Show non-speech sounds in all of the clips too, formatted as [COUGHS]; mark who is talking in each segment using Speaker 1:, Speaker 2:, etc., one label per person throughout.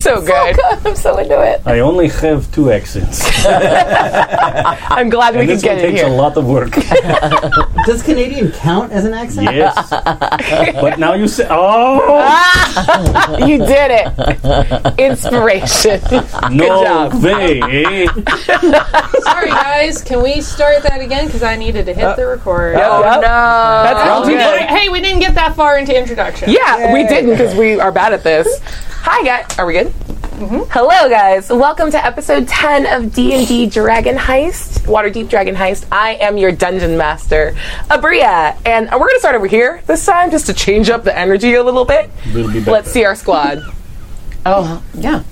Speaker 1: so good.
Speaker 2: I'm so into it.
Speaker 3: I only have two accents.
Speaker 1: I'm glad we
Speaker 3: and
Speaker 1: could
Speaker 3: this one
Speaker 1: get it
Speaker 3: takes a
Speaker 1: here.
Speaker 3: lot of
Speaker 4: [LAUGHS]
Speaker 3: work.
Speaker 5: Does Canadian count as an accent?
Speaker 3: yes. but now you say, oh,
Speaker 1: You did it. Inspiration.
Speaker 3: no
Speaker 1: job.
Speaker 3: way.
Speaker 6: Sorry, guys. Can we start that again? Because I needed to hit the record.
Speaker 1: Oh, no. That's
Speaker 6: Oh,
Speaker 1: how we
Speaker 6: we
Speaker 1: do
Speaker 6: didn't-
Speaker 1: it.
Speaker 6: hey, we didn't get that far into introduction.
Speaker 1: Yeah, we didn't because we are bad at this. Hi, guys. Are we good? Hello, guys. Welcome to episode 10 of D&D Dragon Heist, Waterdeep Dragon Heist. I am your dungeon master, Abria, and we're going to start over here this time just to change up the energy a little bit.
Speaker 3: We'll be back
Speaker 1: Let's
Speaker 3: there.
Speaker 1: see our squad.
Speaker 2: Oh, yeah.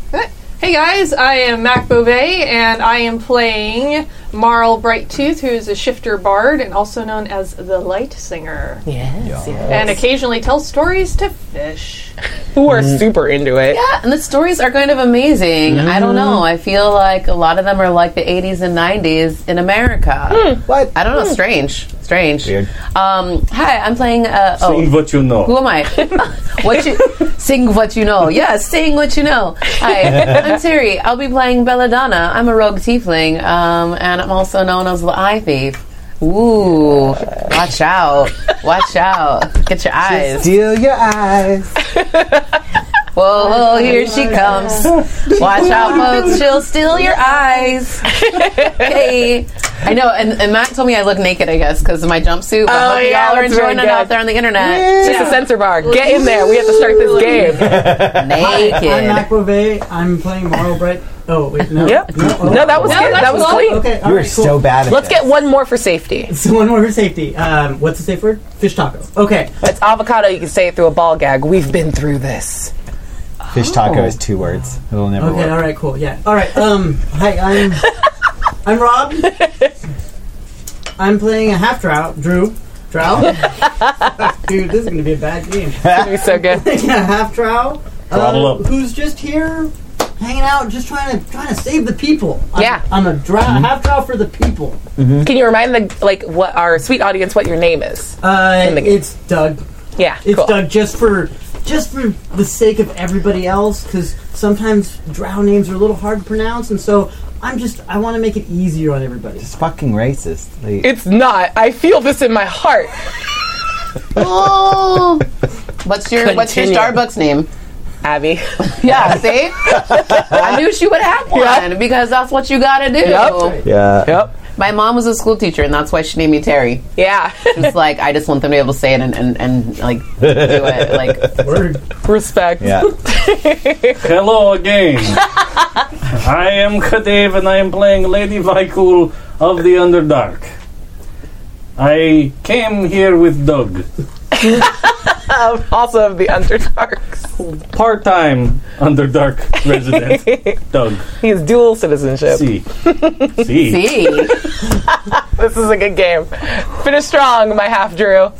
Speaker 6: Hey guys, I am Mac Beauvais, and I am playing Marl Brighttooth, who is a shifter bard and also known as the Light Singer,
Speaker 2: Yes. yes.
Speaker 6: and occasionally tells stories to fish.
Speaker 1: Who are super into it.
Speaker 2: Yeah, and the stories are kind of amazing. I don't know. I feel like a lot of them are like the 80s and 90s in America.
Speaker 5: What?
Speaker 2: I don't know. Strange. Strange.
Speaker 3: Weird.
Speaker 2: Um, hi, I'm playing. Uh, oh,
Speaker 3: Sing what you know.
Speaker 2: who am I?
Speaker 3: [LAUGHS]
Speaker 2: what you sing? What you know? Yeah, sing what you know.
Speaker 3: [LAUGHS]
Speaker 2: Hi, I'm Terry. I'll be playing Belladonna. I'm a rogue tiefling, um, and I'm also known as the Eye Thief. Ooh, watch out! Watch out! Get your eyes.
Speaker 5: Deal your eyes.
Speaker 2: Whoa, whoa, here she comes. Watch out, folks. She'll steal your eyes. Hey. I know, and, and Matt told me I look naked, I guess, because of my jumpsuit. But
Speaker 1: Oh,
Speaker 2: hope
Speaker 1: yeah,
Speaker 2: y'all are
Speaker 1: that's
Speaker 2: enjoying
Speaker 1: really
Speaker 2: it out
Speaker 1: good.
Speaker 2: there on the internet.
Speaker 1: Just a censor bar. Get in there. We have to start this game.
Speaker 5: I'm
Speaker 2: Naked.
Speaker 5: Mac Beauvais. I'm playing Marl Bright. Oh, wait, no.
Speaker 1: Yep.
Speaker 5: No, oh,
Speaker 1: No, that was
Speaker 6: No,
Speaker 1: good.
Speaker 6: that's
Speaker 1: That was
Speaker 6: well-
Speaker 1: clean.
Speaker 5: Okay, all
Speaker 7: You are
Speaker 5: right, cool.
Speaker 7: so bad at
Speaker 1: Let's
Speaker 7: this.
Speaker 1: get one more for safety.
Speaker 5: So [LAUGHS] one more for safety. Um, what's the safe word? Fish taco. Okay.
Speaker 1: It's avocado. You can say it through a ball gag. We've been through this.
Speaker 7: Fish taco is two words. It'll never
Speaker 5: Okay.
Speaker 7: work.
Speaker 5: All right. Cool. Yeah. All right. Um.
Speaker 1: [LAUGHS]
Speaker 5: Hi. I'm. I'm Rob. I'm playing a half drow. Drew. Drow.
Speaker 1: [LAUGHS]
Speaker 5: [LAUGHS] Dude, this is gonna be a bad game.
Speaker 1: It's gonna be so
Speaker 5: [LAUGHS]
Speaker 1: good.
Speaker 5: yeah, half drow.
Speaker 3: Throttle up.
Speaker 5: Who's just here, hanging out, just trying to trying to save the people. I'm,
Speaker 1: Yeah.
Speaker 5: I'm a drow,
Speaker 3: Mm-hmm.
Speaker 5: half drow for the people.
Speaker 1: Can you remind the like what our sweet audience what your name is?
Speaker 5: Uh,
Speaker 1: In the-
Speaker 5: it's Doug.
Speaker 1: Yeah,
Speaker 5: It's
Speaker 1: cool.
Speaker 5: Doug just for just for the sake of everybody else, because sometimes drow names are a little hard to pronounce, and so I'm just I want to make it easier on everybody.
Speaker 7: It's fucking racist. Like,
Speaker 1: It's not. I feel this in my heart.
Speaker 2: Oh. What's your What's your
Speaker 1: Continue.
Speaker 2: Starbucks name?
Speaker 1: Abby.
Speaker 2: Yeah, see, I knew she would have one because that's what you gotta do.
Speaker 1: Yep.
Speaker 7: yeah.
Speaker 1: Yep.
Speaker 2: My mom was a school teacher, and that's why she named me Terry.
Speaker 1: Yeah.
Speaker 2: It's like I just want them to be able to say it and, and, and like do it. Like
Speaker 5: Word.
Speaker 1: Respect.
Speaker 7: Yeah.
Speaker 3: Hello
Speaker 4: [LAUGHS]
Speaker 3: again. I am Khadave and I am playing Lady Vaikul of the Underdark. I came here with Doug,
Speaker 1: Um, [LAUGHS] also of the Underdarks.
Speaker 3: part time
Speaker 1: [LAUGHS]
Speaker 3: Underdark resident. Doug.
Speaker 1: He has dual citizenship.
Speaker 3: See. See.
Speaker 2: see.
Speaker 1: This is a good game. Finish strong, my half Drew.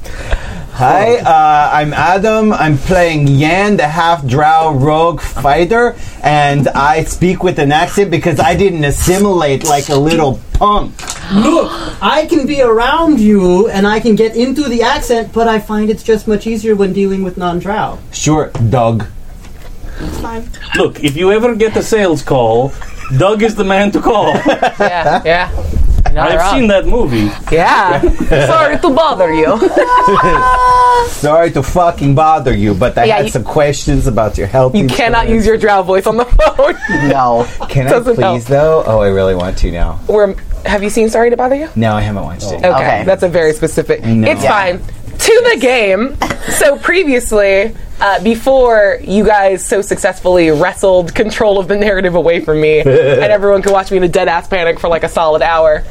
Speaker 7: Hi, uh, I'm Adam. I'm playing Yan, the half drow rogue fighter, and I speak with an accent because I didn't assimilate like a little punk.
Speaker 5: Look, I can be around you and I can get into the accent, but I find it's just much easier when dealing with non-drow.
Speaker 7: Sure, Doug.
Speaker 5: It's fine.
Speaker 3: Look, if you ever get a sales call, Doug is the man to
Speaker 1: [LAUGHS]
Speaker 3: call.
Speaker 1: Yeah. Yeah. Not
Speaker 3: I've
Speaker 1: wrong.
Speaker 3: seen that movie.
Speaker 1: Yeah. Sorry to bother you.
Speaker 7: Sorry to fucking bother you, but I
Speaker 1: Yeah,
Speaker 7: had
Speaker 1: you-
Speaker 7: some questions about your health.
Speaker 1: You cannot use your drow voice on the [LAUGHS] phone.
Speaker 7: No. Can I
Speaker 1: Doesn't
Speaker 7: please though? Oh, I really want to now.
Speaker 1: We're, have you seen Sorry to Bother You?
Speaker 7: No, I haven't watched it.
Speaker 1: Okay.
Speaker 2: Okay.
Speaker 1: That's a very specific.
Speaker 7: No.
Speaker 1: It's
Speaker 7: Yeah.
Speaker 1: fine. To the game. So previously, uh, before you guys so successfully wrestled control of the narrative away from
Speaker 7: [LAUGHS]
Speaker 1: me, and everyone could watch me in a dead ass panic for like a solid hour,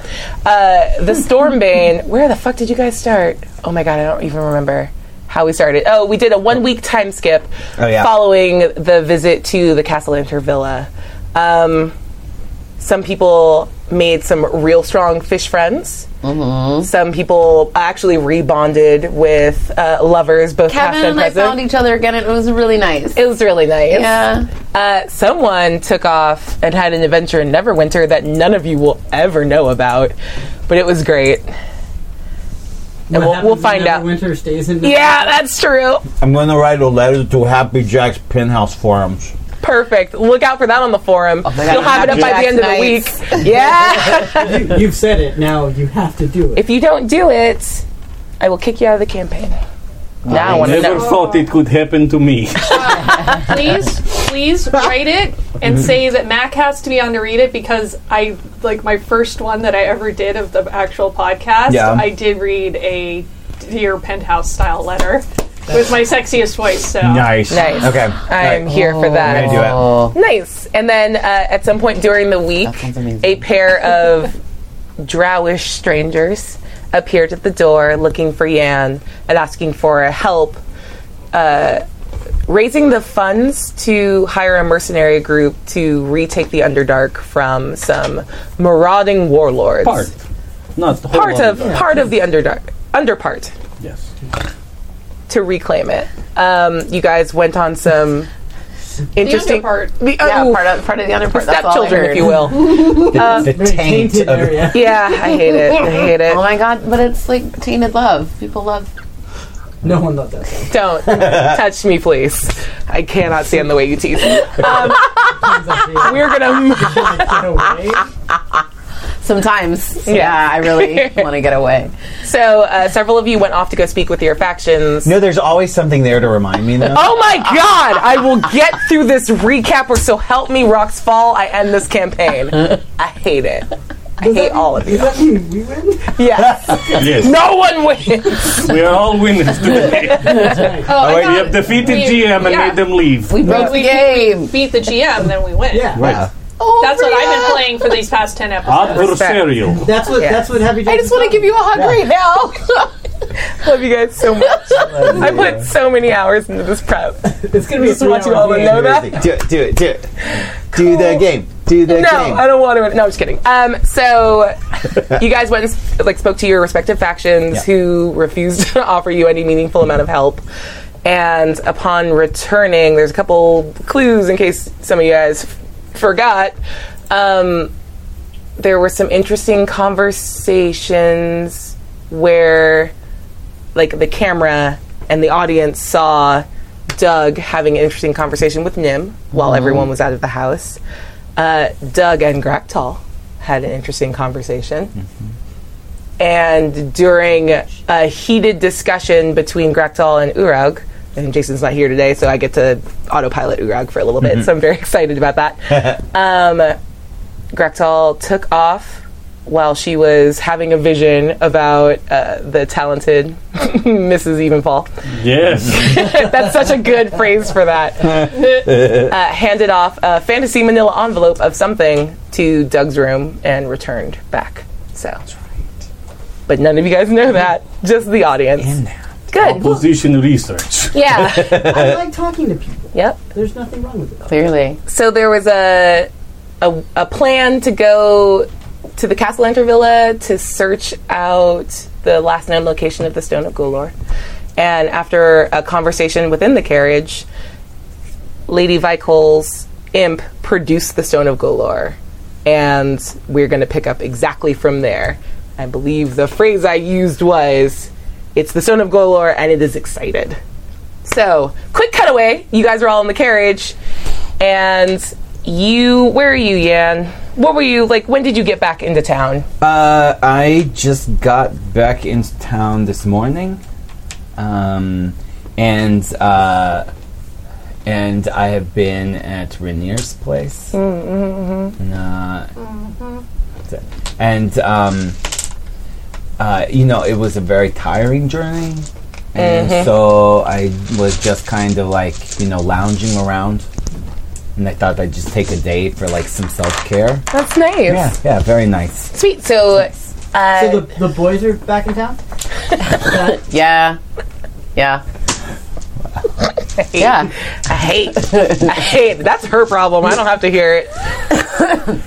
Speaker 1: uh, the
Speaker 7: [LAUGHS]
Speaker 1: Stormbane. Where the fuck did you guys start? Oh my god, I don't even remember how we started. Oh, we did a one week time skip
Speaker 7: Oh, yeah.
Speaker 1: following the visit to the Castellanter Villa. Um, some people made some real strong fish friends.
Speaker 2: Mm-hmm.
Speaker 1: Some people actually rebonded with uh, lovers, both past
Speaker 2: Kevin
Speaker 1: and
Speaker 2: and I
Speaker 1: present.
Speaker 2: found each other again, and it was really nice.
Speaker 1: it was really nice.
Speaker 2: yeah,
Speaker 1: Uh, someone took off and had an adventure in Neverwinter that none of you will ever know about, but it was great. And we'll, we'll find out.
Speaker 5: Winter stays in.
Speaker 1: Yeah, that's true.
Speaker 7: I'm gonna write a letter to Happy Jack's Penthouse Forums.
Speaker 1: Perfect. Look out for that on the forum.
Speaker 2: Oh my God,
Speaker 1: You'll have it up by the end of the week.
Speaker 2: Jack's
Speaker 1: Yeah. [LAUGHS]
Speaker 5: You, [LAUGHS] you've said it. Now you have to do it.
Speaker 1: if you don't do it, I will kick you out of the campaign. Now I want to
Speaker 3: Never
Speaker 1: know.
Speaker 3: thought it could happen
Speaker 1: [LAUGHS]
Speaker 3: to me.
Speaker 2: [LAUGHS]
Speaker 6: please, please rate it and say that Mac has to be on to read it because I like my first one that I ever did of the actual podcast.
Speaker 7: Yeah.
Speaker 6: I did read a dear penthouse style letter with my sexiest voice. So
Speaker 7: Nice.
Speaker 1: Nice.
Speaker 7: Okay.
Speaker 1: I am here for that.
Speaker 7: I Oh, do it.
Speaker 1: Nice. And then uh, at some point during the week,
Speaker 2: sounds amazing.
Speaker 1: a pair of drowish strangers appeared at the door looking for Yan and asking for help uh, raising the funds to hire a mercenary group to retake the Underdark from some marauding warlords.
Speaker 3: Part. Not the whole
Speaker 1: Part
Speaker 3: other
Speaker 1: of
Speaker 3: dark.
Speaker 1: part of the Underdark. Underpart
Speaker 3: Yes.
Speaker 1: to reclaim it. Um, you guys went on some interesting
Speaker 6: underpart.
Speaker 1: The,
Speaker 2: Yeah,
Speaker 1: ooh,
Speaker 2: part of part of the underpart. That's all I
Speaker 1: stepchildren, if
Speaker 2: heard.
Speaker 1: you will.
Speaker 7: The, the
Speaker 5: Very
Speaker 7: taint
Speaker 5: tainted
Speaker 7: of
Speaker 5: area.
Speaker 1: [LAUGHS] Yeah, I hate it. I hate
Speaker 2: Oh
Speaker 1: it.
Speaker 2: my god! But it's like tainted love. People love.
Speaker 5: No one loved that.
Speaker 1: [LAUGHS] Don't touch me, please. I cannot stand the way you tease. me. Um, [LAUGHS] We're gonna.
Speaker 5: Get away.
Speaker 2: Sometimes, So,
Speaker 1: Yeah.
Speaker 2: yeah, I really [LAUGHS] want to get away.
Speaker 1: So uh, several of you went off to go speak with your factions.
Speaker 7: No, there's always something there to remind me. Though.
Speaker 1: Oh my God! I will get through this recap, or so help me, rocks fall. I end this campaign. I hate it. I hate all of you.
Speaker 5: Does that mean we win?
Speaker 1: Yes. [LAUGHS]
Speaker 3: Yes.
Speaker 1: No one wins. [LAUGHS]
Speaker 3: We are all winners today.
Speaker 6: oh, I
Speaker 7: wait,
Speaker 6: got-
Speaker 7: you
Speaker 3: we have defeated
Speaker 6: We-
Speaker 3: GM and
Speaker 6: yeah.
Speaker 3: made them leave.
Speaker 2: We broke the
Speaker 6: we-
Speaker 2: game.
Speaker 6: beat the GM, then we win.
Speaker 5: Yeah.
Speaker 7: Yeah.
Speaker 2: Oh,
Speaker 6: That's what I've
Speaker 2: Maria.
Speaker 6: been playing for these past ten episodes.
Speaker 3: Adversarial.
Speaker 5: That's what. That's what Happy.
Speaker 2: I just want to give you a hug right [LAUGHS] now.
Speaker 1: Love you guys so much. I put so many hours into this prep.
Speaker 5: It's gonna be.
Speaker 1: just want you all to know that.
Speaker 7: Do it. Do it. Do it. Do the game. Do the
Speaker 1: No,
Speaker 7: game.
Speaker 1: I don't want to. No, I'm just kidding. Um, so you guys went and s- like spoke to your respective factions
Speaker 7: Yeah.
Speaker 1: who refused [LAUGHS] to offer you any meaningful amount of help. And upon returning, there's a couple clues in case some of you guys f- forgot. Um, there were some interesting conversations where, like, the camera and the audience saw Doug having an interesting conversation with Nim while everyone was out of the house. Uh, Doug and Gractal had an interesting conversation. And during a heated discussion between Gractal and Urag, and Jason's not here today, so I get to autopilot Urag for a little bit, so I'm very [LAUGHS] excited about that. um, Grechtal took off while she was having a vision about uh, the talented [LAUGHS] Mrs. Evenfall.
Speaker 3: [LAUGHS] Yes.
Speaker 1: That's such a good phrase for that. uh, handed off a fantasy manila envelope of something to Doug's room and returned back. So. But none of you guys know that, just the audience. Good.
Speaker 3: Position research.
Speaker 1: Yeah.
Speaker 5: I like talking to people.
Speaker 1: yep.
Speaker 5: There's nothing wrong with it.
Speaker 2: Clearly,
Speaker 1: so there was a, a a plan to go to the Castle Intervilla to search out the last known location of the Stone of Gulor. And after a conversation within the carriage, Lady Vicol's imp produced the Stone of Golor. And we're going to pick up exactly from there. I believe the phrase I used was it's the Stone of Golor and it is excited. So, quick cutaway. You guys are all in the carriage. And you, where are you, Yan? What were you, like, when did you get back into town?
Speaker 7: Uh, I just got back into town this morning, um, and uh, and I have been at Rainier's place.
Speaker 1: Mm, mm-hmm.
Speaker 7: And, uh, and um, uh, you know, it was a very tiring journey, and
Speaker 1: Mm-hmm.
Speaker 7: so I was just kind of like you know lounging around, and I thought I'd just take a day for like some self care.
Speaker 1: That's nice.
Speaker 7: Yeah, yeah, very nice.
Speaker 1: Sweet. So, uh,
Speaker 5: So the, the boys are back in town.
Speaker 2: yeah, yeah, yeah.
Speaker 1: I hate. [LAUGHS] I hate. That's her problem. I don't have to hear it.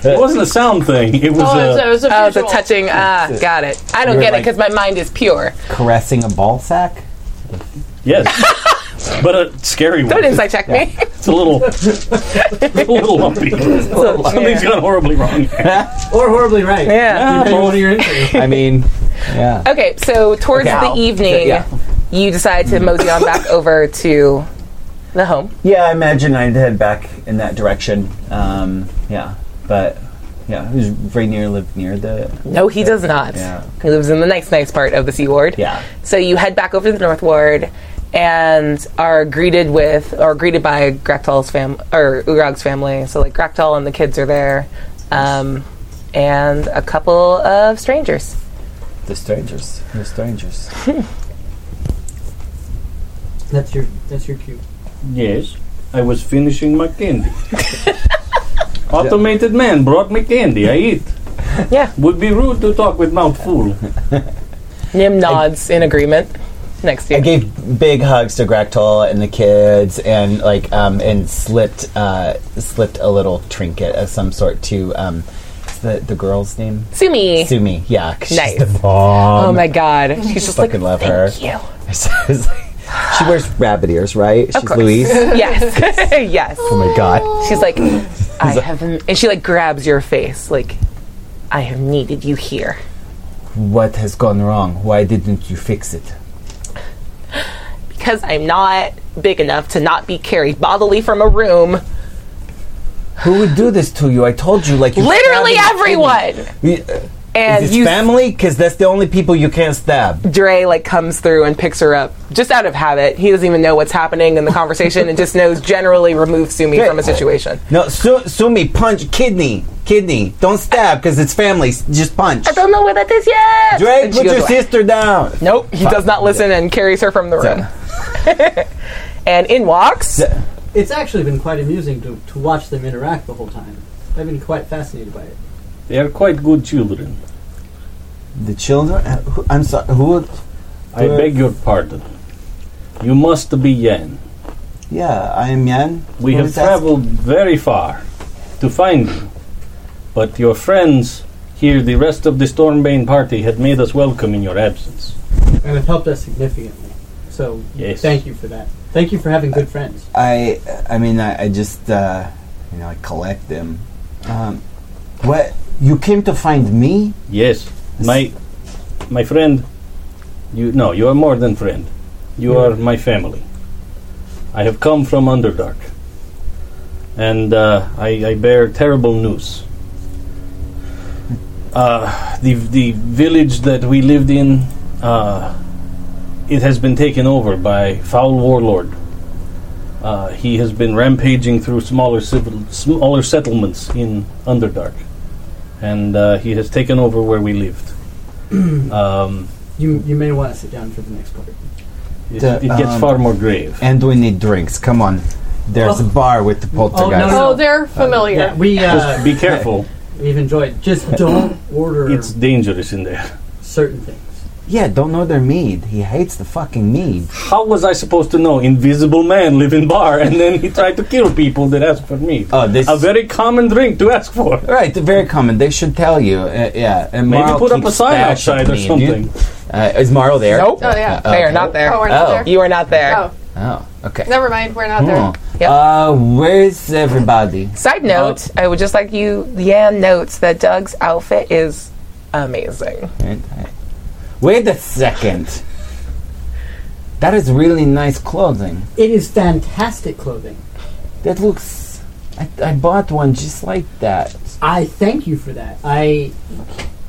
Speaker 3: It wasn't a sound thing. It was
Speaker 6: Oh, it was,
Speaker 3: a.
Speaker 6: it was a
Speaker 1: Oh, it's a
Speaker 6: visual.
Speaker 1: touching. Ah, got it. I don't
Speaker 7: You're
Speaker 1: get it
Speaker 7: like-
Speaker 1: because my mind is pure.
Speaker 7: caressing a ball [LAUGHS] sack.
Speaker 1: [LAUGHS]
Speaker 3: Yes. But a scary one.
Speaker 1: Don't insight check me.
Speaker 3: It's a [LAUGHS] little, it's a little lumpy. Something's gone horribly wrong.
Speaker 5: Or horribly
Speaker 1: [LAUGHS]
Speaker 5: right.
Speaker 1: Yeah.
Speaker 5: You pay one of your injuries.
Speaker 7: I mean, yeah.
Speaker 1: Okay. So towards
Speaker 7: Okay.
Speaker 1: the evening,
Speaker 7: Yeah.
Speaker 1: you decide to mosey on back over to The home.
Speaker 7: Yeah, I imagine I'd head back in that direction. Um, yeah, but yeah, who's very near lived near the
Speaker 1: No, he does not.
Speaker 7: Yeah.
Speaker 1: He lives in the nice, nice part of the Sea Ward.
Speaker 7: yeah.
Speaker 1: So you head back over to the North Ward and are greeted with, or greeted by Gractal's fam or Urog's family. So like Gractal and the kids are there, um, and a couple of strangers.
Speaker 7: The strangers, the strangers.
Speaker 5: That's your that's your cue.
Speaker 3: Yes, I was finishing my candy. Automated man brought me candy. I eat.
Speaker 1: Yeah.
Speaker 3: Would be rude to talk with mouth full.
Speaker 1: Nim nods in agreement. Next to
Speaker 7: I
Speaker 1: you.
Speaker 7: gave big hugs to Gractol and the kids, and like um, and slipped uh, slipped a little trinket of some sort to um, what's the the girl's name
Speaker 1: Sumi.
Speaker 7: Sumi. Yeah, 'cause
Speaker 1: Nice.
Speaker 7: she's the bomb.
Speaker 1: oh my god. She's just like
Speaker 7: fucking love her.
Speaker 1: "Thank you.
Speaker 7: So I was like- [LAUGHS] she wears rabbit ears, right? She's
Speaker 1: course.
Speaker 7: Louise.
Speaker 1: [LAUGHS]
Speaker 7: Oh
Speaker 1: Yes. [LAUGHS] yes.
Speaker 7: my god.
Speaker 1: She's like, I haven't. And she like grabs your face, like, I have needed you here.
Speaker 7: What has gone wrong? Why didn't you fix it?
Speaker 1: Because I'm not big enough to not be carried bodily from a room.
Speaker 7: Who would do this to you? I told you, like you
Speaker 1: Literally
Speaker 7: stabbed
Speaker 1: everyone!
Speaker 7: in- Uh,
Speaker 1: And
Speaker 7: Is
Speaker 1: you,
Speaker 7: this family? Because that's the only people you can't stab.
Speaker 1: Dre, like, comes through and picks her up just out of habit. He doesn't even know what's happening in the conversation and just knows generally remove Sumi from a situation.
Speaker 7: No, su- Sumi, punch kidney, kidney. Don't stab because it's family. S- Just punch.
Speaker 1: I don't know where that is yet!
Speaker 7: Dre,
Speaker 1: And she
Speaker 7: put
Speaker 1: goes
Speaker 7: your
Speaker 1: away.
Speaker 7: sister down.
Speaker 1: Nope, he does not listen and carries her from the room. [LAUGHS] and in walks.
Speaker 5: It's actually been quite amusing to, to watch them interact the whole time. I've been quite fascinated by it.
Speaker 3: They are quite good children.
Speaker 7: The children. uh, who- I'm sorry. Who? would-
Speaker 3: I
Speaker 7: Uh,
Speaker 3: beg your pardon. You must be Yan.
Speaker 7: Yeah, I am Yan.
Speaker 3: We
Speaker 7: Who
Speaker 3: have
Speaker 7: is that?
Speaker 3: traveled very far to find you, but your friends here, the rest of the Stormbane party, had made us welcome in your absence.
Speaker 5: And it helped us significantly. So
Speaker 3: Yes.
Speaker 5: thank you for that. Thank you for having good friends.
Speaker 7: I I mean I, I just uh, you know I collect them. Um, what you came to find me?
Speaker 3: Yes, my my friend. You no, you are more than friend. You are my family. I have come from Underdark, and uh, I, I bear terrible news. Uh, the the village that we lived in, uh, it has been taken over by foul warlord. Uh, he has been rampaging through smaller civil, smaller settlements in Underdark and uh, he has taken over where we
Speaker 7: [CLEARS THROAT]
Speaker 3: lived. um,
Speaker 5: You you may want to sit down for the next part.
Speaker 3: it,
Speaker 7: The,
Speaker 3: it gets
Speaker 7: um,
Speaker 3: far more grave.
Speaker 7: And we need drinks. Come on. There's a bar with the poltergeist.
Speaker 5: no, no.
Speaker 6: Oh, they're familiar.
Speaker 5: Yeah, we
Speaker 3: Just
Speaker 5: uh,
Speaker 3: be
Speaker 7: [LAUGHS]
Speaker 3: careful;
Speaker 5: we've enjoyed. Just
Speaker 3: [COUGHS]
Speaker 5: don't order
Speaker 3: it's dangerous in there.
Speaker 5: certain things.
Speaker 7: Yeah, don't order mead. He hates the fucking mead.
Speaker 3: How was I supposed to know? Invisible man live in bar, and then he tried to kill people that asked for meat.
Speaker 7: Oh, this
Speaker 3: a very common drink to ask for.
Speaker 7: right. Very common. They should tell you. Uh, yeah, and
Speaker 3: Maybe
Speaker 7: Marl
Speaker 3: put up a
Speaker 7: keeps
Speaker 3: sign
Speaker 7: bashing
Speaker 3: outside or
Speaker 7: me. Do you-
Speaker 3: something.
Speaker 7: Uh, is Marl there? Uh,
Speaker 1: Nope.
Speaker 6: Oh, yeah.
Speaker 1: They are not
Speaker 6: Oh,
Speaker 1: there.
Speaker 6: we're not
Speaker 7: Oh.
Speaker 6: there.
Speaker 1: You are not there.
Speaker 6: oh,
Speaker 7: Oh, okay.
Speaker 6: never mind. We're not
Speaker 7: Cool.
Speaker 6: there.
Speaker 1: Yep.
Speaker 7: Uh, where's everybody?
Speaker 1: Side note, I would just like you, Yan notes that Doug's outfit is amazing.
Speaker 7: Wait a second. That is really nice clothing.
Speaker 5: It is fantastic clothing.
Speaker 7: That looks. I, I bought one just like that.
Speaker 5: I thank you for that. I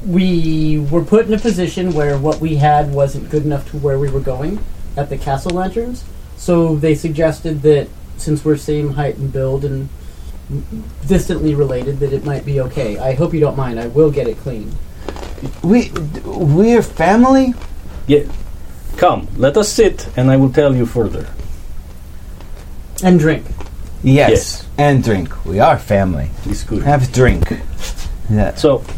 Speaker 5: we were put in a position where what we had wasn't good enough to where we were going at the castle lanterns. So they suggested that since we're same height and build and distantly related, that it might be okay. I hope you don't mind. I will get it clean.
Speaker 7: We d- we're family.
Speaker 3: Yeah. Come, let us sit, and I will tell you further.
Speaker 5: And drink.
Speaker 7: Yes.
Speaker 3: Yes.
Speaker 7: And drink. We are family.
Speaker 3: It's good.
Speaker 7: Have drink. Yeah.
Speaker 3: So, [LAUGHS]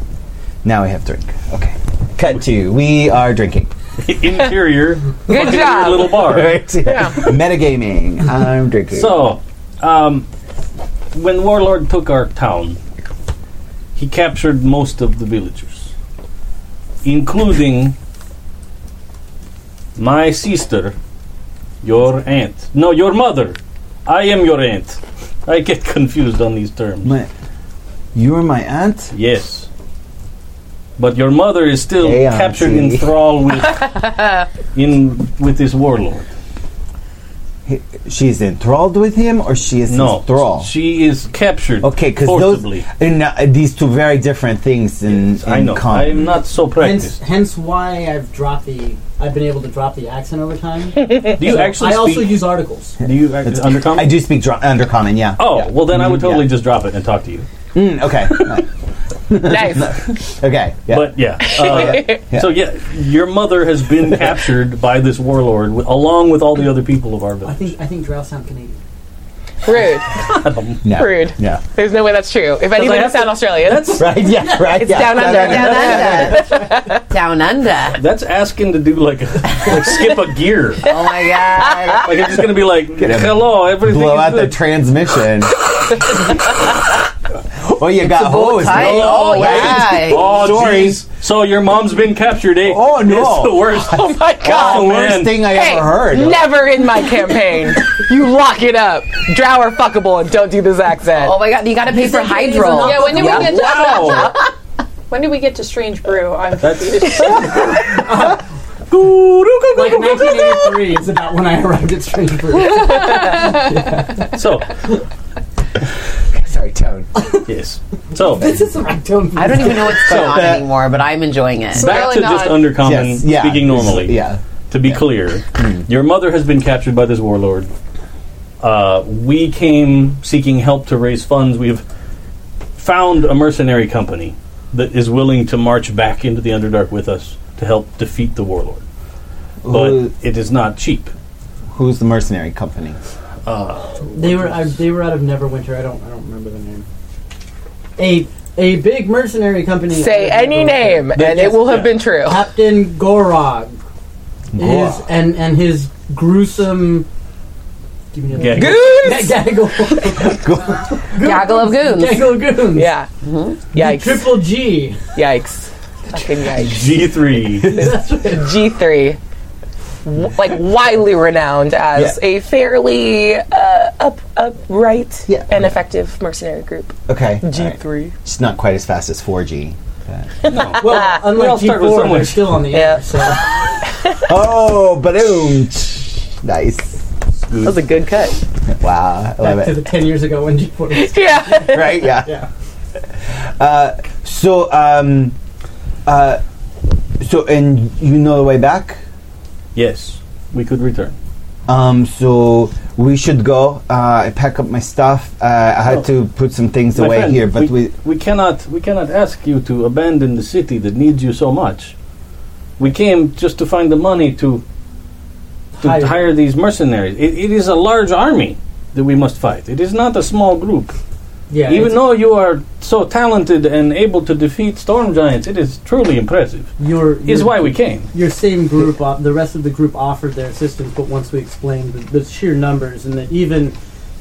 Speaker 7: Now we have drink. Okay. Cut to you. We are drinking. [LAUGHS]
Speaker 3: interior, [LAUGHS]
Speaker 1: Good
Speaker 3: interior
Speaker 1: job.
Speaker 3: little bar.
Speaker 7: Right. Metagaming. I'm drinking.
Speaker 3: So, um, when Warlord took our town, he captured most of the villagers, including my sister, your aunt. No, your mother. I am your aunt. I get [LAUGHS] confused on these terms.
Speaker 7: My, you're my aunt.
Speaker 3: Yes. But your mother is still
Speaker 7: Hey,
Speaker 3: captured in
Speaker 7: auntie.
Speaker 3: thrall with in with this warlord.
Speaker 7: he- she's enthralled with him or she is
Speaker 3: No,
Speaker 7: his thrall?
Speaker 3: she is captured.
Speaker 7: okay, because those
Speaker 3: forcibly.
Speaker 7: and, uh, these two very different things in, in
Speaker 3: I know.
Speaker 7: common.
Speaker 3: I'm not so
Speaker 5: Hence,
Speaker 3: practiced.
Speaker 5: hence why I've dropped the. I've been able to drop the accent over time.
Speaker 3: Do you [LAUGHS]
Speaker 5: So
Speaker 3: actually?
Speaker 5: I also
Speaker 3: speak-
Speaker 5: use articles.
Speaker 3: Do you act- undercommon?
Speaker 7: I do speak dr- undercommon, yeah.
Speaker 3: Oh
Speaker 7: Yeah.
Speaker 3: well, then I would
Speaker 7: Mhm, yeah.
Speaker 3: totally just drop it and talk to you.
Speaker 7: Mm, okay. [LAUGHS] Right.
Speaker 1: nice.
Speaker 7: okay. Yeah.
Speaker 3: But yeah. Uh,
Speaker 7: [LAUGHS] Yeah.
Speaker 3: So yeah, your mother has
Speaker 7: [LAUGHS]
Speaker 3: been captured by this warlord, w- along with all the other people of our
Speaker 5: I
Speaker 3: village.
Speaker 5: think I think drow sound Canadian.
Speaker 1: Rude.
Speaker 7: no. [LAUGHS]
Speaker 1: Rude.
Speaker 7: Yeah.
Speaker 1: There's no way that's true. If anyone
Speaker 3: have
Speaker 1: it's not
Speaker 3: to-
Speaker 1: Australian.
Speaker 7: [LAUGHS] Right. Yeah. Right.
Speaker 1: it's
Speaker 7: yeah.
Speaker 1: down under.
Speaker 2: Down under. [LAUGHS] Down under.
Speaker 3: That's asking to do like, [LAUGHS] a, like skip a gear.
Speaker 2: Oh my
Speaker 7: [LAUGHS]
Speaker 2: god.
Speaker 3: Like I'm just gonna be like,
Speaker 7: him.
Speaker 3: hello, everything.
Speaker 7: Blow
Speaker 3: is
Speaker 7: out the
Speaker 3: good."
Speaker 2: [LAUGHS]
Speaker 7: transmission. oh, you got
Speaker 2: bow
Speaker 7: hosed.
Speaker 2: tie. Oh,
Speaker 7: Oh,
Speaker 2: yeah.
Speaker 7: wait.
Speaker 3: Oh,
Speaker 7: Sorry.
Speaker 3: jeez. So your mom's been captured, eh?
Speaker 7: Oh, no.
Speaker 3: It's the
Speaker 7: [LAUGHS]
Speaker 3: worst.
Speaker 1: [LAUGHS] Oh my god.
Speaker 3: Oh,
Speaker 7: Worst
Speaker 3: man.
Speaker 7: thing I
Speaker 1: Hey,
Speaker 7: ever heard.
Speaker 1: never in my
Speaker 7: [LAUGHS]
Speaker 1: campaign. you lock it up. Drow are fuckable and don't do this accent.
Speaker 2: Oh my god. You gotta pay for
Speaker 1: Oh.
Speaker 2: hydro.
Speaker 6: Yeah, when did we get to
Speaker 7: [LAUGHS]
Speaker 3: Wow.
Speaker 6: when did we get to Strange Brew? I'm confused.
Speaker 5: Like 1983 is about when I arrived at Strange Brew.
Speaker 3: So
Speaker 7: Sorry, tone.
Speaker 3: yes. So
Speaker 5: this is the right tone. for
Speaker 2: I don't
Speaker 5: this.
Speaker 2: even know what's going on anymore, but I'm enjoying it.
Speaker 3: back
Speaker 6: really
Speaker 3: to
Speaker 6: not.
Speaker 3: just undercommon
Speaker 7: Yes. Yeah.
Speaker 3: speaking normally.
Speaker 7: Yeah. Hmm.
Speaker 3: To be clear, your mother has been captured by this warlord. Uh, we came seeking help to raise funds. We've found a mercenary company that is willing to march back into the Underdark with us to help defeat the warlord. But
Speaker 7: Who-
Speaker 3: it is not cheap.
Speaker 7: Who's the mercenary company?
Speaker 5: They were I, they were out of Neverwinter. I don't I don't remember the name. A a big mercenary company.
Speaker 1: Say
Speaker 5: out of
Speaker 1: any
Speaker 5: Neverwinter.
Speaker 1: name and it will have been true.
Speaker 5: Captain Gorog. Is,
Speaker 7: Gorog.
Speaker 5: and and his gruesome. Give me
Speaker 3: Gag-
Speaker 5: another.
Speaker 1: [LAUGHS] Goons!
Speaker 5: Gaggle.
Speaker 2: Gaggle of goons.
Speaker 5: Gaggle goons.
Speaker 1: Yeah.
Speaker 7: Mm-hmm.
Speaker 1: Yikes.
Speaker 5: Triple G.
Speaker 1: Yikes. Fucking yikes.
Speaker 3: G three.
Speaker 7: [LAUGHS]
Speaker 5: That's right.
Speaker 1: G3. w- Like widely renowned as
Speaker 7: Yeah.
Speaker 1: a fairly uh, up, upright
Speaker 7: Yeah.
Speaker 1: and effective mercenary group.
Speaker 7: Okay. alright.
Speaker 1: G3.
Speaker 7: It's not quite as fast as 4G.
Speaker 5: Well, unlike
Speaker 3: all start with
Speaker 5: G4,
Speaker 3: someone.
Speaker 5: they're still on the
Speaker 1: Yeah.
Speaker 5: air. So
Speaker 7: Oh, boom! Nice.
Speaker 1: That was a good cut.
Speaker 7: Wow, I love
Speaker 5: back to
Speaker 7: it.
Speaker 5: the 10 years ago when G4 was.
Speaker 1: Yeah.
Speaker 7: Right? Yeah. Uh,
Speaker 5: Yeah.
Speaker 7: So, um, uh, so, and you know the way back.
Speaker 3: Yes, we could return.
Speaker 7: Um, so we should go. Uh, I pack up my stuff. Uh, I had to put some things
Speaker 3: Oh. My
Speaker 7: away
Speaker 3: friend,
Speaker 7: here, but we,
Speaker 3: we cannot we cannot ask you to abandon the city that needs you so much. We came just to find the money to to hire,
Speaker 5: Hire.
Speaker 3: these mercenaries. It, it is a large army that we must fight. It is not a small group.
Speaker 5: Yeah.
Speaker 3: Even
Speaker 5: it's-
Speaker 3: though you are so talented and able to defeat storm giants, it is truly impressive.
Speaker 5: your, your,
Speaker 3: Is why we came.
Speaker 5: Your same group, o- the rest of the group offered their assistance, but once we explained the, the sheer numbers and that even,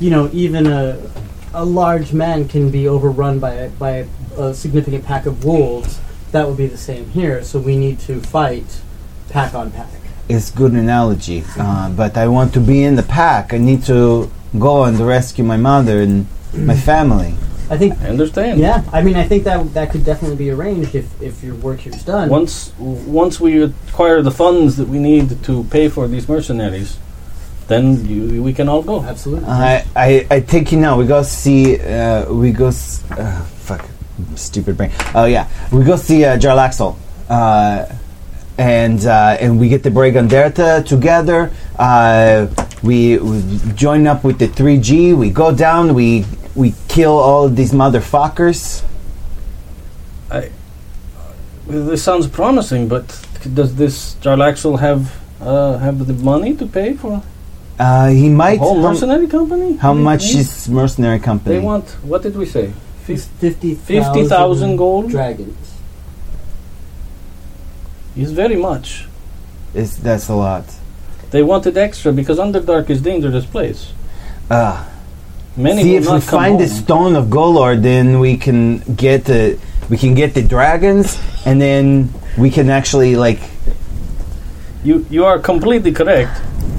Speaker 5: you know, even a, a large man can be overrun by, a- by a significant pack of wolves, that would be the same here. So we need to fight pack on pack.
Speaker 7: it's good analogy. Uh, but I want to be in the pack. I need to go and rescue my mother and my family.
Speaker 5: I think
Speaker 3: I understand.
Speaker 5: Yeah, I mean, I think that that could definitely be arranged if if your work here's done.
Speaker 3: Once once we acquire the funds that we need to pay for these mercenaries, then you, we can all go.
Speaker 5: Absolutely.
Speaker 7: I, I, I take you now. We go see. Uh, we go. S- uh, fuck, stupid brain. Oh yeah, we go see uh, Jarlaxle, uh, and uh, and we get the Braganderta together. Uh, we, we join up with the three G. We go down. We we kill all of these motherfuckers.
Speaker 3: Well, This sounds promising, but c- does this Jarlaxle have uh, have the money to pay for
Speaker 7: Uh, he
Speaker 3: a
Speaker 7: might.
Speaker 3: whole
Speaker 7: how-
Speaker 3: mercenary company?
Speaker 7: how much
Speaker 3: They-
Speaker 7: is mercenary
Speaker 3: they
Speaker 7: company?
Speaker 3: want? What did we say? Fif-
Speaker 5: Fifty
Speaker 3: 50,000 gold?
Speaker 5: dragons.
Speaker 3: Is very much.
Speaker 7: Is that's a lot.
Speaker 3: They wanted extra because Underdark is dangerous place.
Speaker 7: Uh,
Speaker 3: Many
Speaker 7: See
Speaker 3: will
Speaker 7: if
Speaker 3: not
Speaker 7: we
Speaker 3: come
Speaker 7: find the
Speaker 3: home.
Speaker 7: stone of Golor, then we can get the we can get the dragons, and then we can actually like,
Speaker 3: You you are completely correct.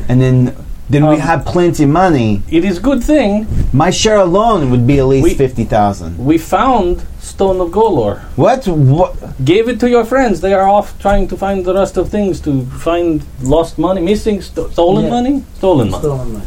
Speaker 7: and then then
Speaker 3: Um,
Speaker 7: we have plenty money.
Speaker 3: It is good thing
Speaker 7: My share alone would be at least
Speaker 3: We-
Speaker 7: fifty thousand.
Speaker 3: we found Stone of Golor.
Speaker 7: What? What?
Speaker 3: Gave it to your friends. They are off trying to find the rest of things to find lost money, missing, sto- stolen
Speaker 5: Yeah.
Speaker 3: money, stolen money.
Speaker 5: Stolen money.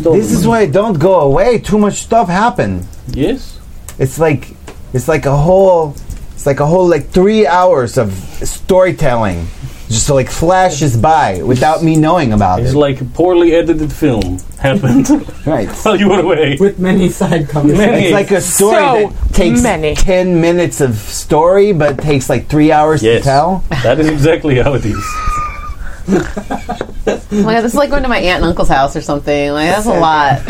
Speaker 3: Stolen
Speaker 7: This is
Speaker 3: money.
Speaker 7: why I don't go away. Too much stuff happened.
Speaker 3: Yes.
Speaker 7: It's like, it's like a whole, it's like a whole like three hours of storytelling, just like flashes by without me knowing about
Speaker 3: It's
Speaker 7: it.
Speaker 3: like a poorly edited film happened
Speaker 7: right.
Speaker 3: while you were away.
Speaker 5: With many side conversations.
Speaker 7: It's like a story
Speaker 1: So
Speaker 7: that takes
Speaker 1: many.
Speaker 7: ten minutes of story, but takes like three hours
Speaker 3: Yes.
Speaker 7: to tell.
Speaker 3: That is exactly how it is.
Speaker 2: Oh my god, this is like going to my aunt and uncle's house or something. Like that's a lot.
Speaker 1: [LAUGHS]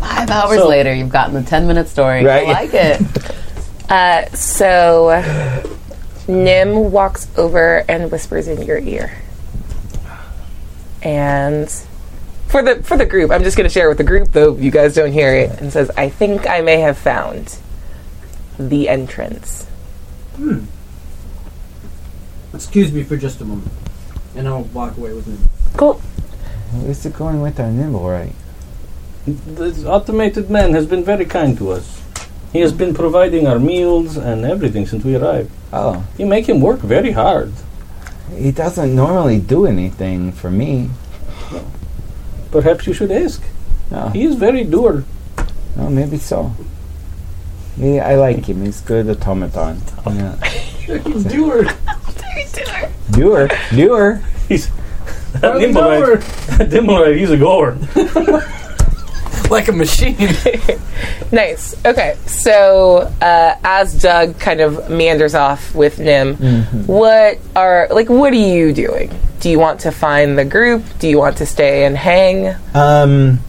Speaker 2: Five hours
Speaker 3: So-
Speaker 2: later, you've gotten the ten minute story.
Speaker 7: Right.
Speaker 2: I like it.
Speaker 1: [LAUGHS] Uh, so Nim walks over and whispers in your ear. And for the for the group, I'm just going to share with the group though you guys don't hear it and says, "I think I may have found the entrance."
Speaker 5: Excuse me for just a moment. And I'll walk away with him.
Speaker 1: Cool.
Speaker 7: Where's it going with our nimble? Right.
Speaker 3: This automated man has been very kind to us. He has been providing our meals and everything since we arrived.
Speaker 7: Oh,
Speaker 3: You make him work very hard.
Speaker 7: he doesn't normally do anything for me.
Speaker 3: Perhaps you should ask.
Speaker 7: No,
Speaker 3: He is very doer.
Speaker 7: no maybe so. Yeah, I like him. He's good automaton. Yeah.
Speaker 5: Doer.
Speaker 7: Doer, doer.
Speaker 3: [LAUGHS] He's [LAUGHS]
Speaker 5: Or the
Speaker 3: Dimblite.
Speaker 5: goer.
Speaker 3: [LAUGHS] Dimblite, he's a goer.
Speaker 5: Like a machine.
Speaker 1: Nice. Okay. So uh, as Doug kind of meanders off with Nim, what are like what are you doing? Do you want to find the group? Do you want to stay and hang?
Speaker 7: Um,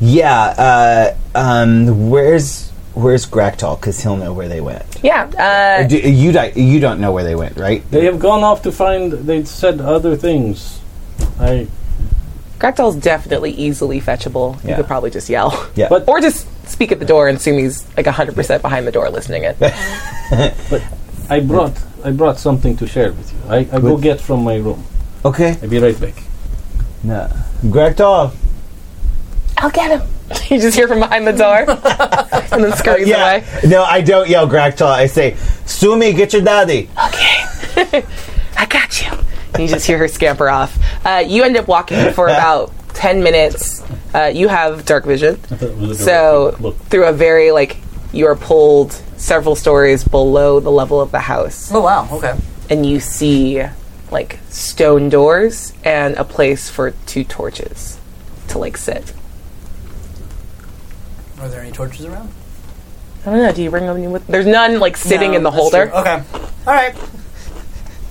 Speaker 7: yeah. Uh, um, where's where's Gractol? Because he'll know where they went.
Speaker 1: Yeah.
Speaker 7: Or
Speaker 1: Uh,
Speaker 7: do, you di- you don't know where they went, right?
Speaker 3: They have gone off to find, they said other things. I,
Speaker 1: Gractol's definitely easily fetchable. You
Speaker 7: Yeah.
Speaker 1: could probably just yell.
Speaker 7: Yeah.
Speaker 3: But-
Speaker 1: or just speak at the door and assume he's like 100% behind the door listening in.
Speaker 3: I brought, I brought something to share with you. I, I go
Speaker 7: Good.
Speaker 3: get from my room.
Speaker 7: okay.
Speaker 3: I'll be right back.
Speaker 7: No. Gractol.
Speaker 1: I'll get him. [LAUGHS] you just hear from behind the door [LAUGHS] and then scurries away.
Speaker 7: No, I don't yell Gractol. I say, Sumi, get your daddy.
Speaker 1: [LAUGHS] I got you. And you just hear her scamper off. Uh, you end up walking
Speaker 7: [LAUGHS]
Speaker 1: for about 10 minutes. Uh, you have dark vision. So, through a very, like, you are pulled several stories below the level of the house.
Speaker 2: Oh wow. Okay.
Speaker 1: And you see, like, stone doors and a place for two torches to, like, sit.
Speaker 4: Are there any torches around?
Speaker 1: I don't know. Do you bring them with? There's none, like, sitting
Speaker 4: No,
Speaker 1: in the
Speaker 4: that's
Speaker 1: holder.
Speaker 4: true. Okay. All right.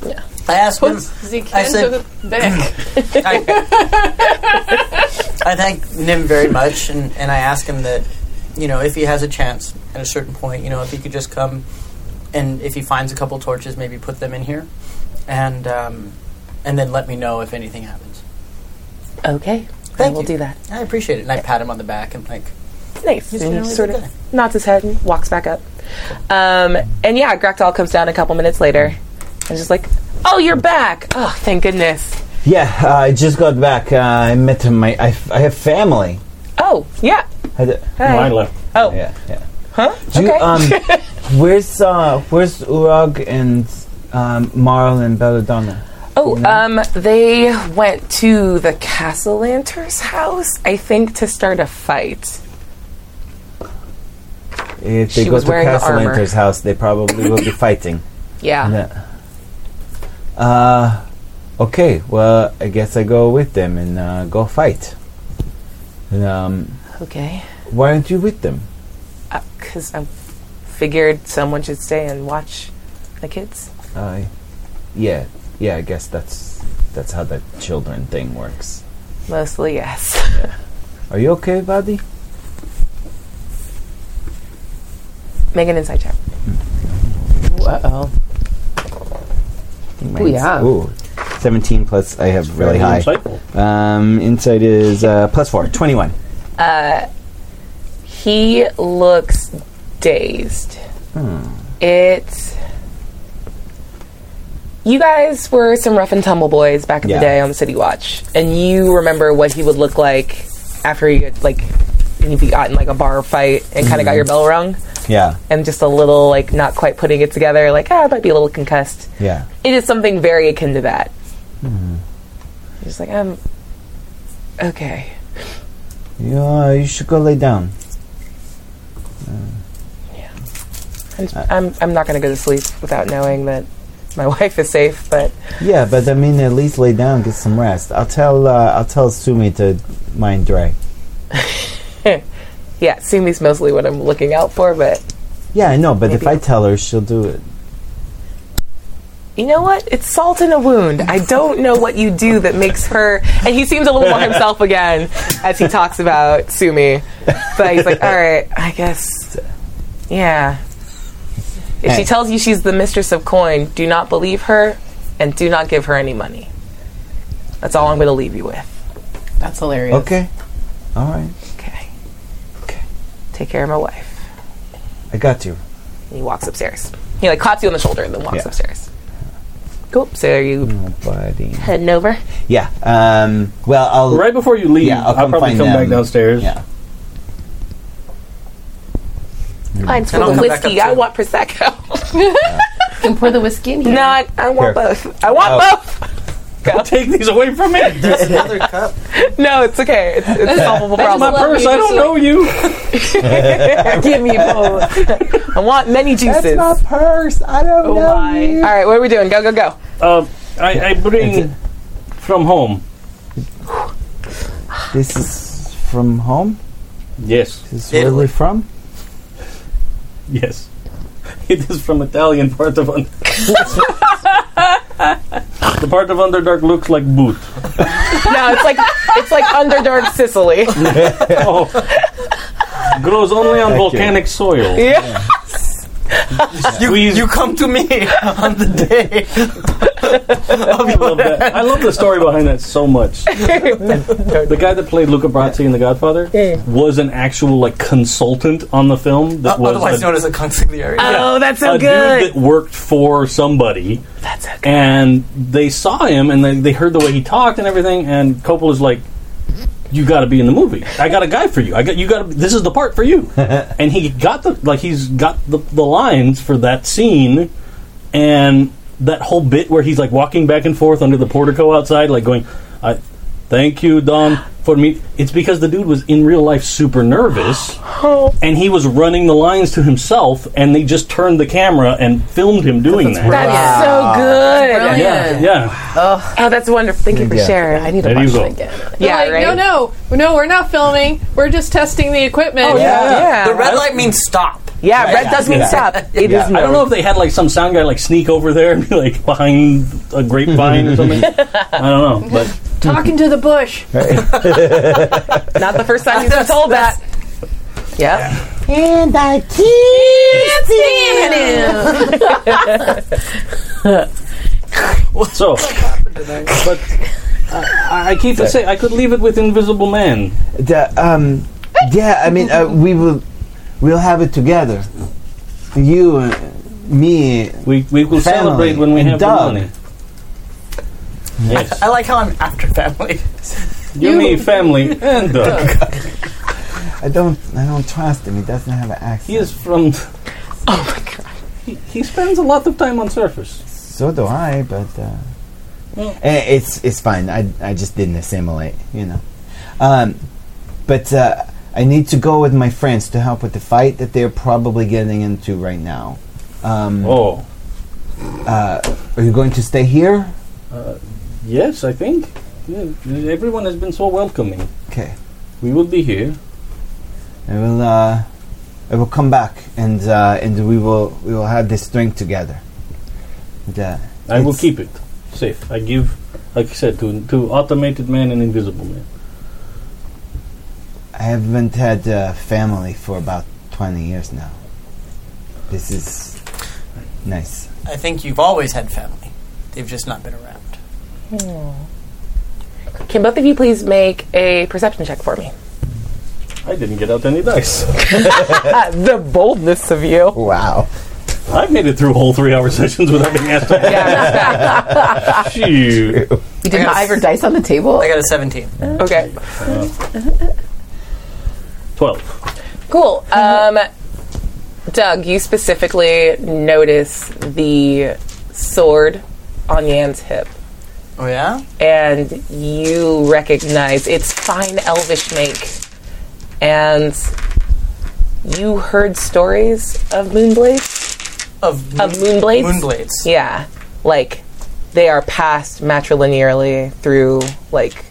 Speaker 1: Yeah.
Speaker 4: I asked him.
Speaker 6: Zeke
Speaker 4: I
Speaker 6: into
Speaker 4: said-
Speaker 6: the back.
Speaker 4: I, I thank Nim very much, and, and I ask him that, you know, if he has a chance at a certain point, you know, if he could just come and if he finds a couple torches, maybe put them in here, and um, and then let me know if anything happens.
Speaker 1: Okay. I
Speaker 4: Thank
Speaker 1: will
Speaker 4: you.
Speaker 1: do that.
Speaker 4: I appreciate it, and I pat him on the back and like,
Speaker 1: Nice.
Speaker 4: He's
Speaker 1: And he
Speaker 4: been really
Speaker 1: sort
Speaker 4: good
Speaker 1: of nods his head and walks back up. Um, and yeah, Grectal comes down a couple minutes later and just like, oh, you're back. Oh, thank goodness.
Speaker 7: Yeah, uh, I just got back. Uh, I met him. My, I, f- I have family.
Speaker 1: Oh, yeah.
Speaker 7: I d-
Speaker 1: Hey.
Speaker 3: I left.
Speaker 1: Oh,
Speaker 7: yeah, yeah.
Speaker 1: huh?
Speaker 7: Do you,
Speaker 1: okay. [LAUGHS]
Speaker 7: um, where's uh, where's Urag and um, Marl and Belladonna?
Speaker 1: oh, um, they went to the Castle Lanter's house, I think, to start a fight.
Speaker 7: If they
Speaker 1: She
Speaker 7: go
Speaker 1: was
Speaker 7: to
Speaker 1: wearing the armor. Ah.
Speaker 7: Castellanter's house, they
Speaker 1: [LAUGHS]
Speaker 7: probably will be fighting.
Speaker 1: Yeah.
Speaker 7: Yeah. Uh, okay. Well, I guess I go with them and uh, go fight. And, um,
Speaker 1: Okay.
Speaker 7: why aren't you with them?
Speaker 1: Because I figured someone should stay and watch the kids.
Speaker 7: I, yeah, yeah. I guess that's that's how the children thing works.
Speaker 1: Mostly, yes. [LAUGHS]
Speaker 7: Are you okay, buddy?
Speaker 1: Make an inside check.
Speaker 2: Uh oh.
Speaker 7: Mine's-
Speaker 2: yeah.
Speaker 7: Ooh, seventeen plus. I have really
Speaker 3: Very
Speaker 7: high.
Speaker 3: insightful.
Speaker 7: Um, insight is uh, plus four. Twenty-one.
Speaker 1: He looks dazed. It you guys were some rough and tumble boys back in
Speaker 7: Yeah.
Speaker 1: the day on City Watch, and you remember what he would look like after you had, like if you got in like a bar fight and kind of got your bell rung,
Speaker 7: Yeah.
Speaker 1: and just a little like not quite putting it together, like ah, I might be a little concussed.
Speaker 7: Yeah.
Speaker 1: It is something very akin to that. You're Just like I'm okay.
Speaker 7: You, uh, you should go lay down.
Speaker 1: I'm, I'm, I'm not going to go to sleep without knowing that my [LAUGHS] wife is safe, but
Speaker 7: Yeah, but I mean, at least lay down, get some rest. I'll tell. Uh, I'll tell Sumi to mind Dre.
Speaker 1: yeah, Sumi's mostly what I'm looking out for, but
Speaker 7: Yeah, I know, but if
Speaker 1: Maybe.
Speaker 7: I tell her, she'll do it.
Speaker 1: you know what? It's salt in a wound. I don't know what you do that makes her. And he seems a little more himself again as he talks about Sumi. But he's like, all right, I guess. Yeah. If she
Speaker 7: Hey.
Speaker 1: tells you she's the mistress of coin, do not believe her and do not give her any money. That's all I'm going to leave you with.
Speaker 2: That's hilarious.
Speaker 7: Okay. All right.
Speaker 1: Okay. Okay. Take care of my wife.
Speaker 7: I got you.
Speaker 1: And he walks upstairs. He like claps you on the shoulder and then walks
Speaker 7: Yeah.
Speaker 1: upstairs. Cool. So are you
Speaker 7: Oh, buddy.
Speaker 1: heading over?
Speaker 7: Yeah. Um. Well, I'll.
Speaker 3: Right before you leave,
Speaker 7: Yeah, I'll
Speaker 3: I'll,
Speaker 7: come
Speaker 3: probably
Speaker 7: find
Speaker 3: come back
Speaker 7: them.
Speaker 3: downstairs.
Speaker 7: Yeah.
Speaker 1: Mine's full
Speaker 4: And I'll
Speaker 1: of
Speaker 4: come back
Speaker 1: whiskey.
Speaker 4: up
Speaker 1: I
Speaker 4: too.
Speaker 1: want prosecco.
Speaker 2: You can pour the whiskey in here.
Speaker 1: no, I, I want
Speaker 7: Here.
Speaker 1: both. I want
Speaker 7: Oh.
Speaker 1: both. [LAUGHS]
Speaker 3: Don't take these away from me. That's
Speaker 4: Another cup.
Speaker 1: No, it's okay. It's, it's a solvable
Speaker 3: my
Speaker 1: problem.
Speaker 3: purse. I don't know you.
Speaker 1: [LAUGHS] Give me both. I want many juices.
Speaker 7: That's my purse. I don't
Speaker 3: Oh
Speaker 7: know.
Speaker 1: All right, what are we doing? Go, go, go.
Speaker 3: Uh, I, I bring from home.
Speaker 7: This is from home.
Speaker 3: Yes,
Speaker 7: This is
Speaker 4: Italy.
Speaker 7: where we're from.
Speaker 3: yes. [LAUGHS] It is from Italian part of Underdark. the part of Underdark looks like boot.
Speaker 1: No, it's like it's like Underdark Sicily.
Speaker 3: Oh. Grows only on volcanic soil.
Speaker 1: Yeah.
Speaker 4: You,
Speaker 3: Squeeze-
Speaker 4: you come to me [LAUGHS] on the day.
Speaker 3: I love that. I love the story behind that so much. the guy that played Luca Brasi in The Godfather was an actual like consultant on the film that was
Speaker 4: Uh, Otherwise
Speaker 3: a,
Speaker 4: known as a consigliere.
Speaker 1: Oh, that's so
Speaker 3: a
Speaker 1: good.
Speaker 3: dude that worked for somebody.
Speaker 1: That's so good.
Speaker 3: And they saw him and they, they heard the way he talked and everything. And Coppola's like, "You got to be in the movie. I got a guy for you. I got you got. to This is the part for you." and he got the like he's got the, the lines for that scene and that whole bit where he's like walking back and forth under the portico outside, like going, I, "Thank you, Don, for me." It's because the dude was in real life super nervous,
Speaker 7: [GASPS]
Speaker 3: and he was running the lines to himself, and they just turned the camera and filmed him doing that.
Speaker 1: That's so good.
Speaker 2: Brilliant.
Speaker 3: Yeah, yeah.
Speaker 1: Oh, that's wonderful. Thank you for
Speaker 7: Yeah.
Speaker 1: sharing. I need to
Speaker 3: There you
Speaker 1: watch
Speaker 3: go.
Speaker 1: that again.
Speaker 6: They're
Speaker 1: Yeah,
Speaker 6: like,
Speaker 1: right.
Speaker 6: No, no, no. We're not filming. We're just testing the equipment.
Speaker 1: Oh, yeah. yeah.
Speaker 4: The red light means stop.
Speaker 1: Yeah, red does mean
Speaker 7: Yeah.
Speaker 1: stop. It is.
Speaker 7: Yeah.
Speaker 1: no.
Speaker 3: I don't know if they had like some sound guy like sneak over there and be like behind a grapevine
Speaker 7: [LAUGHS]
Speaker 3: or something. I don't know, but
Speaker 6: Talking to the bush.
Speaker 1: Not the first [LAUGHS] time you've been told that. Yeah.
Speaker 7: And I keep
Speaker 3: So, but I, I keep saying I could leave it with Invisible Man.
Speaker 7: The, um, yeah, I mean, uh, we will, we'll have it together. You, uh, me.
Speaker 3: We we will celebrate when we
Speaker 7: and
Speaker 3: have
Speaker 7: Doug.
Speaker 3: the money. Yes,
Speaker 4: I like how I'm after family.
Speaker 3: you, me, family, and uh,
Speaker 1: [LAUGHS]
Speaker 3: Doug.
Speaker 7: I don't, I don't trust him. He doesn't have an accent.
Speaker 3: He is from.
Speaker 1: Oh my god.
Speaker 3: He, he spends a lot of time on surface.
Speaker 7: So do I, but uh,
Speaker 3: Yeah.
Speaker 7: eh, it's it's fine. I I just didn't assimilate, you know. Um, but uh, I need to go with my friends to help with the fight that they're probably getting into right now. Um,
Speaker 3: Oh,
Speaker 7: Are you going to stay here?
Speaker 3: yes, I think. Yeah, everyone has been so welcoming.
Speaker 7: Okay.
Speaker 3: We will be here.
Speaker 7: I will. Uh, I will come back, and uh, and we will we will have this drink together. And, uh,
Speaker 3: I will
Speaker 7: It's-
Speaker 3: keep it safe. I give, like I said, to to Automated Man and Invisible Man.
Speaker 7: I haven't had uh, family for about twenty years now. This is nice.
Speaker 4: I think you've always had family. They've just not been around.
Speaker 1: Can both of you please make a perception check for me?
Speaker 3: I didn't get out any dice.
Speaker 1: the boldness of you.
Speaker 7: Wow.
Speaker 3: I've made it through whole three hour [LAUGHS] sessions without being asked. to-
Speaker 1: Yeah, [LAUGHS]
Speaker 3: Shoot.
Speaker 2: You didn't
Speaker 4: I got
Speaker 2: have
Speaker 4: a-
Speaker 2: your dice on the table?
Speaker 4: I got a 17.
Speaker 1: respect. okay.
Speaker 3: Twelve.
Speaker 1: Cool. Um, Doug, you specifically notice the sword on Yan's hip,
Speaker 4: Oh, yeah?
Speaker 1: and you recognize its fine elvish make. And you heard stories of Moonblades?
Speaker 4: Of,
Speaker 1: Of Moonblades?
Speaker 4: Moonblades.
Speaker 1: Yeah. Like, they are passed matrilinearly through, like,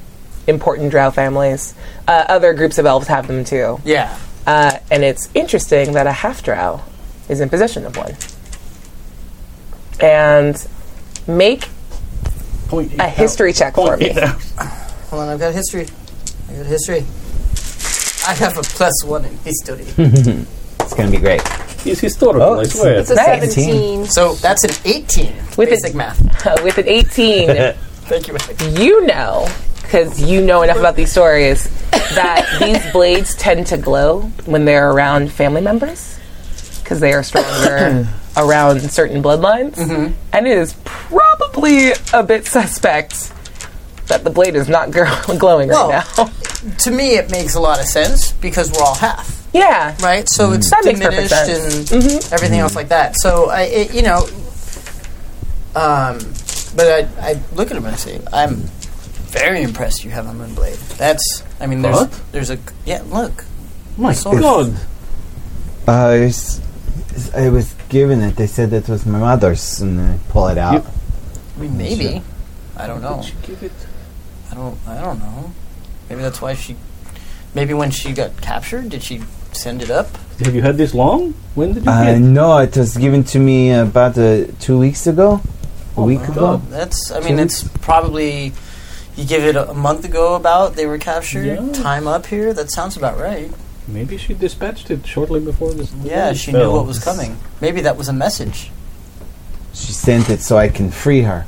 Speaker 1: important drow families. Uh, other groups of elves have them too.
Speaker 4: Yeah.
Speaker 1: Uh, and it's interesting that a half drow is in possession of one. And make
Speaker 3: Point
Speaker 1: a
Speaker 4: Oh.
Speaker 3: eight
Speaker 1: history check
Speaker 3: thou-
Speaker 1: for
Speaker 3: Point
Speaker 1: me.
Speaker 3: eight thou-
Speaker 4: Hold on, I've got history. I got history. I have a plus one in
Speaker 1: [LAUGHS]
Speaker 4: history.
Speaker 7: It's gonna be great.
Speaker 3: He's historical,
Speaker 7: Oh,
Speaker 3: I swear.
Speaker 6: It's a
Speaker 1: Right.
Speaker 6: 17.
Speaker 4: so that's an 18.
Speaker 1: With
Speaker 4: basic
Speaker 1: it- [LAUGHS]
Speaker 4: math.
Speaker 1: With an 18,
Speaker 4: Thank you, Mike.
Speaker 1: you know, because you know enough about these stories, that these blades tend to glow when they're around family members because they are stronger around certain bloodlines. And it is probably a bit suspect that the blade is not [LAUGHS] gl- glowing right
Speaker 4: Well,
Speaker 1: now. [LAUGHS]
Speaker 4: To me, it makes a lot of sense because we're all half.
Speaker 1: yeah.
Speaker 4: right? So it's
Speaker 1: Mm. That makes perfect Mm-hmm.
Speaker 4: diminished and everything else like that. So I, it, you know, um, but I, I look at him and I say, I'm very impressed. You have a moon blade. That's, I mean, there's,
Speaker 3: What?
Speaker 4: there's a, yeah, look,
Speaker 3: My
Speaker 4: Sword.
Speaker 3: God.
Speaker 7: Uh, it's- it's- I was given it. They said it was my mother's, and I pull it out.
Speaker 4: I mean, maybe,
Speaker 7: Sure.
Speaker 4: I don't know,
Speaker 3: Did you give it?
Speaker 4: I don't, I don't know. Maybe that's why she, maybe when she got captured, did she send it up?
Speaker 3: Have you had this long? When did you
Speaker 7: Uh,
Speaker 3: get?
Speaker 7: no, it was given to me about uh, two weeks ago.
Speaker 3: Oh,
Speaker 7: A week
Speaker 4: my
Speaker 7: ago.
Speaker 4: God, That's, I mean, it's probably. You give it a a month ago about they were captured.
Speaker 3: Yeah.
Speaker 4: Time up here. That sounds about right.
Speaker 3: Maybe she dispatched it shortly before this.
Speaker 4: Yeah, she knew
Speaker 3: fell.
Speaker 4: what was coming. Maybe that was a message.
Speaker 7: She sent it so I can free her.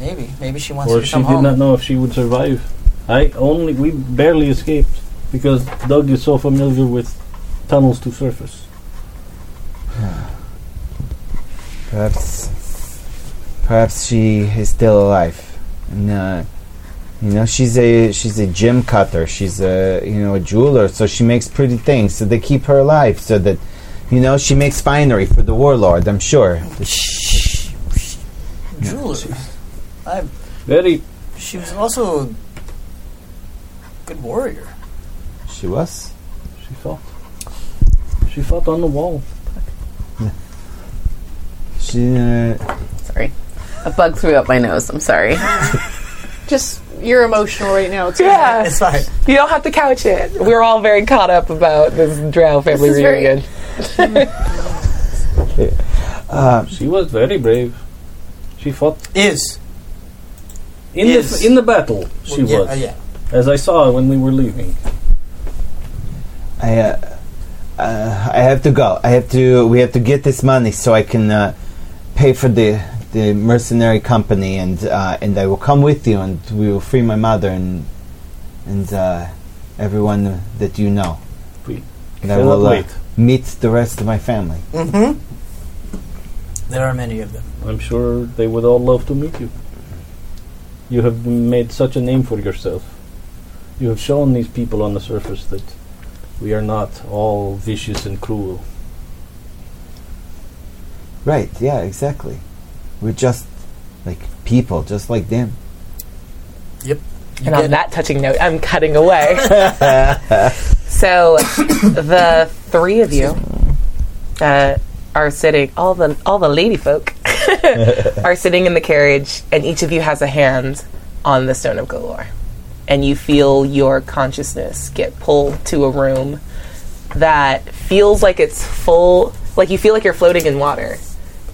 Speaker 4: Maybe. Maybe she wants
Speaker 3: Or
Speaker 4: to
Speaker 3: she
Speaker 4: come
Speaker 3: did
Speaker 4: home.
Speaker 3: not know if she would survive. I only we barely escaped because Doug is so familiar with tunnels to surface.
Speaker 7: Perhaps, perhaps she is still alive. And, uh, you know, she's a she's a gem cutter. She's a you know a jeweler, so she makes pretty things. So they keep her alive, so that you know she makes finery for the warlord. I'm sure.
Speaker 4: Shh. shh. Jeweler. I,
Speaker 3: Very
Speaker 4: she was also a good warrior.
Speaker 7: She was.
Speaker 3: she fought. She fought on the wall.
Speaker 7: She. Uh,
Speaker 2: Sorry. A bug threw up my nose. I'm sorry.
Speaker 6: Just, you're emotional right now. It's
Speaker 1: Yeah.
Speaker 4: It's fine.
Speaker 1: You don't have to couch it. We're all very caught up about this drow family
Speaker 6: This is very-
Speaker 1: reunion.
Speaker 3: She was very brave. She fought
Speaker 4: Is.
Speaker 3: in
Speaker 4: Yes.
Speaker 3: the in the battle. She
Speaker 4: yeah,
Speaker 3: was,
Speaker 4: uh, yeah.
Speaker 3: as I saw when we were leaving.
Speaker 7: I, uh, uh, I have to go. I have to. We have to get this money so I can uh, pay for the the mercenary company, and uh, and I will come with you, and we will free my mother and and uh, everyone that you know.
Speaker 3: We
Speaker 7: And I
Speaker 3: cannot
Speaker 7: will uh,
Speaker 3: wait.
Speaker 7: meet the rest of my family.
Speaker 4: Mm-hmm. There are many of them.
Speaker 3: I'm sure they would all love to meet you. You have made such a name for yourself. You have shown these people on the surface that we are not all vicious and cruel.
Speaker 7: Right? Yeah, exactly. We're just like people, just like them.
Speaker 4: You
Speaker 1: And
Speaker 4: get
Speaker 1: on that touching note, I'm cutting
Speaker 4: [LAUGHS]
Speaker 1: away. so the three of you uh, are sitting. All the all the lady
Speaker 4: [LAUGHS]
Speaker 1: folk [LAUGHS] are sitting in the carriage, and each of you has a hand on the stone of Galore, and you feel your consciousness get pulled to a room that feels like it's full. Like you feel like you're floating in water,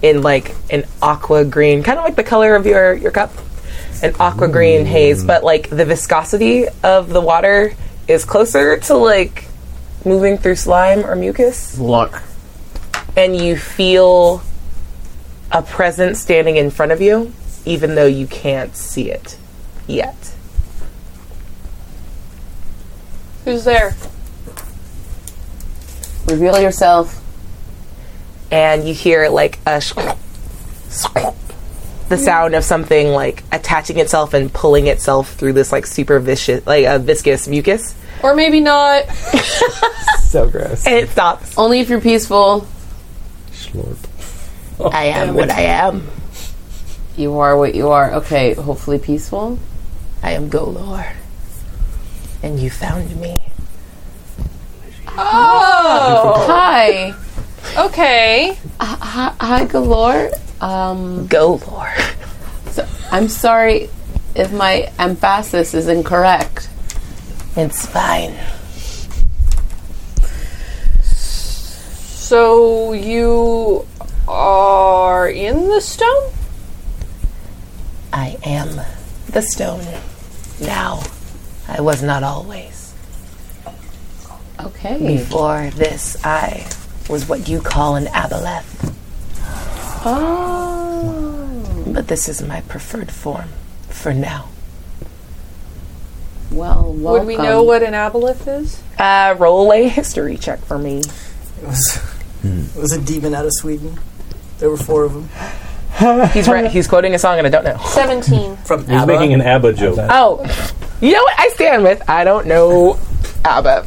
Speaker 1: in like an aqua green, kind of like the color of your your cup an aqua green haze, but like the viscosity of the water is closer to like moving through slime or mucus.
Speaker 2: Look.
Speaker 1: And you feel a presence standing in front of you, even though you can't see it yet.
Speaker 6: Who's there?
Speaker 2: Reveal yourself.
Speaker 1: and you hear like a sh- the sound of something like attaching itself and pulling itself through this like super vicious like a viscous mucus
Speaker 6: Or maybe not.
Speaker 7: So gross.
Speaker 1: and it stops
Speaker 2: Only if you're peaceful.
Speaker 7: Schlorp.
Speaker 1: i am what i am
Speaker 2: You are what you are. Okay, hopefully peaceful.
Speaker 1: i am golor and you found me
Speaker 2: Hi.
Speaker 6: Oh.
Speaker 2: Uh,
Speaker 6: Okay.
Speaker 2: Hi, hi Galore. Um,
Speaker 1: golor
Speaker 2: I'm sorry if my emphasis is incorrect.
Speaker 1: it's fine
Speaker 6: So you are in the stone?
Speaker 1: i am the stone now i was not always
Speaker 2: Okay.
Speaker 1: before this i was what you call an aboleth
Speaker 2: Oh.
Speaker 1: but this is my preferred form for now
Speaker 2: Well, welcome.
Speaker 6: Would we know what an aboleth is?
Speaker 1: uh, roll a history check for me
Speaker 4: It was,
Speaker 7: Hmm.
Speaker 4: it was a demon out of Sweden. There were four of them
Speaker 1: He's re- he's quoting a song and I don't know.
Speaker 6: 17.
Speaker 4: from
Speaker 3: He's
Speaker 4: ABBA.
Speaker 3: making an ABBA joke.
Speaker 1: Oh, you know what? I stand with I don't know ABBA.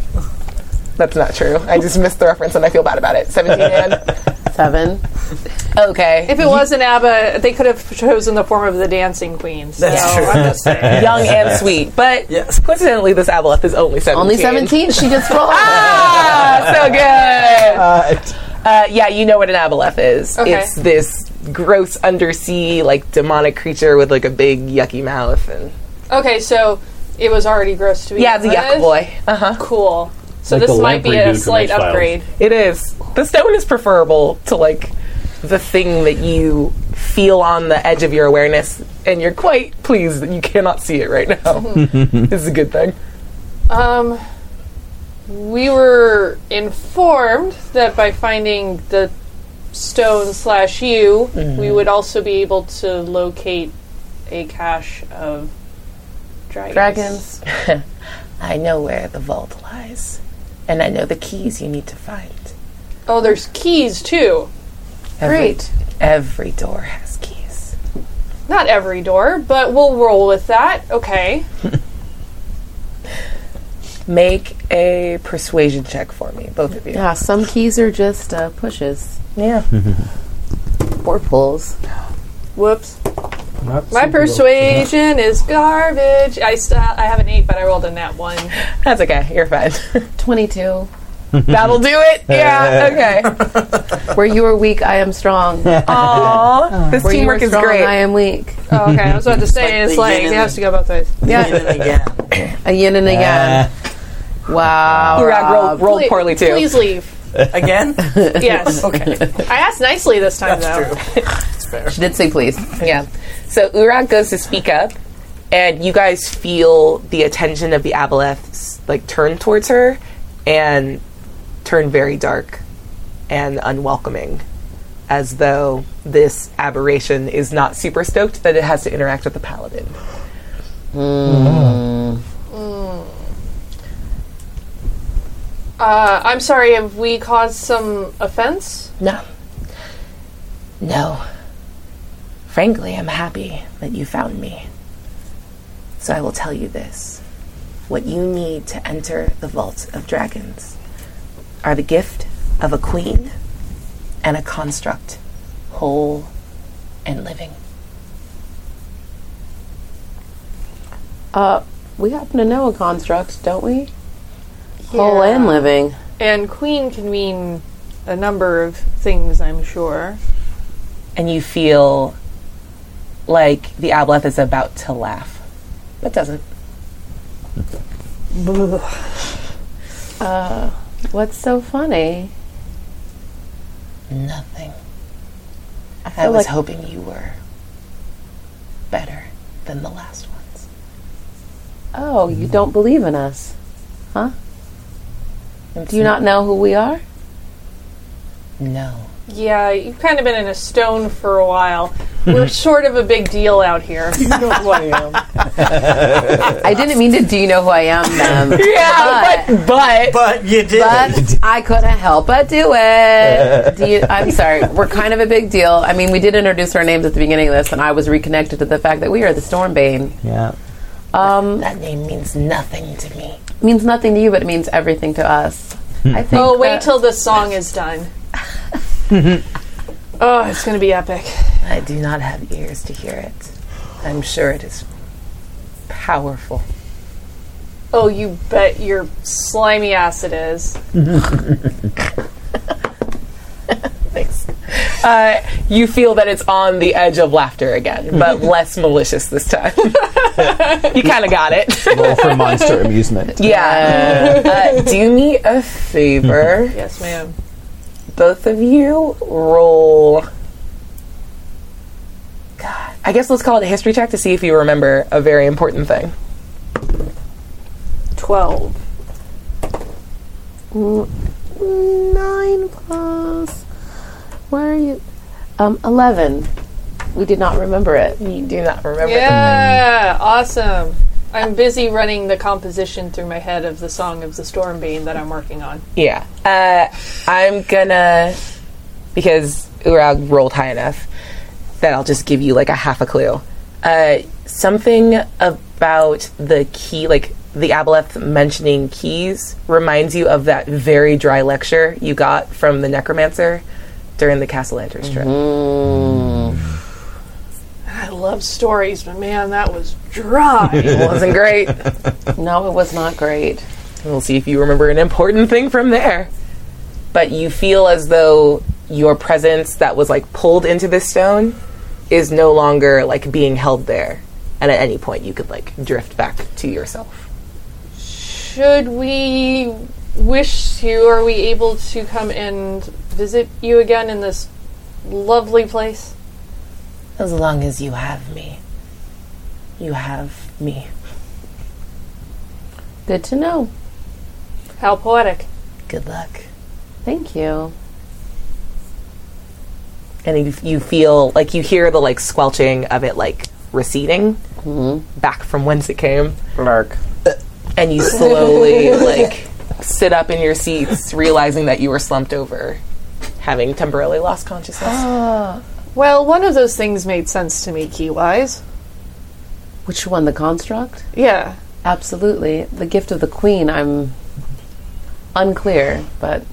Speaker 1: That's not true. I just missed the reference and I feel bad about it. Seventeen and
Speaker 2: seven?
Speaker 1: [LAUGHS] okay,
Speaker 6: If it was an ABBA, they could have chosen the form of the dancing queen. So
Speaker 4: That's true.
Speaker 6: I'm just saying.
Speaker 1: young and sweet, but
Speaker 4: Yes.
Speaker 1: coincidentally, this Aboleth is only seventeen.
Speaker 2: Only seventeen.
Speaker 6: [LAUGHS]
Speaker 2: She just rolled.
Speaker 1: Ah, so good.
Speaker 7: Uh,
Speaker 1: Uh, yeah, you know what an Aboleth is.
Speaker 6: Okay.
Speaker 1: It's this gross undersea like demonic creature with like a big yucky mouth and
Speaker 6: Okay, so it was already gross to be.
Speaker 1: yeah, it's a yuck boy. Uh huh.
Speaker 6: Cool. So
Speaker 3: Like
Speaker 6: this
Speaker 3: the
Speaker 6: might be
Speaker 3: lamprey
Speaker 6: a
Speaker 3: dude from
Speaker 6: slight
Speaker 3: X-Files.
Speaker 6: upgrade.
Speaker 1: It is. The stone is preferable to like the thing that you feel on the edge of your awareness, and you're quite pleased that you cannot see it right now. this is a good thing.
Speaker 6: Um, we were informed that by finding the stone slash you,
Speaker 3: Mm-hmm.
Speaker 6: we would also be able to locate a cache of dragons.
Speaker 2: Dragons.
Speaker 1: I know where the vault lies, and I know the keys you need to find.
Speaker 6: Oh, there's keys too.
Speaker 1: Every,
Speaker 6: Great.
Speaker 1: Every door has keys.
Speaker 6: Not every door, but we'll roll with that. Okay.
Speaker 1: Make a persuasion check for me, both of you.
Speaker 2: Yeah. Some keys are just uh, pushes
Speaker 1: Yeah.
Speaker 2: Hmm. or pulls.
Speaker 6: Whoops. My persuasion is garbage. I st- I have an eight, but I rolled a nat one.
Speaker 1: That's okay. You're
Speaker 2: [LAUGHS]
Speaker 1: fine.
Speaker 2: Twenty-two.
Speaker 1: That'll do
Speaker 2: [LAUGHS]
Speaker 1: it. Yeah. Okay.
Speaker 2: Where you are weak, I am [LAUGHS] strong. [LAUGHS] Where
Speaker 1: Aww. This
Speaker 2: you are
Speaker 1: teamwork is
Speaker 2: strong,
Speaker 1: great.
Speaker 2: I am weak.
Speaker 6: Oh, okay, I was about to say
Speaker 4: It's
Speaker 6: it's like
Speaker 4: like the yin
Speaker 6: it
Speaker 4: and
Speaker 6: has
Speaker 4: the-
Speaker 6: to go both ways.
Speaker 4: Again and again.
Speaker 2: A yin and a yang. Wow.
Speaker 1: Urag rolled,
Speaker 2: Rob.
Speaker 1: rolled
Speaker 6: uh, Please-
Speaker 1: poorly too.
Speaker 6: Please [LAUGHS] leave.
Speaker 4: Again?
Speaker 6: Yes. [LAUGHS]
Speaker 4: Okay.
Speaker 6: I asked nicely this time, though.
Speaker 4: That's true. It's fair.
Speaker 2: Did say please.
Speaker 1: Yeah. So Urag goes to speak up, and you guys feel the attention of the Aboleth like turn towards her, and turn very dark and unwelcoming, as though this aberration is not super stoked that it has to interact with the paladin.
Speaker 6: Uh, I'm sorry, have we caused some offense?
Speaker 1: No. No. Frankly, I'm happy that you found me. So I will tell you this. What you need to enter the Vault of Dragons are the gift of a queen and a construct, whole and living.
Speaker 2: Uh, we happen to know a construct, don't we? Whole and living.
Speaker 6: And queen can mean a number of things, I'm sure.
Speaker 1: And you feel like the Ableth is about to laugh, but doesn't.
Speaker 2: What's so funny?
Speaker 1: Nothing. I,
Speaker 2: feel
Speaker 1: was
Speaker 2: like-
Speaker 1: hoping you were better than the last ones.
Speaker 2: Oh, you don't believe in us, huh? Do you not know who we are?
Speaker 1: No.
Speaker 6: Yeah, you've kind of been in a stone for a while. [LAUGHS] We're sort of a big deal out here. You know who I am.
Speaker 2: I didn't mean to. Do you know who I am, ma'am?
Speaker 1: [LAUGHS] Yeah, but, but,
Speaker 4: But you did.
Speaker 2: But I couldn't help but do it. Do you, I'm sorry. We're kind of a big deal. I mean, we did introduce our names at the beginning of this, and I was reconnected to the fact that we are the Stormbane.
Speaker 7: Yeah.
Speaker 2: Um,
Speaker 1: that name means nothing to me.
Speaker 2: means nothing to you, but it means everything to us. I think.
Speaker 6: Oh, wait
Speaker 2: that-
Speaker 6: till the song is done. [LAUGHS] oh, it's gonna be epic.
Speaker 1: I do not have ears to hear it. I'm sure it is powerful.
Speaker 6: Oh, you bet your slimy ass it is.
Speaker 1: Thanks. Uh, you feel that it's on the edge of laughter again, [LAUGHS] but less malicious this time. [LAUGHS] you kind of got it.
Speaker 7: Roll for monster amusement.
Speaker 1: Yeah. uh, do me a favor.
Speaker 6: Yes, ma'am.
Speaker 1: Both of you roll. God. I guess let's call it a history check to see if you remember a very important thing.
Speaker 6: 12.
Speaker 2: Nine plus. Where are you? Um, eleven. We did not remember it.
Speaker 1: You do not remember.
Speaker 6: Yeah, awesome. I'm busy running the composition through my head of the song of the storm being that I'm working on.
Speaker 1: Yeah. Uh, I'm gonna because Urag rolled high enough that I'll just give you like a half a clue. Uh, something about the key, like the aboleth mentioning keys, reminds you of that very dry lecture you got from the necromancer during the Castle Lanterns trip.
Speaker 6: I love stories, but man, that was dry.
Speaker 1: It wasn't great.
Speaker 2: No, it was not great.
Speaker 1: We'll see if you remember an important thing from there. But you feel as though your presence that was like pulled into this stone is no longer like being held there. And at any point you could like drift back to yourself.
Speaker 6: Should we wish to, are we able to come and visit you again in this lovely place?
Speaker 1: As long as you have me. You have me.
Speaker 2: Good to know.
Speaker 6: How poetic.
Speaker 1: Good luck.
Speaker 2: Thank you.
Speaker 1: And you, you feel like you hear the like squelching of it like receding
Speaker 2: Mm-hmm.
Speaker 1: back from whence it came.
Speaker 2: Lark.
Speaker 1: and you slowly [LAUGHS] like sit up in your seats, realizing that you were slumped over, having temporarily lost consciousness.
Speaker 6: Well, one of those things made sense to me, key wise.
Speaker 2: Which one? The construct?
Speaker 6: Yeah.
Speaker 2: Absolutely. The gift of the queen. I'm unclear, but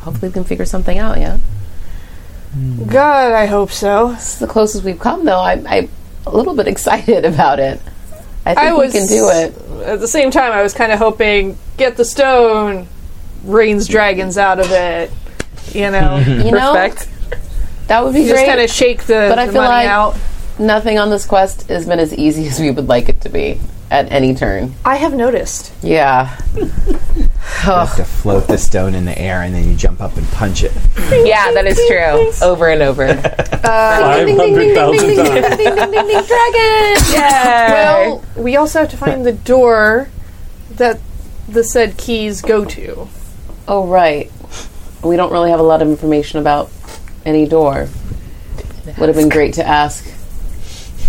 Speaker 2: hopefully we can figure something out. Yeah.
Speaker 6: God, I hope so.
Speaker 2: This is the closest we've come, though. I, I'm a little bit [LAUGHS] excited about it. I think
Speaker 6: I was-
Speaker 2: we can do it.
Speaker 6: At the same time, I was kind of hoping get the stone, rains dragons out of it. You know,
Speaker 2: [LAUGHS] You
Speaker 1: Respect.
Speaker 2: know, that would be
Speaker 6: just
Speaker 2: great.
Speaker 6: kind of shake the,
Speaker 2: But I
Speaker 6: the
Speaker 2: feel
Speaker 6: money
Speaker 2: like-
Speaker 6: out.
Speaker 2: Nothing on this quest has been as easy as we would like it to be at any turn.
Speaker 6: I have noticed.
Speaker 2: Yeah.
Speaker 7: You have to float the stone in the air and then you jump up and punch it.
Speaker 1: yeah, that is
Speaker 2: [LAUGHS]
Speaker 1: true. Over and over.
Speaker 3: Five hundred
Speaker 2: Oh,
Speaker 3: thousand times.
Speaker 2: ding, ding, ding, ding, ding, [LAUGHS] dragon!
Speaker 6: Well, we also have to find the door that the said keys go to.
Speaker 2: Oh, right. We don't really have a lot of information about any door. Would have been great to ask.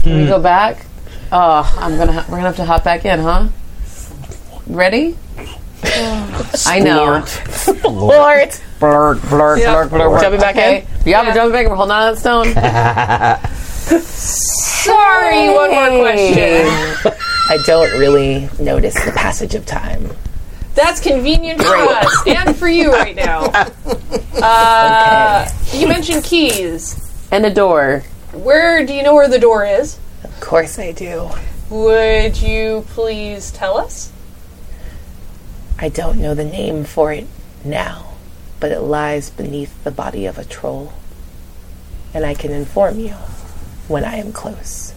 Speaker 2: Can we go back? Oh, I'm gonna. Ha- we're gonna have to hop back in, huh? Ready? I know.
Speaker 1: Lord,
Speaker 2: Blurk, blurk, blurk, blurk.
Speaker 1: Jumping back
Speaker 2: okay. Yeah, we're jumping back. in. We're holding on to that stone.
Speaker 6: Sorry, one more question.
Speaker 1: I don't really notice the passage of time.
Speaker 6: That's convenient for us and for you right now. Uh, You mentioned keys.
Speaker 2: and a door.
Speaker 6: Where do you know where the door is?
Speaker 1: Of course I do.
Speaker 6: Would you please tell us?
Speaker 1: I don't know the name for it now, but it lies beneath the body of a troll. And I can inform you when I am close.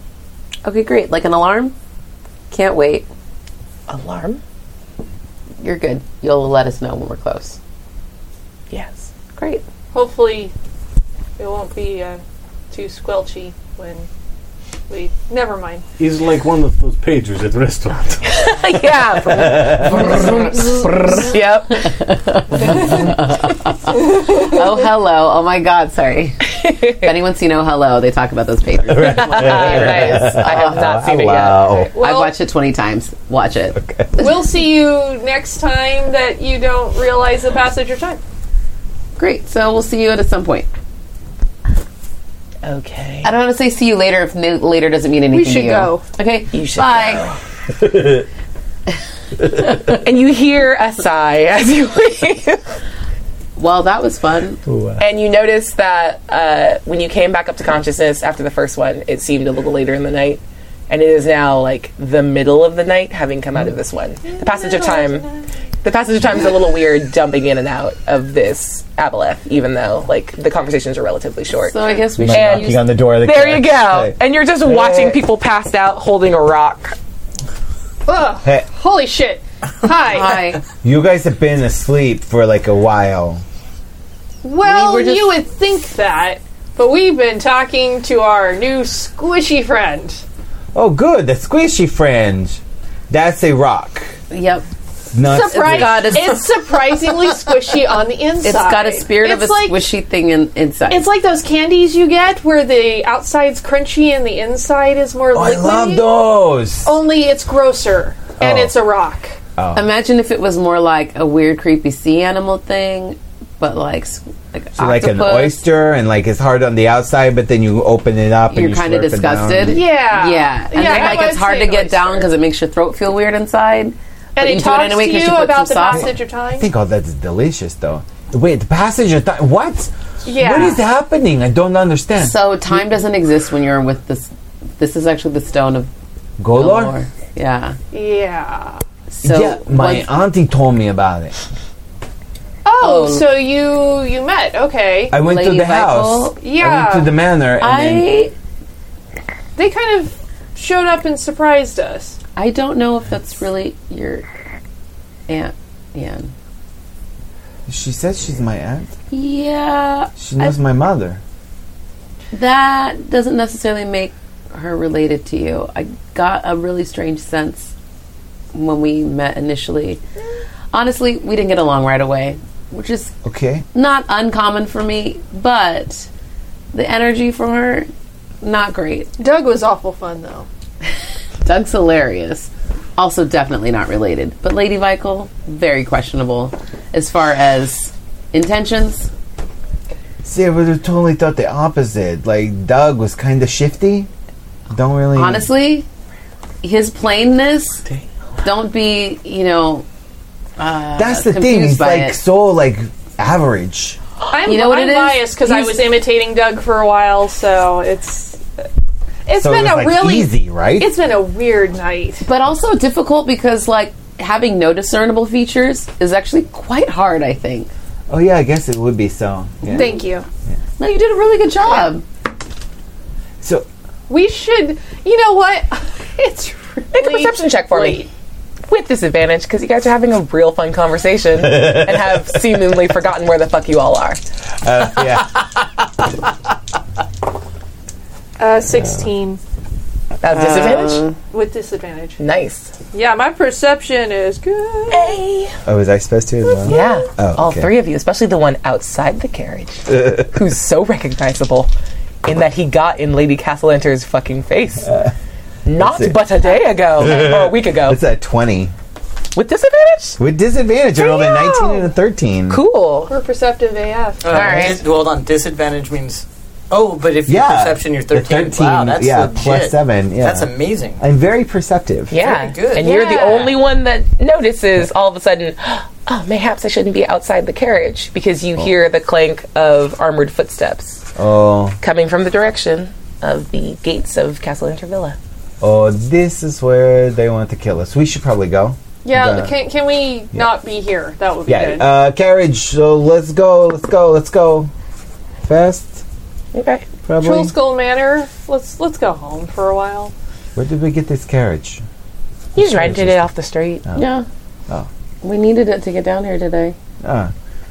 Speaker 2: Okay, great. Like an alarm. Can't wait.
Speaker 1: Alarm?
Speaker 2: You're good. You'll let us know when we're close.
Speaker 1: Yes.
Speaker 2: Great.
Speaker 6: Hopefully, it won't be uh, too squelchy when we. Never mind.
Speaker 3: He's like one of those pagers at restaurants.
Speaker 1: [LAUGHS] yeah. yep.
Speaker 2: [LAUGHS] Oh, hello. Oh my God. Sorry. if anyone's seen Oh Hello, they talk about those papers.
Speaker 1: nice. I have
Speaker 7: [LAUGHS]
Speaker 1: not seen it yet.
Speaker 7: wow.
Speaker 2: I've
Speaker 6: Well,
Speaker 2: watched it 20 times. Watch it.
Speaker 6: we'll see you next time that you don't realize the passage of time.
Speaker 2: Great. So we'll see you at some point.
Speaker 1: Okay.
Speaker 2: I don't want to say see you later if n- later doesn't mean anything
Speaker 6: We should
Speaker 2: to you.
Speaker 6: go.
Speaker 2: Okay.
Speaker 1: You should
Speaker 2: Bye.
Speaker 1: [LAUGHS] And you hear a sigh [LAUGHS] as you leave.
Speaker 2: Well, that was fun.
Speaker 1: and you notice that uh, when you came back up to consciousness after the first one, it seemed a little later in the night. And it is now like the middle of the night, having come out of this one. The passage of time, the passage of time is a little weird, jumping in and out of this aboleth, even though like the conversations are relatively short.
Speaker 2: So I guess we
Speaker 7: Am I
Speaker 2: should.
Speaker 1: And-
Speaker 7: knocking on the door of the
Speaker 1: There you
Speaker 7: couch?
Speaker 1: go. And you're just watching people passed out holding a rock.
Speaker 6: Ugh,
Speaker 7: Hey,
Speaker 6: holy shit. Hi.
Speaker 2: Hi.
Speaker 7: you guys have been asleep for like a while.
Speaker 6: Well,
Speaker 2: We were just-
Speaker 6: you would think that, but we've been talking to our new squishy friend.
Speaker 7: Oh, good. The squishy fringe. That's a rock.
Speaker 2: Yep.
Speaker 7: Not
Speaker 6: Surprise!
Speaker 2: got a-
Speaker 6: it's surprisingly squishy on the inside.
Speaker 2: It's got a spirit of
Speaker 6: It's
Speaker 2: a
Speaker 6: like,
Speaker 2: squishy thing in, inside.
Speaker 6: It's like those candies you get where the outside's crunchy and the inside is more
Speaker 7: Oh, I
Speaker 6: liquidy.
Speaker 7: love those.
Speaker 2: Oh,
Speaker 6: Only it's grosser and
Speaker 7: Oh.
Speaker 6: it's a rock.
Speaker 2: Imagine if it was more like a weird, creepy sea animal thing, but like s- like,
Speaker 7: So like an
Speaker 2: octopus.
Speaker 7: oyster, and like it's hard on the outside, but then you open it up
Speaker 2: You're
Speaker 7: and you
Speaker 2: kind of
Speaker 7: slurp it down.
Speaker 2: disgusted.
Speaker 6: Yeah.
Speaker 2: Yeah. And
Speaker 6: Yeah,
Speaker 2: then,
Speaker 6: I
Speaker 2: like
Speaker 6: would
Speaker 2: it's hard
Speaker 6: say
Speaker 2: to
Speaker 6: an
Speaker 2: get
Speaker 6: oyster.
Speaker 2: down because it makes your throat feel weird inside. but
Speaker 6: And
Speaker 2: you
Speaker 6: it
Speaker 2: do it
Speaker 6: talks
Speaker 2: anyway
Speaker 6: to
Speaker 2: 'cause you
Speaker 6: you
Speaker 2: put
Speaker 6: about the
Speaker 2: some sauce-
Speaker 6: passage of
Speaker 7: I
Speaker 6: time.
Speaker 7: think all that's delicious, though. Wait, the passage of time. What?
Speaker 6: Yeah.
Speaker 7: What is happening? I don't understand.
Speaker 2: So time doesn't exist when you're with this. This is actually the stone of
Speaker 7: Golor?
Speaker 2: Golor. Yeah.
Speaker 6: Yeah.
Speaker 2: So
Speaker 7: yeah, my
Speaker 2: once-
Speaker 7: auntie told me about it.
Speaker 6: Oh,
Speaker 2: Oh.
Speaker 6: so you you met? Okay.
Speaker 7: I went to
Speaker 2: Lady
Speaker 7: the
Speaker 2: Vital?
Speaker 7: house. I
Speaker 6: Yeah.
Speaker 7: went to the manor. And then,
Speaker 2: I
Speaker 6: they kind of showed up and surprised us.
Speaker 2: I don't know if that's really your aunt Anne.
Speaker 7: she says she's my aunt.
Speaker 2: Yeah,
Speaker 7: She knows my mother.
Speaker 2: that doesn't necessarily make her related to you. I got a really strange sense when we met initially. Honestly, we didn't get along right away, which is
Speaker 7: Okay.
Speaker 2: not uncommon for me, but the energy from her not great.
Speaker 6: Doug was awful fun though.
Speaker 2: Doug's hilarious. Also, definitely not related. But Lady Michael, very questionable as far as intentions.
Speaker 7: See, I would have totally thought the opposite. Like Doug was kind of shifty. Don't really.
Speaker 2: Honestly, his plainness. Don't be, you know. Uh,
Speaker 7: that's the
Speaker 2: confused
Speaker 7: thing. He's
Speaker 2: by
Speaker 7: like
Speaker 2: it.
Speaker 7: so like average.
Speaker 6: I'm,
Speaker 2: You know what
Speaker 6: I'm
Speaker 2: it is?
Speaker 6: biased because I
Speaker 2: He's-
Speaker 6: was imitating Doug for a while, so it's it's
Speaker 7: So
Speaker 6: been
Speaker 7: it's
Speaker 6: a
Speaker 7: like
Speaker 6: really
Speaker 7: easy, right?
Speaker 6: it's been a weird night.
Speaker 2: but also difficult because like having no discernible features is actually quite hard. I think.
Speaker 7: oh yeah, I guess it would be so. Yeah.
Speaker 6: Thank you.
Speaker 2: No, you did a really good job.
Speaker 7: so
Speaker 6: We should. You know what? [LAUGHS] It's really
Speaker 1: Make a perception check for
Speaker 6: late.
Speaker 1: me. With disadvantage, because you guys are having a real fun
Speaker 7: [LAUGHS]
Speaker 1: conversation and have seemingly forgotten where the fuck you all are.
Speaker 7: uh, yeah,
Speaker 6: Uh, Sixteen
Speaker 1: That was disadvantage?
Speaker 6: with disadvantage.
Speaker 1: nice.
Speaker 6: Yeah, my perception is good.
Speaker 7: oh, was I supposed to as well?
Speaker 1: Yeah.
Speaker 7: Oh,
Speaker 1: All
Speaker 7: okay.
Speaker 1: three of you, especially the one outside the
Speaker 7: [LAUGHS]
Speaker 1: carriage, who's so recognizable in that he got in Lady Castellanter's fucking face. Not
Speaker 7: Uh, let's see.
Speaker 1: but a day ago,
Speaker 7: [LAUGHS]
Speaker 1: or a week ago.
Speaker 7: It's at twenty
Speaker 1: With disadvantage?
Speaker 7: with disadvantage. I rolled a
Speaker 1: Damn.
Speaker 7: nineteen and a thirteen.
Speaker 1: Cool.
Speaker 6: We're perceptive AF.
Speaker 4: Uh,
Speaker 1: right.
Speaker 4: dis- hold on. Disadvantage means. Oh, but if your
Speaker 7: Yeah.
Speaker 4: perception, you're 13.
Speaker 7: You're 13,
Speaker 4: Wow, that's
Speaker 7: yeah,
Speaker 4: legit.
Speaker 7: plus seven, yeah.
Speaker 4: That's amazing.
Speaker 7: I'm very perceptive.
Speaker 1: Yeah.
Speaker 4: Very good.
Speaker 1: And you're the
Speaker 6: Yeah.
Speaker 1: only one that notices all of a sudden, oh, mayhaps I shouldn't be outside the carriage because you hear the clank of armored footsteps
Speaker 7: Oh,
Speaker 1: coming from the direction of the gates of Castle Intervilla.
Speaker 7: oh, this is where they want to kill us. We should probably go.
Speaker 6: Yeah,
Speaker 7: The-
Speaker 6: can, can we not be here? That would be
Speaker 7: Yeah,
Speaker 6: good.
Speaker 7: uh, carriage. So let's go, let's go, let's go. Fast,
Speaker 1: Okay.
Speaker 7: probably.
Speaker 6: Troll Skull Manor. Let's let's go home for a while.
Speaker 7: Where did we get this carriage?
Speaker 1: You just rented it off the street.
Speaker 2: Yeah.
Speaker 7: Oh.
Speaker 2: We needed it to get down here today.
Speaker 7: Ah,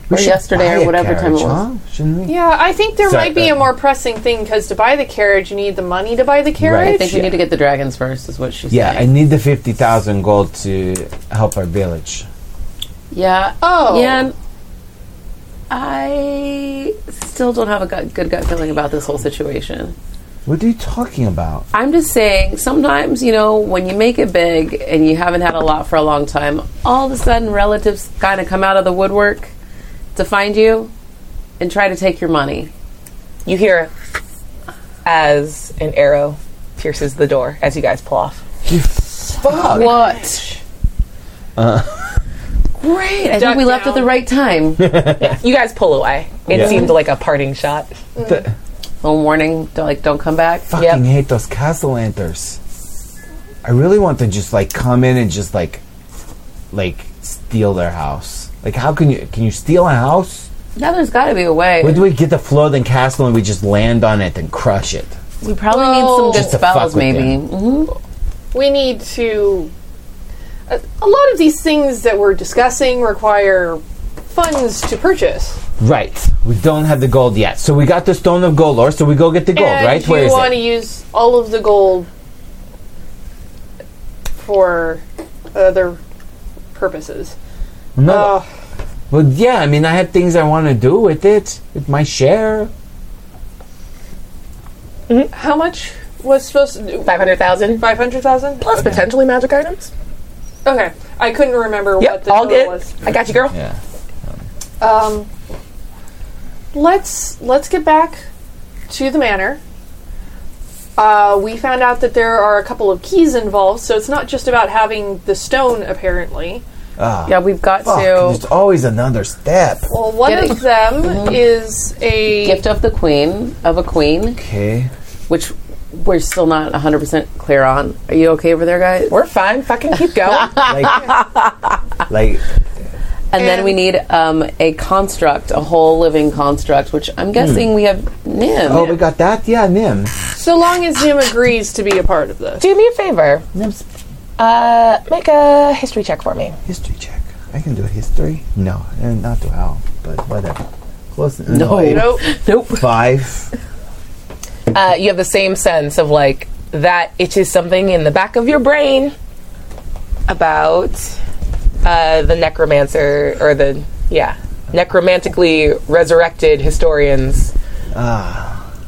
Speaker 2: Or yesterday or
Speaker 7: buy a
Speaker 2: whatever time it was.
Speaker 7: Huh? Shouldn't we?
Speaker 6: Yeah, I think there
Speaker 7: Sorry,
Speaker 6: might be
Speaker 7: uh,
Speaker 6: a more pressing thing because to buy the carriage, you need the money to buy the
Speaker 2: I
Speaker 6: carriage.
Speaker 2: think we need to get the dragons first, is what she
Speaker 7: Yeah,
Speaker 2: said.
Speaker 7: I need the fifty thousand gold to help our village.
Speaker 2: Yeah.
Speaker 6: Oh.
Speaker 2: Yeah. and I still don't have a gut, good gut feeling about this whole situation.
Speaker 7: What are you talking about?
Speaker 2: I'm just saying, sometimes, you know, when you make it big and you haven't had a lot for a long time, all of a sudden relatives kind of come out of the woodwork to find you and try to take your money.
Speaker 1: You hear as an arrow pierces the door as you guys pull off.
Speaker 7: Fuck.
Speaker 2: What? Uh. Great. I think
Speaker 6: Duck
Speaker 2: we left at
Speaker 6: down.
Speaker 2: the right time.
Speaker 1: You guys pull away. It
Speaker 7: Yeah.
Speaker 1: seemed like a parting shot.
Speaker 2: One warning, don't, like, don't come back.
Speaker 7: fucking hate those castle antlers. I really want to just like come in and just like, like steal their house. Like, how can you can you steal a house?
Speaker 2: Now there's got to be a way.
Speaker 7: Where do we get the Floating Castle and we just land on it and crush it?
Speaker 2: We probably
Speaker 6: Well-
Speaker 2: need some
Speaker 6: Just
Speaker 2: good
Speaker 7: to fuck
Speaker 2: spells,
Speaker 7: with
Speaker 2: maybe.
Speaker 7: them.
Speaker 2: hmm
Speaker 6: we need to. A, a lot of these things that we're discussing require funds to purchase.
Speaker 7: Right. We don't have the gold yet, so we got the Stone of Golor. So we go get the gold.
Speaker 6: and
Speaker 7: right? Where
Speaker 6: You
Speaker 7: is
Speaker 6: want
Speaker 7: it?
Speaker 6: to use all of the gold for other purposes.
Speaker 7: No.
Speaker 6: Uh,
Speaker 7: Well, yeah. I mean, I had things I want to do with it. With my share.
Speaker 6: how much was supposed to.
Speaker 1: 500,000
Speaker 6: Five hundred thousand?
Speaker 1: plus potentially magic items.
Speaker 6: Okay, I couldn't remember what
Speaker 1: Yep,
Speaker 6: the
Speaker 1: all
Speaker 6: total
Speaker 1: good.
Speaker 6: was.
Speaker 1: I got you, girl.
Speaker 7: Yeah.
Speaker 6: Um, let's let's get back to the manor. Uh, we found out that there are a couple of keys involved, so it's not just about having the stone. Apparently,
Speaker 2: Yeah, we've got
Speaker 7: Fuck,
Speaker 2: to
Speaker 7: there's always another step.
Speaker 6: well, one
Speaker 2: Get it.
Speaker 6: of them is a
Speaker 2: gift of the queen of a queen,
Speaker 7: Okay.
Speaker 2: which we're still not 100 percent clear on. Are you okay over there, guys?
Speaker 1: We're fine. Fucking
Speaker 2: [LAUGHS]
Speaker 1: keep going.
Speaker 7: Like, like
Speaker 2: And then
Speaker 6: And-
Speaker 2: we need um, a construct, a whole living construct, which I'm guessing we have Nim.
Speaker 7: oh, we got that. Yeah, Nim.
Speaker 6: so long as Nim agrees to be a part of this.
Speaker 1: Do me a favor. Uh, make a history check for me.
Speaker 7: History check. I can do history. No, and not do how, but whatever. Close.
Speaker 2: No.
Speaker 7: eight.
Speaker 6: Nope.
Speaker 2: Nope.
Speaker 7: Five.
Speaker 1: Uh, you have the same sense of like that itches something in the back of your brain about uh, the necromancer or the yeah necromantically resurrected historians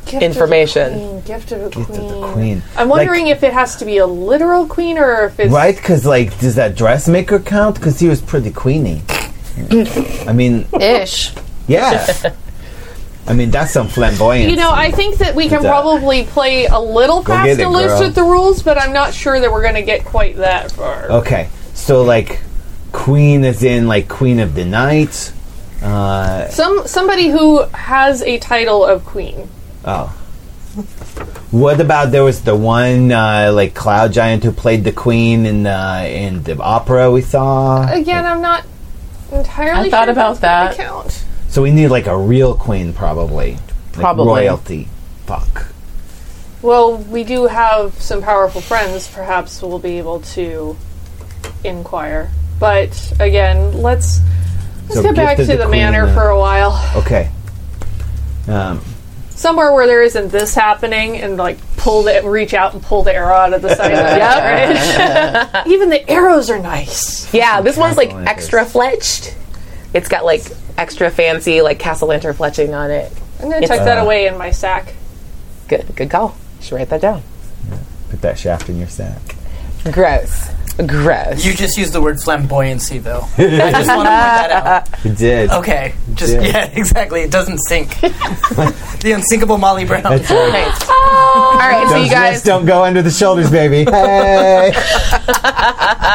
Speaker 6: Gift Of a
Speaker 1: information.
Speaker 6: queen, gift of a
Speaker 7: To
Speaker 6: queen.
Speaker 7: the queen.
Speaker 6: I'm
Speaker 7: Like,
Speaker 6: wondering if it has to be a literal queen or if it's
Speaker 7: right? Because like, does that dressmaker count? Because he was pretty queeny. I mean,
Speaker 2: Ish.
Speaker 7: yeah. I mean, that's some flamboyance.
Speaker 6: You know, I think that we can
Speaker 7: Duh.
Speaker 6: probably play a little
Speaker 7: Go
Speaker 6: fast
Speaker 7: get it,
Speaker 6: and loose
Speaker 7: girl.
Speaker 6: with the rules, but I'm not sure that we're going to get quite that far.
Speaker 7: Okay, so like, queen is in like queen of the night. Uh,
Speaker 6: Some somebody who has a title of queen.
Speaker 7: Oh. What about there was the one uh, like cloud giant who played the queen in the in the opera we saw?
Speaker 6: Again, I'm not entirely.
Speaker 2: I thought
Speaker 6: sure
Speaker 2: about
Speaker 6: that's
Speaker 2: that.
Speaker 6: gonna Count.
Speaker 7: So we need like a real queen, probably. Like,
Speaker 2: Probably.
Speaker 7: royalty. Fuck.
Speaker 6: Well, we do have some powerful friends. Perhaps we'll be able to inquire. But again, let's let's
Speaker 7: So
Speaker 6: get
Speaker 7: gift
Speaker 6: back to
Speaker 7: of
Speaker 6: the,
Speaker 7: the queen,
Speaker 6: manor
Speaker 7: uh,
Speaker 6: for a while.
Speaker 7: Okay. Um,
Speaker 6: Somewhere where there isn't this happening, and like pull the reach out and pull the arrow out of the
Speaker 2: [LAUGHS]
Speaker 6: side of the carriage. Even the arrows are nice.
Speaker 1: Yeah, this one's like
Speaker 7: Castle Lanterns.
Speaker 1: extra fletched. It's got like extra fancy like castle lantern fletching on it.
Speaker 6: I'm gonna tuck
Speaker 7: Uh,
Speaker 6: that away in my sack.
Speaker 1: Good, good call. You should write that down.
Speaker 7: put that shaft in your sack.
Speaker 1: Gross, gross.
Speaker 4: You just used the word flamboyancy, though. I just want to point that
Speaker 7: [LAUGHS]
Speaker 4: out.
Speaker 7: It did.
Speaker 4: Okay, just
Speaker 7: Yeah.
Speaker 4: yeah, [LAUGHS] exactly. It doesn't
Speaker 7: [LAUGHS]
Speaker 4: sink. the unsinkable Molly Brown.
Speaker 7: That's right.
Speaker 1: All right, so
Speaker 7: Those
Speaker 1: you guys.
Speaker 7: wrists don't go under the shoulders,
Speaker 1: [LAUGHS]
Speaker 7: baby. Hey.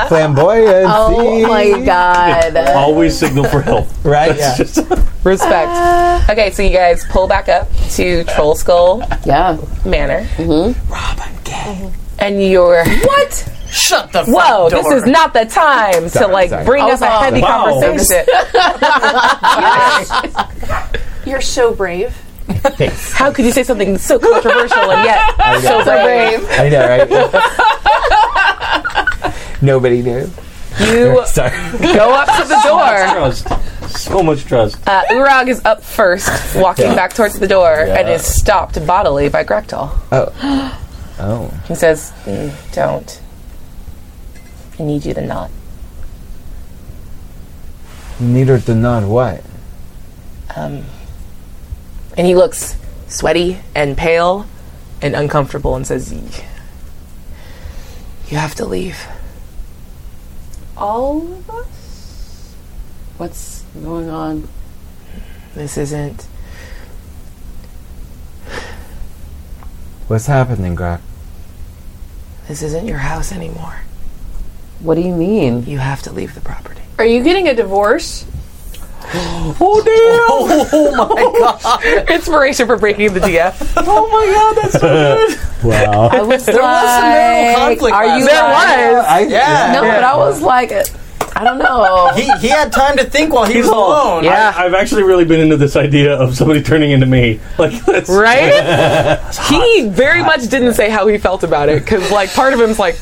Speaker 7: Flamboyancy.
Speaker 2: Oh my god.
Speaker 3: Always signal
Speaker 1: [LAUGHS]
Speaker 3: for help.
Speaker 7: Right? Yeah.
Speaker 1: Respect. okay, so you guys pull back up to Troll Skull
Speaker 2: Yeah.
Speaker 1: Manor. Mm-hmm. Rob, I'm gay. And you're what?
Speaker 4: Shut the
Speaker 1: Whoa!
Speaker 4: front door.
Speaker 1: This is not the time
Speaker 7: Sorry,
Speaker 1: to like
Speaker 7: sorry.
Speaker 1: bring up a
Speaker 2: sorry.
Speaker 1: heavy
Speaker 3: Wow.
Speaker 1: [LAUGHS] conversation.
Speaker 6: You're so brave.
Speaker 1: How could you say something so controversial and [LAUGHS] yet so brave?
Speaker 7: I know,
Speaker 1: [LAUGHS]
Speaker 7: right? Nobody knew.
Speaker 1: You
Speaker 7: Sorry.
Speaker 1: go up to the door.
Speaker 3: Trust. So much trust.
Speaker 1: Uh, Urag is up first, walking
Speaker 7: Yeah.
Speaker 1: back towards the door,
Speaker 7: Yeah.
Speaker 1: and is stopped bodily by Grektal.
Speaker 7: Oh. Oh.
Speaker 1: He says, "Mm, "Don't. I need you to not."
Speaker 7: Neither do not what?
Speaker 1: And he looks sweaty and pale and uncomfortable and says, You have to leave.
Speaker 6: All of us?
Speaker 2: What's going on?
Speaker 1: This isn't.
Speaker 7: What's happening, Grok?
Speaker 1: This isn't your house anymore.
Speaker 2: What do you mean?
Speaker 1: You have to leave the property.
Speaker 6: Are you getting a divorce?
Speaker 1: Oh damn! [LAUGHS] Oh,
Speaker 2: [LAUGHS]
Speaker 1: my god! Inspiration for breaking the DF.
Speaker 7: Wow.
Speaker 2: I
Speaker 1: [LAUGHS]
Speaker 2: was uh,
Speaker 4: There was some marital conflict
Speaker 2: Are
Speaker 4: last
Speaker 2: you
Speaker 4: night.
Speaker 1: There
Speaker 2: lying?
Speaker 1: was.
Speaker 7: I,
Speaker 4: Yeah.
Speaker 2: No, but I was like, I don't know.
Speaker 4: He, he had time to think while he was
Speaker 3: all-
Speaker 4: alone.
Speaker 1: Yeah.
Speaker 3: I've actually really been into this idea of somebody turning into me. Like that's
Speaker 1: Right? he very much didn't say how he felt about it because, like, part of him's like,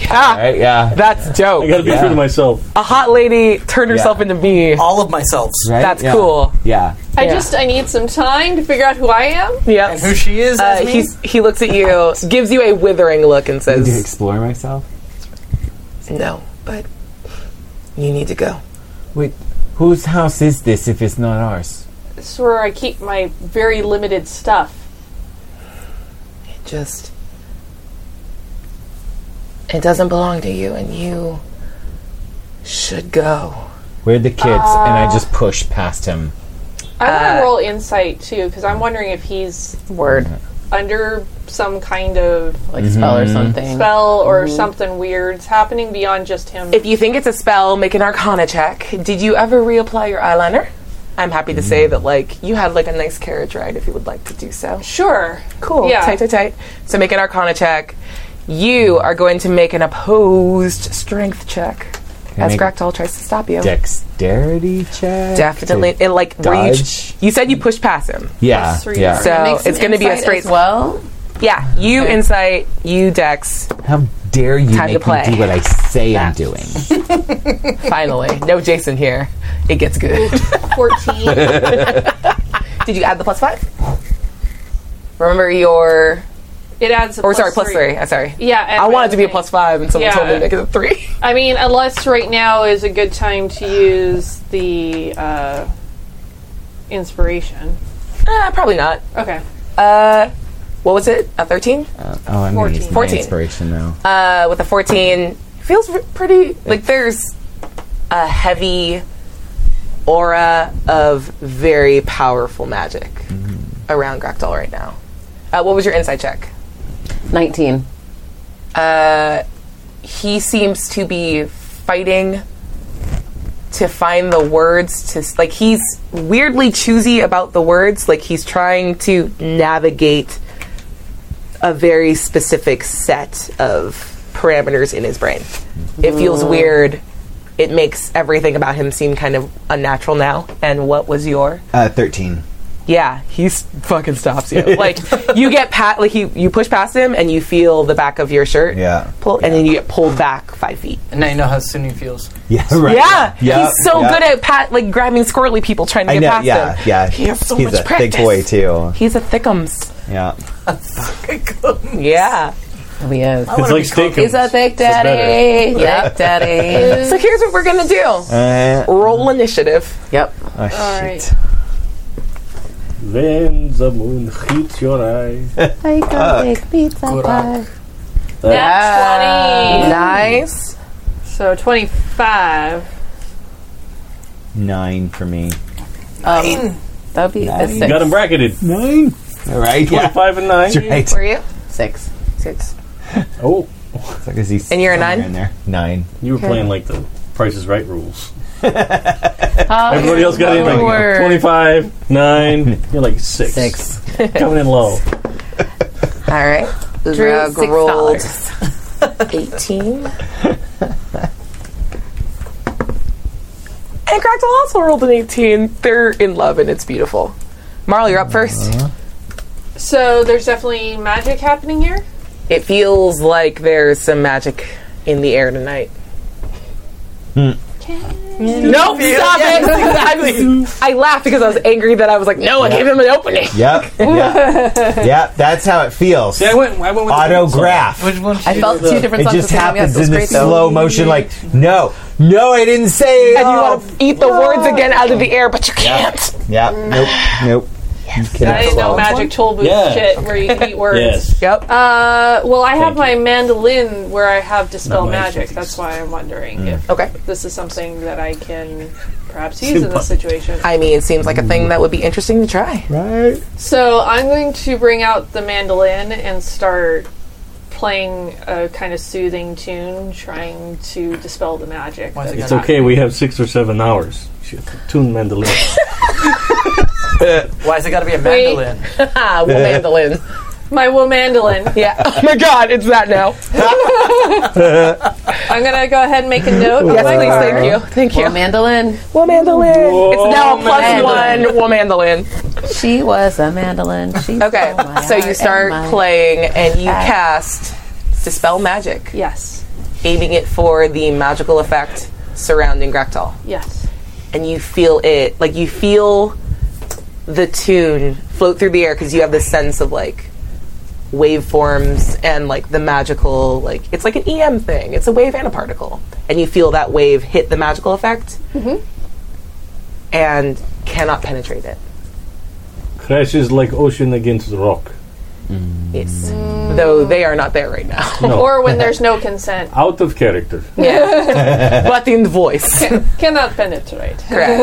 Speaker 1: yeah,
Speaker 7: Right, yeah.
Speaker 1: that's
Speaker 3: I gotta
Speaker 1: dope.
Speaker 3: be true to myself.
Speaker 1: A hot lady turned herself into me.
Speaker 4: All of myself's.
Speaker 7: Right?
Speaker 1: That's
Speaker 7: Yeah.
Speaker 1: cool.
Speaker 7: Yeah.
Speaker 6: I
Speaker 1: Yeah.
Speaker 6: just I need some time to figure out who I am.
Speaker 4: And
Speaker 1: Yep.
Speaker 4: who she is
Speaker 1: Uh,
Speaker 4: as me?
Speaker 1: he's, he looks at you, gives you a withering look, and
Speaker 7: Need to
Speaker 1: says,
Speaker 7: explore myself?
Speaker 1: No, but you need to go.
Speaker 7: Wait, whose house is this if it's not ours?
Speaker 6: This is where I keep my very limited stuff.
Speaker 1: It just. It doesn't belong to you, and you should go.
Speaker 7: We're the kids, and
Speaker 1: Uh,
Speaker 7: I just push past him.
Speaker 6: I want to roll insight too because I'm wondering if he's
Speaker 2: Word,
Speaker 6: under some kind of
Speaker 2: like spell or something.
Speaker 6: spell or
Speaker 1: Mm-hmm.
Speaker 6: something weird's happening beyond just him.
Speaker 1: If you think it's a spell, make an arcana check. Did you ever reapply your eyeliner? I'm happy to
Speaker 7: Mm.
Speaker 1: say that, like, you had, like, a nice carriage ride if you would like to do so.
Speaker 6: sure.
Speaker 1: Cool.
Speaker 6: Yeah.
Speaker 1: Tight, tight, tight. So make an arcana check. You are going to make an opposed strength check as
Speaker 7: make-
Speaker 1: Graktal tries to stop you.
Speaker 7: Dexterity check?
Speaker 1: Definitely.
Speaker 7: To
Speaker 1: It, like, were you, ch-
Speaker 7: dodge?
Speaker 1: you said you pushed past him.
Speaker 7: Yeah.
Speaker 6: Plus three.
Speaker 7: yeah.
Speaker 1: So
Speaker 2: Make some
Speaker 1: it's going to be a
Speaker 2: insight
Speaker 1: straight.
Speaker 2: as well.
Speaker 1: Yeah. You insight, you dex.
Speaker 7: How dare you
Speaker 1: Time to
Speaker 7: make me
Speaker 1: play.
Speaker 7: do what I say I'm doing?
Speaker 1: Finally. No Jason here. It gets good. [LAUGHS]
Speaker 6: 14.
Speaker 1: Did you add the plus five? Remember your.
Speaker 6: it adds a
Speaker 1: Or sorry, plus three. I'm sorry.
Speaker 6: Yeah. and
Speaker 1: I wanted to be a
Speaker 6: everything.
Speaker 1: plus five, and someone
Speaker 6: Yeah.
Speaker 1: told me to make it a three.
Speaker 6: I mean, unless right now is a good time to use the uh, inspiration.
Speaker 1: Eh, probably not.
Speaker 6: Okay.
Speaker 1: Uh, what was it? A thirteen?
Speaker 7: Oh, I'm going to use my
Speaker 1: 14.
Speaker 7: inspiration now.
Speaker 1: Uh, with a fourteen, feels r- pretty. Like there's a heavy aura of very powerful magic around Grakdal right now. Uh, what was your insight check?
Speaker 2: Nineteen.
Speaker 1: he seems to be fighting to find the words to like he's weirdly choosy about the words like he's trying to navigate a very specific set of parameters in his brain it feels weird it makes everything about him seem kind of unnatural now and what was your
Speaker 7: Uh, 13.
Speaker 1: yeah, he s- fucking stops
Speaker 7: [LAUGHS]
Speaker 1: you. like you get pat, like you you push past him and you feel the back of your shirt.
Speaker 7: Yeah.
Speaker 1: pull, and then you get pulled back five feet.
Speaker 4: and now you know how Sunny feels. [LAUGHS]
Speaker 7: Yeah, [LAUGHS] right.
Speaker 1: Yeah,
Speaker 7: Yeah,
Speaker 1: he's so
Speaker 7: yeah.
Speaker 1: good at pat, like grabbing squirrely people trying to
Speaker 7: I
Speaker 1: get
Speaker 7: know,
Speaker 1: past
Speaker 7: yeah,
Speaker 1: him.
Speaker 7: yeah.
Speaker 1: He has so
Speaker 7: He's
Speaker 1: much
Speaker 7: a
Speaker 1: practice.
Speaker 7: thick boy, too.
Speaker 1: He's a thickums.
Speaker 7: Yeah.
Speaker 1: Yeah.
Speaker 2: Oh, he is.
Speaker 3: It's like steak.
Speaker 2: He's a thick daddy. Thick
Speaker 1: [LAUGHS] [LAUGHS]
Speaker 2: daddy.
Speaker 1: So here's what we're gonna do:
Speaker 7: Uh,
Speaker 1: roll initiative.
Speaker 2: yep.
Speaker 7: oh, shit.
Speaker 6: right.
Speaker 3: Then the moon hits your eye.
Speaker 6: That's
Speaker 1: Uh, Nice.
Speaker 6: 20. Uh, So 25.
Speaker 7: Nine for me.
Speaker 2: Um, that'd be a
Speaker 7: Nice.
Speaker 2: six.
Speaker 3: Got him bracketed.
Speaker 7: Nine? All
Speaker 3: [LAUGHS]
Speaker 7: right, yeah.
Speaker 3: Five and nine.
Speaker 7: That's right.
Speaker 1: Were you?
Speaker 2: Six.
Speaker 1: Six.
Speaker 3: Oh,
Speaker 7: It's like I see
Speaker 1: And you're a
Speaker 7: somewhere
Speaker 1: nine?
Speaker 7: In there. Nine.
Speaker 3: you were playing like the Price is Right
Speaker 2: [LAUGHS]
Speaker 3: rules.
Speaker 2: Oh,
Speaker 3: Everybody else got in like
Speaker 2: Lord.
Speaker 3: twenty-five, [LAUGHS] nine. You're like six.
Speaker 2: Six.
Speaker 3: [LAUGHS] Coming in low.
Speaker 1: All right.
Speaker 2: Drew,
Speaker 1: Rug
Speaker 2: six
Speaker 1: rolled
Speaker 2: dollars.
Speaker 1: eighteen. And Crackle also rolled an 18. They're in love and it's beautiful. Marl, you're up first.
Speaker 6: So there's definitely magic happening here.
Speaker 1: It feels like there's some magic in the air tonight. No, stop it! Exactly. I laughed because I was angry that I was like, no, I gave him an opening.
Speaker 7: Yep. Yeah. yep. That's how it feels.
Speaker 3: See, I went. I went with
Speaker 7: Autograph.
Speaker 4: Which one?
Speaker 2: I felt two different
Speaker 7: It
Speaker 2: songs.
Speaker 7: just
Speaker 2: at the time. Yes,
Speaker 7: happens
Speaker 2: it was
Speaker 7: in this
Speaker 2: great, though.
Speaker 7: slow motion, like, no, no, I didn't say it.
Speaker 2: Oh.
Speaker 1: And you want to eat the words again out of the air, but you can't.
Speaker 7: Yeah, nope, nope. Can
Speaker 6: I didn't know magic tool booth
Speaker 3: Yeah.
Speaker 6: shit where you eat words.
Speaker 3: Yes.
Speaker 1: Yep.
Speaker 6: Uh, well, I have
Speaker 3: Thank
Speaker 6: my mandolin where I have dispel
Speaker 3: Not my Mm.
Speaker 6: magic.
Speaker 3: expertise.
Speaker 6: That's why I'm wondering if
Speaker 1: Okay.
Speaker 6: this is something that I can perhaps use in this situation.
Speaker 1: I mean, it seems like a thing that would be interesting to try.
Speaker 7: Right.
Speaker 6: So I'm going to bring out the mandolin and start playing a kind of soothing tune, trying to dispel the magic.
Speaker 4: Why is it
Speaker 6: that's
Speaker 4: got-
Speaker 6: happening.
Speaker 3: Okay, we have six or seven hours. Shit, Tune
Speaker 2: [LAUGHS]
Speaker 3: mandolin.
Speaker 4: Why has it got to be a
Speaker 6: Wait.
Speaker 4: mandolin?
Speaker 1: Ah, well, mandolin.
Speaker 6: My woe mandolin.
Speaker 1: Yeah. Oh my God, it's that now.
Speaker 6: I'm gonna go ahead and make a note.
Speaker 1: Yes,
Speaker 6: on my
Speaker 1: please.
Speaker 6: card.
Speaker 1: Thank you. Thank you.
Speaker 2: Or mandolin.
Speaker 1: Well, mandolin. It's now a plus
Speaker 2: mandolin.
Speaker 1: one. Well, mandolin.
Speaker 2: She was a mandolin. She
Speaker 1: Okay.
Speaker 2: stole Oh, my
Speaker 1: So
Speaker 2: heart
Speaker 1: you
Speaker 2: and
Speaker 1: start
Speaker 2: my-
Speaker 1: playing and you cast dispel magic,
Speaker 6: Yes.
Speaker 1: aiming it for the magical effect surrounding Grektal.
Speaker 6: Yes.
Speaker 1: and you feel it like you feel the tune float through the air because you have this sense of like waveforms and like the magical like it's like an em thing it's a wave and a particle and you feel that wave hit the magical effect and cannot penetrate it
Speaker 3: Crashes like ocean against rock.
Speaker 1: yes though they are not there right now
Speaker 3: No.
Speaker 6: Or when there's no consent.
Speaker 3: out of character.
Speaker 1: but in voice
Speaker 6: [LAUGHS] Cannot penetrate.
Speaker 1: correct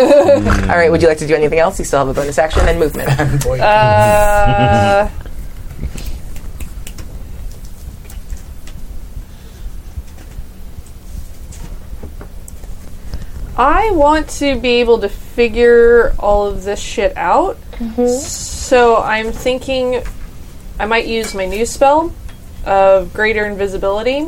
Speaker 1: all right would you like to do anything else you still have a bonus action and movement
Speaker 6: [LAUGHS] Uh, I want to be able to figure all of this shit out. So I'm thinking I might use my new spell of greater invisibility.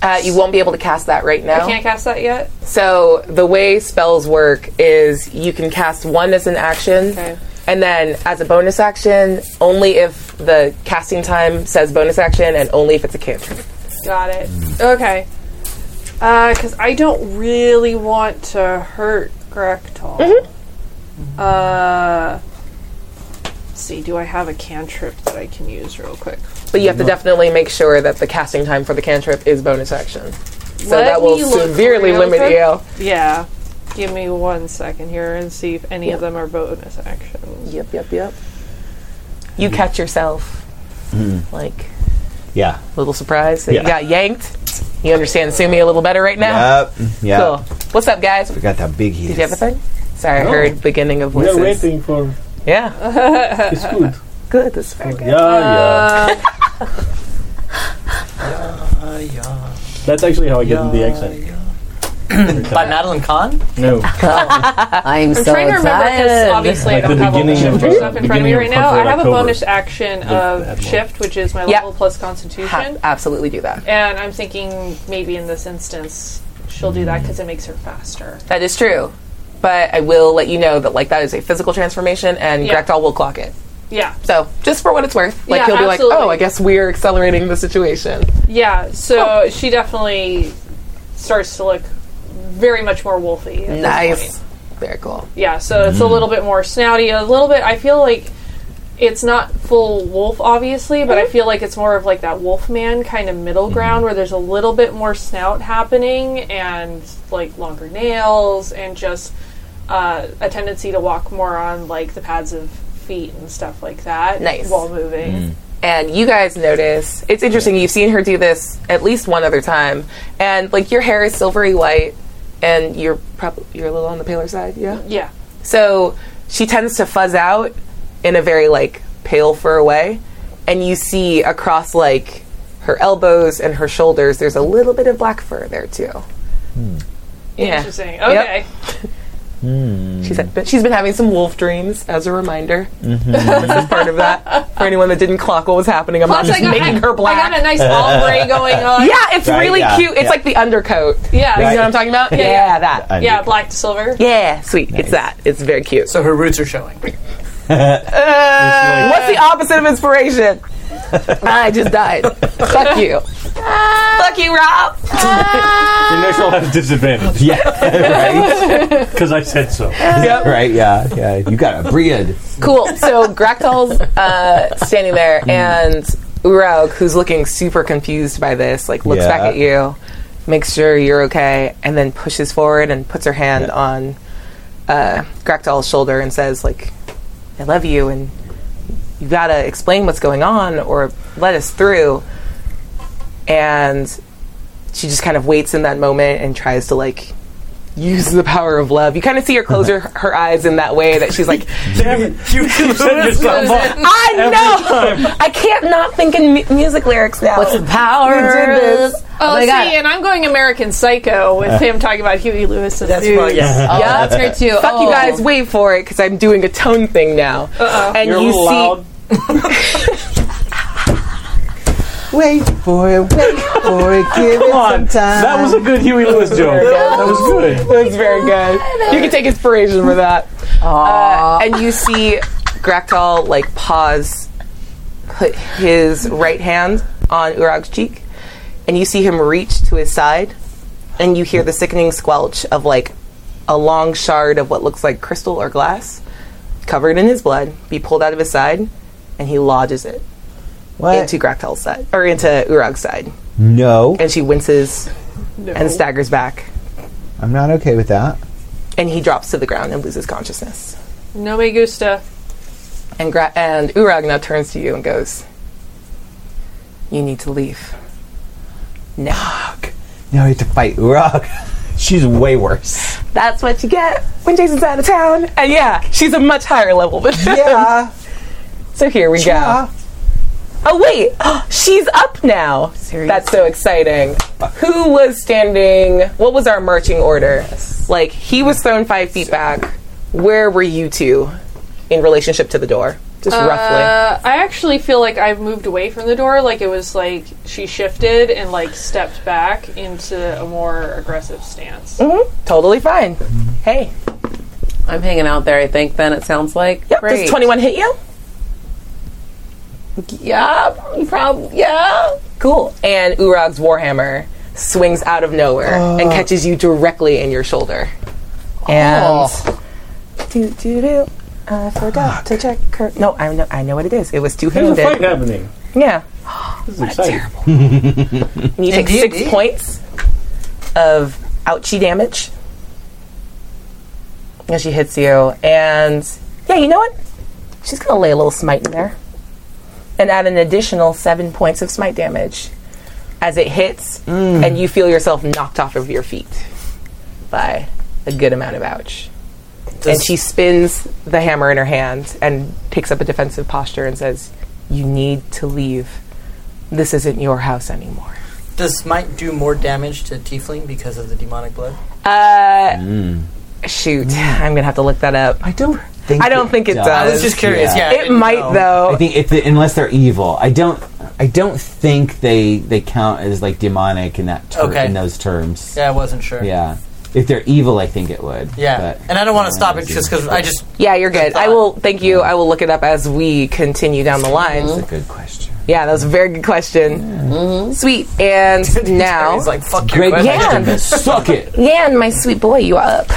Speaker 1: uh, you won't be able to cast that right now
Speaker 6: I can't cast that yet.
Speaker 1: So the way spells work is you can cast one as an action,
Speaker 6: Okay.
Speaker 1: and then as a bonus action, only if the casting time says bonus action, and only if it's a cantrip.
Speaker 6: Got it. Okay. Because I don't really want to hurt Grektal.
Speaker 1: Mm-hmm.
Speaker 6: Uh, let's see, do I have a cantrip that I can use real quick?
Speaker 1: But you have to definitely make sure that the casting time for the cantrip is bonus action. So
Speaker 6: Let
Speaker 1: that will
Speaker 6: me look
Speaker 1: severely
Speaker 6: real
Speaker 1: limit
Speaker 6: quick.
Speaker 1: you.
Speaker 6: Yeah. Give me one second here and see if any of them are bonus actions.
Speaker 1: Yep, yep, yep. You catch yourself, like
Speaker 7: Yeah.
Speaker 1: little surprise that you
Speaker 7: Yeah.
Speaker 1: got yanked. You understand Sumi a little better right now.
Speaker 7: Yep. Yeah.
Speaker 1: Cool. What's up, guys?
Speaker 7: We got that big heat.
Speaker 1: Did you have a thing? Sorry, I heard beginning of
Speaker 3: We
Speaker 1: voices.
Speaker 3: are waiting for
Speaker 1: Yeah. Oh,
Speaker 3: it's good.
Speaker 1: good. That's very good.
Speaker 3: Yeah, yeah.
Speaker 4: Uh, yeah.
Speaker 3: That's actually how I get in the accent.
Speaker 4: By Madeline Kahn?
Speaker 3: No.
Speaker 2: I'm
Speaker 6: I'm
Speaker 2: so
Speaker 6: trying to remember because
Speaker 2: excited.
Speaker 6: obviously
Speaker 3: Like
Speaker 6: I
Speaker 3: the
Speaker 6: don't have all the
Speaker 3: beginning of,
Speaker 6: shifters
Speaker 3: uh,
Speaker 6: stuff in front of me
Speaker 3: beginning of
Speaker 6: right now. I
Speaker 3: Hunter
Speaker 6: have a
Speaker 3: October.
Speaker 6: bonus action
Speaker 3: that
Speaker 6: of
Speaker 3: one.
Speaker 6: shift, which is my
Speaker 1: Yeah.
Speaker 6: level plus
Speaker 1: Ha-
Speaker 6: constitution.
Speaker 1: absolutely do that.
Speaker 6: And I'm thinking maybe in this instance she'll do that because it makes her faster.
Speaker 1: That is true. But I will let you know that like that is a physical transformation, and
Speaker 6: Yeah.
Speaker 1: Grektal will clock it.
Speaker 6: Yeah.
Speaker 1: So just for what it's worth, like
Speaker 6: Yeah,
Speaker 1: he'll be like, "Oh,
Speaker 6: absolutely.
Speaker 1: I guess we're accelerating the situation."
Speaker 6: Yeah, so she definitely starts to look very much more wolfy. at this
Speaker 1: Nice,
Speaker 6: point.
Speaker 1: very cool.
Speaker 6: Yeah, so it's a little bit more snouty, a little bit. I feel like it's not full wolf, obviously,
Speaker 1: Hmm.
Speaker 6: but I feel like it's more of like that wolfman kind of middle ground where there's a little bit more snout happening and like longer nails and just uh, a tendency to walk more on like the pads of feet and stuff like that.
Speaker 1: Nice.
Speaker 6: While moving.
Speaker 1: And you guys notice it's interesting. You've seen her do this at least one other time, and like your hair is silvery white, and you're probably you're a little on the paler side, yeah.
Speaker 6: Yeah.
Speaker 1: So she tends to fuzz out in a very like pale fur way, and you see across like her elbows and her shoulders, there's a little bit of black fur there too. Yeah,
Speaker 6: Hmm. Interesting. Okay.
Speaker 1: she's had, but she's been having some wolf dreams as a reminder.
Speaker 7: Mm-hmm.
Speaker 1: [LAUGHS] this is part of that for anyone that didn't clock what was happening. I'm
Speaker 6: Plus,
Speaker 1: not
Speaker 6: I
Speaker 1: just
Speaker 6: got,
Speaker 1: making her black.
Speaker 6: I got a nice ombre going on.
Speaker 1: yeah, it's
Speaker 7: Right,
Speaker 1: really
Speaker 7: yeah,
Speaker 1: cute. It's
Speaker 7: yeah.
Speaker 1: like the undercoat.
Speaker 6: yeah,
Speaker 1: You
Speaker 7: Right.
Speaker 1: know what I'm talking about? Yeah,
Speaker 6: yeah.
Speaker 1: that.
Speaker 7: I
Speaker 6: yeah,
Speaker 7: do.
Speaker 6: black to silver.
Speaker 1: yeah, sweet. It's that. It's very cute.
Speaker 4: So her roots are showing.
Speaker 1: Uh, What's the opposite of [LAUGHS] inspiration? I just died. Fuck you. Fuck you, [LAUGHS] Rob.
Speaker 3: The next I'll have disadvantage [LAUGHS]
Speaker 7: Yeah.
Speaker 3: because I said so.
Speaker 7: right. [LAUGHS] right. Yeah. Yeah. You got a breed.
Speaker 1: Cool. So Gractal's uh, standing there, and Urog, who's looking super confused by this, like looks
Speaker 7: Yeah.
Speaker 1: back at you, makes sure you're okay, and then pushes forward and puts her hand on uh, Gractal's shoulder and says, "Like, I love you, and you gotta explain what's going on or let us through. And she just kind of waits in that moment and tries to like use the power of love. You kind of see her close her, her eyes in that way that she's like,
Speaker 3: You keep setting
Speaker 6: [LAUGHS]
Speaker 3: yourself up.
Speaker 1: I
Speaker 3: Every
Speaker 1: know.
Speaker 3: time.
Speaker 1: [LAUGHS] I can't not think in mu- music lyrics now.
Speaker 2: What's the power?
Speaker 1: this.
Speaker 6: Oh,
Speaker 2: my
Speaker 6: see,
Speaker 2: God.
Speaker 6: and I'm going American Psycho with him talking about Huey Lewis and
Speaker 4: That's
Speaker 6: News.
Speaker 4: probably yeah.
Speaker 2: Oh,
Speaker 1: Yeah.
Speaker 2: that's her too.
Speaker 1: Fuck
Speaker 2: Oh.
Speaker 1: you guys, wait for it because I'm doing a tone thing now. Uh-oh. And
Speaker 3: Uh-uh. You're a
Speaker 1: you
Speaker 3: little
Speaker 1: see,
Speaker 3: loud.
Speaker 7: Wait for it, wait for it, give it
Speaker 3: Come on.
Speaker 7: some time.
Speaker 3: That was a good Huey Lewis joke. That was good.
Speaker 1: That's very good. You can take inspiration for that. Uh, and you see Graktal like pause, put his right hand on Urag's cheek, and you see him reach to his side, and you hear the sickening squelch of like a long shard of what looks like crystal or glass, covered in his blood, be pulled out of his side, and he lodges it
Speaker 7: What?
Speaker 1: into Graktal's side or into Urag's side,
Speaker 7: no,
Speaker 1: and she winces and staggers back,
Speaker 7: I'm not okay with that.
Speaker 1: and he drops to the ground and loses consciousness.
Speaker 6: No me gusta.
Speaker 1: And, gra- and Uragna turns to you and goes, You need to leave. Now.
Speaker 7: Now we have to fight Urok. [LAUGHS] She's way worse.
Speaker 1: That's what you get when Jason's out of town. And yeah, she's a much higher level than him.
Speaker 7: Yeah.
Speaker 1: [LAUGHS] So here we
Speaker 7: yeah.
Speaker 1: go. Oh, wait. [GASPS] she's up now. That's so exciting. Who was standing? What was our marching order? Like, he was thrown five feet back. Where were you two in relationship to the door? Just roughly.
Speaker 6: Uh, I actually feel like I've moved away from the door. Like it was like she shifted and like stepped back into a more aggressive stance.
Speaker 2: Mm-hmm.
Speaker 1: Totally fine. Hey.
Speaker 2: I'm hanging out there. I think. Then it sounds like
Speaker 1: Yep,
Speaker 2: great.
Speaker 1: does 21 hit you?
Speaker 2: Yeah, you probably. Yeah.
Speaker 1: Cool. And Urag's warhammer swings out of nowhere and catches you directly in your shoulder. And Oh. do do do. I forgot to check. Her. No, I know. I know what it is. It was two
Speaker 3: There's a fight
Speaker 1: handed.
Speaker 3: happening.
Speaker 1: Yeah.
Speaker 3: This is exciting.
Speaker 1: And you take
Speaker 4: Indeed.
Speaker 1: six points of ouchie damage as she hits you. And yeah, you know what? She's gonna lay a little smite in there and add an additional seven points of smite damage as it hits, and you feel yourself knocked off of your feet by a good amount of ouch. and she spins the hammer in her hand and picks up a defensive posture and says, "You need to leave. This isn't your house anymore."
Speaker 4: Does smite do more damage to tiefling because of the demonic blood?
Speaker 1: Uh, shoot, I'm gonna have to look that up. I don't.
Speaker 7: Think
Speaker 1: I don't think it
Speaker 4: I
Speaker 1: does.
Speaker 4: was just curious.
Speaker 7: Yeah.
Speaker 4: Yeah, I
Speaker 1: It
Speaker 4: didn't
Speaker 1: might
Speaker 4: know.
Speaker 1: though.
Speaker 7: I think if the, unless they're evil, I don't. I don't think they they count as like demonic in that ter-
Speaker 4: Okay.
Speaker 7: in those terms.
Speaker 4: Yeah, I wasn't sure.
Speaker 7: Yeah. If they're evil, I think it would.
Speaker 4: Yeah,
Speaker 7: But-
Speaker 4: and I don't want to stop it just because I just
Speaker 1: yeah, you're good. I will. Thank you. I will look it up as we continue down the line.
Speaker 7: That's a good question.
Speaker 1: Yeah, that was a very good question. Sweet. [LAUGHS] And now,
Speaker 4: It's like fuck
Speaker 7: Great
Speaker 4: your
Speaker 7: question.
Speaker 4: question.
Speaker 1: Yeah.
Speaker 7: but Suck it.
Speaker 1: yeah, and my sweet boy, you are up.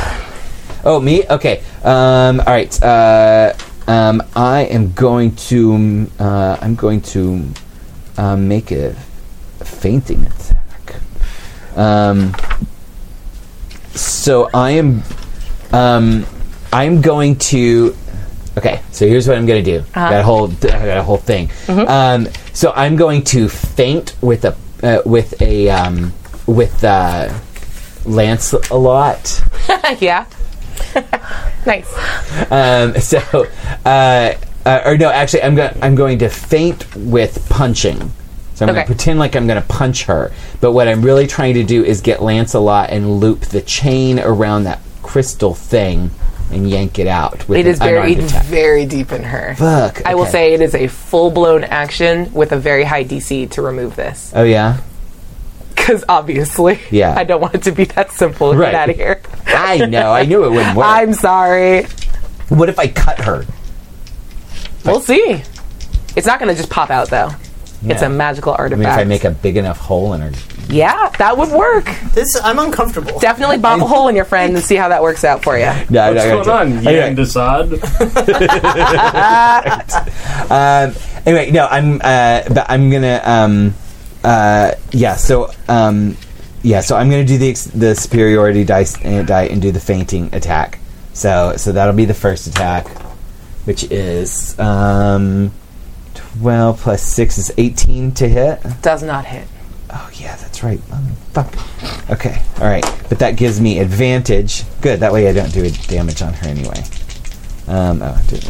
Speaker 7: Oh, me? Okay. Um, all right. Uh, um, I am going to. mm, Uh, I'm going to uh, make a fainting attack. Um, so I am. Um, I'm going to. Okay, so here's what I'm going to do. I Got a whole. I got a whole thing. Um, so I'm going to faint with a uh, with a um, with uh, Lance a lot.
Speaker 1: yeah. [LAUGHS] nice.
Speaker 7: Um, [LAUGHS] so, uh, uh, or no, actually, I'm going. I'm going to faint with punching. So I'm
Speaker 1: Okay.
Speaker 7: going to pretend like I'm going to punch her, but what I'm really trying to do is get Lancelot and loop the chain around that crystal thing and yank it out. With
Speaker 1: It
Speaker 7: an
Speaker 1: is buried
Speaker 7: unarmed
Speaker 1: [LAUGHS]
Speaker 7: attack.
Speaker 1: very deep in her.
Speaker 7: Fuck.
Speaker 1: I will
Speaker 7: okay.
Speaker 1: say it is a full blown action with a very high DC to remove this.
Speaker 7: Oh yeah.
Speaker 1: Because obviously,
Speaker 7: Yeah.
Speaker 1: [LAUGHS] I don't want it to be that simple.
Speaker 7: Right.
Speaker 1: Get out of here.
Speaker 7: I know. I knew it wouldn't work.
Speaker 1: [LAUGHS] I'm sorry.
Speaker 7: what if I cut her?
Speaker 1: We'll see. It's not going to just pop out though. It's
Speaker 7: Yeah.
Speaker 1: a magical
Speaker 7: I mean,
Speaker 1: artifact.
Speaker 7: if I make a big enough hole in her.
Speaker 1: yeah, that would work.
Speaker 4: This I'm [LAUGHS]
Speaker 7: [LAUGHS]
Speaker 4: uncomfortable.
Speaker 1: Definitely bomb a hole in your friend and see how that works out for you.
Speaker 7: No, I'm
Speaker 3: What's
Speaker 7: not gonna
Speaker 3: going
Speaker 7: do it.
Speaker 3: on,
Speaker 7: Okay.
Speaker 3: Yan Desaad?
Speaker 7: Um, anyway, no, I'm, uh, but I'm gonna, um, uh, yeah. So, um, yeah, so I'm gonna do the ex- the superiority dice and die and do the fainting attack. So, so that'll be the first attack, which is um, 12 plus 6 is 18 to hit.
Speaker 1: Does not hit.
Speaker 7: Oh, yeah, that's right. Motherfuck. Okay, alright. But that gives me advantage. Good, that way I don't do damage on her anyway. Um, oh, I did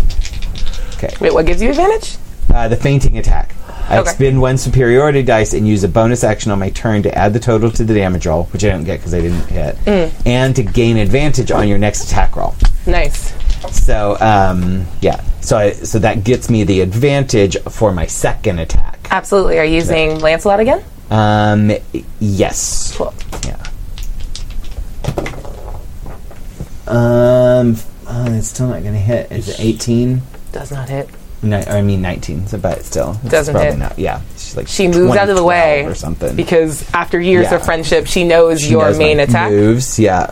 Speaker 1: Wait, what gives you advantage?
Speaker 7: Uh, the fainting attack. I
Speaker 1: Okay.
Speaker 7: expend one superiority dice and use a bonus action on my turn to add the total to the damage roll, which I don't get because I didn't hit,
Speaker 1: Mm.
Speaker 7: and to gain advantage on your next attack roll.
Speaker 1: Nice.
Speaker 7: So, um, yeah. So, I, so that gets me the advantage for my second attack.
Speaker 1: Absolutely. Are you using Lancelot again?
Speaker 7: Um, yes.
Speaker 1: Cool.
Speaker 7: Yeah. Um, uh, it's still not going to hit. Is it 18?
Speaker 1: Does not hit.
Speaker 7: No, I mean 19, so but still. it's
Speaker 1: Doesn't
Speaker 7: probably
Speaker 1: hit.
Speaker 7: Not, yeah. She's like
Speaker 1: She moves out of the
Speaker 7: 20,
Speaker 1: way
Speaker 7: 12 or something.
Speaker 1: Because after years
Speaker 7: Yeah.
Speaker 1: of friendship, she knows
Speaker 7: She
Speaker 1: your
Speaker 7: knows
Speaker 1: main
Speaker 7: my
Speaker 1: attack.
Speaker 7: moves. Yeah.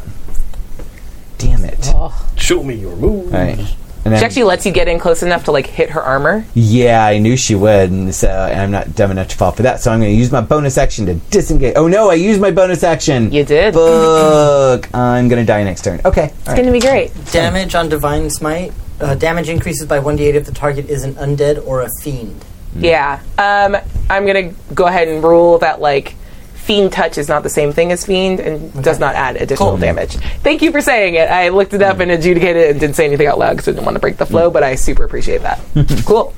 Speaker 7: Damn it! All
Speaker 3: Show me your move.
Speaker 7: right. And
Speaker 1: She
Speaker 7: then,
Speaker 1: actually lets you get in close enough to like hit her armor.
Speaker 7: yeah, I knew she would, and so and I'm not dumb enough to fall for that. So I'm going to use my bonus action to disengage. Oh no, I used my bonus action.
Speaker 1: You did.
Speaker 7: Fuck! I'm going to die next turn. Okay. all
Speaker 1: It's
Speaker 7: right.
Speaker 1: gonna be great.
Speaker 4: Damage on divine smite. Uh, damage increases by 1d8 if the target is an undead or a fiend.
Speaker 1: Yeah. Um, I'm gonna go ahead and rule that like fiend touch is not the same thing as fiend and does not add additional damage. Thank you for saying it. I looked it up
Speaker 4: Mm.
Speaker 1: and adjudicated it and didn't say anything out loud because I didn't want to break the flow, but I super appreciate
Speaker 4: [LAUGHS]
Speaker 1: that. cool.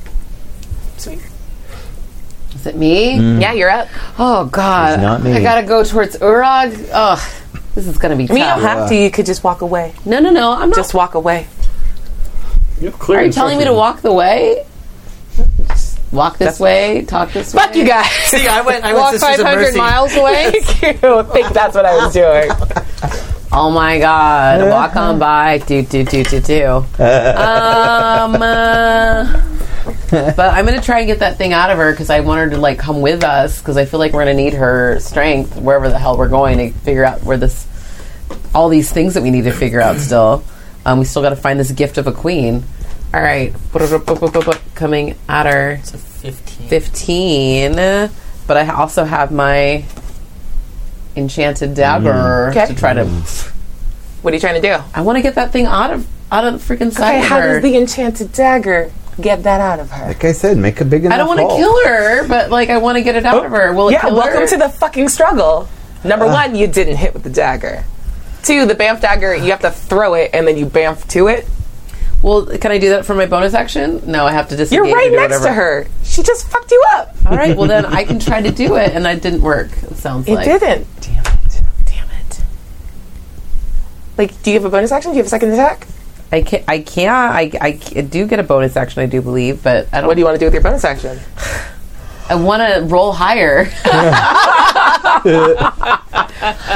Speaker 1: Sweet.
Speaker 2: Is it me?
Speaker 4: Mm.
Speaker 1: Yeah, you're up.
Speaker 2: Oh God,
Speaker 7: Mm. It's not me.
Speaker 2: I gotta go towards Urag. Ugh, this is gonna be
Speaker 1: I mean, you don't
Speaker 2: tough.
Speaker 1: have
Speaker 4: uh,
Speaker 1: to. You could just walk away.
Speaker 2: No, no, no. I'm not.
Speaker 1: Just walk away.
Speaker 3: You're clear.
Speaker 2: Are you telling me to walk the way? Walk this way. Talk this way.
Speaker 1: Fuck you guys.
Speaker 4: [LAUGHS] See, I went. I went
Speaker 6: Walk
Speaker 4: Sisters of
Speaker 6: 500
Speaker 4: Mercy.
Speaker 6: miles
Speaker 4: [LAUGHS]
Speaker 6: away.
Speaker 1: Thank [LAUGHS] you. I think that's what I was doing.
Speaker 2: Oh my God. Walk on by. Do do do do do. um. uh, but I'm gonna try and get that thing out of her because I want her to like come with us because I feel like we're gonna need her strength wherever the hell we're going to figure out where this, all these things that we need to figure out. Still, um, we still got to find this gift of a queen. All right, coming at her.
Speaker 4: It's a 15.
Speaker 2: 15 but i also have my enchanted dagger
Speaker 1: Okay.
Speaker 2: to try to
Speaker 1: What are you trying to do?
Speaker 2: i want to get that thing out of out of the freaking side
Speaker 1: Okay,
Speaker 2: of
Speaker 1: how
Speaker 2: her
Speaker 1: does the enchanted dagger get that out of her?
Speaker 7: Like I said, make a big enough.
Speaker 2: i don't want to
Speaker 7: hole.
Speaker 2: kill her but like i want to get it
Speaker 1: Oh,
Speaker 2: out of her will it
Speaker 1: Yeah,
Speaker 2: kill
Speaker 1: welcome
Speaker 2: her?
Speaker 1: to the fucking struggle. Number one, you didn't hit with the dagger. Two, the bamf dagger, you have to throw it and then you bamf to it.
Speaker 2: well can i do that for my bonus action no i have to
Speaker 1: You're
Speaker 2: disengage
Speaker 1: right
Speaker 2: or do
Speaker 1: next to
Speaker 2: whatever.
Speaker 1: her. She just fucked you up.
Speaker 2: all right well then i
Speaker 1: [LAUGHS]
Speaker 2: can try to do it and that didn't work it sounds
Speaker 1: It
Speaker 2: like
Speaker 1: didn't. Damn it. Damn it. Like, do you have a bonus action? Do you have a second attack?
Speaker 2: i can't i can't I, I ca- do get a bonus action i do believe but i don't
Speaker 1: What do you want to do with your bonus action?
Speaker 2: i want to roll higher
Speaker 1: [LAUGHS]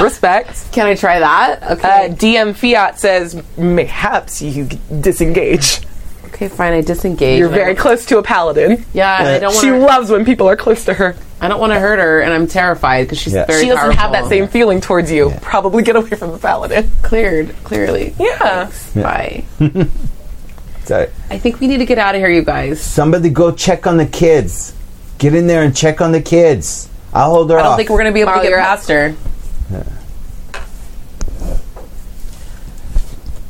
Speaker 2: [LAUGHS]
Speaker 1: Respect.
Speaker 2: can i try that
Speaker 1: Uh,
Speaker 2: okay
Speaker 1: DM Fiat says, perhaps you disengage.
Speaker 2: okay fine i disengage
Speaker 1: You're
Speaker 2: and I
Speaker 1: very close to a paladin.
Speaker 2: Yeah, and I don't want
Speaker 1: She
Speaker 2: to.
Speaker 1: loves when people are close to her.
Speaker 2: I don't want to hurt her, and I'm terrified because she's
Speaker 7: Yeah.
Speaker 2: very.
Speaker 1: She doesn't have that
Speaker 2: powerful.
Speaker 1: same feeling towards you. Probably get away from the paladin.
Speaker 2: cleared. Clearly,
Speaker 1: Yeah.
Speaker 2: Thanks. Bye.
Speaker 7: So,
Speaker 2: I think we need to get out of here, you guys.
Speaker 7: somebody go check on the kids. Get in there and check on the kids. I'll hold her
Speaker 2: I don't
Speaker 7: off.
Speaker 2: think we're gonna be able
Speaker 1: Molly,
Speaker 2: to get
Speaker 1: you're up.
Speaker 2: past her.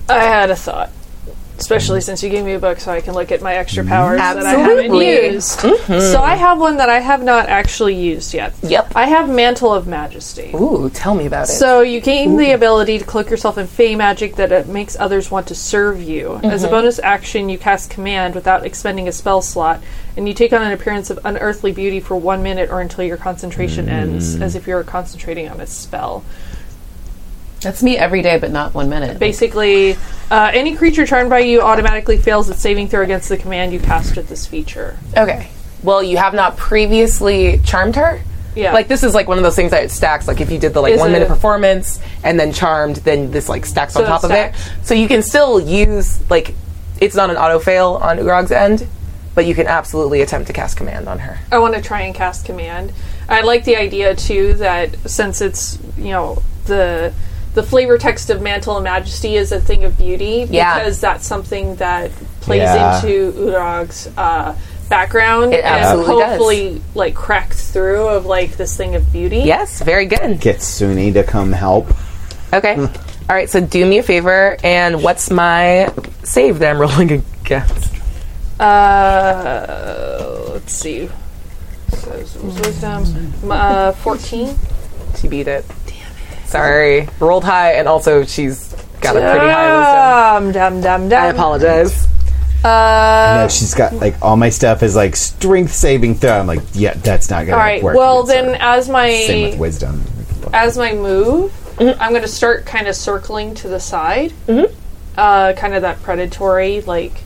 Speaker 6: I had a thought.
Speaker 2: Mm-hmm.
Speaker 6: Especially since you gave me a book, so I can look at my extra powers that I haven't
Speaker 1: Absolutely.
Speaker 6: used.
Speaker 2: Mm-hmm.
Speaker 6: So I have one that I have not actually used yet.
Speaker 1: Yep.
Speaker 6: I have Mantle of Majesty.
Speaker 1: Ooh, tell me about it.
Speaker 6: So you gain the ability to cloak yourself in fey magic that it makes others want to serve you. As a bonus action, you cast command without expending a spell slot, and you take on an appearance of unearthly beauty for one minute or until your concentration ends, as if you were concentrating on a spell.
Speaker 2: That's me every day, but not one minute.
Speaker 6: Basically, uh, any creature charmed by you automatically fails its saving throw against the command you cast with this feature.
Speaker 1: okay. Well, you have not previously charmed her?
Speaker 6: Yeah.
Speaker 1: Like, this is like one of those things that it stacks. Like, if you did the like
Speaker 6: Is
Speaker 1: one minute
Speaker 6: it-
Speaker 1: performance and then charmed, then this like stacks on
Speaker 6: So
Speaker 1: top
Speaker 6: it
Speaker 1: of it. So you can still use, like, it's not an auto fail on Urog's end, but you can absolutely attempt to cast command on her.
Speaker 6: I want to try and cast command. I like the idea too that since it's you know the the flavor text of mantle and majesty is a thing of beauty
Speaker 1: Yeah.
Speaker 6: because that's something that plays
Speaker 7: Yeah.
Speaker 6: into Urag's uh, background
Speaker 1: It
Speaker 6: and
Speaker 1: absolutely does.
Speaker 6: hopefully like cracks through of like this thing of beauty.
Speaker 1: Yes, very good.
Speaker 7: Get Suni to come help.
Speaker 1: Okay. [LAUGHS] All right, so do me a favor, and what's my save that I'm rolling [LAUGHS] against?
Speaker 6: Uh, let's see. So, it was wisdom. M- Uh, 14.
Speaker 1: She beat it. Damn it. Sorry. Rolled high, and also she's got a pretty high wisdom.
Speaker 6: Dum, dum, dum, dum.
Speaker 1: I apologize.
Speaker 6: Uh,
Speaker 7: no, she's got like all my stuff is like strength saving throw. I'm like, yeah, that's not gonna
Speaker 6: all right.
Speaker 7: work.
Speaker 6: Well,
Speaker 7: It's, uh,
Speaker 6: then, as
Speaker 7: same with
Speaker 6: my
Speaker 7: wisdom.
Speaker 6: as my move,
Speaker 1: Mm-hmm.
Speaker 6: I'm going to start kind of circling to the side, uh, kind of that predatory, like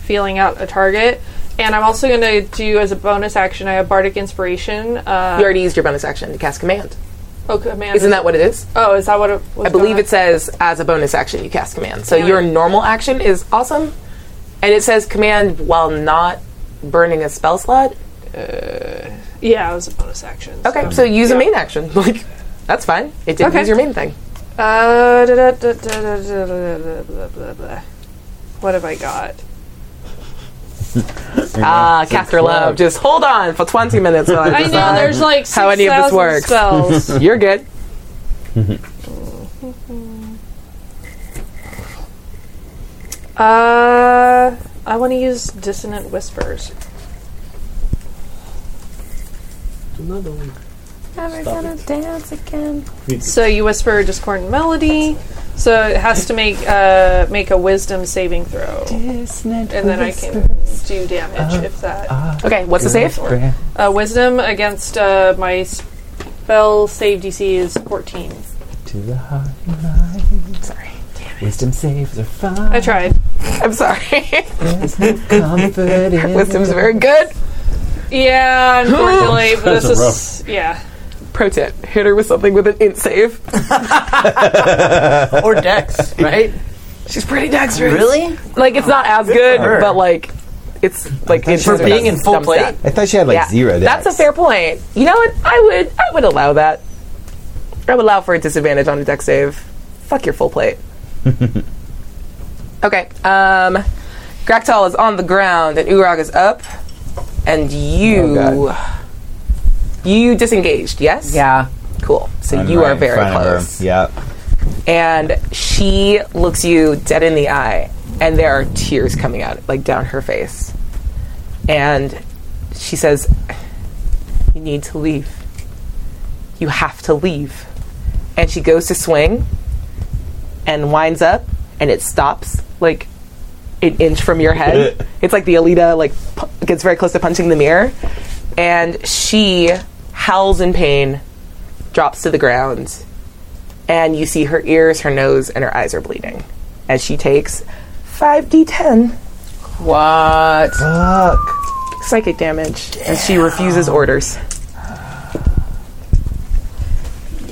Speaker 6: feeling out a target. And I'm also going to do as a bonus action. I have bardic inspiration. Uh,
Speaker 1: You already used your bonus action to cast command.
Speaker 6: oh, command.
Speaker 1: Isn't that what it is?
Speaker 6: Oh, is that what it was
Speaker 1: I believe
Speaker 6: gonna-
Speaker 1: it says as a bonus action you cast command. So
Speaker 6: Yeah.
Speaker 1: your normal action is awesome, and it says command while not burning a spell slot.
Speaker 6: Yeah, it was a bonus action.
Speaker 1: Okay, so use a main action. [LAUGHS] Like that's fine. It didn't
Speaker 6: Okay.
Speaker 1: use your main thing.
Speaker 6: Uh, da- da- da- da- da- da- da- da- blah, blah, blah. What have I got?
Speaker 1: Ah, caster love. Just hold on for twenty minutes. While [LAUGHS] I,
Speaker 6: I know
Speaker 1: decide.
Speaker 6: there's like
Speaker 1: how any of this
Speaker 6: 6,000
Speaker 1: works. [LAUGHS]
Speaker 6: spells.
Speaker 1: You're good.
Speaker 6: uh, I want to use dissonant whispers.
Speaker 5: Another one.
Speaker 2: Never gonna dance again.
Speaker 6: So you whisper a discordant melody. So it has to make uh, make a wisdom saving throw, and then I can do damage if that.
Speaker 1: Okay, what's the save?
Speaker 6: Uh, wisdom against uh, my spell save DC is 14.
Speaker 7: To the high Sorry. Wisdom saves are fine.
Speaker 6: I tried.
Speaker 1: I'm sorry. [LAUGHS]
Speaker 7: Comfort
Speaker 1: Wisdom's very good.
Speaker 6: Yeah, unfortunately, but
Speaker 3: That's
Speaker 6: this is yeah.
Speaker 1: Pro tip: hit her with something with an int save.
Speaker 4: or Dex, right?
Speaker 1: She's pretty dexterous.
Speaker 4: really?
Speaker 1: Like it's not as good,
Speaker 4: her.
Speaker 1: but like it's like it's
Speaker 4: For being in full
Speaker 1: dumb
Speaker 4: plate?
Speaker 1: stat.
Speaker 7: I thought she had like
Speaker 1: Yeah.
Speaker 7: zero.
Speaker 1: That's a
Speaker 7: dex.
Speaker 1: fair point. You know what? I would I would allow that. I would allow for a disadvantage on a deck save. Fuck your full
Speaker 7: [LAUGHS]
Speaker 1: plate. okay. Um Graktal is on the ground and Urag is up. And you
Speaker 7: Oh,
Speaker 1: you disengaged, yes?
Speaker 2: Yeah.
Speaker 1: Cool. So
Speaker 7: I'm
Speaker 1: you
Speaker 7: right
Speaker 1: are
Speaker 7: in
Speaker 1: very
Speaker 7: front of her.
Speaker 1: close.
Speaker 7: Yep.
Speaker 1: And she looks you dead in the eye and there are tears coming out like down her face. And she says, You need to leave. You have to leave. And she goes to swing and winds up, and it stops like an inch from your head. it's like the Alita like pu- gets very close to punching the mirror, and she howls in pain, drops to the ground, and you see her ears, her nose, and her eyes are bleeding as she takes five d10
Speaker 2: What?
Speaker 7: Fuck.
Speaker 1: psychic damage and she refuses orders.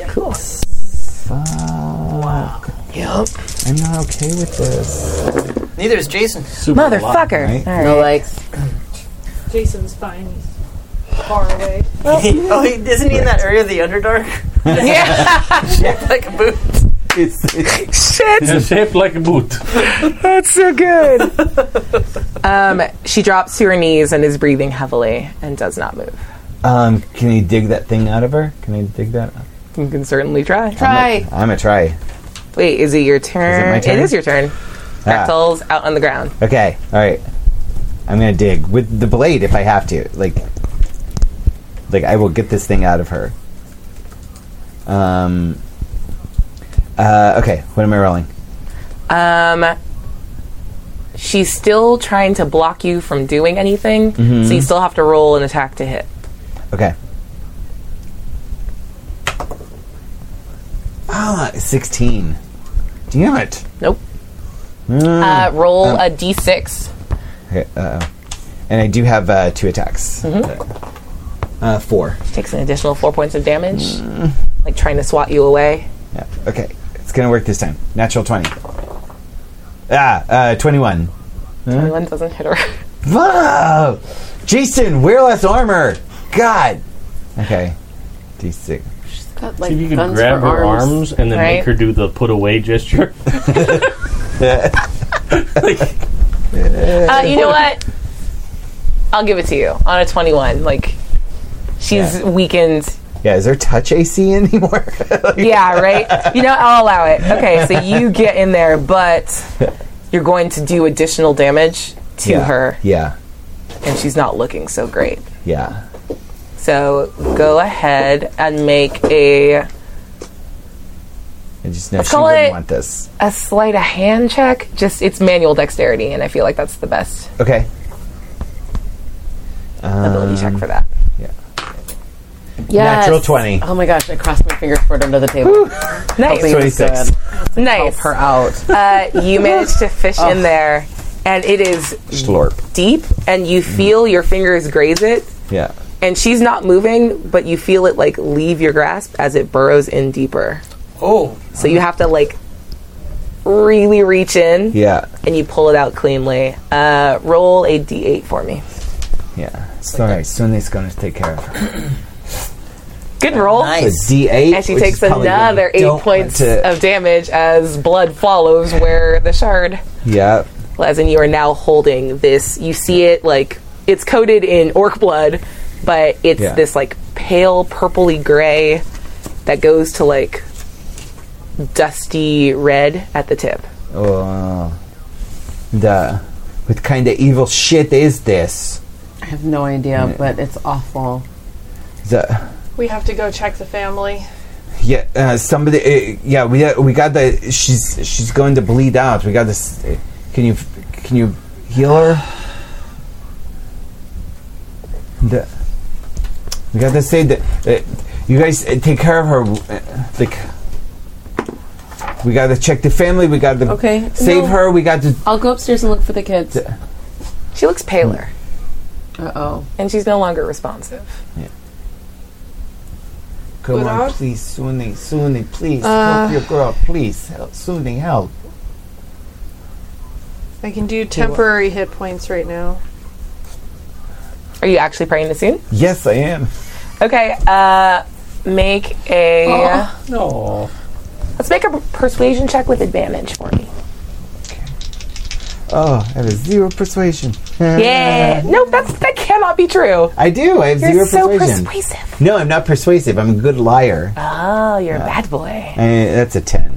Speaker 1: Cool. Oh, Wow. Yep.
Speaker 7: I'm not okay with this.
Speaker 4: Neither is Jason.
Speaker 3: Super alive.
Speaker 7: Right?
Speaker 2: No likes.
Speaker 6: Jason's fine. He's far away.
Speaker 4: [LAUGHS] oh, he, isn't he in that area of the Underdark?
Speaker 1: Yeah.
Speaker 4: like a boot.
Speaker 7: It's, it's
Speaker 1: Shit.
Speaker 3: [LAUGHS] It's shaped like a boot.
Speaker 1: That's so good. [LAUGHS] um, she drops to her knees and is breathing heavily and does not move.
Speaker 7: um. Can you dig that thing out of her? Can I dig that? Out?
Speaker 1: You can certainly try.
Speaker 2: Try.
Speaker 7: I'm gonna try. Ah.
Speaker 1: Wait, is it your turn?
Speaker 7: my turn?
Speaker 1: It is your turn.
Speaker 7: Ah.
Speaker 1: Fractals out on the ground.
Speaker 7: Okay. All right. I'm gonna dig with the blade if I have to. Like, like I will get this thing out of her. Um. Uh. Okay. What am I rolling?
Speaker 1: Um, she's still trying to block you from doing anything, so you still have to roll an attack to hit.
Speaker 7: Okay. Ah, 16. Damn it.
Speaker 1: Nope.
Speaker 7: Mm.
Speaker 1: Uh, roll a d6.
Speaker 7: Okay, uh-oh. And I do have uh, two attacks. Uh, four.
Speaker 1: takes an additional four points of damage, like trying to swat you away.
Speaker 7: Yeah. Okay. It's going to work this time. Natural 20. Ah, uh, 21.
Speaker 1: Anyone doesn't hit her.
Speaker 7: Whoa! Jason, wear less armor! God! Okay. D6.
Speaker 2: Got,
Speaker 3: See
Speaker 2: like,
Speaker 3: if you can
Speaker 2: guns
Speaker 3: grab
Speaker 2: for
Speaker 3: her arms, and then
Speaker 1: Right.
Speaker 3: make her do the put away gesture. [LAUGHS]
Speaker 1: uh, you know what? I'll give it to you on a 21. Like, she's weakened.
Speaker 7: Yeah, is there touch AC [LAUGHS] anymore?
Speaker 1: Yeah, right? You know, I'll allow it. Okay, so you get in there, but you're going to do additional damage to
Speaker 7: yeah.
Speaker 1: her.
Speaker 7: Yeah.
Speaker 1: and she's not looking so great.
Speaker 7: Yeah.
Speaker 1: So go ahead and make a
Speaker 7: I just know she
Speaker 1: call
Speaker 7: wouldn't
Speaker 1: it-
Speaker 7: want this.
Speaker 1: a sleight of hand check. Just it's manual dexterity, and I feel like that's the best
Speaker 7: Okay.
Speaker 1: ability check for that.
Speaker 2: Yes.
Speaker 7: Natural 20.
Speaker 2: Oh my gosh, I crossed my fingers for it under the table.
Speaker 1: Nice,
Speaker 2: Please,
Speaker 7: 26.
Speaker 2: good. Um, Help
Speaker 1: nice.
Speaker 2: her out. Oh.
Speaker 1: Uh,
Speaker 2: [LAUGHS]
Speaker 1: you managed to fish in there, and it is
Speaker 7: Slurp. Mm-hmm.
Speaker 1: deep, and you feel your fingers graze it,
Speaker 7: Yeah.
Speaker 1: and she's not moving, but you feel it like leave your grasp as it burrows in deeper.
Speaker 4: Oh,
Speaker 1: So you have to like really reach in,
Speaker 7: Yeah.
Speaker 1: and you pull it out cleanly. Uh, roll a d8 for me.
Speaker 7: Yeah. Sorry, Sunny's gonna take care of her.
Speaker 1: Good roll.
Speaker 7: The
Speaker 4: nice.
Speaker 7: D8.
Speaker 1: And she
Speaker 7: which is
Speaker 1: takes
Speaker 7: probably what we
Speaker 1: another eight
Speaker 7: don't want
Speaker 1: points
Speaker 7: to-
Speaker 1: of damage as blood follows where the shard
Speaker 7: Yeah.
Speaker 1: was, and you are now holding this. You see it like it's coated in orc blood, but it's
Speaker 7: Yeah.
Speaker 1: this like pale purpley gray that goes to like dusty red at the tip.
Speaker 7: Oh. The. What kind of evil shit is this?
Speaker 2: I have no idea, but it's awful.
Speaker 7: The.
Speaker 6: We have to go check the family.
Speaker 7: Yeah, uh, somebody. Uh, yeah, we uh, we got the. She's she's going to bleed out. We got this. Uh, can you can you heal her? The, we got to say that uh, you guys uh, take care of her. Uh, like we got to check the family. We got to
Speaker 2: Okay,
Speaker 7: save
Speaker 2: no.
Speaker 7: her. We got to.
Speaker 2: I'll go upstairs and look for the kids. Uh
Speaker 1: She looks paler,
Speaker 7: Hmm.
Speaker 2: oh.
Speaker 1: and she's no longer responsive.
Speaker 7: Come
Speaker 6: Good
Speaker 7: on,
Speaker 6: out.
Speaker 7: please, Suni, Suni, please help your girl, please, help, Suni, help.
Speaker 6: I can do temporary hit points right now.
Speaker 1: Are you actually praying to soon?
Speaker 7: Yes, I am.
Speaker 1: Okay, uh, make a.
Speaker 7: [GASPS]
Speaker 3: No.
Speaker 1: Let's make a persuasion check with advantage for me.
Speaker 7: Oh, I have a zero persuasion.
Speaker 1: Yeah. No, that's that cannot be true.
Speaker 7: I do. I have
Speaker 1: You're
Speaker 7: zero
Speaker 1: so
Speaker 7: persuasion.
Speaker 1: persuasive.
Speaker 7: No, I'm not persuasive. I'm a good liar.
Speaker 1: Oh, you're a bad boy.
Speaker 7: And that's a 10.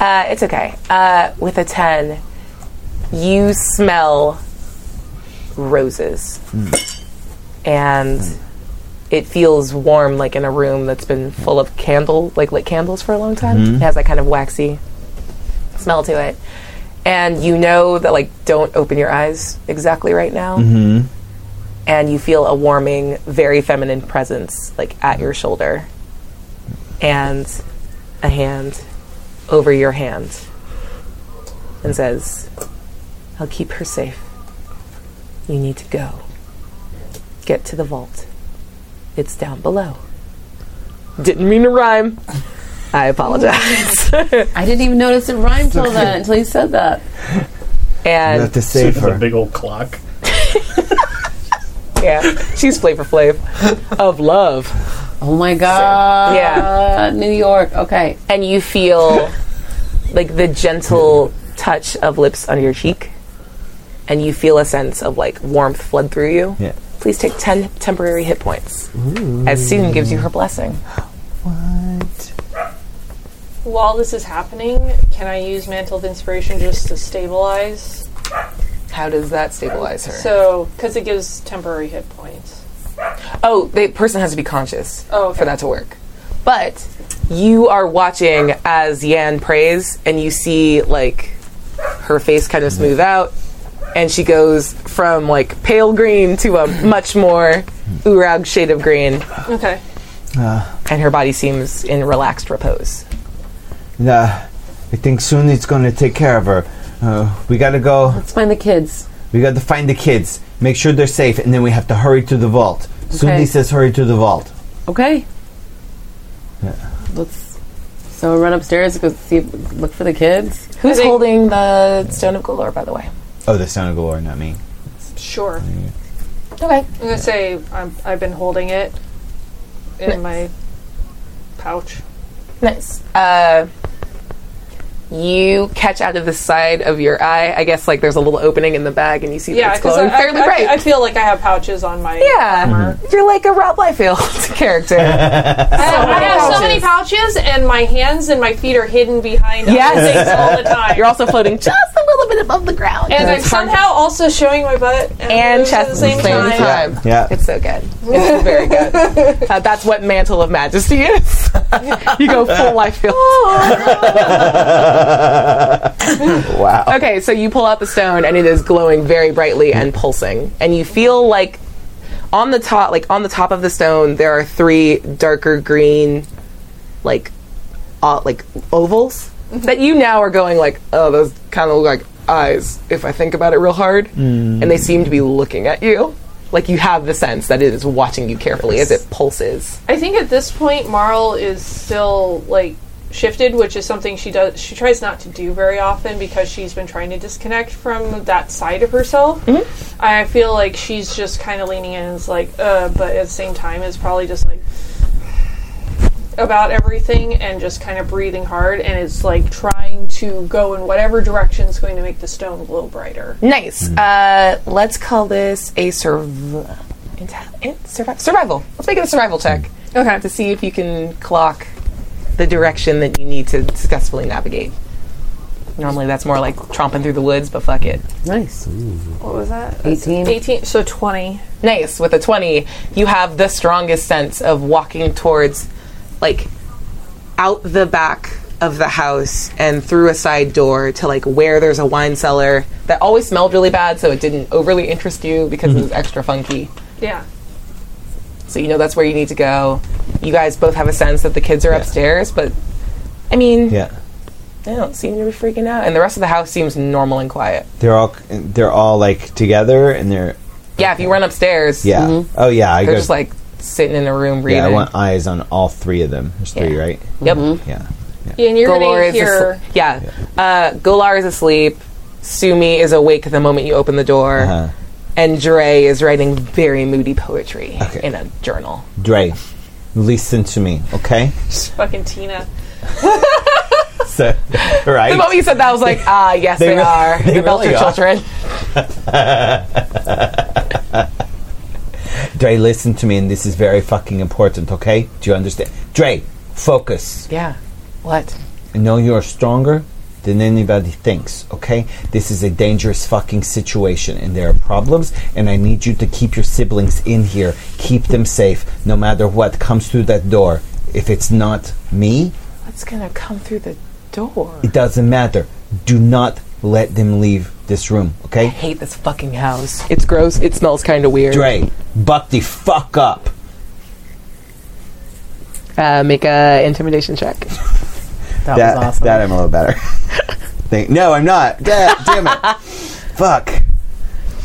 Speaker 1: Uh, it's okay. Uh, with a ten, you smell roses, and it feels warm, like in a room that's been full of candle, like lit candles for a long time. It has that kind of waxy smell to it, and you know that like don't open your eyes exactly right now. and you feel a warming, very feminine presence like at your shoulder and a hand over your hand and says, I'll keep her safe. You need to go. Get to the vault. It's down below. Didn't mean to rhyme. I apologize. [LAUGHS]
Speaker 2: I didn't even notice it rhymed till then, until you said that.
Speaker 7: You have
Speaker 1: and
Speaker 7: to save
Speaker 3: It's a
Speaker 7: her.
Speaker 3: big old clock.
Speaker 1: yeah, she's flavor flav of love.
Speaker 2: Oh my god.
Speaker 1: Yeah.
Speaker 2: New York. Okay.
Speaker 1: and you feel like the gentle touch of lips on your cheek and you feel a sense of like warmth flood through you
Speaker 7: Yeah.
Speaker 1: please take 10 temporary hit points as Susan gives you her blessing
Speaker 7: What?
Speaker 6: While this is happening, can I use Mantle of Inspiration just to stabilize?
Speaker 1: how does that stabilize her
Speaker 6: So, because it gives temporary hit points.
Speaker 1: oh the person has to be conscious
Speaker 6: Oh, okay.
Speaker 1: for that to work but you are watching as yan prays and you see like her face kind of smooth out and she goes from like pale green to a much more oorag shade of green
Speaker 6: Okay.
Speaker 1: and her body seems in relaxed repose.
Speaker 7: Nah, I think Suni's going to take care of her. Uh, we got to go.
Speaker 2: Let's find the kids.
Speaker 7: We got to find the kids, make sure they're safe, and then we have to hurry to the vault.
Speaker 2: Okay.
Speaker 7: Suni says hurry to the vault.
Speaker 2: Okay. Let's. So I run upstairs, go see, look for the kids.
Speaker 1: Who's
Speaker 6: I think-
Speaker 1: holding the Stone of Galore, by the way?
Speaker 7: Oh, the sound of galore, not me.
Speaker 6: Sure.
Speaker 1: Okay.
Speaker 6: I'm gonna say I'm, I've been holding it in my pouch.
Speaker 1: Nice. Uh, you catch out of the side of your eye. I guess like there's a little opening in the bag, and you see that
Speaker 6: Yeah,
Speaker 1: it's
Speaker 6: because
Speaker 1: glowing
Speaker 6: I,
Speaker 1: fairly
Speaker 6: I- I-
Speaker 1: bright.
Speaker 6: I feel like I have pouches on my.
Speaker 1: yeah, you're like a Rob Liefeld [LAUGHS] character.
Speaker 6: I have, I have so many pouches, and my hands and my feet are hidden behind
Speaker 1: Yes.
Speaker 6: other things all the time.
Speaker 1: you're also floating just a
Speaker 2: little bit above the ground.
Speaker 6: And I'm somehow also showing my butt and,
Speaker 1: and
Speaker 6: boobs at
Speaker 1: chest
Speaker 6: the same time.
Speaker 1: time.
Speaker 7: Yeah.
Speaker 1: Uh, It's so good. It's very good. Uh, that's what Mantle of Majesty is. [LAUGHS] you go full life field.
Speaker 7: wow.
Speaker 1: Okay, so you pull out the stone and it is glowing very brightly and pulsing. And you feel like on the top like on the top of the stone there are three darker green like uh, like ovals that you now are going like, oh, those kind of look like eyes if I think about it real hard. And they seem to be looking at you. Like you have the sense that it is watching you carefully as it pulses.
Speaker 6: I think at this point, Marl is still like shifted, which is something she does. She tries not to do very often because she's been trying to disconnect from that side of herself. I feel like she's just kind of leaning in and is like, uh, but at the same time, is probably just like about everything and just kind of breathing hard and it's like trying to go in whatever direction is going to make the stone glow brighter.
Speaker 1: Nice. Uh, let's call this a surv- inte- in- survi- survival. Let's make it a survival check
Speaker 6: Okay.
Speaker 1: to see if you can clock the direction that you need to successfully navigate. Normally, that's more like tromping through the woods, but fuck it.
Speaker 2: nice.
Speaker 6: What was that?
Speaker 2: 18.
Speaker 6: 18 so 20.
Speaker 1: Nice. With a 20, you have the strongest sense of walking towards, like, out the back of the house and through a side door to, like, where there's a wine cellar that always smelled really bad, so it didn't overly interest you because
Speaker 7: Mm-hmm.
Speaker 1: it was extra funky.
Speaker 6: Yeah.
Speaker 1: So you know that's where you need to go. You guys both have a sense that the kids are upstairs, but I mean,
Speaker 7: Yeah.
Speaker 1: they don't seem to be freaking out, and the rest of the house seems normal and quiet.
Speaker 7: They're all they're all like together and they're
Speaker 1: Yeah, if you run upstairs,
Speaker 7: yeah. Oh yeah, I
Speaker 1: Mm-hmm. they're
Speaker 7: go,
Speaker 1: just like sitting in a room reading.
Speaker 7: yeah. I want eyes on all three of them. There's three,
Speaker 1: Yeah.
Speaker 7: right?
Speaker 1: yep. Mm-hmm.
Speaker 7: Yeah.
Speaker 6: Yeah, and you're
Speaker 1: Golar
Speaker 6: going to
Speaker 1: is
Speaker 6: hear
Speaker 1: asleep. Yeah, Uh, Golar is asleep. Sumi is awake the moment you open the door,
Speaker 7: Uh-huh.
Speaker 1: and Dre is writing very moody poetry
Speaker 7: Okay.
Speaker 1: in a journal.
Speaker 7: Dre, listen to me, okay? [LAUGHS]
Speaker 6: fucking Tina.
Speaker 7: So,
Speaker 1: The moment
Speaker 7: right?
Speaker 1: you said that, I was like,
Speaker 7: [LAUGHS]
Speaker 1: ah, yes,
Speaker 7: They
Speaker 1: they,
Speaker 7: really-
Speaker 1: are
Speaker 7: they
Speaker 1: the Belcher
Speaker 7: really are. [LAUGHS]
Speaker 1: children.
Speaker 7: Dre, listen to me, and this is very fucking important, okay? Do you understand? Dre, focus.
Speaker 1: Yeah. What?
Speaker 7: I know you are stronger than anybody thinks, okay? This is a dangerous fucking situation, and there are problems, and I need you to keep your siblings in here. Keep them safe, no matter what comes through that door. If it's not me,
Speaker 1: What's gonna come through the door?
Speaker 7: it doesn't matter. Do not let them leave this room, okay?
Speaker 1: I hate this fucking house. It's gross. It smells kind of weird.
Speaker 7: Dre, buck the fuck up.
Speaker 1: Uh, make a intimidation check.
Speaker 5: That,
Speaker 7: that,
Speaker 5: was awesome.
Speaker 7: that I'm a
Speaker 1: [LAUGHS]
Speaker 7: little better. Think- no, I'm not. God damn it. Fuck.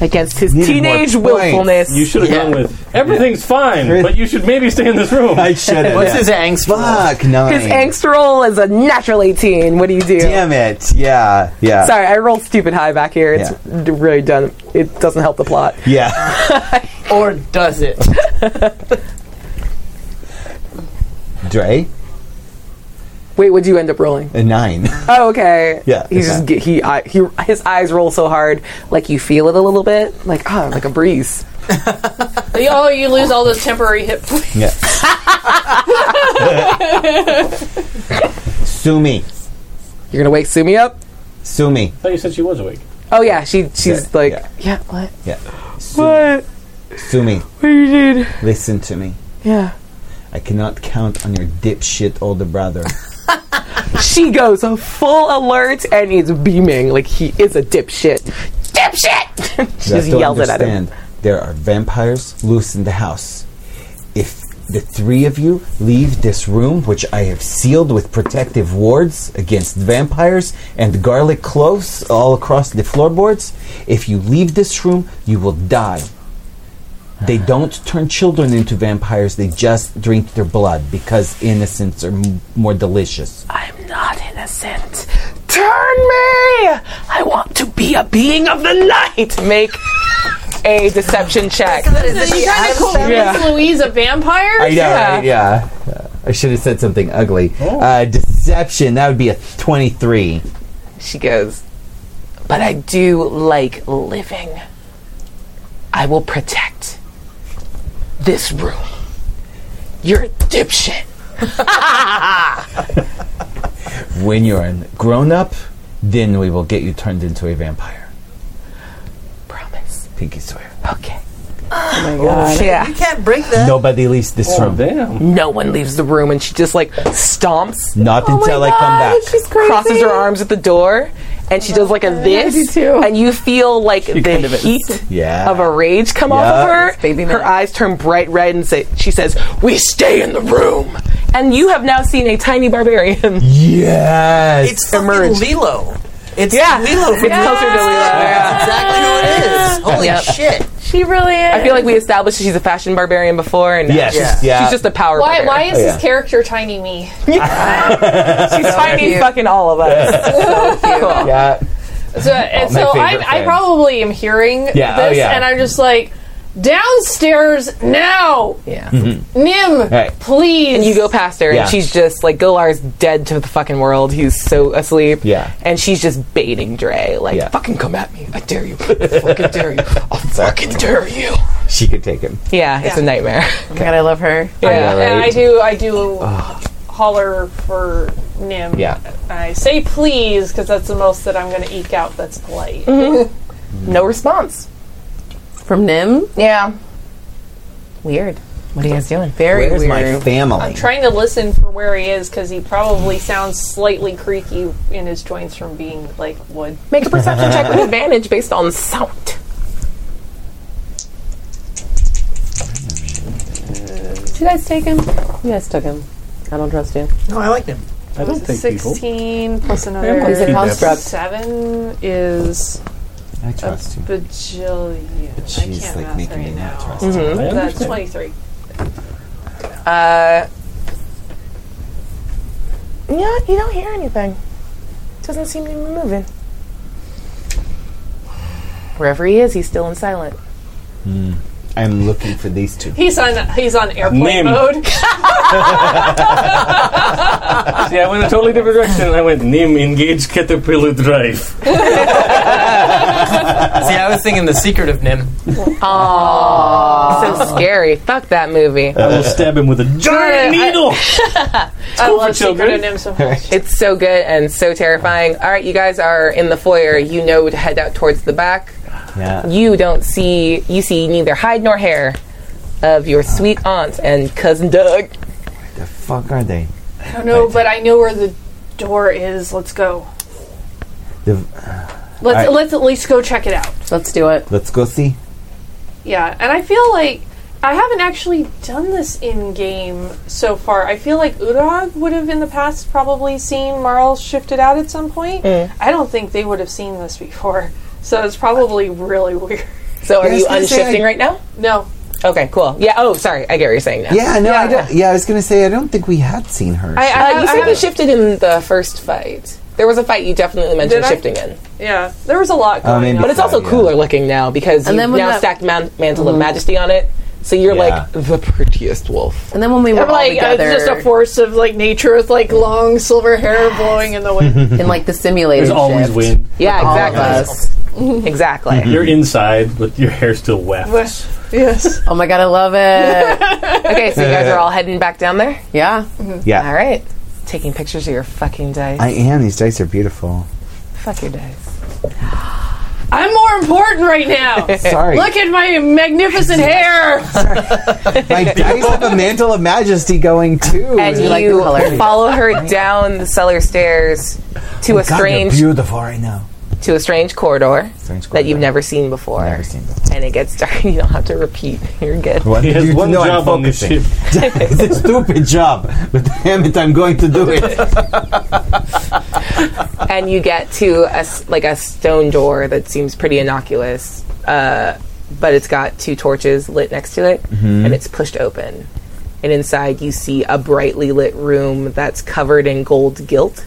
Speaker 1: Against his
Speaker 7: Needed
Speaker 1: teenage
Speaker 7: more points.
Speaker 1: willfulness.
Speaker 3: You should have gone with everything's fine, but you should maybe stay in this room.
Speaker 7: I should have.
Speaker 4: What's his angst?
Speaker 7: Fuck, nine.
Speaker 1: his angst roll is a natural 18. What do you do?
Speaker 7: Damn it. Yeah, yeah.
Speaker 1: Sorry, I rolled stupid high back here. It's
Speaker 7: Yeah.
Speaker 1: d- really done. It doesn't help the plot.
Speaker 7: Yeah.
Speaker 4: Or does it?
Speaker 7: Dre,
Speaker 1: Wait, what'd you end up rolling?
Speaker 7: a nine.
Speaker 1: Oh, okay.
Speaker 7: Yeah,
Speaker 1: He's just
Speaker 7: exactly.
Speaker 1: get, he, I, he his eyes roll so hard, like you feel it a little bit, like ah, like a breeze.
Speaker 6: Oh, you lose all those temporary [LAUGHS] hit
Speaker 1: [LAUGHS]
Speaker 6: points.
Speaker 7: Yeah. Sue me.
Speaker 1: You're gonna wake Sumi up.
Speaker 7: Sue me.
Speaker 3: thought you said she was awake.
Speaker 1: Oh yeah, she she's
Speaker 7: Yeah,
Speaker 1: like
Speaker 7: yeah.
Speaker 1: yeah. What?
Speaker 7: Yeah. Sue,
Speaker 1: What?
Speaker 7: Sue me.
Speaker 1: What you did?
Speaker 7: Listen to me.
Speaker 1: Yeah.
Speaker 7: I cannot count on your dipshit older brother.
Speaker 1: She goes full alert and he's beaming like he is a dipshit. Dipshit! [LAUGHS] she
Speaker 7: You
Speaker 1: just
Speaker 7: have to
Speaker 1: yells it at him.
Speaker 7: understand, There are vampires loose in the house. If the three of you leave this room, which I have sealed with protective wards against vampires and garlic cloves all across the floorboards, if you leave this room, you will die.
Speaker 1: [SIGHS]
Speaker 7: They don't turn children into vampires, they just drink their blood because innocents are m- more delicious.
Speaker 1: I'm not innocent. Turn me! I want to be a being of the night! Make a deception check.
Speaker 6: you trying to call Miss Louise a vampire?
Speaker 7: I know,
Speaker 1: Yeah. Oh.
Speaker 7: right? Yeah. Uh, I should have said something ugly. Uh, deception, that would be a 23.
Speaker 1: She goes, But I do like living. I will protect this room. You're a dipshit.
Speaker 7: When you're a grown up, Then we will get you turned into a vampire.
Speaker 1: Promise.
Speaker 7: Pinky swear.
Speaker 1: Okay.
Speaker 4: You can't break that.
Speaker 7: Nobody leaves this room.
Speaker 3: Oh, Damn.
Speaker 1: No one leaves the room, and she just like stomps,
Speaker 7: Not until I come back.
Speaker 1: crosses her arms at the door, and she does like a this, and you feel like the
Speaker 3: kind of is.
Speaker 1: heat
Speaker 7: yeah.
Speaker 1: of a rage come off
Speaker 7: Yeah.
Speaker 1: of her.
Speaker 2: baby
Speaker 1: her
Speaker 2: milk.
Speaker 1: eyes turn bright red, and say, she says, "We stay in the room." And you have now seen a tiny barbarian. [LAUGHS]
Speaker 7: [LAUGHS] yes.
Speaker 4: It's fucking
Speaker 1: Emerge.
Speaker 4: Lilo. It's
Speaker 1: Yeah.
Speaker 4: Lilo.
Speaker 1: It's closer to Lila.
Speaker 4: That's exactly who it is. Holy
Speaker 1: Yep.
Speaker 4: shit.
Speaker 2: She really is.
Speaker 1: I feel like we established that she's a fashion barbarian before, and now
Speaker 7: yes.
Speaker 4: Yeah.
Speaker 7: Yeah.
Speaker 1: she's just a power.
Speaker 6: Why,
Speaker 1: barbarian.
Speaker 6: why is
Speaker 7: Oh, Yeah.
Speaker 6: this character tiny me?
Speaker 1: She's fighting
Speaker 2: cute.
Speaker 1: fucking all of us. Cool.
Speaker 7: yeah.
Speaker 6: So, and
Speaker 7: Oh, my
Speaker 6: so
Speaker 7: favorite
Speaker 6: I, I
Speaker 7: thing.
Speaker 6: probably am hearing
Speaker 7: Yeah, oh
Speaker 6: this,
Speaker 7: yeah.
Speaker 6: and I'm just like, downstairs now,
Speaker 1: Yeah.
Speaker 6: Nim,
Speaker 7: Right.
Speaker 6: please.
Speaker 1: And you go past her,
Speaker 7: Yeah.
Speaker 1: and she's just like Golar's dead to the fucking world. He's so asleep.
Speaker 7: Yeah.
Speaker 1: And she's just baiting Dre, like,
Speaker 7: Yeah.
Speaker 1: "Fucking come at me! I dare you! I fucking
Speaker 7: [LAUGHS]
Speaker 1: dare you! I fucking dare you!"
Speaker 7: She could take him.
Speaker 1: Yeah, it's a nightmare.
Speaker 2: Oh my God, I love her.
Speaker 1: [LAUGHS] Yeah.
Speaker 7: right?
Speaker 6: And I do, I do holler for Nim.
Speaker 7: Yeah.
Speaker 6: I say please because that's the most that I'm going to eke out. That's polite.
Speaker 1: No response.
Speaker 2: From Nim?
Speaker 1: Yeah.
Speaker 2: Weird. What are you guys doing? Very
Speaker 7: Where's my
Speaker 2: weird.
Speaker 7: family?
Speaker 6: Trying to listen for where he is because he probably sounds slightly creaky in his joints from being like wood.
Speaker 1: Make a perception check
Speaker 7: [LAUGHS]
Speaker 1: with advantage based on sound.
Speaker 2: Did you guys take him? You guys took him. I don't trust you.
Speaker 4: No, I like him.
Speaker 3: I don't think people.
Speaker 6: Sixteen plus
Speaker 2: He's a
Speaker 6: another
Speaker 2: construct.
Speaker 6: seven is
Speaker 7: I trust you.
Speaker 6: bajillion. I
Speaker 7: She's
Speaker 6: can't
Speaker 7: like
Speaker 6: math
Speaker 7: making me
Speaker 6: right
Speaker 7: not
Speaker 6: now.
Speaker 7: trust you.
Speaker 3: Mm-hmm. I
Speaker 6: That's
Speaker 3: understand.
Speaker 6: twenty-three.
Speaker 1: Uh. Yeah, you don't hear anything. Doesn't seem to be moving. Wherever he is, he's still in silent.
Speaker 7: I'm looking for these two.
Speaker 6: He's on. He's on airplane
Speaker 3: Nim. [LAUGHS]
Speaker 6: mode.
Speaker 3: See, Ah, I went a totally different direction. and I went Nim engage caterpillar drive.
Speaker 4: See, I was thinking the secret of Nim.
Speaker 1: so scary. Fuck that movie.
Speaker 3: I will stab him with a giant needle.
Speaker 6: I
Speaker 3: cool
Speaker 6: love
Speaker 3: for
Speaker 6: Secret
Speaker 3: children.
Speaker 6: of Nim so much.
Speaker 1: It's so good and so terrifying. All right, you guys are in the foyer. You know to head out towards the back.
Speaker 7: Yeah.
Speaker 1: You don't see. You see neither hide nor hair of your sweet aunt and cousin Doug.
Speaker 7: The fuck are they?
Speaker 6: I don't know, but I know where the door is. Let's go.
Speaker 7: The-
Speaker 6: let's
Speaker 7: right.
Speaker 6: let's at least go check it out.
Speaker 2: Let's do it.
Speaker 7: Let's go see.
Speaker 6: Yeah, and I feel like I haven't actually done this in game so far. I feel like Urag would have in the past probably seen Marl shifted out at some point. I don't think they would have seen this before, [LAUGHS] so it's probably really [LAUGHS] weird.
Speaker 1: So are
Speaker 7: I was
Speaker 1: you
Speaker 7: gonna say
Speaker 1: unshifting
Speaker 7: I-
Speaker 1: right now?
Speaker 6: No,
Speaker 1: Okay, cool. Yeah. Oh, sorry. I get what you're saying now.
Speaker 7: Yeah, no, I don't. Yeah, I was gonna say I don't think we had seen her.
Speaker 6: I, I,
Speaker 1: Uh,
Speaker 6: I
Speaker 1: you said you
Speaker 6: haven't-
Speaker 1: shifted in the first fight. There was a fight you definitely mentioned
Speaker 6: Did I?
Speaker 1: shifting in,
Speaker 6: yeah. There was a lot
Speaker 7: Oh,
Speaker 6: going
Speaker 7: maybe
Speaker 6: on.
Speaker 1: but it's also
Speaker 7: Yeah.
Speaker 1: cooler looking now because
Speaker 2: And
Speaker 1: you
Speaker 2: then when
Speaker 1: now
Speaker 2: that- Mm-hmm.
Speaker 1: stacked man- mantle of majesty on it. So you're
Speaker 7: Yeah.
Speaker 1: like the prettiest wolf.
Speaker 2: And then when we were
Speaker 6: I'm
Speaker 2: all
Speaker 6: like uh,
Speaker 2: together
Speaker 6: just a force of like nature with like long silver hair blowing in the
Speaker 2: [LAUGHS]
Speaker 6: wind.
Speaker 2: in like the simulator,
Speaker 3: There's always
Speaker 2: shift,
Speaker 3: wind.
Speaker 1: Yeah,
Speaker 2: All of
Speaker 1: exactly.
Speaker 2: us.
Speaker 1: [LAUGHS] Exactly.
Speaker 3: You're inside, but your hair still wafts.
Speaker 6: But- yes,
Speaker 2: Oh my god, I love it. [LAUGHS]
Speaker 1: Okay, so you
Speaker 3: [LAUGHS]
Speaker 1: guys are all heading back down there?
Speaker 2: yeah.
Speaker 7: yeah,
Speaker 1: All right. Taking pictures of your fucking dice.
Speaker 7: I am. These dice are
Speaker 6: [LAUGHS]
Speaker 7: beautiful.
Speaker 1: Fuck your dice.
Speaker 6: I'm more important right now.
Speaker 7: [LAUGHS] Sorry,
Speaker 6: Look at my magnificent hair.
Speaker 7: my dice have a mantle of majesty going too.
Speaker 1: And you,
Speaker 2: like the color.
Speaker 1: follow her down the cellar stairs to a
Speaker 7: God, they're
Speaker 1: strange
Speaker 7: beautiful right now.
Speaker 1: to a strange corridor
Speaker 7: Strange
Speaker 1: that you've
Speaker 7: corridor.
Speaker 1: never seen before.
Speaker 7: Never seen before.
Speaker 1: And it gets dark. [LAUGHS] You don't have to repeat. You're good.
Speaker 7: What
Speaker 3: He
Speaker 7: did
Speaker 3: has
Speaker 7: you
Speaker 3: one
Speaker 7: know I'm
Speaker 3: job on the
Speaker 7: focusing?
Speaker 3: ship.
Speaker 7: it's a stupid job, but damn it, I'm going to do it.
Speaker 1: And you get to a s like a stone door that seems pretty innocuous, uh, but it's got two torches lit next to it, and it's pushed open. And inside, you see a brightly lit room that's covered in gold gilt,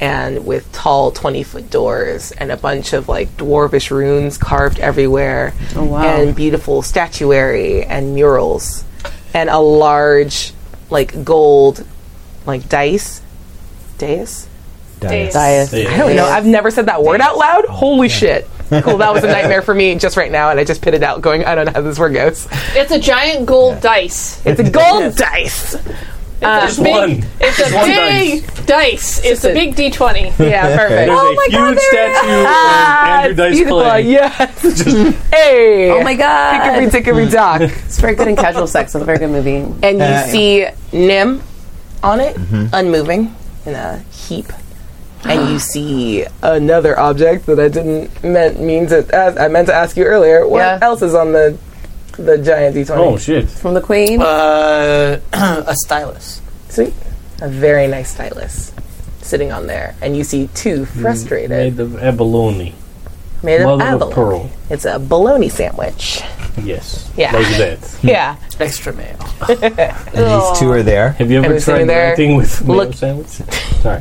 Speaker 1: and with tall twenty foot doors and a bunch of like dwarvish runes carved everywhere,
Speaker 2: wow.
Speaker 1: and beautiful statuary and murals, and a large like gold like dice, dais.
Speaker 6: Days.
Speaker 2: Dias.
Speaker 3: Yeah.
Speaker 1: I don't know. I've never said that word out loud. Holy shit. Cool. That was a nightmare for me just right now, and I just pitted out going, I don't know how this word goes. [LAUGHS]
Speaker 6: It's a giant gold dice.
Speaker 1: It's a gold dice.
Speaker 6: It's
Speaker 3: Just one.
Speaker 6: It's a
Speaker 3: one
Speaker 6: big dice. It's a big D20.
Speaker 1: Yeah, perfect. Ah,
Speaker 3: There's
Speaker 2: Oh my
Speaker 3: a
Speaker 2: God,
Speaker 3: huge
Speaker 2: there
Speaker 3: statue of Andrew Dice
Speaker 1: [LAUGHS]
Speaker 3: Clay.
Speaker 1: Yes. hey.
Speaker 2: Oh my god!
Speaker 1: Hickory dickory dock.
Speaker 2: It's very good in casual sex. It's a very good movie.
Speaker 1: And you
Speaker 7: Uh,
Speaker 1: see [LAUGHS] Nim on it, unmoving in a heap. And you [GASPS] see another object that I didn't meant mean to ask, I meant to ask you earlier. What
Speaker 2: Yeah.
Speaker 1: else is on the the giant D twenty?
Speaker 3: Oh shit!
Speaker 2: From the Queen.
Speaker 4: Uh, [CLEARS THROAT] a stylus.
Speaker 1: Sweet. A very nice stylus sitting on there. And you see two frustrated
Speaker 3: Made of abalone,
Speaker 1: made of
Speaker 3: mother
Speaker 1: abalone.
Speaker 3: Mm, of pearl.
Speaker 1: It's a bologna sandwich.
Speaker 3: Yes,
Speaker 1: Yeah.
Speaker 3: like that.
Speaker 1: Yeah.
Speaker 4: Extra mayo.
Speaker 7: And these two are there.
Speaker 3: Have you
Speaker 1: And
Speaker 3: ever
Speaker 1: it's sitting
Speaker 3: tried
Speaker 1: there.
Speaker 3: anything with mayo
Speaker 1: Look-
Speaker 3: sandwich? Sorry.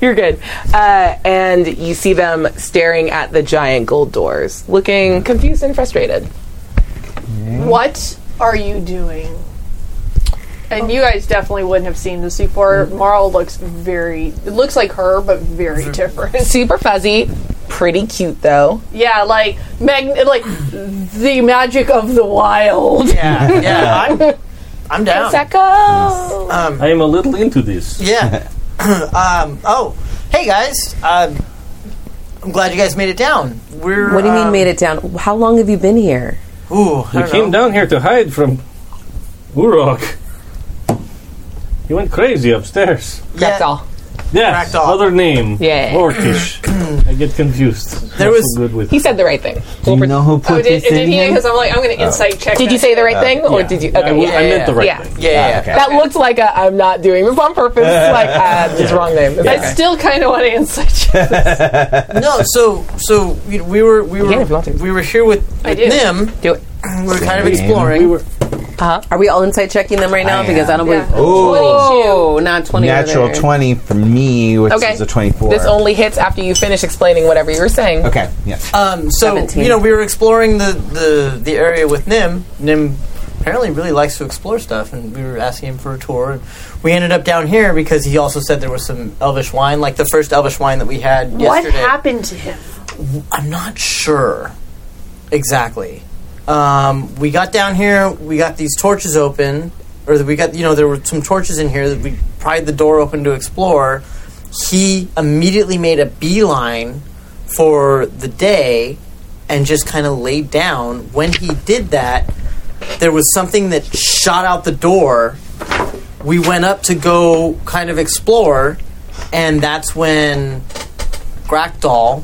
Speaker 1: You're good. Uh, and you see them staring at the giant gold doors,
Speaker 3: Hmm.
Speaker 1: looking confused and frustrated.
Speaker 6: What are you doing? And you guys definitely wouldn't have seen this before.
Speaker 7: Mm-hmm.
Speaker 6: Marl looks very. It looks like her, but very different. [LAUGHS]
Speaker 1: Super fuzzy, pretty cute though.
Speaker 6: Yeah, like mag- like the magic of the wild.
Speaker 4: Yeah, yeah. I'm, I'm down.
Speaker 1: Secco!
Speaker 4: Um,
Speaker 3: I am a little into this. [LAUGHS]
Speaker 4: yeah. [CLEARS THROAT] um, oh, hey guys. Um, I'm glad you guys made it down. We're.
Speaker 2: what do you mean
Speaker 4: um,
Speaker 2: made it down? How long have you been here?
Speaker 4: Ooh, I
Speaker 3: You
Speaker 4: don't
Speaker 3: came
Speaker 4: know.
Speaker 3: down here to hide from Urok. You went crazy upstairs.
Speaker 1: That's
Speaker 4: Yeah.
Speaker 1: all.
Speaker 3: Yes,
Speaker 4: Ragdoll.
Speaker 3: other name.
Speaker 1: Yeah.
Speaker 4: [CLEARS THROAT]
Speaker 3: Orcish. I get confused.
Speaker 4: There
Speaker 3: Not
Speaker 4: was-
Speaker 3: so good with.
Speaker 1: He said the right thing.
Speaker 7: Do you know who put
Speaker 6: Oh, did,
Speaker 7: this
Speaker 6: did
Speaker 7: in Oh.
Speaker 6: he?
Speaker 7: him?
Speaker 6: Because I'm like, I'm going to insight check.
Speaker 1: Did you
Speaker 6: that.
Speaker 1: say the right thing, or
Speaker 3: Uh, Yeah.
Speaker 1: did you?
Speaker 3: Yeah, I,
Speaker 1: Okay,
Speaker 3: w-
Speaker 1: yeah,
Speaker 3: I
Speaker 1: yeah,
Speaker 3: meant the
Speaker 1: yeah.
Speaker 3: right
Speaker 1: Yeah.
Speaker 3: thing.
Speaker 4: Yeah, yeah, yeah.
Speaker 7: okay.
Speaker 1: That looked like a, I'm not doing this on
Speaker 3: [LAUGHS]
Speaker 1: purpose. like uh, it's wrong name. It's
Speaker 6: I
Speaker 1: okay.
Speaker 6: still kind of want to insight check.
Speaker 4: No, so so you know, we were we
Speaker 1: can if you
Speaker 4: were
Speaker 1: want to.
Speaker 4: we were here with,
Speaker 6: I
Speaker 4: with
Speaker 6: do.
Speaker 4: Nim.
Speaker 1: Do it.
Speaker 4: [CLEARS THROAT] We were kind of exploring.
Speaker 3: We were
Speaker 2: Are we all inside checking them right now?
Speaker 7: I
Speaker 2: because I don't
Speaker 6: am.
Speaker 2: believe.
Speaker 6: Yeah.
Speaker 2: Oh, not twenty. over
Speaker 7: Natural
Speaker 2: there.
Speaker 7: 20 for me, which
Speaker 1: Okay.
Speaker 7: is a 24.
Speaker 1: This only hits after you finish explaining whatever you were saying.
Speaker 7: okay, yes.
Speaker 4: Um, so
Speaker 2: 17.
Speaker 4: you know we were exploring the, the the area with Nim. Nim apparently really likes to explore stuff, and we were asking him for a tour. And we ended up down here because he also said there was some Elvish wine, like the first Elvish wine that we had
Speaker 6: What
Speaker 4: yesterday.
Speaker 6: happened to him?
Speaker 4: I'm not sure exactly. Um, we got down here. We got these torches open, or we got you know there were some torches in here that we pried the door open to explore. He immediately made a beeline for the day and just kind of laid down. When he did that, there was something that shot out the door. We went up to go kind of explore, and that's when Grackdoll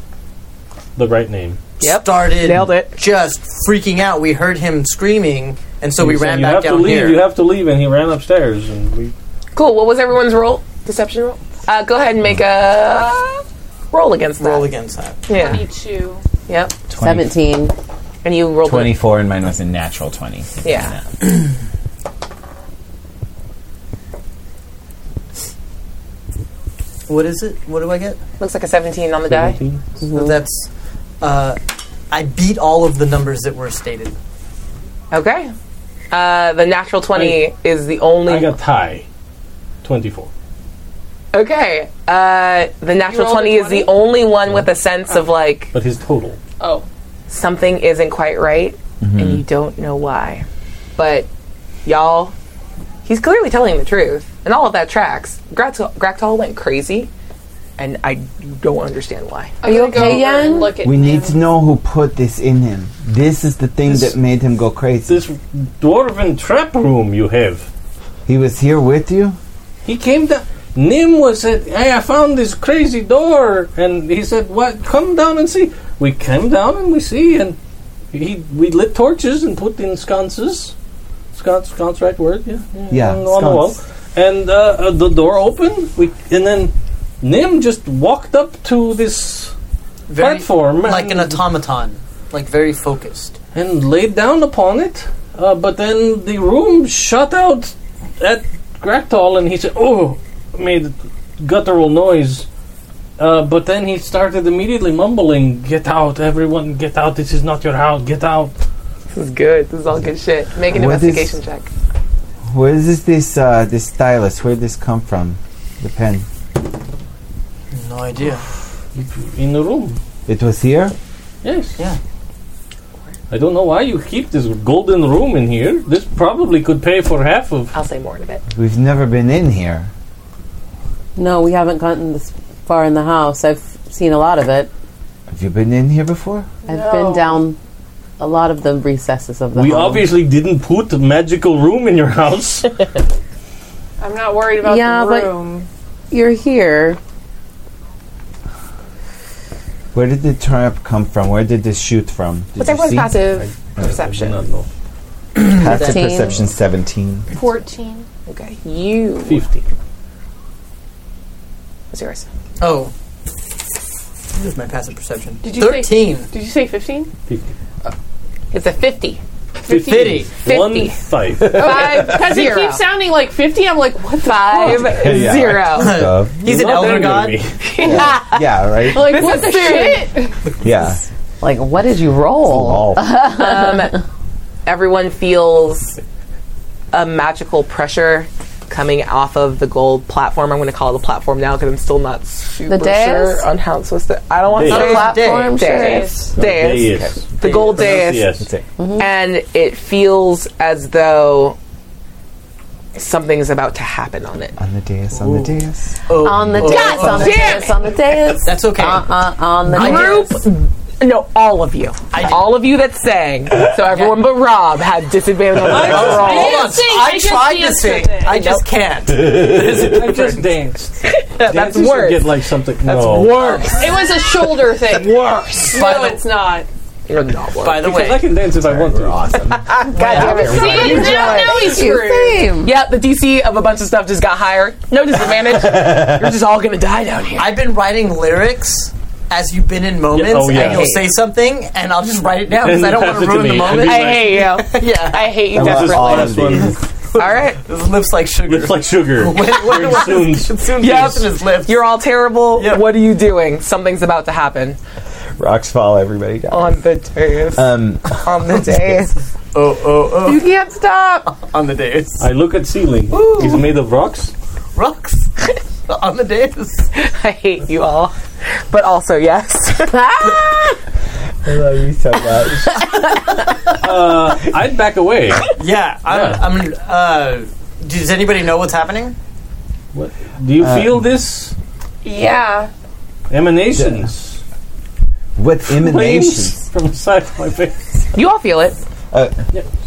Speaker 3: the right name.
Speaker 1: Yep.
Speaker 4: started
Speaker 1: Nailed it.
Speaker 4: just freaking out. We heard him screaming, and so we
Speaker 3: He said,
Speaker 4: ran
Speaker 3: you
Speaker 4: back
Speaker 3: have to
Speaker 4: down
Speaker 3: leave.
Speaker 4: here.
Speaker 3: You have to leave, and he ran upstairs, and we
Speaker 1: Cool. What was everyone's roll? Deception roll. Uh, go ahead and make a roll against that.
Speaker 4: roll against that.
Speaker 1: Yeah.
Speaker 6: Two.
Speaker 1: Yep.
Speaker 7: 20,
Speaker 2: Seventeen.
Speaker 1: And you rolled.
Speaker 7: 24, and mine was a natural 20.
Speaker 1: Yeah.
Speaker 4: What is it? What do I get?
Speaker 1: Looks like a 17 on the die.
Speaker 4: So that's uh, I beat all of the numbers that were stated.
Speaker 1: Okay. Uh, the natural 20 is the only.
Speaker 3: I got tie. Twenty-four.
Speaker 1: okay. Uh, the natural
Speaker 6: rolled a
Speaker 1: 20 is the
Speaker 6: 20?
Speaker 1: only one with a sense of like
Speaker 3: But his total.
Speaker 6: Oh.
Speaker 1: something isn't quite right
Speaker 3: Mm-hmm.
Speaker 1: and you don't know why. But y'all, he's clearly telling the truth and all of that tracks. Gractol Gractol went crazy and I don't understand why.
Speaker 6: Are you
Speaker 2: okay, Jan?
Speaker 6: Look at
Speaker 7: We
Speaker 6: him.
Speaker 7: need to know who put this in him. This is the thing
Speaker 3: This-
Speaker 7: that made him go crazy.
Speaker 3: This dwarven trap room you have.
Speaker 7: He was here with you?
Speaker 3: He came down. Nim was at. Hey, I found this crazy door, and he said, "What? Come down and see." We came down and we see, and he we lit torches and put in sconces. Sconce, sconce, right word? Yeah,
Speaker 7: Yeah,
Speaker 3: On, on the wall,
Speaker 7: sconce.
Speaker 3: and uh, uh, the door opened. We and then Nim just walked up to this
Speaker 4: Very
Speaker 3: platform,
Speaker 4: like an
Speaker 3: and,
Speaker 4: automaton, like very focused.
Speaker 3: and laid down upon it. Uh, but then the room shut out at Gractol, and he said, "Oh," made a guttural noise. Uh, but then he started immediately mumbling, "Get out, everyone! Get out! This is not your house! Get out!"
Speaker 1: This is good. This is all good shit. Make an
Speaker 7: What is-
Speaker 1: investigation check.
Speaker 7: Where is this this, uh, this stylus? Where did this come from? The pen.
Speaker 4: No idea.
Speaker 3: In the room,
Speaker 7: It was here?
Speaker 3: yes.
Speaker 4: Yeah.
Speaker 3: I don't know why you keep this golden room in here. This probably could pay for half of.
Speaker 1: I'll say more in a bit.
Speaker 7: We've never been in here.
Speaker 2: No, we haven't gotten this far in the house. I've seen a lot of it.
Speaker 7: Have you been in here before?
Speaker 2: I've
Speaker 6: No.
Speaker 2: been down a lot of the recesses of the
Speaker 3: We
Speaker 2: home.
Speaker 3: obviously didn't put magical room in your
Speaker 2: [LAUGHS]
Speaker 3: house.
Speaker 6: I'm not worried about
Speaker 2: Yeah,
Speaker 6: the
Speaker 2: but-
Speaker 6: room.
Speaker 2: You're here.
Speaker 7: Where did the turnip come from? Where did this shoot from? Did
Speaker 1: What's
Speaker 7: you
Speaker 1: everyone's
Speaker 7: see?
Speaker 1: passive
Speaker 3: I do
Speaker 1: perception?
Speaker 3: not know.
Speaker 7: Passive
Speaker 2: 15.
Speaker 7: perception 17.
Speaker 6: 14.
Speaker 1: Okay. You.
Speaker 3: Fifty.
Speaker 1: What's yours?
Speaker 4: Oh. What is my passive perception?
Speaker 6: Did you say-
Speaker 4: 13.
Speaker 6: Did you say 15?
Speaker 1: It's a 50.
Speaker 4: 50.
Speaker 3: One five.
Speaker 1: Five,
Speaker 6: Oh, Because it
Speaker 1: zero.
Speaker 6: keeps sounding like 50, I'm like, what the
Speaker 1: Five,
Speaker 7: Yeah.
Speaker 1: zero.
Speaker 7: Uh,
Speaker 1: [LAUGHS]
Speaker 4: He's an
Speaker 3: Not
Speaker 4: elder
Speaker 3: angry
Speaker 4: god.
Speaker 3: me.
Speaker 7: yeah, right?
Speaker 6: Like,
Speaker 1: This
Speaker 6: what
Speaker 1: is
Speaker 6: the
Speaker 1: serious.
Speaker 6: shit?
Speaker 7: Yeah.
Speaker 2: Like, what did you roll?
Speaker 7: Oh.
Speaker 1: Um, everyone feels a magical pressure coming off of the gold platform. I'm going to call it the platform now because I'm still not super
Speaker 2: The dais?
Speaker 1: sure on how it's supposed to. I don't want to
Speaker 3: Dais.
Speaker 1: say
Speaker 2: Platform, sure.
Speaker 1: dais. Dais.
Speaker 3: Yes.
Speaker 1: The gold dais.
Speaker 3: Yes.
Speaker 2: Mm-hmm.
Speaker 1: and it feels as though something's about to happen on it.
Speaker 7: On the dais, on the dais.
Speaker 4: Oh.
Speaker 2: On the
Speaker 4: oh,
Speaker 2: dais,
Speaker 4: oh,
Speaker 2: on the
Speaker 1: damn
Speaker 2: dais, on the dais.
Speaker 4: That's okay.
Speaker 2: Uh, uh, on the dais.
Speaker 1: Group, no, all of you, all of you that sang. So everyone but Rob had disadvantage on the
Speaker 4: Oh,
Speaker 1: roll.
Speaker 4: hold on.
Speaker 6: didn't sing, I
Speaker 4: I
Speaker 6: just
Speaker 4: tried to
Speaker 6: danced
Speaker 4: sing.
Speaker 6: with it.
Speaker 4: I just can't. [LAUGHS]
Speaker 3: I just [LAUGHS] danced.
Speaker 1: That's
Speaker 3: Dances should Get
Speaker 1: worse.
Speaker 3: like something.
Speaker 1: That's
Speaker 3: no.
Speaker 1: worse.
Speaker 6: It was a shoulder thing.
Speaker 1: Worse.
Speaker 6: no, it's not.
Speaker 1: You're not worse.
Speaker 4: By the
Speaker 3: Because I
Speaker 4: way,
Speaker 3: can dance if I want to.
Speaker 1: Ah, God damn it.
Speaker 6: See, now, now he's screwed.
Speaker 2: Same.
Speaker 1: Yeah, the DC of a bunch of stuff just got higher. No [LAUGHS] disadvantage. You're just all gonna die down here.
Speaker 4: I've been writing lyrics as you've been in moments,
Speaker 3: oh, yeah.
Speaker 4: and you'll say something, and I'll just write it down because
Speaker 3: And [LAUGHS]
Speaker 4: I don't
Speaker 3: pass
Speaker 4: want to
Speaker 3: it to
Speaker 4: ruin the
Speaker 3: me.
Speaker 4: moment.
Speaker 1: I hate you.
Speaker 4: yeah,
Speaker 1: I hate you
Speaker 7: That was
Speaker 1: desperately.
Speaker 7: all
Speaker 1: All
Speaker 7: of
Speaker 3: Last one.
Speaker 1: right,
Speaker 4: lips like sugar.
Speaker 3: It's like sugar.
Speaker 4: When- [LAUGHS] when it was-
Speaker 3: Soon.
Speaker 4: soon
Speaker 1: Yep.
Speaker 4: it's in his lips.
Speaker 1: you're all terrible.
Speaker 4: Yeah.
Speaker 1: What are you doing? Something's about to happen
Speaker 7: Rocks fall, everybody down.
Speaker 1: on the dais.
Speaker 7: Um,
Speaker 1: on the dais.
Speaker 4: oh, oh, oh.
Speaker 1: Uh, [LAUGHS] You can't stop.
Speaker 4: on the dais.
Speaker 3: I look at ceiling. Is it made of rocks?
Speaker 4: Rocks. [LAUGHS] on the dais.
Speaker 1: [LAUGHS] I hate you all, but also [LAUGHS] yes.
Speaker 7: I love you so [LAUGHS] much.
Speaker 3: Uh, I'd back away.
Speaker 4: Yeah, I'm.
Speaker 3: Yeah.
Speaker 4: I'm uh, does anybody know what's happening?
Speaker 3: What? Do you feel this
Speaker 7: Um,
Speaker 6: Yeah.
Speaker 3: emanations?
Speaker 7: What
Speaker 3: Flames
Speaker 7: emanations?
Speaker 3: from the side of my face.
Speaker 1: you all feel it.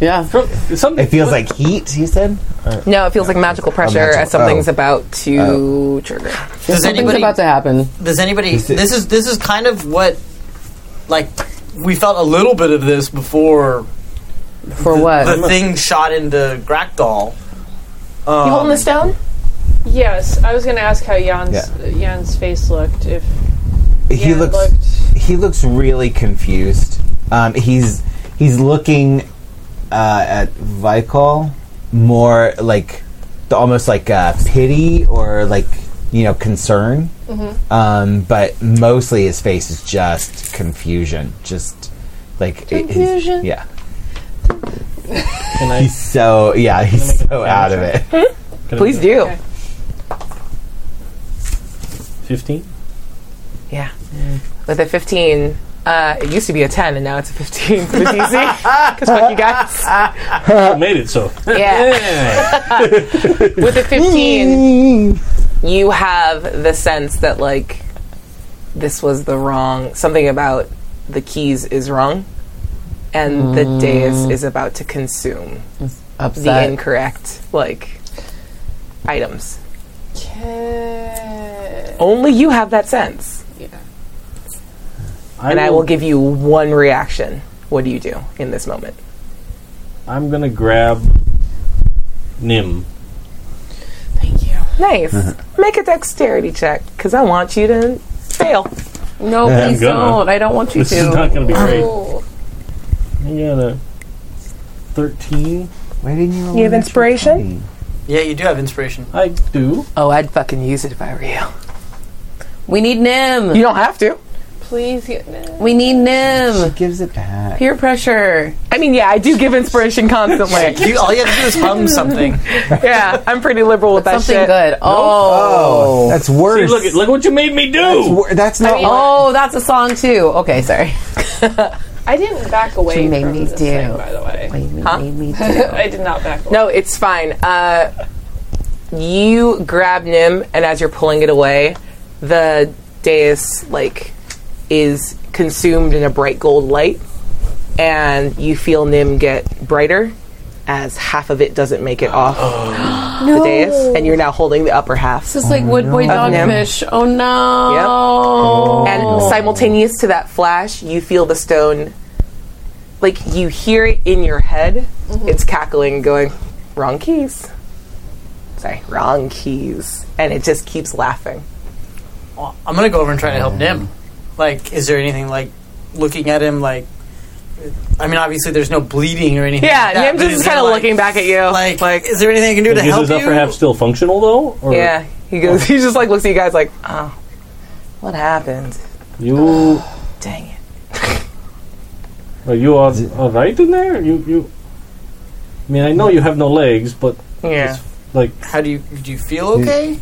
Speaker 2: Yeah.
Speaker 3: From- Something.
Speaker 7: It feels
Speaker 3: what-
Speaker 7: like heat, you said?
Speaker 1: No, it feels like magical pressure
Speaker 7: magical-
Speaker 1: as something's
Speaker 7: oh.
Speaker 1: about to trigger.
Speaker 4: Does
Speaker 2: Something's
Speaker 4: anybody?
Speaker 2: about to happen.
Speaker 4: does anybody? This is this is kind of what, like, we felt a little bit of this before
Speaker 2: For what?
Speaker 4: the thing shot into Grakdal. Um,
Speaker 1: stone?
Speaker 6: Yes. I was going to ask how Jan's,
Speaker 7: Yeah.
Speaker 6: Jan's face looked. If
Speaker 7: He
Speaker 6: Jan
Speaker 7: looks
Speaker 6: looked.
Speaker 7: he looks really confused. Um, he's he's looking uh, at Vikal more like the, almost like uh, pity or like you know concern,
Speaker 1: Mm-hmm.
Speaker 7: um, but mostly his face is just confusion, just like it- his-
Speaker 6: Confusion.
Speaker 7: yeah,
Speaker 3: Can I,
Speaker 7: he's so yeah, he's so out of it.
Speaker 3: can I
Speaker 1: Please do.
Speaker 6: Okay.
Speaker 3: 15?
Speaker 1: Yeah. With a 15, uh, it used to be a 10, and now it's a 15 for the
Speaker 2: [LAUGHS]
Speaker 1: DC. Because fuck you guys.
Speaker 3: I made it so.
Speaker 1: Yeah. With a 15, you have the sense that, like, this was the wrong. Something about the keys is wrong, and
Speaker 2: Mm.
Speaker 1: the dais is about to consume the
Speaker 2: Upset.
Speaker 1: incorrect, like, items.
Speaker 6: Can-
Speaker 1: Only you have that sense. And I will give you one reaction. What do you do in this moment?
Speaker 3: I'm gonna grab Nim.
Speaker 6: Thank you.
Speaker 1: Nice. Make a dexterity check, because I want you to fail.
Speaker 2: No, please
Speaker 3: gonna.
Speaker 2: don't. I don't want you
Speaker 3: This
Speaker 2: to.
Speaker 3: is not gonna be great.
Speaker 6: Oh.
Speaker 3: I got a 13.
Speaker 7: Why didn't you?
Speaker 1: You have inspiration?
Speaker 4: Yeah, you do have inspiration.
Speaker 3: I do.
Speaker 1: Oh, I'd fucking use it if I were you.
Speaker 2: we need Nim.
Speaker 1: You don't have to.
Speaker 6: Please get no.
Speaker 2: We need Nim.
Speaker 7: Gives it back.
Speaker 2: Peer pressure.
Speaker 1: I mean, yeah, I do give inspiration [LAUGHS] constantly.
Speaker 4: You, all you have to do is
Speaker 1: [LAUGHS]
Speaker 4: hum something.
Speaker 1: yeah, I'm pretty liberal with that
Speaker 2: Something
Speaker 1: shit.
Speaker 2: good. Oh.
Speaker 7: Oh, that's
Speaker 3: See,
Speaker 7: worse.
Speaker 3: look at look what you made me do.
Speaker 7: Wor- that's not.
Speaker 2: oh. that's a song too. Okay, sorry.
Speaker 6: I didn't back away
Speaker 2: you made
Speaker 6: from
Speaker 2: me
Speaker 6: this
Speaker 2: do.
Speaker 6: thing, by the way. [LAUGHS]
Speaker 2: Wait, me,
Speaker 1: Huh?
Speaker 2: me, me too.
Speaker 6: I did not back away.
Speaker 1: No, it's fine. Uh, you grab Nim, and as you're pulling it away, the dais like is consumed in a bright gold light, and you feel Nim get brighter as half of it doesn't make it off [GASPS] the dais, and you're now holding the upper half.
Speaker 2: This is like Wood Boy Dogfish. Oh no.
Speaker 1: And simultaneous to that flash, you feel the stone, like you hear it in your head. It's cackling, going, wrong keys. Sorry, wrong keys. And it just keeps laughing.
Speaker 4: Well, I'm gonna go over and try to help Nim. Like, is there anything like looking at him? Like, I mean, obviously there's no bleeding or anything.
Speaker 1: Yeah,
Speaker 4: like that,
Speaker 1: Nim's
Speaker 4: but
Speaker 1: just
Speaker 4: is there,
Speaker 1: kinda
Speaker 4: like-
Speaker 1: looking back at you,
Speaker 4: Like,
Speaker 1: like-
Speaker 4: is there anything I can do to
Speaker 3: Is
Speaker 4: help
Speaker 3: his
Speaker 4: you?
Speaker 3: upper half still functional though? Or
Speaker 1: Yeah. He goes, he just like looks at you guys like, oh, what happened?
Speaker 3: You
Speaker 1: Dang it.
Speaker 3: are you all, all right in there? You you. I mean, I know you have no legs, but
Speaker 1: Yeah.
Speaker 3: like
Speaker 4: How do you do? You feel
Speaker 3: Hmm.
Speaker 4: okay?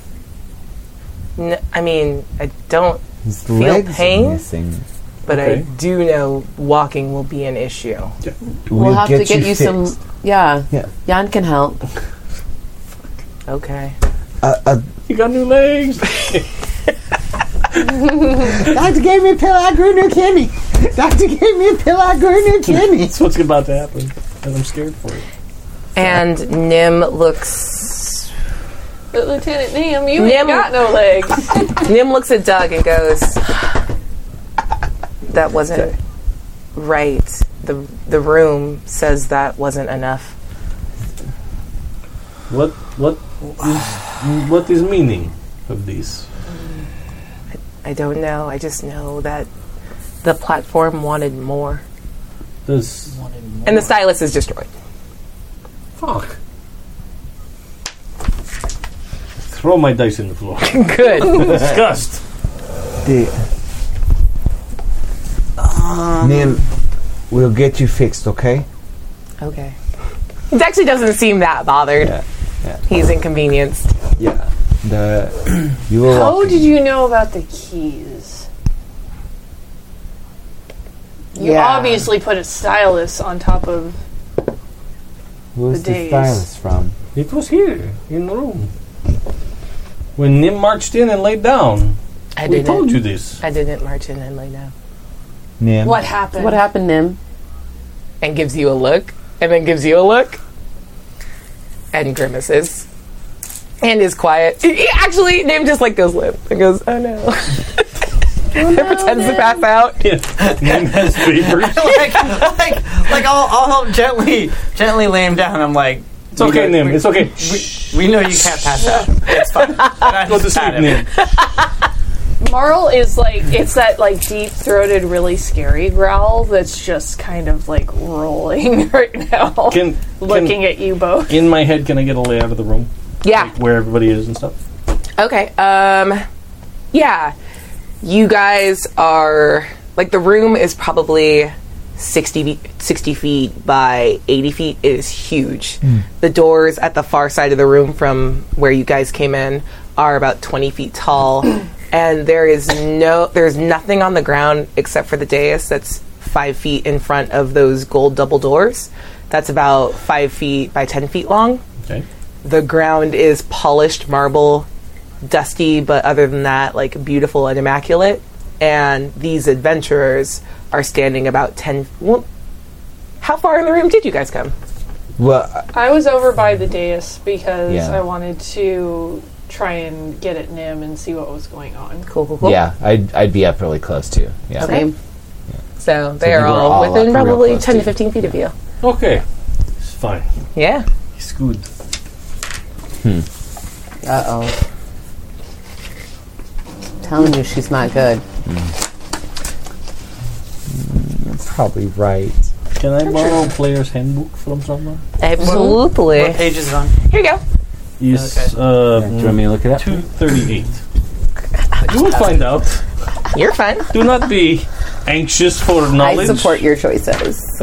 Speaker 4: [LAUGHS]
Speaker 1: N- I mean, I don't,
Speaker 7: His legs are
Speaker 1: pain?
Speaker 7: missing.
Speaker 1: but
Speaker 3: Okay.
Speaker 1: I do know walking will be an issue.
Speaker 2: We'll, have to get you, some. Yeah.
Speaker 7: Yeah.
Speaker 2: Jan can help.
Speaker 1: Okay.
Speaker 7: Uh, uh,
Speaker 3: you got new legs.
Speaker 7: Doctor gave me a pill. I grew new kidney. Doctor gave me a pill. I grew new kidney.
Speaker 3: That's what's about to happen, and I'm scared for it.
Speaker 1: And Nim looks
Speaker 6: But Lieutenant Nam, you
Speaker 1: Nam-
Speaker 6: ain't got no legs.
Speaker 1: Nim looks at Doug and goes, "That wasn't right. the The room says that wasn't enough.
Speaker 3: What what is what is meaning of this?
Speaker 1: I don't know. I just know that the platform wanted more,
Speaker 3: Does
Speaker 1: and the stylus is destroyed.
Speaker 3: fuck? Throw my dice in the floor.
Speaker 1: [LAUGHS]
Speaker 3: [LAUGHS]
Speaker 1: Good.
Speaker 3: Disgust.
Speaker 7: The, Neil, we'll get you fixed, okay?
Speaker 1: okay. It actually doesn't seem that bothered.
Speaker 7: Yeah, yeah.
Speaker 1: He's inconvenienced.
Speaker 7: Yeah. The [CLEARS THROAT] you will.
Speaker 6: How
Speaker 7: walk-
Speaker 6: did you know about the keys? You
Speaker 1: Yeah.
Speaker 6: obviously put a stylus on top of.
Speaker 7: Who's
Speaker 6: the
Speaker 7: the,
Speaker 6: days?
Speaker 7: stylus from?
Speaker 3: It was here in the room when Nim marched in and laid down.
Speaker 1: I
Speaker 3: we told
Speaker 1: didn't.
Speaker 3: you this.
Speaker 1: I didn't march in and lay down.
Speaker 7: Nim.
Speaker 6: What happened?
Speaker 2: What happened, Nim?
Speaker 1: And gives you a look, and then gives you a look, and grimaces, and is quiet. Actually, Nim just like goes limp and goes, "Oh no." [LAUGHS] and pretends to pass out.
Speaker 3: Yeah. [LAUGHS] Nim has vapors.
Speaker 4: like, like, like I'll, I'll help gently, gently lay him down. I'm like,
Speaker 3: It's okay, Nim. It's okay.
Speaker 4: we know you can't pass out.
Speaker 3: [LAUGHS]
Speaker 4: It's fine. And I
Speaker 3: Go to
Speaker 4: just pat
Speaker 3: sleep,
Speaker 4: him.
Speaker 3: Nim.
Speaker 6: Marl is like it's that like deep throated, really scary growl that's just kind of like rolling [LAUGHS] right now,
Speaker 3: Can,
Speaker 6: looking
Speaker 3: can
Speaker 6: at you both.
Speaker 3: in my head, can I get a lay out of the room
Speaker 1: Yeah.
Speaker 3: where everybody is and stuff?
Speaker 1: Okay. Um yeah. You guys are like the room is probably 60 fe- 60 feet by 80 feet It is huge. The doors at the far side of the room from where you guys came in are about 20 feet tall and there is no there's nothing on the ground except for the dais that's 5 feet in front of those gold double doors. That's about 5 feet by 10 feet long.
Speaker 3: Okay.
Speaker 1: The ground is polished marble, dusty, but other than that, like beautiful and immaculate. And these adventurers are standing about 10. Well, how far in the room did you guys come?
Speaker 7: Well, uh,
Speaker 6: I was over by the dais because
Speaker 7: Yeah.
Speaker 6: I wanted to try and get at Nim and see what was going on.
Speaker 1: Cool, cool, cool.
Speaker 8: Yeah, I'd, I'd be up really close too. Yeah.
Speaker 2: Same.
Speaker 1: So they are
Speaker 8: people are
Speaker 1: all,
Speaker 8: all
Speaker 1: within
Speaker 8: up real
Speaker 1: probably
Speaker 8: close
Speaker 1: 10 to
Speaker 8: to
Speaker 1: 15 feet of you.
Speaker 3: Okay. It's fine.
Speaker 1: Yeah.
Speaker 3: It's good.
Speaker 2: Uh oh. Telling you she's not good.
Speaker 7: you're probably right.
Speaker 3: Can I borrow player's handbook from someone?
Speaker 1: Absolutely.
Speaker 4: What page is it on?
Speaker 1: Here you go.
Speaker 3: Is
Speaker 4: Okay.
Speaker 3: uh,
Speaker 8: Do you want me to look it up?
Speaker 3: two thirty-eight. You will find out.
Speaker 1: You're fine.
Speaker 3: Do not be anxious for knowledge.
Speaker 2: I support your choices.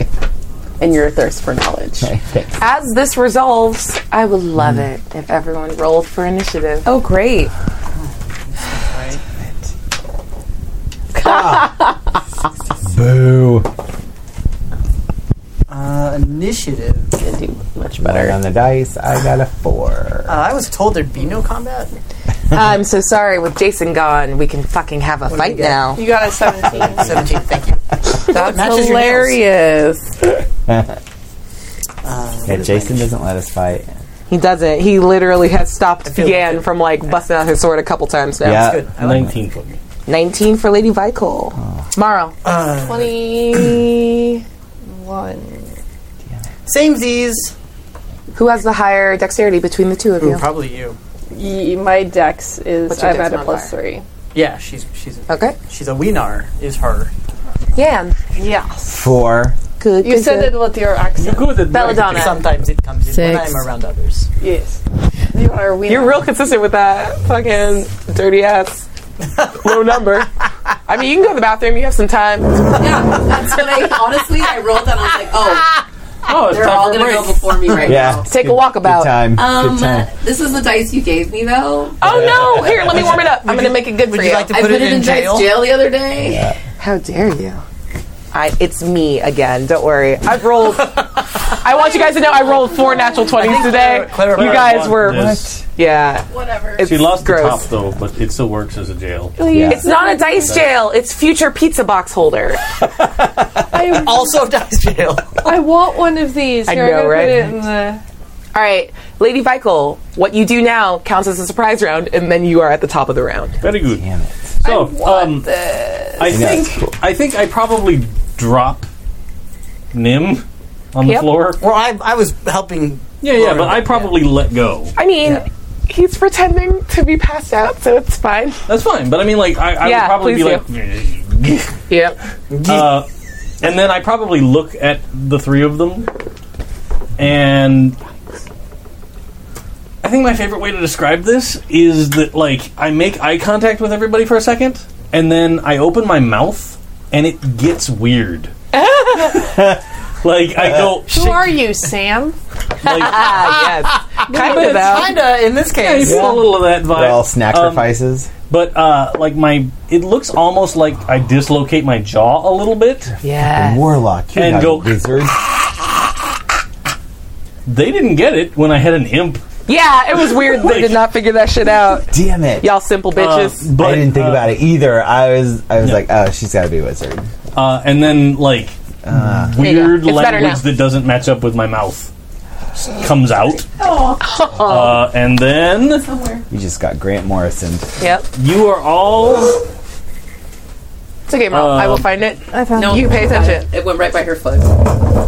Speaker 2: [LAUGHS] and your thirst for knowledge.
Speaker 1: As this resolves, I would love it if everyone rolled for initiative.
Speaker 2: Oh, great.
Speaker 7: Boom. Boo.
Speaker 4: Uh, initiative.
Speaker 2: Can't do much
Speaker 7: Better
Speaker 2: better.
Speaker 7: on the dice. I got a four.
Speaker 4: Uh, I was told there'd be no combat.
Speaker 1: I'm so sorry. With Jason gone, we can fucking have a
Speaker 4: fight
Speaker 1: fight
Speaker 4: you
Speaker 1: now.
Speaker 4: got?
Speaker 6: You got a 17.
Speaker 4: 17, thank you.
Speaker 2: That's
Speaker 4: Matches your nails.
Speaker 2: [LAUGHS] hilarious.
Speaker 4: Uh,
Speaker 7: Yeah, Jason doesn't let us fight.
Speaker 1: He doesn't. He literally has stopped
Speaker 4: feel
Speaker 1: Yan
Speaker 4: like it.
Speaker 1: from like busting out his sword a couple times now.
Speaker 7: yeah.
Speaker 4: good. I like
Speaker 3: 19 for me.
Speaker 1: 19 for Lady Vicol. Morrow.
Speaker 4: uh,
Speaker 6: 21.
Speaker 4: Same Z's.
Speaker 1: Who has the higher dexterity between the two of you?
Speaker 4: Probably you.
Speaker 6: Ye- my dex is
Speaker 1: What's your
Speaker 6: I'm
Speaker 1: dex
Speaker 6: at
Speaker 1: modifier?
Speaker 6: a plus three.
Speaker 4: Yeah, she's
Speaker 1: [LAUGHS]
Speaker 4: she's
Speaker 1: Okay.
Speaker 4: she's a wiener. Is her
Speaker 1: Yan.
Speaker 6: Yes.
Speaker 7: Four.
Speaker 1: Good.
Speaker 6: You
Speaker 1: good,
Speaker 6: said
Speaker 1: good.
Speaker 6: it with your accent.
Speaker 3: Good at
Speaker 1: Belladonna.
Speaker 4: sometimes it comes in when
Speaker 2: Six.
Speaker 4: I'm around others.
Speaker 6: Yes. You are we
Speaker 1: You're real consistent with that fucking dirty ass low number. I mean, you can go to the bathroom. You have some time.
Speaker 2: Yeah, that's what I honestly I rolled that. I was like, oh,
Speaker 3: Oh, it's
Speaker 2: they're
Speaker 3: time
Speaker 2: all
Speaker 3: for
Speaker 2: gonna
Speaker 3: break.
Speaker 2: go before me right [LAUGHS]
Speaker 7: Yeah.
Speaker 2: now.
Speaker 1: Take a
Speaker 7: Good-
Speaker 1: walkabout.
Speaker 7: Good time.
Speaker 2: Um,
Speaker 7: good time.
Speaker 2: this is the dice you gave me though.
Speaker 1: Oh no! Here, let me warm it up. I'm gonna make it good for
Speaker 4: Would
Speaker 1: you.
Speaker 4: you like to
Speaker 2: I
Speaker 4: put it in
Speaker 2: dice
Speaker 4: jail?
Speaker 2: jail the other day.
Speaker 1: How dare you? I, it's me again. Don't worry. I've rolled. [LAUGHS] I want you guys to know I rolled four natural twenties today.
Speaker 4: Clara- Clara
Speaker 1: You guys
Speaker 3: Won
Speaker 1: were,
Speaker 3: this.
Speaker 1: yeah.
Speaker 2: Whatever.
Speaker 1: It's
Speaker 3: She lost the
Speaker 1: gross.
Speaker 3: top though, but it still works as a jail.
Speaker 7: Yeah.
Speaker 1: It's not a dice jail. It's future pizza box holder.
Speaker 6: I,
Speaker 4: [LAUGHS] Also dies jail.
Speaker 6: I want one of these.
Speaker 1: I
Speaker 6: Here,
Speaker 1: know,
Speaker 6: I'm gonna
Speaker 1: right?
Speaker 6: Put it in the,
Speaker 1: All right, Lady Vikel. What you do now counts as a surprise round, and then you are at the top of the round.
Speaker 3: Very good.
Speaker 7: Damn it.
Speaker 3: So, um, I think I think I probably drop Nim on
Speaker 1: Yep.
Speaker 3: the floor.
Speaker 4: Well, I, I was helping.
Speaker 3: Yeah, yeah, but I probably let go.
Speaker 1: I mean, he's pretending to be passed out, so it's fine.
Speaker 3: That's fine. But I mean, like, I, I
Speaker 1: Yeah,
Speaker 3: would probably be
Speaker 1: please [LAUGHS]
Speaker 3: like, [LAUGHS]
Speaker 1: Yep.
Speaker 3: uh, and then I probably look at the three of them, and I think my favorite way to describe this is that like I make eye contact with everybody for a second, and then I open my mouth, and it gets weird. like I go,
Speaker 6: who are you, Sam?
Speaker 3: like,
Speaker 1: Ah, [LAUGHS] yes. kind of. though.
Speaker 4: Kinda in this
Speaker 3: I
Speaker 4: case.
Speaker 3: feel a little of that vibe.
Speaker 7: We're all snack
Speaker 3: Um,
Speaker 7: sacrifices.
Speaker 3: but uh, like my, it looks almost like I dislocate my jaw a little bit.
Speaker 1: Yeah.
Speaker 7: Warlock. You
Speaker 3: And
Speaker 7: and
Speaker 3: go-
Speaker 7: go. Wizard.
Speaker 3: They didn't get it when I had an imp.
Speaker 1: Yeah. It was weird. They did not figure that shit out.
Speaker 7: Damn it.
Speaker 1: Y'all simple bitches.
Speaker 3: Uh, but,
Speaker 7: I didn't think
Speaker 3: uh,
Speaker 7: about it either. I was, I was like, oh, she's got to be a wizard.
Speaker 3: Uh, and then like
Speaker 1: you go.
Speaker 3: weird
Speaker 1: It's better
Speaker 3: language
Speaker 1: now.
Speaker 3: that doesn't match up with my mouth comes out. Uh,
Speaker 1: [LAUGHS]
Speaker 3: and then
Speaker 7: You just got Grant Morrison.
Speaker 1: yep.
Speaker 3: you are all
Speaker 1: It's okay, Mom. I will find it. I found no, You pay attention.
Speaker 2: It went right by her foot.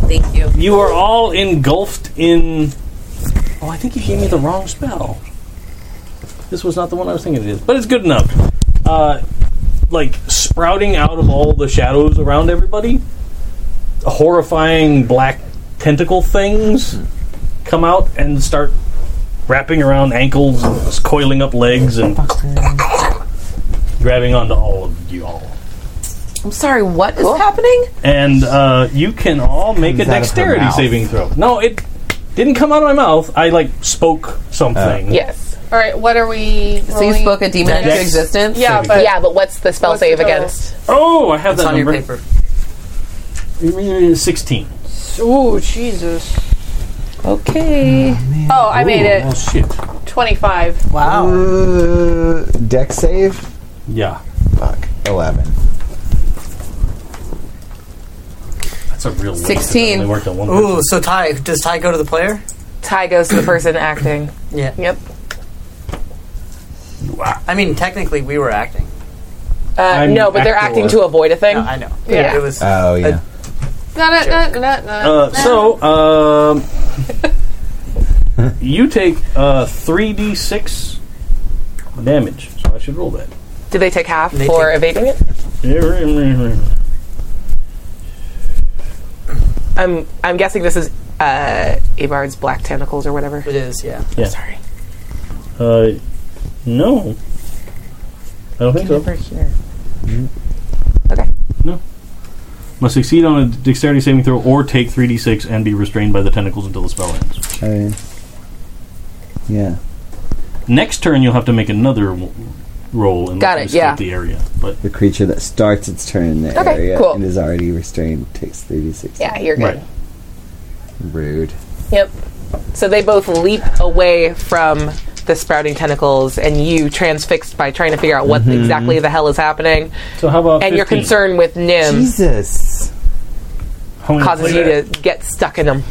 Speaker 2: Thank you.
Speaker 3: you are all engulfed in. Oh, I think you gave me the wrong spell. This was not the one I was thinking it is, but it's good enough. Uh, like sprouting out of all the shadows around everybody, horrifying black tentacle things come out and start wrapping around ankles, and coiling up legs, and grabbing onto all of you all.
Speaker 2: I'm sorry. What is happening?
Speaker 3: And uh, you can all make a
Speaker 7: Comes out of her
Speaker 3: dexterity
Speaker 7: mouth.
Speaker 3: saving throw. No, it didn't come out of my mouth. I like spoke something.
Speaker 1: Yes.
Speaker 6: All right, what are we?
Speaker 2: So you
Speaker 6: rolling?
Speaker 2: spoke a demon into
Speaker 4: Dex.
Speaker 2: existence?
Speaker 6: Yeah, but
Speaker 1: yeah, but what's the spell
Speaker 6: what's the
Speaker 1: save
Speaker 6: total?
Speaker 1: against?
Speaker 3: Oh, I have
Speaker 4: It's
Speaker 3: that
Speaker 4: on your
Speaker 3: number.
Speaker 4: paper.
Speaker 3: Sixteen.
Speaker 6: Ooh, Jesus.
Speaker 2: Okay.
Speaker 6: Oh, I made
Speaker 3: Oh
Speaker 6: it.
Speaker 3: shit.
Speaker 6: Twenty-five.
Speaker 4: Wow.
Speaker 7: Uh, deck save?
Speaker 3: Yeah,
Speaker 7: Fuck. 11.
Speaker 3: that's a real. waste. It
Speaker 2: 16.
Speaker 3: only worked on one
Speaker 4: Ooh,
Speaker 3: person.
Speaker 4: so Ty does Ty go to the player?
Speaker 1: Ty goes to the person acting.
Speaker 4: Yeah.
Speaker 1: Yep.
Speaker 4: I mean, technically we were acting.
Speaker 1: Uh,
Speaker 3: I'm
Speaker 1: no, but they're
Speaker 3: actor.
Speaker 1: acting to avoid a thing.
Speaker 4: No, I know.
Speaker 6: Yeah.
Speaker 4: It was.
Speaker 7: Oh, yeah.
Speaker 6: No, no, no, no, no.
Speaker 3: Uh, so, um, you take uh, three d six damage. So I should roll that.
Speaker 1: Do they take half
Speaker 4: They
Speaker 1: for
Speaker 4: take-
Speaker 1: evading it? I'm I'm guessing this is uh, Abard's black tentacles or whatever.
Speaker 4: It is. Yeah.
Speaker 3: Yeah.
Speaker 1: Sorry.
Speaker 3: Uh, no. I don't think so.
Speaker 1: Over here.
Speaker 3: Must succeed on a dexterity saving throw or take 3d6 and be restrained by the tentacles until the spell ends.
Speaker 7: I mean, yeah.
Speaker 3: Next turn, you'll have to make another w- roll and
Speaker 1: Got
Speaker 3: let
Speaker 1: it,
Speaker 3: you
Speaker 1: yeah.
Speaker 3: scope the area. But
Speaker 9: The creature that starts its turn in the
Speaker 1: Okay,
Speaker 9: area
Speaker 1: cool.
Speaker 9: and is already restrained takes 36.
Speaker 1: Yeah, you're good.
Speaker 3: right,
Speaker 9: Rude.
Speaker 1: Yep. So they both leap away from the sprouting tentacles, and you transfixed by trying to figure out what exactly the hell is happening,
Speaker 3: so how about
Speaker 1: and your
Speaker 3: 15?
Speaker 1: concern with Nim
Speaker 9: Jesus.
Speaker 3: How many
Speaker 1: causes you
Speaker 3: players?
Speaker 1: to get stuck in them.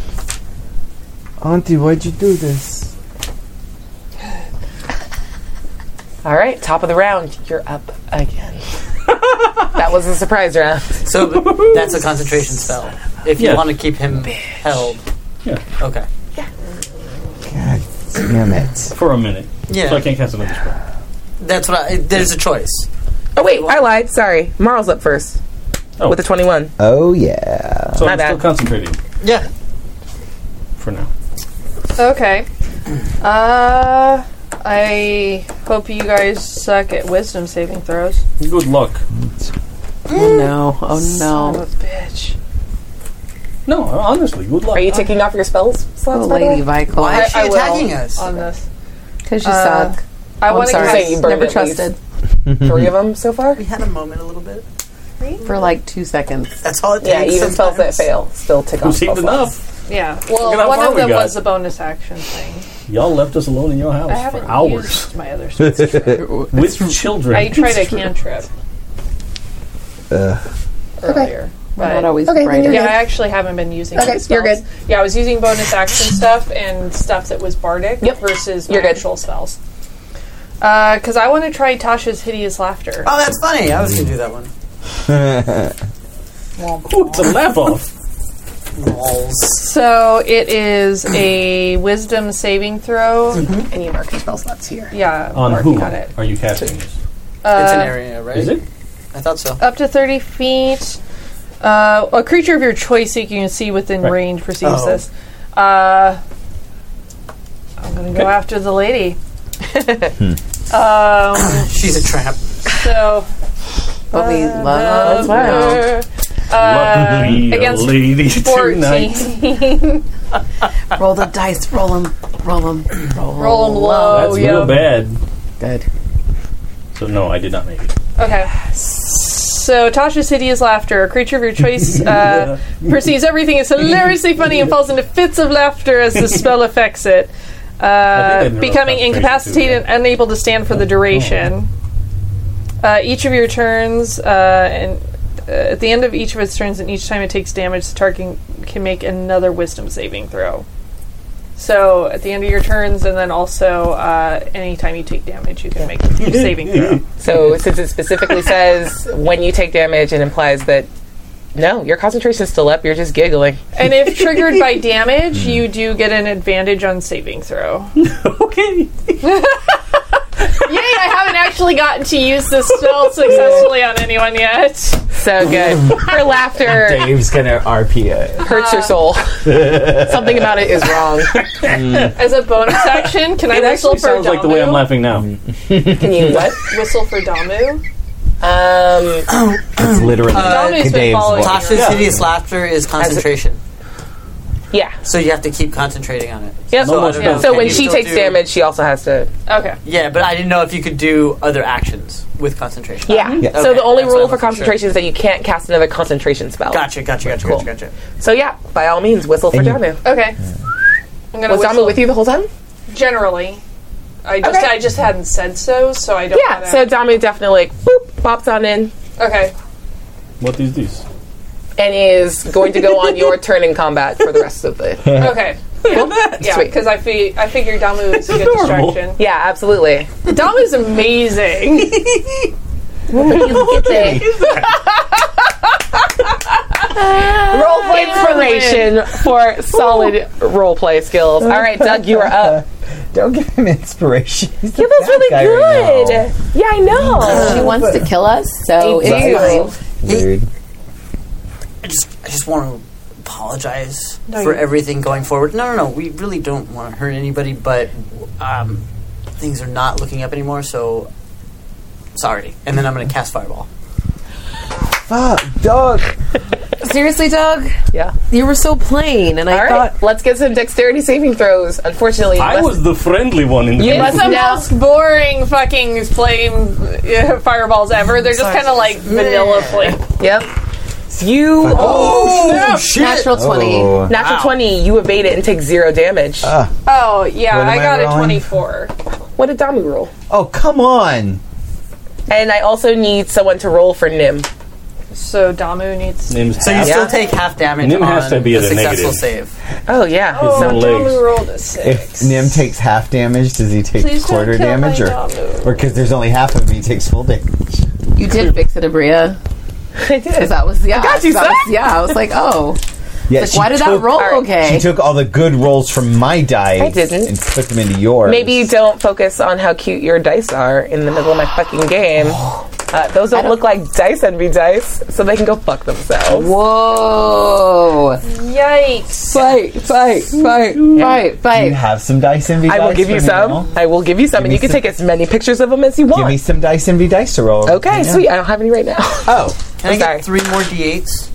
Speaker 9: Auntie, why'd you do this?
Speaker 1: All right, top of the round, you're up [LAUGHS] again. that was a surprise round.
Speaker 4: So but that's a concentration spell. If you
Speaker 3: Yeah.
Speaker 4: want to keep him held.
Speaker 3: Yeah.
Speaker 4: Okay.
Speaker 9: God damn it.
Speaker 3: for a minute,
Speaker 4: Yeah.
Speaker 3: so I can't cast another spell.
Speaker 4: That's what I. There's a choice.
Speaker 1: Oh wait, I lied. Sorry, Marl's up first
Speaker 3: Oh.
Speaker 1: with a twenty-one.
Speaker 9: Oh, yeah.
Speaker 3: So
Speaker 1: My
Speaker 3: I'm still
Speaker 1: bad.
Speaker 3: concentrating
Speaker 4: Yeah.
Speaker 3: for now.
Speaker 6: Okay. Uh, I hope you guys suck at wisdom saving throws.
Speaker 3: Good luck.
Speaker 2: Oh no! Oh
Speaker 6: Son
Speaker 2: no!
Speaker 6: of a bitch.
Speaker 3: No, honestly, good luck.
Speaker 1: Are you taking off your spells?
Speaker 2: Oh,
Speaker 1: Slots, by the way?
Speaker 2: Lady Vicol.
Speaker 4: Why is she
Speaker 6: I- I will
Speaker 4: attacking us?
Speaker 1: Uh,
Speaker 6: On this,
Speaker 2: Because you
Speaker 6: Uh,
Speaker 2: suck.
Speaker 6: I
Speaker 2: I'm
Speaker 6: want to
Speaker 2: sorry.
Speaker 1: Say you
Speaker 6: cast.
Speaker 1: burned
Speaker 2: Never
Speaker 1: at
Speaker 2: trusted
Speaker 3: [LAUGHS]
Speaker 1: Three of them so far.
Speaker 4: We had a moment a little bit.
Speaker 2: for like two seconds.
Speaker 4: That's all it takes.
Speaker 1: Yeah, even spells that
Speaker 4: sometimes.
Speaker 1: fail still tick
Speaker 3: Who
Speaker 1: off.
Speaker 3: seemed
Speaker 1: spell slots.
Speaker 3: enough?
Speaker 6: Yeah.
Speaker 3: Look at how
Speaker 6: Well, one
Speaker 3: far
Speaker 6: of
Speaker 3: we
Speaker 6: them
Speaker 3: got.
Speaker 6: was a bonus action thing.
Speaker 3: Y'all left us alone in your
Speaker 6: I
Speaker 3: house for
Speaker 6: haven't
Speaker 3: hours
Speaker 6: used
Speaker 3: [LAUGHS]
Speaker 6: my
Speaker 9: [LAUGHS]
Speaker 6: other spells.
Speaker 3: with children.
Speaker 6: I tried a
Speaker 3: It's true. [LAUGHS]
Speaker 6: cantrip
Speaker 3: Uh,
Speaker 6: earlier.
Speaker 2: We're
Speaker 6: But
Speaker 2: not always brighter.
Speaker 6: yeah, I actually haven't been using. Okay,
Speaker 1: you're good.
Speaker 6: Yeah, I was using bonus action stuff and stuff that was bardic
Speaker 1: Yep.
Speaker 6: versus
Speaker 1: You're
Speaker 6: my
Speaker 1: good.
Speaker 6: actual spells. Because I want to try Tasha's hideous laughter.
Speaker 4: Oh, that's funny. I was gonna do that one.
Speaker 3: Ooh, it's a laugh off.
Speaker 4: Balls.
Speaker 6: So it is a wisdom saving throw.
Speaker 1: Mm-hmm. Any marking spell slots here?
Speaker 6: Yeah, I'm
Speaker 3: On
Speaker 6: working
Speaker 3: who
Speaker 6: on it.
Speaker 3: are you casting? this?
Speaker 4: it's an
Speaker 6: Uh,
Speaker 4: area, right?
Speaker 3: Is it?
Speaker 4: I thought so.
Speaker 6: up to 30 feet. Uh, a creature of your choice that you can see within
Speaker 3: Right.
Speaker 6: range perceives
Speaker 4: Oh.
Speaker 6: this. Uh, I'm going to go after the lady.
Speaker 3: Hmm.
Speaker 6: [LAUGHS] um,
Speaker 4: [LAUGHS] She's a trap.
Speaker 6: so.
Speaker 2: But we
Speaker 1: Uh,
Speaker 2: love her.
Speaker 6: her. Uh,
Speaker 3: Lucky be a
Speaker 6: against
Speaker 3: lady
Speaker 6: 14.
Speaker 3: tonight.
Speaker 2: Roll the dice. Roll them. Roll them.
Speaker 6: [LAUGHS] Roll 'em low.
Speaker 3: That's
Speaker 6: yeah.
Speaker 3: real bad.
Speaker 2: Good.
Speaker 3: So no, I did not make it.
Speaker 6: Okay. So Tasha's hideous laughter. A creature of
Speaker 3: [LAUGHS]
Speaker 6: your choice uh, perceives everything as hilariously funny and falls into fits of laughter as the spell affects it,
Speaker 3: I
Speaker 6: uh,
Speaker 3: didn't
Speaker 6: becoming
Speaker 3: realize
Speaker 6: incapacitated and unable to stand for the
Speaker 3: Oh,
Speaker 6: duration. Uh, each of your turns, uh, and uh, at the end of each of its turns, and each time it takes damage, the target can, can make another Wisdom saving throw. So at the end of your turns, and then also uh, anytime you take damage, you can make a
Speaker 3: [LAUGHS]
Speaker 6: saving throw.
Speaker 1: So since it specifically says when you take damage, it implies that no, your concentration's still up. You're just giggling.
Speaker 6: And if
Speaker 1: [LAUGHS]
Speaker 6: triggered by damage,
Speaker 3: Hmm.
Speaker 6: you do get an advantage on
Speaker 1: [LAUGHS]
Speaker 6: saving throw. Yay,
Speaker 3: [LAUGHS] Okay.
Speaker 6: I haven't actually gotten to use this [LAUGHS] spell successfully on anyone yet.
Speaker 1: So good. Her laughter
Speaker 8: Dave's gonna RP it.
Speaker 1: hurts her soul.
Speaker 4: [LAUGHS]
Speaker 1: Something about it is wrong.
Speaker 6: As
Speaker 1: [LAUGHS]
Speaker 6: a bonus action, can I
Speaker 3: It
Speaker 6: whistle
Speaker 3: actually
Speaker 6: for
Speaker 3: sounds
Speaker 6: Damu?
Speaker 3: like the way I'm laughing now.
Speaker 1: Can you what?
Speaker 6: [LAUGHS] Whistle for Damu?
Speaker 1: Um,
Speaker 9: It's literally.
Speaker 3: Uh,
Speaker 6: Damu's been
Speaker 9: Dave's
Speaker 6: following.
Speaker 9: voice.
Speaker 4: Tasha's hideous laughter is concentration,
Speaker 1: yeah.
Speaker 4: so you have to keep concentrating on it.
Speaker 1: Yep.
Speaker 4: So I don't know
Speaker 1: So
Speaker 4: if
Speaker 1: when
Speaker 4: you
Speaker 1: she
Speaker 4: still
Speaker 1: takes
Speaker 4: do-
Speaker 1: damage, she also has to.
Speaker 6: Okay.
Speaker 4: yeah, but I didn't know if you could do other actions with concentration.
Speaker 1: Yeah.
Speaker 9: Yeah.
Speaker 1: So
Speaker 4: Okay,
Speaker 1: the only
Speaker 4: that's what I
Speaker 1: rule for
Speaker 4: wasn't sure.
Speaker 1: concentration is that you can't cast another concentration spell.
Speaker 4: Gotcha, gotcha, gotcha,
Speaker 1: Cool.
Speaker 4: gotcha, gotcha.
Speaker 1: So yeah, by all means, whistle for
Speaker 9: And you-
Speaker 1: Damu.
Speaker 6: Okay. I'm gonna
Speaker 1: Was Damu
Speaker 6: whistle
Speaker 1: with you the whole time?
Speaker 6: generally. I just
Speaker 1: Okay.
Speaker 6: I just hadn't said so, so I don't
Speaker 1: Yeah.
Speaker 6: wanna-
Speaker 1: So Damu definitely like boop bops on in.
Speaker 6: Okay.
Speaker 3: What is this?
Speaker 1: and is going to go on
Speaker 2: [LAUGHS]
Speaker 1: your turn in combat for the rest of the.
Speaker 3: Uh-huh. [LAUGHS]
Speaker 6: Okay. Yeah,
Speaker 1: Sweet.
Speaker 6: because I, fi- I figured Damu is a good
Speaker 3: Adorable.
Speaker 6: distraction.
Speaker 1: Yeah, absolutely.
Speaker 6: Damu's amazing.
Speaker 1: [LAUGHS] Role play inspiration for solid role play skills. All right, Doug, you are up.
Speaker 9: Don't give him inspiration. He's the
Speaker 1: That's
Speaker 9: bad
Speaker 1: really
Speaker 9: guy right
Speaker 1: good. yeah, I know.
Speaker 2: She wants to kill us, so
Speaker 1: Me
Speaker 2: it's fine.
Speaker 9: now. Rude.
Speaker 4: I just, I just want to apologize for everything going forward. No, no, no. We really don't want to hurt anybody, but um, things are not looking up anymore. So, sorry. And then I'm going to cast fireball.
Speaker 9: Fuck, dog.
Speaker 2: seriously, Doug?
Speaker 1: Yeah.
Speaker 2: You were so plain, and I
Speaker 1: All right,
Speaker 2: thought
Speaker 1: let's get some dexterity saving throws. Unfortunately,
Speaker 3: I
Speaker 1: less-
Speaker 3: was the friendly one in the
Speaker 1: You
Speaker 3: group.
Speaker 6: That's the
Speaker 1: No.
Speaker 6: most boring fucking flame uh, fireballs ever. They're just kind of like vanilla flame.
Speaker 1: Yep. You
Speaker 4: Oh, shit.
Speaker 2: natural twenty.
Speaker 7: Oh.
Speaker 1: natural twenty. You evade it and take zero damage.
Speaker 6: Oh yeah,
Speaker 7: What am
Speaker 6: I
Speaker 7: I
Speaker 6: got a
Speaker 7: rolling?
Speaker 6: twenty-four.
Speaker 1: what did Damu roll?
Speaker 7: Oh, come on.
Speaker 1: And I also need someone to roll for Nim.
Speaker 6: So Damu needs.
Speaker 3: Name's
Speaker 4: So you
Speaker 3: Hap.
Speaker 4: still take half damage
Speaker 3: Nim
Speaker 4: on
Speaker 3: has to be
Speaker 4: a
Speaker 3: at a
Speaker 4: successful
Speaker 3: negative.
Speaker 4: save.
Speaker 1: Oh yeah.
Speaker 6: Oh,
Speaker 3: no legs.
Speaker 6: Damu rolled a six.
Speaker 7: If Nim takes half damage, does he take
Speaker 6: Please don't
Speaker 7: quarter
Speaker 6: kill
Speaker 7: damage?
Speaker 6: my
Speaker 7: Or
Speaker 6: Damu.
Speaker 7: because there's only half of him, he takes full damage.
Speaker 2: You did fix it, Abria.
Speaker 1: I did.
Speaker 2: Because that was yeah.
Speaker 1: got you,
Speaker 2: that
Speaker 1: son.
Speaker 2: was- yeah, I was like, oh,
Speaker 7: Yeah,
Speaker 2: Like,
Speaker 7: she
Speaker 2: why did that roll
Speaker 1: All right,
Speaker 2: okay?
Speaker 7: She took all the good rolls from my dice
Speaker 1: I didn't.
Speaker 7: and put them into yours.
Speaker 1: Maybe you don't focus on how cute your dice are in the middle of my fucking [GASPS] game. Uh, those don't, look like dice envy dice, so they can go fuck themselves.
Speaker 2: Whoa!
Speaker 6: Yikes!
Speaker 2: Fight! Fight! Fight! Fight!
Speaker 7: You
Speaker 2: Fight!
Speaker 7: have some dice envy.
Speaker 1: I will
Speaker 7: dice
Speaker 1: give you
Speaker 7: for me
Speaker 1: some.
Speaker 7: now?
Speaker 1: I will give you some, and
Speaker 7: me
Speaker 1: you can
Speaker 7: some.
Speaker 1: take as many pictures of them as you want.
Speaker 7: Give me some dice envy dice to roll.
Speaker 1: okay,
Speaker 7: Yeah.
Speaker 1: sweet. I don't have any right now.
Speaker 7: Oh
Speaker 4: Can I
Speaker 1: sorry.
Speaker 4: get three more d8s?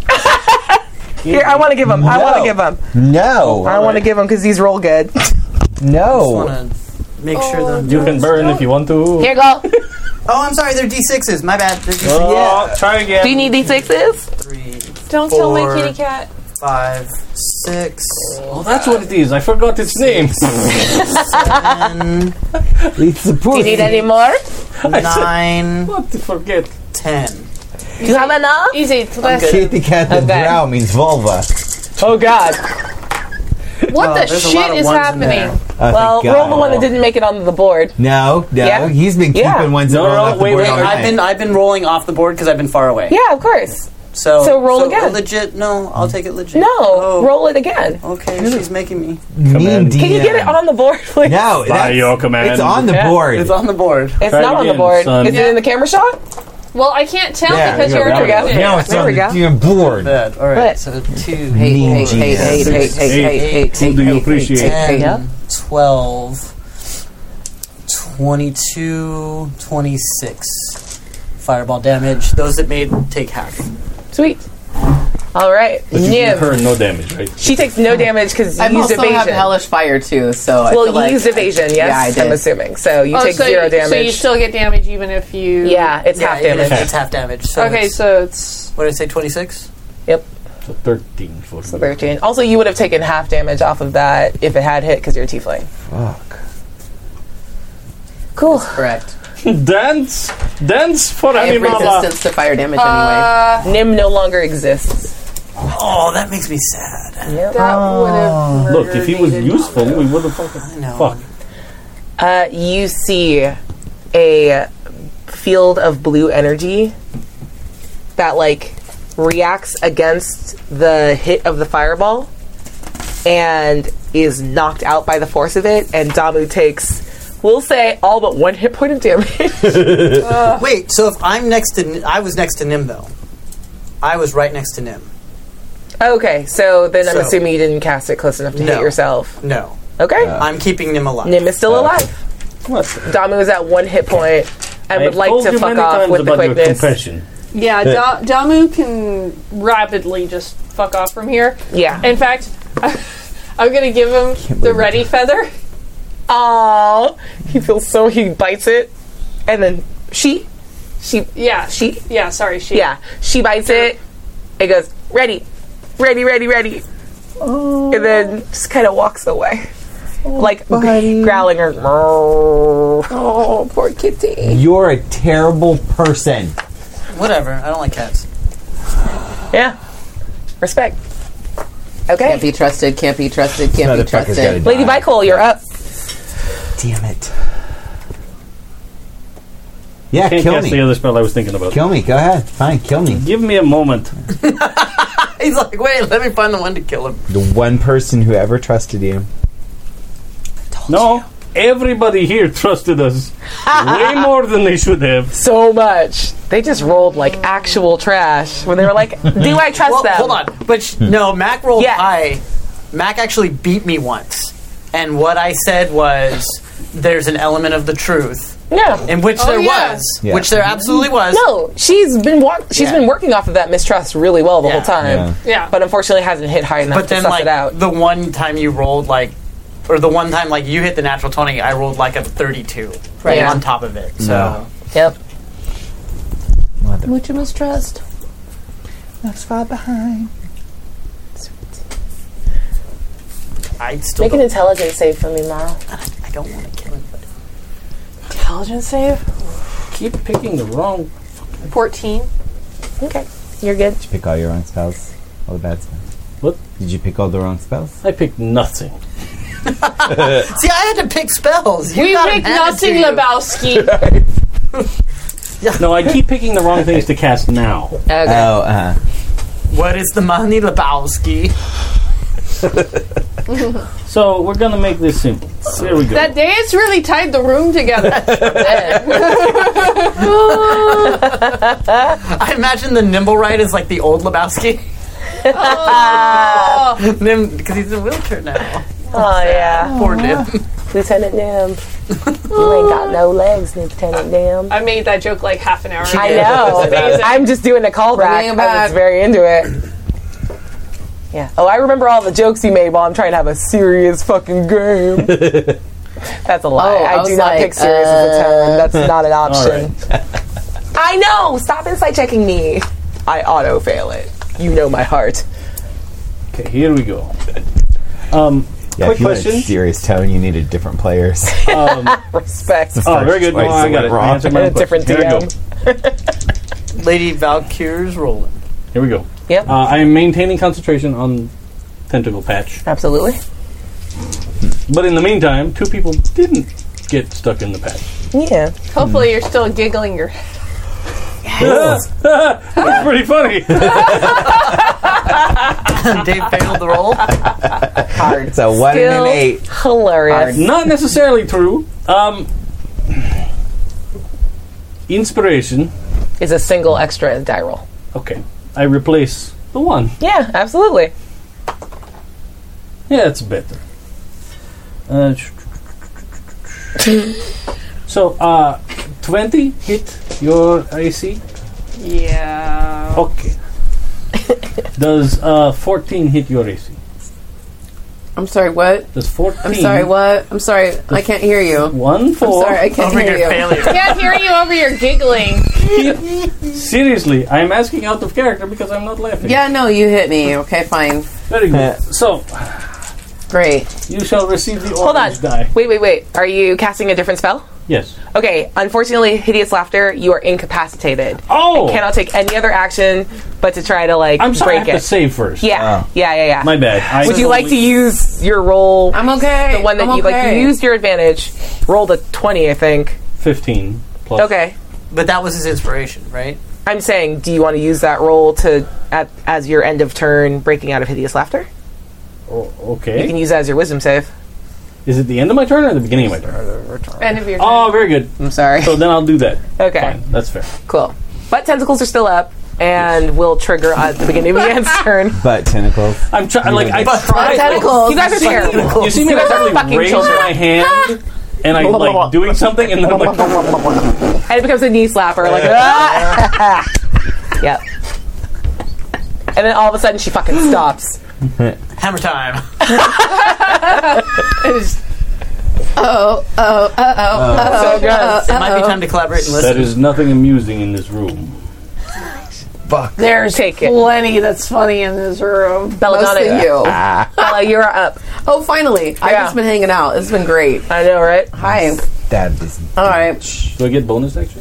Speaker 1: [LAUGHS] Here, I want to give them. I want to
Speaker 7: No.
Speaker 1: give them.
Speaker 7: no,
Speaker 1: I want to give them because these roll good.
Speaker 7: no!
Speaker 4: I just want to make sure that I'm
Speaker 3: You can burn if you want to.
Speaker 2: Here go.
Speaker 4: Oh, I'm sorry, they're d6s. My bad. They're d6s.
Speaker 3: Oh, try again.
Speaker 1: Do you need these sixes?
Speaker 4: Three,
Speaker 6: Don't tell my
Speaker 4: Four.
Speaker 6: kitty cat.
Speaker 4: five,
Speaker 3: [LAUGHS]
Speaker 4: six,
Speaker 3: Oh, that's what it is. I forgot its name. [LAUGHS]
Speaker 4: ten,
Speaker 7: It's the proof.
Speaker 1: Do you need any more?
Speaker 4: nine,
Speaker 3: what to forget?
Speaker 4: ten.
Speaker 1: Do [LAUGHS] you have enough?
Speaker 6: Easy.
Speaker 7: Kitty cat the
Speaker 1: Okay.
Speaker 7: brow means vulva.
Speaker 1: Oh God!
Speaker 6: What
Speaker 4: Oh,
Speaker 6: the
Speaker 4: there's a lot
Speaker 6: shit
Speaker 4: of
Speaker 6: is
Speaker 4: ones in
Speaker 6: happening?
Speaker 4: there.
Speaker 7: Oh,
Speaker 1: Well,
Speaker 7: thank God.
Speaker 1: roll the one that didn't make it onto the board.
Speaker 7: No, no,
Speaker 1: Yeah.
Speaker 7: he's been keeping
Speaker 1: Yeah.
Speaker 7: ones
Speaker 3: No,
Speaker 7: that
Speaker 3: no,
Speaker 7: roll off the
Speaker 3: wait,
Speaker 7: board
Speaker 3: wait,
Speaker 7: all
Speaker 3: I've
Speaker 7: night.
Speaker 4: I've been I've been rolling off the board because I've been far away.
Speaker 1: Yeah, of course.
Speaker 4: So
Speaker 1: So roll again.
Speaker 4: Legit? No, I'll take it legit.
Speaker 1: No,
Speaker 4: Oh,
Speaker 1: roll it again.
Speaker 4: Okay, she's making me.
Speaker 7: mean
Speaker 3: Command.
Speaker 7: DM.
Speaker 1: Can you get it on the board, [LAUGHS] please?
Speaker 7: No,
Speaker 3: By
Speaker 7: that's-
Speaker 3: your command.
Speaker 7: It's on the
Speaker 1: Yeah.
Speaker 7: board.
Speaker 4: It's on the board.
Speaker 1: It's
Speaker 3: Try
Speaker 1: not
Speaker 3: it
Speaker 1: on the
Speaker 3: again,
Speaker 1: board.
Speaker 3: son.
Speaker 1: Is it in the camera shot?
Speaker 6: Well, I can't tell
Speaker 7: Yeah,
Speaker 6: because
Speaker 7: yeah,
Speaker 6: you're
Speaker 1: there we go.
Speaker 6: interrupted.
Speaker 7: Now it's
Speaker 1: There
Speaker 7: on
Speaker 1: we
Speaker 7: the
Speaker 1: go.
Speaker 7: damn board.
Speaker 4: Bad. All right.
Speaker 1: But-
Speaker 4: So two,
Speaker 2: Hate!
Speaker 7: Mean
Speaker 2: Hate! Hate! Hate!
Speaker 7: Jesus.
Speaker 2: Hate! Hate!
Speaker 3: Who
Speaker 2: Hate! Hate!
Speaker 3: do you
Speaker 2: hate, hate,
Speaker 3: appreciate?
Speaker 2: hate, hate.
Speaker 1: Yeah.
Speaker 4: ten, twelve, twenty-two, twenty-six. Fireball damage. Those that made take half.
Speaker 1: Sweet. All right,
Speaker 3: But you
Speaker 1: Nim.
Speaker 3: incur no damage, right?
Speaker 1: She takes no damage because you
Speaker 2: I
Speaker 1: used
Speaker 2: also have
Speaker 1: evasion.
Speaker 2: hellish fire too, so I
Speaker 1: well,
Speaker 2: feel
Speaker 1: you
Speaker 2: like
Speaker 1: used evasion, yes.
Speaker 2: Yeah, I did.
Speaker 1: am assuming. So you
Speaker 6: Oh,
Speaker 1: take
Speaker 6: so
Speaker 1: zero
Speaker 6: you,
Speaker 1: damage.
Speaker 6: So you still get damage even if you.
Speaker 1: yeah, it's
Speaker 4: Yeah,
Speaker 1: half
Speaker 4: even if
Speaker 1: damage.
Speaker 4: It's half damage. So
Speaker 6: Okay,
Speaker 4: it's-
Speaker 6: so it's
Speaker 4: what did I say? Twenty-six.
Speaker 3: So 13 for
Speaker 1: So 13. [LAUGHS] Also, you would have taken half damage off of that if it had hit because you're a tiefling.
Speaker 7: Fuck.
Speaker 1: Cool.
Speaker 4: Correct.
Speaker 3: Dance! Dance for
Speaker 2: I have
Speaker 3: Animala!
Speaker 2: resistance to fire damage anyway.
Speaker 6: uh,
Speaker 1: Nim no longer exists.
Speaker 4: Oh, that makes me sad.
Speaker 6: that would
Speaker 2: Oh.
Speaker 6: have.
Speaker 3: Look, if he was useful, we would have fucking.
Speaker 4: I know.
Speaker 3: Fuck.
Speaker 1: Uh, you see a field of blue energy that like reacts against the hit of the fireball and is knocked out by the force of it and Damu takes we'll say all but one hit point of
Speaker 2: [LAUGHS]
Speaker 1: damage. Uh,
Speaker 4: Wait. So if I'm next to, N- I was next to Nim though. I was right next to Nim.
Speaker 1: okay, so then I'm
Speaker 4: So-
Speaker 1: assuming you didn't cast it close enough to
Speaker 4: No.
Speaker 1: hit yourself.
Speaker 4: No,
Speaker 1: Okay.
Speaker 3: Uh,
Speaker 4: I'm keeping Nim alive.
Speaker 1: Oh. Nim is still alive.
Speaker 3: What?
Speaker 1: Damu is at one hit point and would
Speaker 3: I've told
Speaker 1: like to
Speaker 3: you
Speaker 1: fuck
Speaker 3: many
Speaker 1: off
Speaker 3: times
Speaker 1: with the
Speaker 3: about your
Speaker 1: quickness.
Speaker 3: compassion.
Speaker 6: Yeah, da- Damu can rapidly just fuck off from here.
Speaker 1: Yeah.
Speaker 6: In fact, [LAUGHS] I'm gonna give him the ready feather.
Speaker 1: Oh, he feels so. He bites it, and then she, she,
Speaker 6: Yeah,
Speaker 1: she.
Speaker 6: Yeah, sorry, she.
Speaker 1: Yeah, she bites it. It goes ready, ready, ready, ready, and then just kind of walks away, like growling or. Oh, poor kitty.
Speaker 7: You're a terrible person.
Speaker 4: Whatever. I don't like cats.
Speaker 1: Yeah, respect. Okay,
Speaker 2: Can't be trusted. Can't be trusted. Can't be
Speaker 7: Motherfucker's gotta
Speaker 2: trusted.
Speaker 7: die.
Speaker 1: Lady Bicole, you're up.
Speaker 7: Damn it. Yeah,
Speaker 3: Can't
Speaker 7: kill
Speaker 3: cast the
Speaker 7: me.
Speaker 3: other spell I was thinking about.
Speaker 7: Kill me. Go ahead. Fine, kill me.
Speaker 3: Give me a moment.
Speaker 4: He's like, wait, let me find the one to kill him.
Speaker 7: The one person who ever trusted you.
Speaker 3: No, everybody here trusted
Speaker 7: [LAUGHS]
Speaker 3: us way more than they should have.
Speaker 1: So much. They just rolled like actual trash when they were like, "Do I trust
Speaker 4: Well,
Speaker 1: them?"
Speaker 4: hold on. But sh-
Speaker 1: Hmm.
Speaker 4: no, Mac rolled
Speaker 1: Yeah.
Speaker 4: high. Mac actually beat me once, and what I said was, "There's an element of the truth."
Speaker 1: Yeah.
Speaker 4: and which
Speaker 6: Oh,
Speaker 4: there
Speaker 6: yeah.
Speaker 4: was,
Speaker 8: Yeah.
Speaker 4: which there absolutely was.
Speaker 1: No, she's been wa- she's
Speaker 4: Yeah.
Speaker 1: been working off of that mistrust really well the
Speaker 4: Yeah.
Speaker 1: whole time.
Speaker 8: Yeah.
Speaker 6: Yeah.
Speaker 1: But unfortunately, hasn't hit high enough
Speaker 4: but
Speaker 1: to
Speaker 4: then
Speaker 1: suss
Speaker 4: like
Speaker 1: it out.
Speaker 4: the one time you rolled like, or the one time like you hit the natural twenty, I rolled like a thirty-two right
Speaker 1: Yeah.
Speaker 4: on top of it. So
Speaker 8: No.
Speaker 1: Yep.
Speaker 2: Much you mistrust.
Speaker 4: I still don't,
Speaker 1: intelligence save for me, Ma.
Speaker 4: I don't want to kill anybody.
Speaker 1: Intelligence save?
Speaker 3: Keep picking the wrong
Speaker 6: 14.
Speaker 1: Okay. You're good.
Speaker 7: Did you pick all your wrong spells? All the bad spells?
Speaker 3: What?
Speaker 7: Did you pick all the wrong spells?
Speaker 3: I picked nothing.
Speaker 4: See, I had to pick spells. You
Speaker 6: We
Speaker 4: got 'em
Speaker 6: picked
Speaker 4: handed to
Speaker 6: nothing,
Speaker 1: [LAUGHS]
Speaker 4: you.
Speaker 6: Lebowski.
Speaker 3: No, I keep picking the wrong things to cast now.
Speaker 2: Okay.
Speaker 7: Oh, uh
Speaker 4: What is the money, Lebowski?
Speaker 3: So we're gonna make this simple. There we go.
Speaker 6: that dance really tied the room together.
Speaker 4: I imagine the nimble right is like the old Lebowski. [LAUGHS] Nim, because he's in a wheelchair now.
Speaker 1: Oh, yeah.
Speaker 4: Poor Nim.
Speaker 1: Lieutenant
Speaker 4: [LAUGHS]
Speaker 1: Nim. you ain't got no legs, Lieutenant Nim.
Speaker 6: I made that joke like half an hour ago.
Speaker 1: I
Speaker 4: did.
Speaker 1: know.
Speaker 4: That's amazing.
Speaker 1: I'm just doing a callback.
Speaker 2: Bring
Speaker 1: I
Speaker 2: it
Speaker 1: was
Speaker 2: back.
Speaker 1: very into it. Yeah. Oh, I remember all the jokes you made while I'm trying to have a serious fucking [LAUGHS] game. That's a lie.
Speaker 2: Oh, I
Speaker 1: I, uh, do
Speaker 2: was
Speaker 1: not
Speaker 2: like,
Speaker 1: take serious as a term. That's not [LAUGHS] an option. [LAUGHS] I know. Stop insight checking me. I auto fail it. You know my heart.
Speaker 3: Okay, here we go. Um,
Speaker 7: Yeah,
Speaker 3: quick
Speaker 7: if you want a
Speaker 3: question.
Speaker 7: serious tone, you needed different [LAUGHS] players.
Speaker 1: Respect.
Speaker 3: Oh, very good. No,
Speaker 7: Twice
Speaker 3: I got
Speaker 7: it went
Speaker 3: it. I
Speaker 7: wrong.
Speaker 3: answered my
Speaker 1: And
Speaker 3: own
Speaker 1: a different
Speaker 3: question. Here we go.
Speaker 1: DM.
Speaker 4: Lady Valkyr's rolling.
Speaker 3: Here we go.
Speaker 1: Yep.
Speaker 3: Uh, I am maintaining concentration on Tentacle Patch.
Speaker 1: Absolutely.
Speaker 3: But in the meantime, two people didn't get stuck in the patch.
Speaker 1: Yeah.
Speaker 6: Hopefully, you're still giggling your
Speaker 3: That's pretty funny.
Speaker 4: Dave failed the roll.
Speaker 7: It's a one
Speaker 1: Still
Speaker 7: and an eight.
Speaker 1: Hilarious.
Speaker 3: Not necessarily true. Um, inspiration.
Speaker 1: Is a single extra in the die roll.
Speaker 3: Okay. I replace the one.
Speaker 1: Yeah, absolutely.
Speaker 3: Yeah, it's better. Uh, so, uh, 20 hit your AC?
Speaker 6: yeah.
Speaker 3: Okay. Does uh, 14 hit your AC?
Speaker 2: I'm sorry, what?
Speaker 3: Does 14.
Speaker 2: I'm sorry, what? I'm sorry, I can't hear you.
Speaker 3: One
Speaker 2: I'm
Speaker 3: four.
Speaker 2: sorry, I can't
Speaker 4: Over
Speaker 2: hear
Speaker 4: your
Speaker 2: you.
Speaker 4: failure.
Speaker 6: Can't hear you over your giggling.
Speaker 3: Seriously, I'm asking out of character because I'm not laughing.
Speaker 2: Yeah, no, you hit me. Okay, fine.
Speaker 3: Very
Speaker 7: Yeah.
Speaker 3: good. So
Speaker 2: Great.
Speaker 3: you shall receive the
Speaker 1: Hold on.
Speaker 3: orange die.
Speaker 1: Wait, wait, wait. Are you casting a different spell?
Speaker 3: Yes.
Speaker 1: Okay, unfortunately, hideous laughter. You are incapacitated.
Speaker 3: Oh,
Speaker 1: Cannot take any other action but to try to like
Speaker 3: I'm sorry. I
Speaker 1: break
Speaker 3: have
Speaker 1: it.
Speaker 3: to save first.
Speaker 1: yeah, yeah, yeah, yeah.
Speaker 3: My bad. I
Speaker 1: Would you like to use your roll?
Speaker 2: I'm okay.
Speaker 1: The one that
Speaker 2: I'm
Speaker 1: you like.
Speaker 2: okay.
Speaker 1: You used your advantage. Roll the twenty, I think.
Speaker 3: fifteen plus?
Speaker 1: Okay.
Speaker 4: But that was his inspiration, right?
Speaker 1: I'm saying, do you want to use that roll to at, as your end of turn breaking out of hideous laughter?
Speaker 3: O-
Speaker 1: You can
Speaker 3: Oh, okay.
Speaker 1: use that as your wisdom save.
Speaker 3: Is it the end of my turn or the beginning of my turn?
Speaker 6: End of your
Speaker 3: Oh, very good.
Speaker 1: I'm sorry.
Speaker 3: So then I'll do that.
Speaker 1: Okay.
Speaker 3: Fine. That's fair.
Speaker 1: Cool. But tentacles are still up and will trigger at the beginning [LAUGHS] of Jan's turn.
Speaker 7: But tentacles.
Speaker 3: I'm trying. Like I tried.
Speaker 1: You guys are terrible.
Speaker 3: You see me
Speaker 1: You guys are
Speaker 3: actually
Speaker 1: fucking
Speaker 3: raise
Speaker 1: children. [LAUGHS]
Speaker 3: my hand and I'm like doing something and then I'm like,
Speaker 1: And it becomes a knee slapper, like ah! [LAUGHS] Yep. And then all of a sudden she [GASPS] fucking stops.
Speaker 4: Hammer time.
Speaker 2: Oh, oh, uh oh.
Speaker 1: so good.
Speaker 4: It might be time to collaborate and
Speaker 3: that
Speaker 4: listen.
Speaker 3: is nothing amusing in this room.
Speaker 2: There's
Speaker 1: Take it.
Speaker 2: plenty that's funny in this room. Ah.
Speaker 1: Belladonna.
Speaker 2: Mostly you.
Speaker 1: [LAUGHS] Bella, you're up.
Speaker 2: Oh, finally. I've
Speaker 1: Yeah.
Speaker 2: just been hanging out. It's been great.
Speaker 1: I know, right?
Speaker 2: Hi.
Speaker 7: That is.
Speaker 2: All right.
Speaker 3: Do I get bonus action?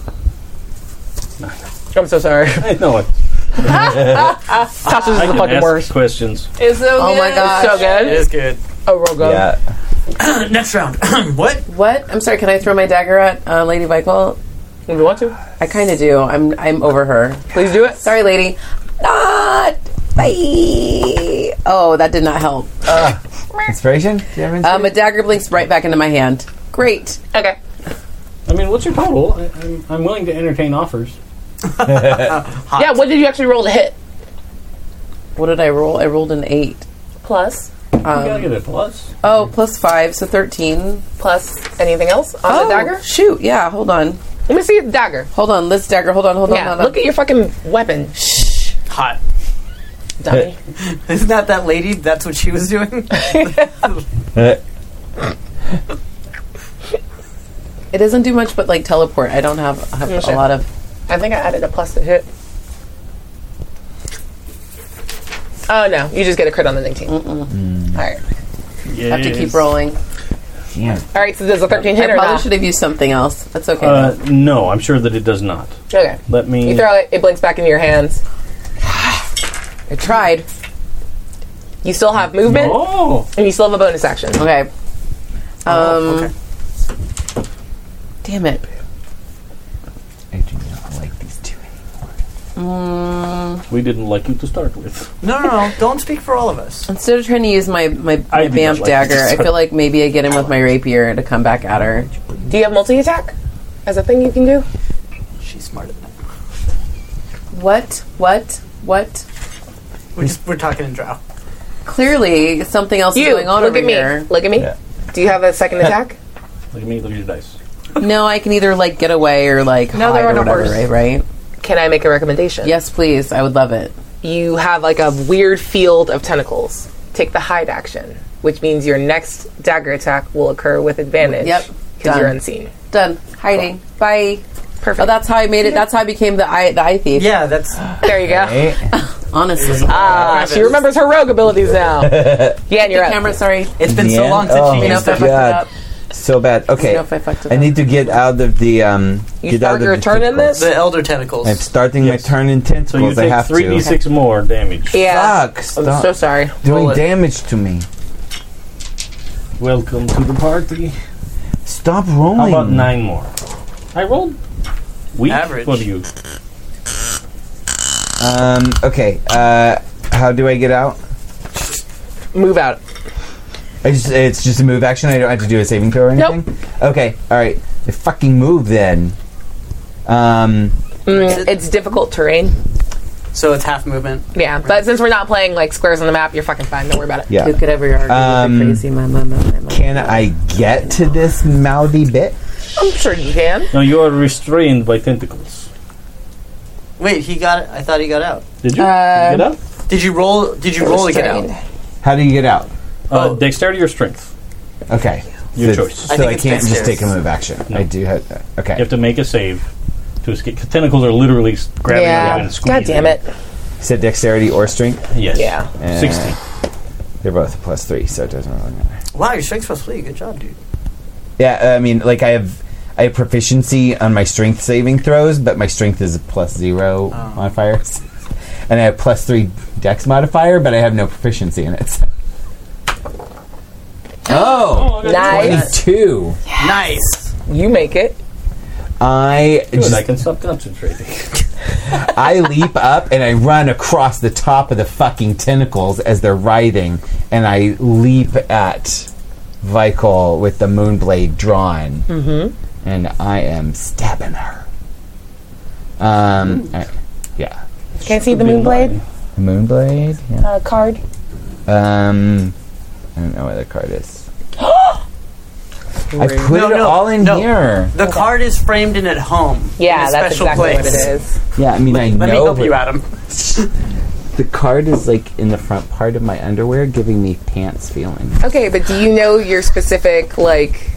Speaker 3: [LAUGHS]
Speaker 1: I'm so sorry.
Speaker 3: I know it.
Speaker 1: [LAUGHS] Tasha's is
Speaker 3: I
Speaker 1: the
Speaker 3: can
Speaker 1: fucking
Speaker 3: ask
Speaker 1: worst.
Speaker 3: questions.
Speaker 6: turn. Is
Speaker 2: Oh my gosh.
Speaker 1: So
Speaker 4: It
Speaker 1: good.
Speaker 4: is good.
Speaker 1: Oh, real good.
Speaker 7: Yeah.
Speaker 4: Next round. what?
Speaker 2: What? I'm sorry. Can I throw my dagger at uh, Lady Michael?
Speaker 1: If you want to,
Speaker 2: I kind of do. I'm I'm over her.
Speaker 1: please do it.
Speaker 2: Sorry, lady. Not. Bye. Oh, that did not help.
Speaker 7: Inspiration? Do you have inspiration?
Speaker 2: Um, a dagger blinks right back into my hand. Great.
Speaker 1: Okay.
Speaker 3: I mean, what's your total? I, I'm, I'm willing to entertain offers.
Speaker 1: Yeah, what did you actually roll to hit?
Speaker 2: What did I roll? I rolled an eight.
Speaker 1: Plus.
Speaker 3: you gotta
Speaker 2: Um,
Speaker 3: get a plus.
Speaker 1: Hmm.
Speaker 2: oh, plus five, so 13.
Speaker 1: Plus anything else on
Speaker 2: oh,
Speaker 1: the dagger?
Speaker 2: Shoot, yeah, hold on.
Speaker 1: Let me see the dagger.
Speaker 2: Hold on, let's dagger. Hold on, hold on,
Speaker 1: yeah,
Speaker 2: hold on.
Speaker 1: look at your fucking weapon,
Speaker 4: Hot.
Speaker 1: dummy.
Speaker 4: Isn't that that lady? That's what she was doing.
Speaker 2: it doesn't do much but like teleport. I don't have, have
Speaker 1: Oh,
Speaker 2: a
Speaker 1: shit.
Speaker 2: lot of.
Speaker 1: I think I added a plus to hit. Oh no, you just get a crit on the 19.
Speaker 2: Mm.
Speaker 1: All right.
Speaker 3: Yes.
Speaker 2: I have to keep rolling.
Speaker 1: All right, so does a 13 hit
Speaker 2: I
Speaker 1: or
Speaker 2: probably
Speaker 1: not?
Speaker 2: should have used something else. That's okay.
Speaker 3: Uh, no, I'm sure that it does not.
Speaker 1: Okay.
Speaker 3: Let me.
Speaker 1: You throw it, it blinks back into your hands.
Speaker 2: I tried.
Speaker 1: You still have movement,
Speaker 3: oh,
Speaker 1: and you still have a bonus action.
Speaker 2: Okay. Um,
Speaker 4: Oh, okay.
Speaker 2: Damn it.
Speaker 7: I do not like these two.
Speaker 2: Mm,
Speaker 3: we didn't like you to start with.
Speaker 4: No, no, no. Don't speak for all of us.
Speaker 2: instead of trying to use my, my,
Speaker 3: I
Speaker 2: my
Speaker 3: do
Speaker 2: vamp
Speaker 3: not like
Speaker 2: dagger,
Speaker 3: this.
Speaker 2: I feel like maybe I get him with my rapier to come back at her.
Speaker 1: Do you have multi attack as a thing you can do?
Speaker 4: She's smarter than that.
Speaker 2: What? What? What?
Speaker 4: We're just we're talking in drow.
Speaker 2: Clearly, something else is
Speaker 1: You
Speaker 2: going on
Speaker 1: look
Speaker 2: over
Speaker 1: at me.
Speaker 2: here.
Speaker 1: Look at me.
Speaker 7: Yeah.
Speaker 1: Do you have a second
Speaker 2: [LAUGHS]
Speaker 1: attack?
Speaker 3: Look at me. Look at your dice.
Speaker 2: No, I can either like get away or like
Speaker 1: No,
Speaker 2: hide
Speaker 1: they're
Speaker 2: or
Speaker 1: on a
Speaker 2: whatever,
Speaker 1: horse.
Speaker 2: right? Right?
Speaker 1: Can I make a recommendation?
Speaker 2: Yes, please. I would love it.
Speaker 1: You have like a weird field of tentacles. Take the hide action, which means your next dagger attack will occur with advantage.
Speaker 2: Yep.
Speaker 1: Because you're
Speaker 2: Done.
Speaker 1: unseen.
Speaker 2: Done. Hiding. Bye.
Speaker 1: Perfect.
Speaker 2: Oh, that's how I made it. That's how I became the eye, the eye thief.
Speaker 4: Yeah, that's
Speaker 1: there you go.
Speaker 2: Honestly.
Speaker 1: Ah, she remembers her rogue abilities now. yeah, and you're up.
Speaker 2: Camera, sorry.
Speaker 4: it's been so
Speaker 7: Yeah.
Speaker 4: long since
Speaker 7: Oh,
Speaker 4: she
Speaker 2: You know
Speaker 4: used
Speaker 2: if I
Speaker 4: it.
Speaker 2: fucked it up.
Speaker 7: So bad. Okay.
Speaker 2: You know if I fucked it
Speaker 7: I
Speaker 2: up.
Speaker 7: need to get out of the. Um,
Speaker 1: You
Speaker 7: get
Speaker 1: start
Speaker 7: out of
Speaker 1: your
Speaker 7: the
Speaker 1: turn in
Speaker 7: tentacles.
Speaker 1: this?
Speaker 4: The elder tentacles.
Speaker 7: I'm starting
Speaker 3: Yes.
Speaker 7: my turn in
Speaker 3: So
Speaker 7: tentacles.
Speaker 3: you take
Speaker 7: I have
Speaker 3: three d
Speaker 7: to.
Speaker 3: six more damage.
Speaker 1: Yeah.
Speaker 7: Fuck!
Speaker 1: I'm
Speaker 7: Stop
Speaker 1: so sorry.
Speaker 7: doing
Speaker 4: it.
Speaker 7: damage to me.
Speaker 3: Welcome to the party.
Speaker 7: Stop rolling.
Speaker 3: How about nine more? I rolled. Weak
Speaker 4: Average.
Speaker 3: for you.
Speaker 7: Um. Okay. Uh. How do I get out?
Speaker 1: Move out.
Speaker 7: I just, it's just a move action. I don't have to do a saving throw or
Speaker 1: Nope.
Speaker 7: anything. Okay. All right. I fucking move then. Um.
Speaker 1: Mm, it's difficult terrain.
Speaker 4: so it's half movement.
Speaker 1: Yeah, but since we're not playing like squares on the map, you're fucking fine. Don't worry about it.
Speaker 7: Yeah.
Speaker 2: Who could ever argue
Speaker 7: Um,
Speaker 2: with a crazy my mama, my mama.
Speaker 7: Can I get to this mouthy bit?
Speaker 1: I'm sure you can.
Speaker 3: No, you are restrained by tentacles.
Speaker 4: Wait, he got. I thought he got out.
Speaker 3: Did you?
Speaker 2: Uh,
Speaker 3: Did you get up?
Speaker 4: Did you roll? Did you roll to get out?
Speaker 7: How do you get out?
Speaker 3: Uh,
Speaker 4: oh.
Speaker 3: Dexterity or strength?
Speaker 7: Okay.
Speaker 3: Your
Speaker 7: so,
Speaker 3: choice.
Speaker 7: So
Speaker 4: I
Speaker 7: I,
Speaker 4: think it's
Speaker 7: can't just
Speaker 4: dexterous.
Speaker 7: take a move action. I do have. Okay.
Speaker 3: You have to make a save to escape. 'cause Tentacles are literally s- grabbing you and squeezing.
Speaker 1: God damn it.
Speaker 7: Said dexterity or strength.
Speaker 3: Yes.
Speaker 1: Yeah.
Speaker 7: Eh.
Speaker 3: Sixty.
Speaker 7: They're both plus three, so it doesn't really matter.
Speaker 4: Wow, your strength's plus three. Good job, dude.
Speaker 7: Yeah. uh, I mean, like I have. I have proficiency on my strength saving throws, but my strength is a plus zero modifiers, [LAUGHS] and I have plus three dex modifier, but I have no proficiency in it. so- Oh,
Speaker 1: Nice.
Speaker 7: 22.
Speaker 4: Nice.
Speaker 1: You make it.
Speaker 7: I
Speaker 3: Good.
Speaker 7: just
Speaker 3: I can stop concentrating.
Speaker 7: I leap up and I run across the top of the fucking tentacles as they're writhing, and I leap at Vikol with the moonblade drawn, mm-hmm. and I am stabbing her. Um, I- yeah,
Speaker 1: Can I see the moonblade
Speaker 7: moonblade. Yeah.
Speaker 1: uh, card?
Speaker 7: Um, I don't know where the card is. I put
Speaker 4: No,
Speaker 7: it
Speaker 4: no,
Speaker 7: all in
Speaker 4: no.
Speaker 7: here.
Speaker 4: The card is framed in at home. in
Speaker 1: Yeah,
Speaker 4: a
Speaker 1: that's
Speaker 4: special
Speaker 1: exactly
Speaker 4: place.
Speaker 1: what it is.
Speaker 7: Yeah, I mean, I
Speaker 4: Let
Speaker 7: know.
Speaker 4: me help
Speaker 7: but
Speaker 4: you, Adam.
Speaker 7: The card is like in the front part of my underwear, giving me pants
Speaker 4: [LAUGHS]
Speaker 7: feeling.
Speaker 1: Okay, but do you know your specific like?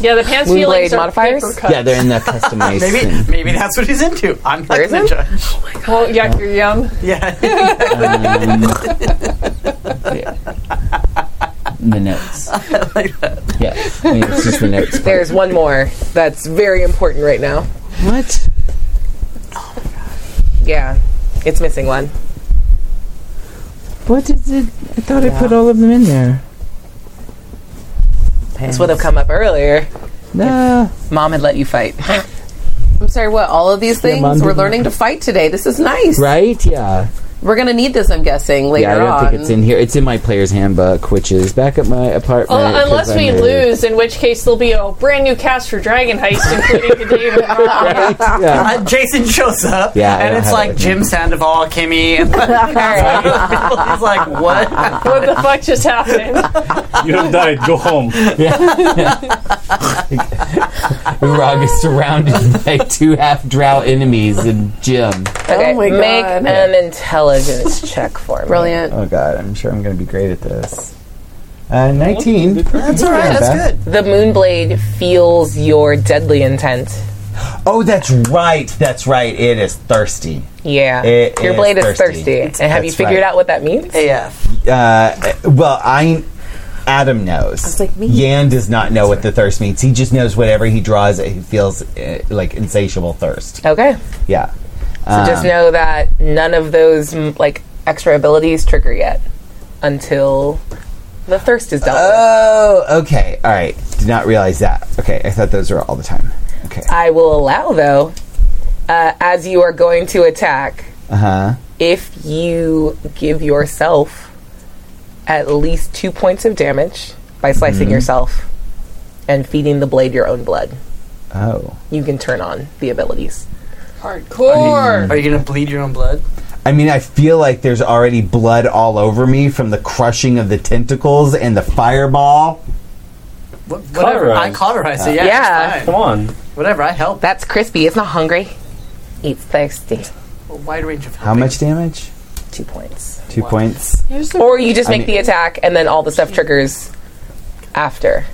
Speaker 6: Yeah, the pants
Speaker 1: Moonblade
Speaker 6: feelings are
Speaker 1: modifiers?
Speaker 6: paper cut.
Speaker 7: Yeah, they're in the customized.
Speaker 4: [LAUGHS] Maybe,
Speaker 7: thing.
Speaker 4: maybe that's what he's into. I'm not
Speaker 1: There is Oh
Speaker 4: gonna
Speaker 1: him?
Speaker 4: judge.
Speaker 6: Well, yeah, you're young.
Speaker 4: Yeah,
Speaker 7: the
Speaker 1: [LAUGHS]
Speaker 7: notes. Yeah, I mean, it's just the notes. part.
Speaker 1: There's one more that's very important right now.
Speaker 7: what?
Speaker 1: Yeah, it's missing one.
Speaker 8: What is it? I thought I put all of them in there.
Speaker 1: This would have come up earlier.
Speaker 8: Nah.
Speaker 1: Mom had let you fight. [LAUGHS]
Speaker 2: I'm sorry, what? All of these things?
Speaker 8: mom
Speaker 2: We're
Speaker 8: didn't-
Speaker 2: learning to fight today. This is nice.
Speaker 8: Right? Yeah.
Speaker 2: We're gonna need this, I'm guessing, later
Speaker 8: yeah, I don't
Speaker 2: on.
Speaker 8: think it's in here. It's in my player's handbook, which is back at my
Speaker 1: Oh,
Speaker 8: apartment.
Speaker 6: Well,
Speaker 8: 'cause
Speaker 6: unless
Speaker 8: I'm
Speaker 6: we
Speaker 8: a- [LAUGHS]
Speaker 6: lose, in which case there'll be a brand new cast for Dragon
Speaker 7: [LAUGHS]
Speaker 6: Heist, including the David.
Speaker 8: Yeah.
Speaker 4: Uh, Jason shows up,
Speaker 8: Yeah, I
Speaker 4: and
Speaker 8: don't
Speaker 4: it's
Speaker 8: have
Speaker 4: like
Speaker 8: it with
Speaker 4: Jim Sandoval, Kimmy,
Speaker 1: [LAUGHS]
Speaker 4: and [LAUGHS] like, he's like, "What?
Speaker 6: What the fuck just happened?
Speaker 3: You have died. Go home.
Speaker 8: Rug is surrounded [LAUGHS] by two half drow enemies and Jim.
Speaker 2: Okay, Oh my
Speaker 1: make
Speaker 2: God.
Speaker 1: an intelligence check for me.
Speaker 2: Brilliant.
Speaker 7: Oh god, I'm sure I'm going to be great at this. Uh, 19. That's all right.
Speaker 4: That's good."
Speaker 1: The Moonblade feels your deadly intent.
Speaker 7: Oh, that's right. That's right. It is thirsty.
Speaker 1: Yeah,
Speaker 7: It
Speaker 1: your
Speaker 7: is
Speaker 1: blade is
Speaker 7: thirsty.
Speaker 1: thirsty. And have you
Speaker 7: That's
Speaker 1: figured
Speaker 7: right.
Speaker 1: out what that means?
Speaker 4: AF.
Speaker 7: Uh, well, I Adam knows.
Speaker 2: like, me?
Speaker 7: Yan does not know what the thirst means. He just knows whatever he draws, he feels uh, like insatiable thirst.
Speaker 1: Okay,
Speaker 7: Yeah.
Speaker 1: so
Speaker 7: Um,
Speaker 1: just know that none of those mm, like extra abilities trigger yet until the thirst is dealt. with.
Speaker 7: Oh, okay. All right. Did not realize that. Okay, I thought those were all the time. Okay.
Speaker 1: I will allow though, uh, as you are going to attack,
Speaker 7: Uh huh.
Speaker 1: if you give yourself at least two points of damage by
Speaker 7: Mm-hmm.
Speaker 1: slicing yourself and feeding the blade your own blood,
Speaker 7: Oh.
Speaker 1: you can turn on the abilities.
Speaker 6: Hardcore.
Speaker 4: Are you gonna bleed your own blood?
Speaker 7: I mean, I feel like there's already blood all over me from the crushing of the tentacles and the fireball.
Speaker 4: What, whatever.
Speaker 3: Cauterize.
Speaker 4: I cauterize it.
Speaker 8: Uh,
Speaker 4: Yeah,
Speaker 1: Yeah.
Speaker 4: it's
Speaker 3: Come
Speaker 4: fine.
Speaker 3: on.
Speaker 4: Whatever. I help.
Speaker 1: That's crispy. It's not hungry. It's thirsty.
Speaker 4: A wide range of
Speaker 7: How much damage?
Speaker 1: Two points.
Speaker 7: Two points.
Speaker 1: Or you just
Speaker 7: I
Speaker 1: make the
Speaker 7: mean-
Speaker 1: attack and then all the stuff triggers after.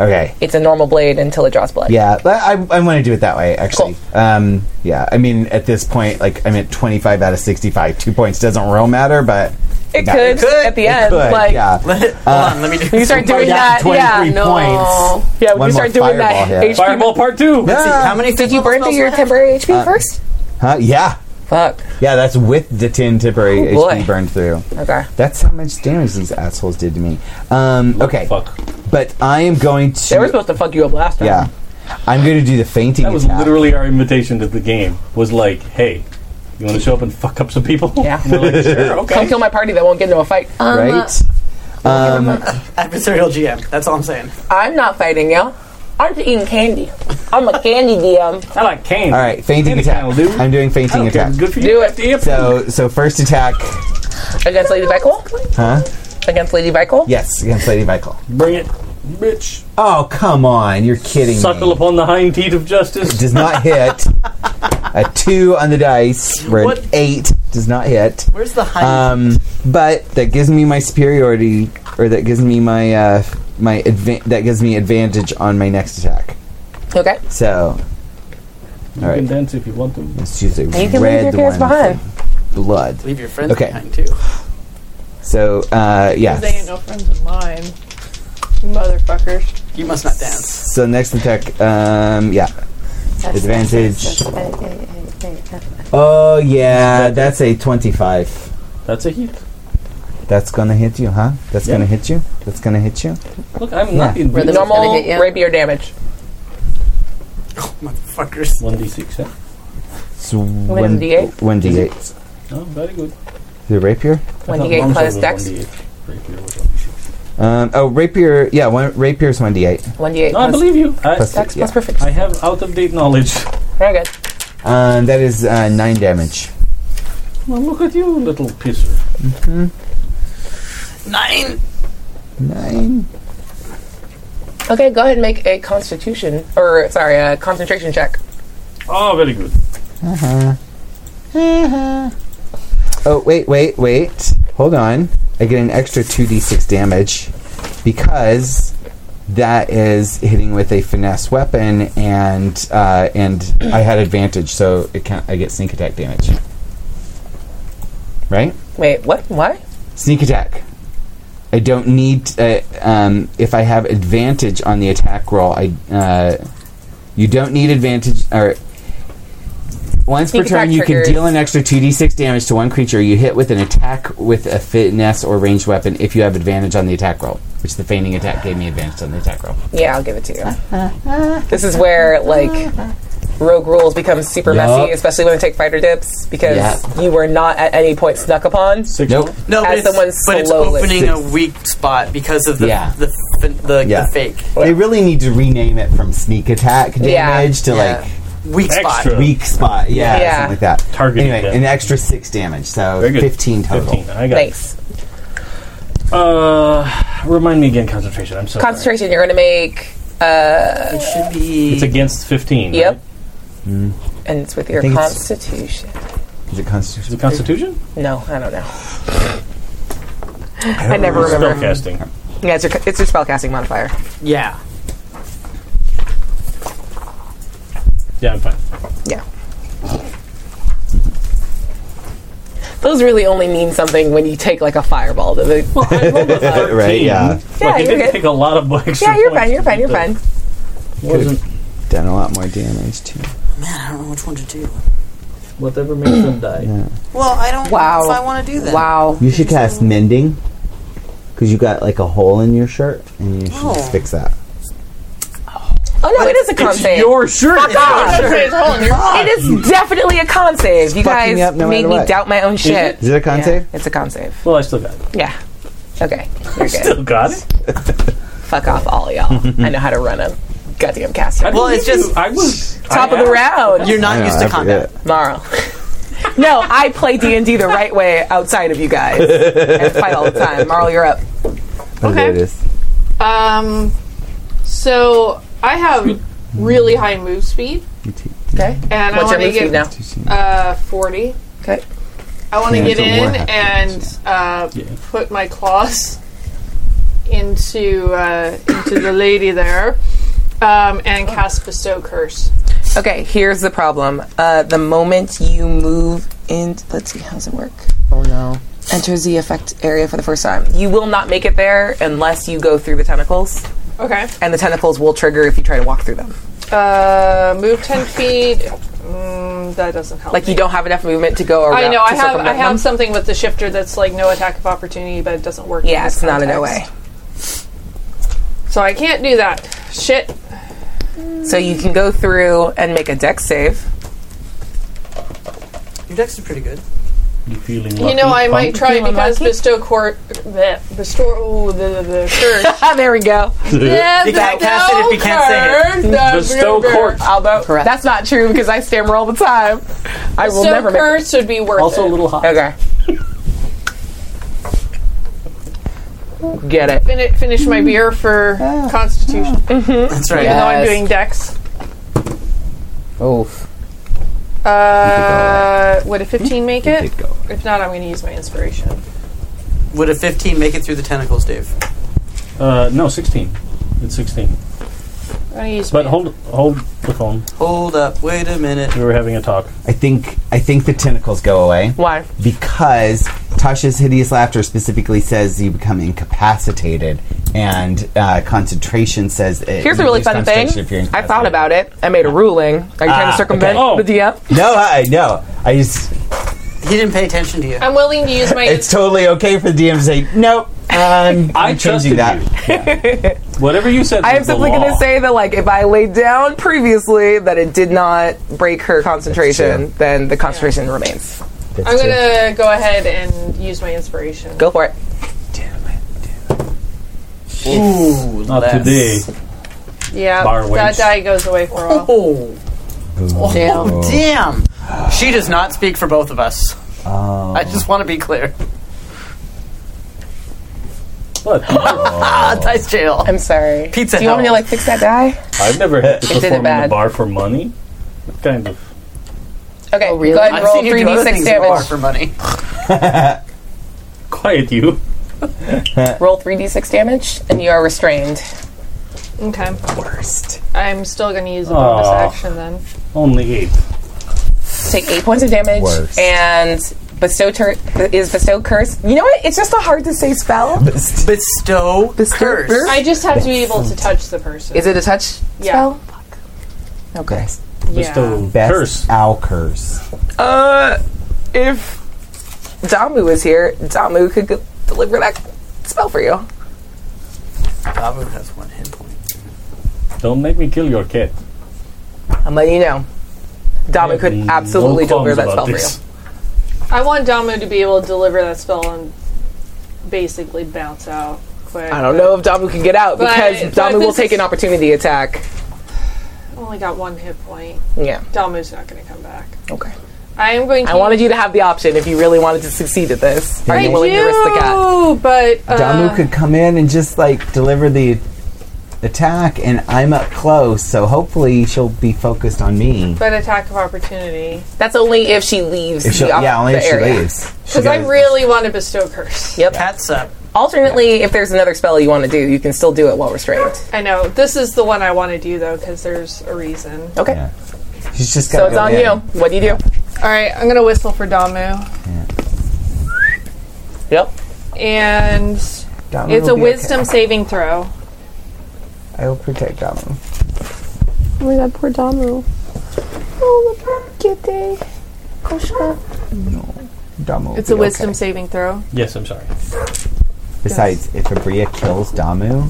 Speaker 7: Okay.
Speaker 1: It's a normal blade until it draws blood.
Speaker 7: Yeah, but I, I want to do it that way, actually. Um, yeah, I mean, at this point, like, I'm at 25 out of 65. Two points doesn't real matter, but.
Speaker 1: It,
Speaker 7: Yeah.
Speaker 1: could,
Speaker 7: It could.
Speaker 1: at the
Speaker 7: It
Speaker 1: end.
Speaker 7: could,
Speaker 1: like
Speaker 7: yeah.
Speaker 4: Hold
Speaker 8: Uh,
Speaker 4: on. Let me do.
Speaker 1: you start doing that. Yeah,
Speaker 7: no. points.
Speaker 1: yeah. When
Speaker 7: One
Speaker 1: you
Speaker 7: more
Speaker 1: start doing that,
Speaker 7: fireball hit.
Speaker 1: HP.
Speaker 3: Fireball part two.
Speaker 4: Let's
Speaker 1: [LAUGHS]
Speaker 4: see, how many?
Speaker 1: Did you burn through your temporary HP first?
Speaker 7: Uh, Huh? Yeah.
Speaker 1: Fuck.
Speaker 7: Yeah, that's with the 10 temporary
Speaker 1: Oh, boy.
Speaker 7: HP burned through.
Speaker 1: Okay.
Speaker 7: That's how much damage these assholes did to me. Um, okay.
Speaker 3: Fuck.
Speaker 7: But I am going to.
Speaker 1: They were supposed to fuck you up last time.
Speaker 7: yeah. I'm going to do the fainting
Speaker 3: That was
Speaker 7: attack.
Speaker 3: literally our invitation to the game. Was like, hey, you want to show up and fuck up some people?
Speaker 1: Yeah.
Speaker 3: And [LAUGHS] we're like, sure,
Speaker 1: Come
Speaker 3: okay.
Speaker 1: kill my party that won't get into a fight.
Speaker 7: Uh. Right? Um,
Speaker 4: Adversarial GM. That's all I'm saying.
Speaker 1: I'm not fighting y'all. I'm just eating candy. I'm a candy DM.
Speaker 3: I like cane.
Speaker 7: all right, fainting
Speaker 3: Any
Speaker 7: attack.
Speaker 3: kind will do.
Speaker 7: I'm doing
Speaker 3: I
Speaker 7: fainting
Speaker 3: don't care.
Speaker 7: attack.
Speaker 3: Good for you.
Speaker 1: Do it.
Speaker 3: FDA.
Speaker 7: So, so first attack,
Speaker 1: Against Lady Michael?
Speaker 7: huh?
Speaker 1: Against Lady Michael?
Speaker 7: Yes, against Lady Michael.
Speaker 3: Bring it, bitch.
Speaker 7: Oh, come on. You're kidding
Speaker 3: Suckle
Speaker 7: me.
Speaker 3: upon the hind teeth of justice.
Speaker 7: Does not hit. A two on the dice. We're
Speaker 4: What?
Speaker 7: an eight. Does not hit.
Speaker 4: Where's the
Speaker 8: Uh,
Speaker 4: high?
Speaker 7: Um, but that gives me my superiority, or that gives me my uh, my adva- that gives me advantage on my next attack.
Speaker 1: Okay.
Speaker 7: So
Speaker 3: You
Speaker 7: All right.
Speaker 3: can dance if you want to.
Speaker 7: let's choose a
Speaker 1: You can leave
Speaker 7: red
Speaker 1: your kids
Speaker 7: one.
Speaker 1: behind.
Speaker 7: Blood.
Speaker 4: Leave your friends
Speaker 7: okay.
Speaker 4: behind too.
Speaker 7: So uh,
Speaker 6: They ain't
Speaker 7: yeah.
Speaker 6: no friends of mine. Motherfuckers.
Speaker 4: You must not dance.
Speaker 7: So next attack, um, yeah, advantage. Oh yeah, that's a twenty-five.
Speaker 3: That's a hit.
Speaker 7: That's gonna hit you, huh? That's
Speaker 3: Yeah.
Speaker 7: gonna hit you. That's gonna hit you.
Speaker 3: Look, I'm not in
Speaker 2: Rhythm.
Speaker 3: one
Speaker 1: Normal
Speaker 2: hit you.
Speaker 1: rapier damage.
Speaker 4: Motherfuckers.
Speaker 3: d six. Huh?
Speaker 7: It's one
Speaker 1: D8?
Speaker 7: One d eight.
Speaker 3: Oh, very good. I
Speaker 7: The rapier.
Speaker 1: When
Speaker 3: thought
Speaker 1: you get
Speaker 3: longsword
Speaker 1: plus
Speaker 3: was
Speaker 1: dex,
Speaker 3: 1d8. Rapier was 1d6.
Speaker 7: Um, oh, rapier. Yeah, one, rapier's one d eight.
Speaker 1: 1d8
Speaker 3: No, I
Speaker 1: plus
Speaker 3: believe you. I,
Speaker 7: Plus
Speaker 1: dex
Speaker 7: yeah.
Speaker 1: plus perfect.
Speaker 3: I have out of date knowledge.
Speaker 1: Very good.
Speaker 7: Um, that is uh, nine damage.
Speaker 3: Well, look at you, little pisser.
Speaker 4: Nine.
Speaker 7: Nine.
Speaker 1: Okay, go ahead and make a constitution, or sorry, a concentration check.
Speaker 3: Oh, very good.
Speaker 7: Oh, wait, wait, wait. Hold on. I get an extra 2d6 damage because that is hitting with a finesse weapon, and uh, and I had advantage, so it can I get sneak attack damage. Right?
Speaker 1: Wait, what? Why?
Speaker 7: Sneak attack. I don't need. Uh, um, if I have advantage on the attack roll, I. Uh, you don't need advantage. Or once
Speaker 1: Sneak
Speaker 7: per turn,
Speaker 1: attack
Speaker 7: you
Speaker 1: triggers-
Speaker 7: can deal an extra two d six damage to one creature you hit with an attack with a finesse or ranged weapon if you have advantage on the attack roll, which the feigning attack gave me advantage on the attack roll.
Speaker 1: Yeah, I'll give it to you. this is where like rogue rules become super
Speaker 8: Yup.
Speaker 1: messy, especially when they take fighter dips, because
Speaker 8: Yep.
Speaker 1: you were not at any point snuck upon.
Speaker 8: Nope.
Speaker 4: No,
Speaker 1: As
Speaker 4: but
Speaker 1: someone
Speaker 4: it's, but it's
Speaker 1: slowly-
Speaker 4: opening a weak spot because of the
Speaker 8: Yeah.
Speaker 4: the, the, the,
Speaker 8: Yeah.
Speaker 4: the fake
Speaker 7: They really need to rename it from sneak attack damage to
Speaker 4: Yeah. weak spot.
Speaker 3: Extra.
Speaker 7: like weak spot. Yeah,
Speaker 1: Yeah.
Speaker 7: something like that.
Speaker 3: Targeted
Speaker 7: Anyway,
Speaker 3: damage.
Speaker 7: an extra six damage, so
Speaker 3: Very good.
Speaker 7: fifteen total.
Speaker 3: 15. I got
Speaker 1: Thanks.
Speaker 3: it. Uh, remind me again, concentration. I'm so sorry.
Speaker 1: Concentration, you're going to make. Uh,
Speaker 4: It should be.
Speaker 3: It's against 15.
Speaker 1: Yep.
Speaker 3: Right?
Speaker 1: and it's with your
Speaker 7: think it's-
Speaker 1: constitution.
Speaker 7: Is it Constitution?
Speaker 3: Is it Constitution?
Speaker 1: No, I don't know. I, never
Speaker 3: Or
Speaker 1: remember.
Speaker 3: Spellcasting.
Speaker 1: Yeah, it's your, it's your spellcasting modifier.
Speaker 4: yeah.
Speaker 3: Yeah, I'm fine.
Speaker 1: Those really only mean something when you take like a fireball. To the,
Speaker 3: Well, I rolled a 13.
Speaker 7: Right, yeah.
Speaker 1: Uh, Yeah,
Speaker 3: Like, it
Speaker 1: you're
Speaker 3: didn't
Speaker 1: good.
Speaker 3: take a lot of [LAUGHS] extra
Speaker 1: yeah, you're
Speaker 3: points
Speaker 1: fine. You're
Speaker 3: to
Speaker 1: fine.
Speaker 3: beat
Speaker 1: You're fine.
Speaker 3: that. Wasn't
Speaker 7: Done a lot more damage too.
Speaker 4: Man, I don't know which one to do.
Speaker 3: whatever makes them die.
Speaker 4: Well, I don't.
Speaker 2: Wow.
Speaker 4: If I want to do that.
Speaker 2: Wow.
Speaker 7: You should cast mending because you got like a hole in your shirt, and you should
Speaker 4: Oh.
Speaker 7: just fix that.
Speaker 1: Oh no, it is a con save.
Speaker 7: shirt.
Speaker 1: Fuck off. It is definitely a con save. You
Speaker 7: Fucking
Speaker 1: guys
Speaker 7: up no
Speaker 1: made
Speaker 7: matter
Speaker 1: me
Speaker 7: what.
Speaker 1: doubt my own shit.
Speaker 7: Is it a con
Speaker 1: Yeah,
Speaker 7: save?
Speaker 1: It's a con save.
Speaker 3: [LAUGHS] Well, I still got it.
Speaker 1: Yeah. Okay. You're good.
Speaker 3: Still got it.
Speaker 1: Fuck off, all y'all.
Speaker 7: [LAUGHS]
Speaker 1: I know how to run a goddamn caster.
Speaker 3: I
Speaker 4: Well,
Speaker 3: believe
Speaker 4: it's just-
Speaker 3: you. I was
Speaker 1: Top
Speaker 3: I
Speaker 1: of the
Speaker 3: asked.
Speaker 1: round,
Speaker 4: You're
Speaker 7: I
Speaker 4: not
Speaker 7: know,
Speaker 4: used to
Speaker 7: I
Speaker 4: combat.
Speaker 1: tomorrow. [LAUGHS] no, I play D and D the right way outside of you guys. I fight all
Speaker 7: [LAUGHS]
Speaker 1: the time. Marl, you're up.
Speaker 7: Oh,
Speaker 6: Okay.
Speaker 7: there it is.
Speaker 6: Um, so I have really high move speed,
Speaker 1: Okay.
Speaker 6: and
Speaker 1: What's your
Speaker 6: I want to
Speaker 1: move speed
Speaker 6: get
Speaker 1: now?
Speaker 6: uh forty.
Speaker 1: Okay.
Speaker 6: I want to
Speaker 7: Yeah,
Speaker 6: get
Speaker 7: so we'll
Speaker 6: in
Speaker 7: have to
Speaker 6: and uh, put my claws into uh, into the lady there, um, and cast bestow curse.
Speaker 1: Okay, here's the problem. Uh, the moment you move in, let's see, how does it work? Oh no. Enters the effect area for the first time. You will not make it there unless you go through the tentacles,
Speaker 6: Okay.
Speaker 1: and the tentacles will trigger if you try to walk through them.
Speaker 6: Uh, move ten feet. Mm, that doesn't help.
Speaker 1: Like you
Speaker 6: me.
Speaker 1: don't have enough movement to go around.
Speaker 6: I know.
Speaker 1: to
Speaker 6: I have. I
Speaker 1: circumvent
Speaker 6: have
Speaker 1: them.
Speaker 6: something with the shifter that's like no attack of opportunity, but it doesn't work. in
Speaker 1: Yeah,
Speaker 6: this
Speaker 1: it's not in a way.
Speaker 6: context. So I can't do that. Shit.
Speaker 1: So you can go through and make a deck save.
Speaker 4: Your dex is pretty good.
Speaker 3: You feeling
Speaker 6: You know, I might try
Speaker 1: Feeling
Speaker 6: because
Speaker 1: lucky?
Speaker 6: bestow court. Bestow. ooh, The the, the
Speaker 2: [LAUGHS]
Speaker 6: curse.
Speaker 1: Ah, there we go.
Speaker 6: Yeah,
Speaker 4: You can't cast it if you can't
Speaker 6: say it.
Speaker 3: Bestow court.
Speaker 1: Although
Speaker 2: Correct.
Speaker 1: that's not true because I stammer all the time. I will
Speaker 6: Bestow
Speaker 1: never make
Speaker 6: curse would be worth
Speaker 3: Also a
Speaker 6: it.
Speaker 3: little hot.
Speaker 1: Okay. Get it.
Speaker 6: Fin- finish
Speaker 1: Hmm.
Speaker 6: my beer for
Speaker 1: Ah.
Speaker 6: Constitution.
Speaker 4: That's right.
Speaker 6: Even though I'm
Speaker 2: Yes.
Speaker 6: doing Dex.
Speaker 9: Oof.
Speaker 6: Uh, would a 15 make it? If not, I'm going to use my inspiration.
Speaker 4: Would a 15 make it through the tentacles, Dave?
Speaker 3: Uh, no, 16. It's 16.
Speaker 6: I'm going to use.
Speaker 3: But
Speaker 6: my-
Speaker 3: hold hold the phone.
Speaker 4: Hold up. Wait a minute.
Speaker 3: We were having a talk.
Speaker 7: I think I think the tentacles go away
Speaker 1: Why?
Speaker 7: because Tasha's hideous laughter specifically says you become incapacitated, and uh, concentration says it.
Speaker 1: Here's a really
Speaker 7: reduces
Speaker 1: fun thing.
Speaker 7: concentration if you're
Speaker 1: I thought
Speaker 7: incapacitated.
Speaker 1: about it. I made a ruling. Are you trying
Speaker 7: Ah,
Speaker 1: to circumvent
Speaker 3: okay. Oh.
Speaker 1: the DM?
Speaker 7: No, I no. I just
Speaker 4: He didn't pay attention to you.
Speaker 6: I'm willing to use my.
Speaker 7: it's totally okay for the DM to say nope. um, I'm,
Speaker 3: I
Speaker 7: I'm changing
Speaker 3: trusted
Speaker 7: that.
Speaker 3: you. Whatever you
Speaker 1: [LAUGHS]
Speaker 3: said.
Speaker 1: I am
Speaker 3: was the
Speaker 1: simply
Speaker 3: law.
Speaker 1: going to say that, like, if I laid down previously that it did not break her concentration, then the concentration remains.
Speaker 6: I'm going to go ahead and use my inspiration.
Speaker 1: Go for it.
Speaker 4: Ooh,
Speaker 3: Not
Speaker 4: less.
Speaker 3: today.
Speaker 6: Yeah,
Speaker 3: Bar
Speaker 6: that
Speaker 3: wench.
Speaker 6: die goes away for a while.
Speaker 4: Oh. Oh, damn. She does not speak for both of us. I just want to be clear.
Speaker 1: [LAUGHS]
Speaker 3: Look,
Speaker 4: Ah, dice jail.
Speaker 1: I'm sorry.
Speaker 4: Pizza
Speaker 1: Do you want me to
Speaker 4: Hell.
Speaker 1: like fix that die?
Speaker 3: I've never had to
Speaker 1: did it
Speaker 3: perform in the
Speaker 1: bad.
Speaker 3: bar for money. What kind of? [LAUGHS]
Speaker 1: Okay.
Speaker 2: really?
Speaker 1: Go ahead and
Speaker 4: I've
Speaker 1: roll
Speaker 4: seen you
Speaker 1: three
Speaker 4: do
Speaker 1: d
Speaker 4: other
Speaker 1: six
Speaker 4: things in bar
Speaker 1: damage.
Speaker 4: for money.
Speaker 3: Quiet you.
Speaker 1: Roll three d six damage, and you are restrained.
Speaker 6: Okay. Worst. I'm still going to use a bonus
Speaker 3: Aw.
Speaker 6: action then.
Speaker 3: Only eight.
Speaker 1: take eight points of damage
Speaker 7: Worse.
Speaker 1: and bestow tur- is bestow curse. You know what? It's just a hard to say spell.
Speaker 4: [LAUGHS] Bestow, curse.
Speaker 6: I just have to be able to touch the person.
Speaker 2: Is it a touch?
Speaker 6: yeah.
Speaker 1: Spell.
Speaker 7: Okay.
Speaker 6: Yeah.
Speaker 3: Bestow
Speaker 7: Best
Speaker 3: curse.
Speaker 7: owl curse.
Speaker 1: Uh, if Damu was here, Damu could go- deliver that spell for you.
Speaker 4: Dabu has one hit point.
Speaker 3: Don't make me kill your cat.
Speaker 1: I'm letting you know. Dama could absolutely
Speaker 3: Mm, No
Speaker 1: deliver that
Speaker 3: qualms about
Speaker 1: spell for
Speaker 3: this.
Speaker 1: you.
Speaker 6: I want Damo to be able to deliver that spell and basically bounce out quick.
Speaker 1: I don't know if Damu can get out
Speaker 6: But-
Speaker 1: because
Speaker 6: but
Speaker 1: Damu will
Speaker 6: this
Speaker 1: take an
Speaker 6: is-
Speaker 1: opportunity attack.
Speaker 6: Only got one hit point.
Speaker 1: Yeah.
Speaker 6: Damo's not going to come back.
Speaker 1: Okay.
Speaker 6: I am going to.
Speaker 1: I wanted you to have the option if you really wanted to succeed at this. Are
Speaker 6: I
Speaker 1: you willing
Speaker 6: do,
Speaker 1: to risk the cat?
Speaker 6: but uh,
Speaker 8: Damu could come in and just like deliver the attack, and I'm up close, so hopefully she'll be focused on me.
Speaker 6: but attack of opportunity
Speaker 1: That's only if she leaves.
Speaker 8: If she'll,
Speaker 1: the, op-
Speaker 6: uh,
Speaker 8: yeah, only
Speaker 1: the
Speaker 8: if she
Speaker 1: area.
Speaker 8: leaves.
Speaker 6: because I really want to bestow curse.
Speaker 1: Yep.
Speaker 4: Cat's up.
Speaker 1: Alternately, if there's another spell you want to do, you can still do it while restrained.
Speaker 6: I know this is the one I want to do though because there's a reason.
Speaker 1: Okay.
Speaker 8: Yeah. She's just
Speaker 1: So
Speaker 8: gotta
Speaker 1: it's
Speaker 8: go
Speaker 1: on
Speaker 8: in.
Speaker 1: you. What do you do?
Speaker 6: All right, I'm gonna whistle for Damu,
Speaker 1: Yep.
Speaker 6: and
Speaker 9: Domino
Speaker 6: it's
Speaker 9: will
Speaker 6: a
Speaker 9: be
Speaker 6: wisdom saving throw.
Speaker 9: Okay. I will protect Domino.
Speaker 10: Oh my god, poor Damu. Oh, the poor kitty. Koshka.
Speaker 9: Domino. will
Speaker 6: It's a
Speaker 9: be
Speaker 6: wisdom
Speaker 9: okay.
Speaker 6: saving throw.
Speaker 3: Yes, I'm sorry.
Speaker 8: Besides, if Abria kills Damu,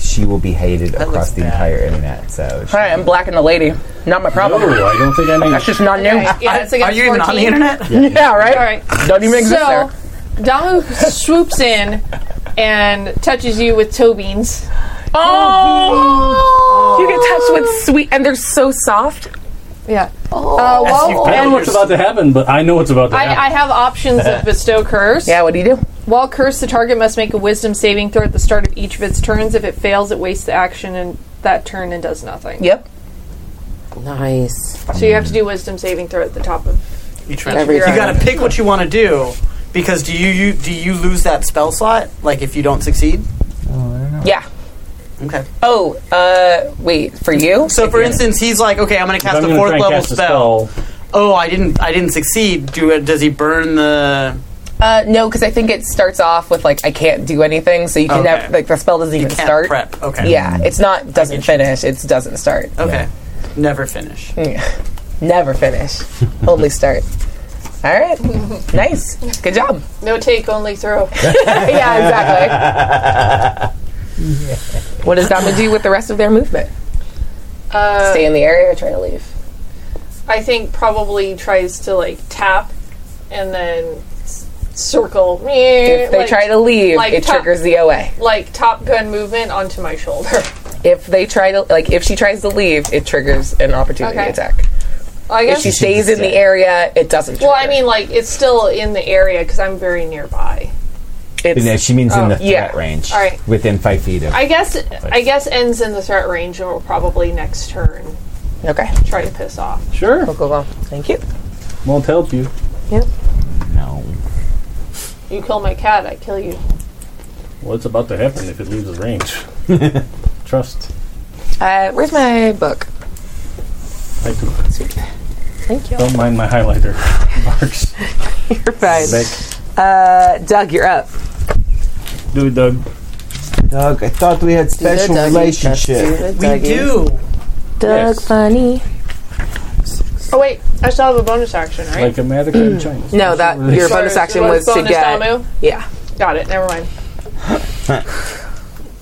Speaker 8: she will be hated across
Speaker 4: looks
Speaker 8: the
Speaker 4: bad.
Speaker 8: entire internet. So she-
Speaker 1: All right, I'm blacking the lady. Not my
Speaker 3: No,
Speaker 1: problem.
Speaker 3: I don't think I need.
Speaker 1: That's just not new.
Speaker 6: Okay, yeah, it's
Speaker 4: Are
Speaker 6: against
Speaker 4: you even on the
Speaker 6: 14.
Speaker 4: internet?
Speaker 6: [LAUGHS]
Speaker 1: Yeah, right?
Speaker 6: All right.
Speaker 1: Don't even exist there.
Speaker 6: So, Damu swoops in and touches you with toe beans.
Speaker 1: Oh! You get touched with sweet, and they're so soft.
Speaker 6: Yeah. Uh,
Speaker 4: you
Speaker 6: while,
Speaker 4: do.
Speaker 3: I don't know what's about to happen, but I know what's about to happen.
Speaker 6: I, I have options of bestow curse.
Speaker 1: Yeah, what do you do?
Speaker 6: While cursed, the target must make a wisdom saving throw at the start of each of its turns. If it fails, it wastes the action and that turn and does nothing.
Speaker 1: Yep.
Speaker 2: Nice.
Speaker 6: So you have to do wisdom saving throw at the top of
Speaker 4: You
Speaker 2: Everything.
Speaker 4: got to pick what you want to do because do you, you do you lose that spell slot like if you don't succeed?
Speaker 1: Yeah.
Speaker 4: Okay.
Speaker 1: Oh, uh, wait, for you?
Speaker 4: So for instance, he's like, okay, I'm going to
Speaker 3: If
Speaker 4: cast
Speaker 3: I'm
Speaker 4: a
Speaker 3: gonna
Speaker 4: fourth
Speaker 3: try and
Speaker 4: level
Speaker 3: cast a
Speaker 4: spell. Oh, I didn't I didn't succeed. Do it, does he burn the
Speaker 1: Uh, no, because I think it starts off with, like, I can't do anything, so you can
Speaker 4: Okay.
Speaker 1: never, like, the spell doesn't even
Speaker 4: can't
Speaker 1: start.
Speaker 4: prep? Okay.
Speaker 1: Yeah, it's not, doesn't finish, it's doesn't start. Mm.
Speaker 4: Okay. Never finish.
Speaker 1: Never [LAUGHS] finish, only start. All right, nice, good job.
Speaker 6: no take, only throw.
Speaker 1: yeah, exactly. [LAUGHS] What does Dama do with the rest of their movement?
Speaker 6: Uh,
Speaker 1: Stay in the area or try to leave?
Speaker 6: I think probably tries to like tap and then s- circle.
Speaker 1: If they
Speaker 6: like,
Speaker 1: try to leave,
Speaker 6: like
Speaker 1: it
Speaker 6: top-
Speaker 1: triggers the OA.
Speaker 6: like Top Gun movement onto my shoulder. [LAUGHS]
Speaker 1: If they try to, like, if she tries to leave, it triggers an opportunity
Speaker 6: Okay.
Speaker 1: attack.
Speaker 6: I
Speaker 1: If
Speaker 6: guess.
Speaker 1: she stays in the area, it doesn't. Trigger.
Speaker 6: well, I mean, like it's still in the area because I'm very nearby.
Speaker 1: it's,
Speaker 8: No, she means in the threat
Speaker 1: yeah.
Speaker 8: range.
Speaker 6: Oh, All right.
Speaker 8: Within five feet of.
Speaker 6: I guess. I guess ends in the threat range, and will probably next turn
Speaker 1: okay.
Speaker 6: try to piss off.
Speaker 3: Sure,
Speaker 1: Cool, cool, cool. Thank you.
Speaker 3: won't help you.
Speaker 8: no.
Speaker 6: You kill my cat, I kill you.
Speaker 3: What's about to happen if it leaves the
Speaker 1: [LAUGHS]
Speaker 3: range? Trust.
Speaker 1: Uh, where's my book?
Speaker 3: I do.
Speaker 1: Thank you.
Speaker 3: Don't mind my highlighter [LAUGHS] marks.
Speaker 1: You're fine. Uh, Doug, you're up.
Speaker 3: Do it, Doug.
Speaker 9: Doug, I thought we had special
Speaker 2: Dougie.
Speaker 9: relationship.
Speaker 4: We do.
Speaker 10: Doug
Speaker 3: Yes.
Speaker 10: Funny.
Speaker 6: Oh wait, I still have a bonus action, right?
Speaker 3: Like a American Chinese.
Speaker 1: No, that your
Speaker 6: Sorry,
Speaker 1: bonus action
Speaker 6: bonus-
Speaker 1: was to
Speaker 6: bonus
Speaker 1: get.
Speaker 6: Damu?
Speaker 1: Yeah.
Speaker 6: Got it. Never mind.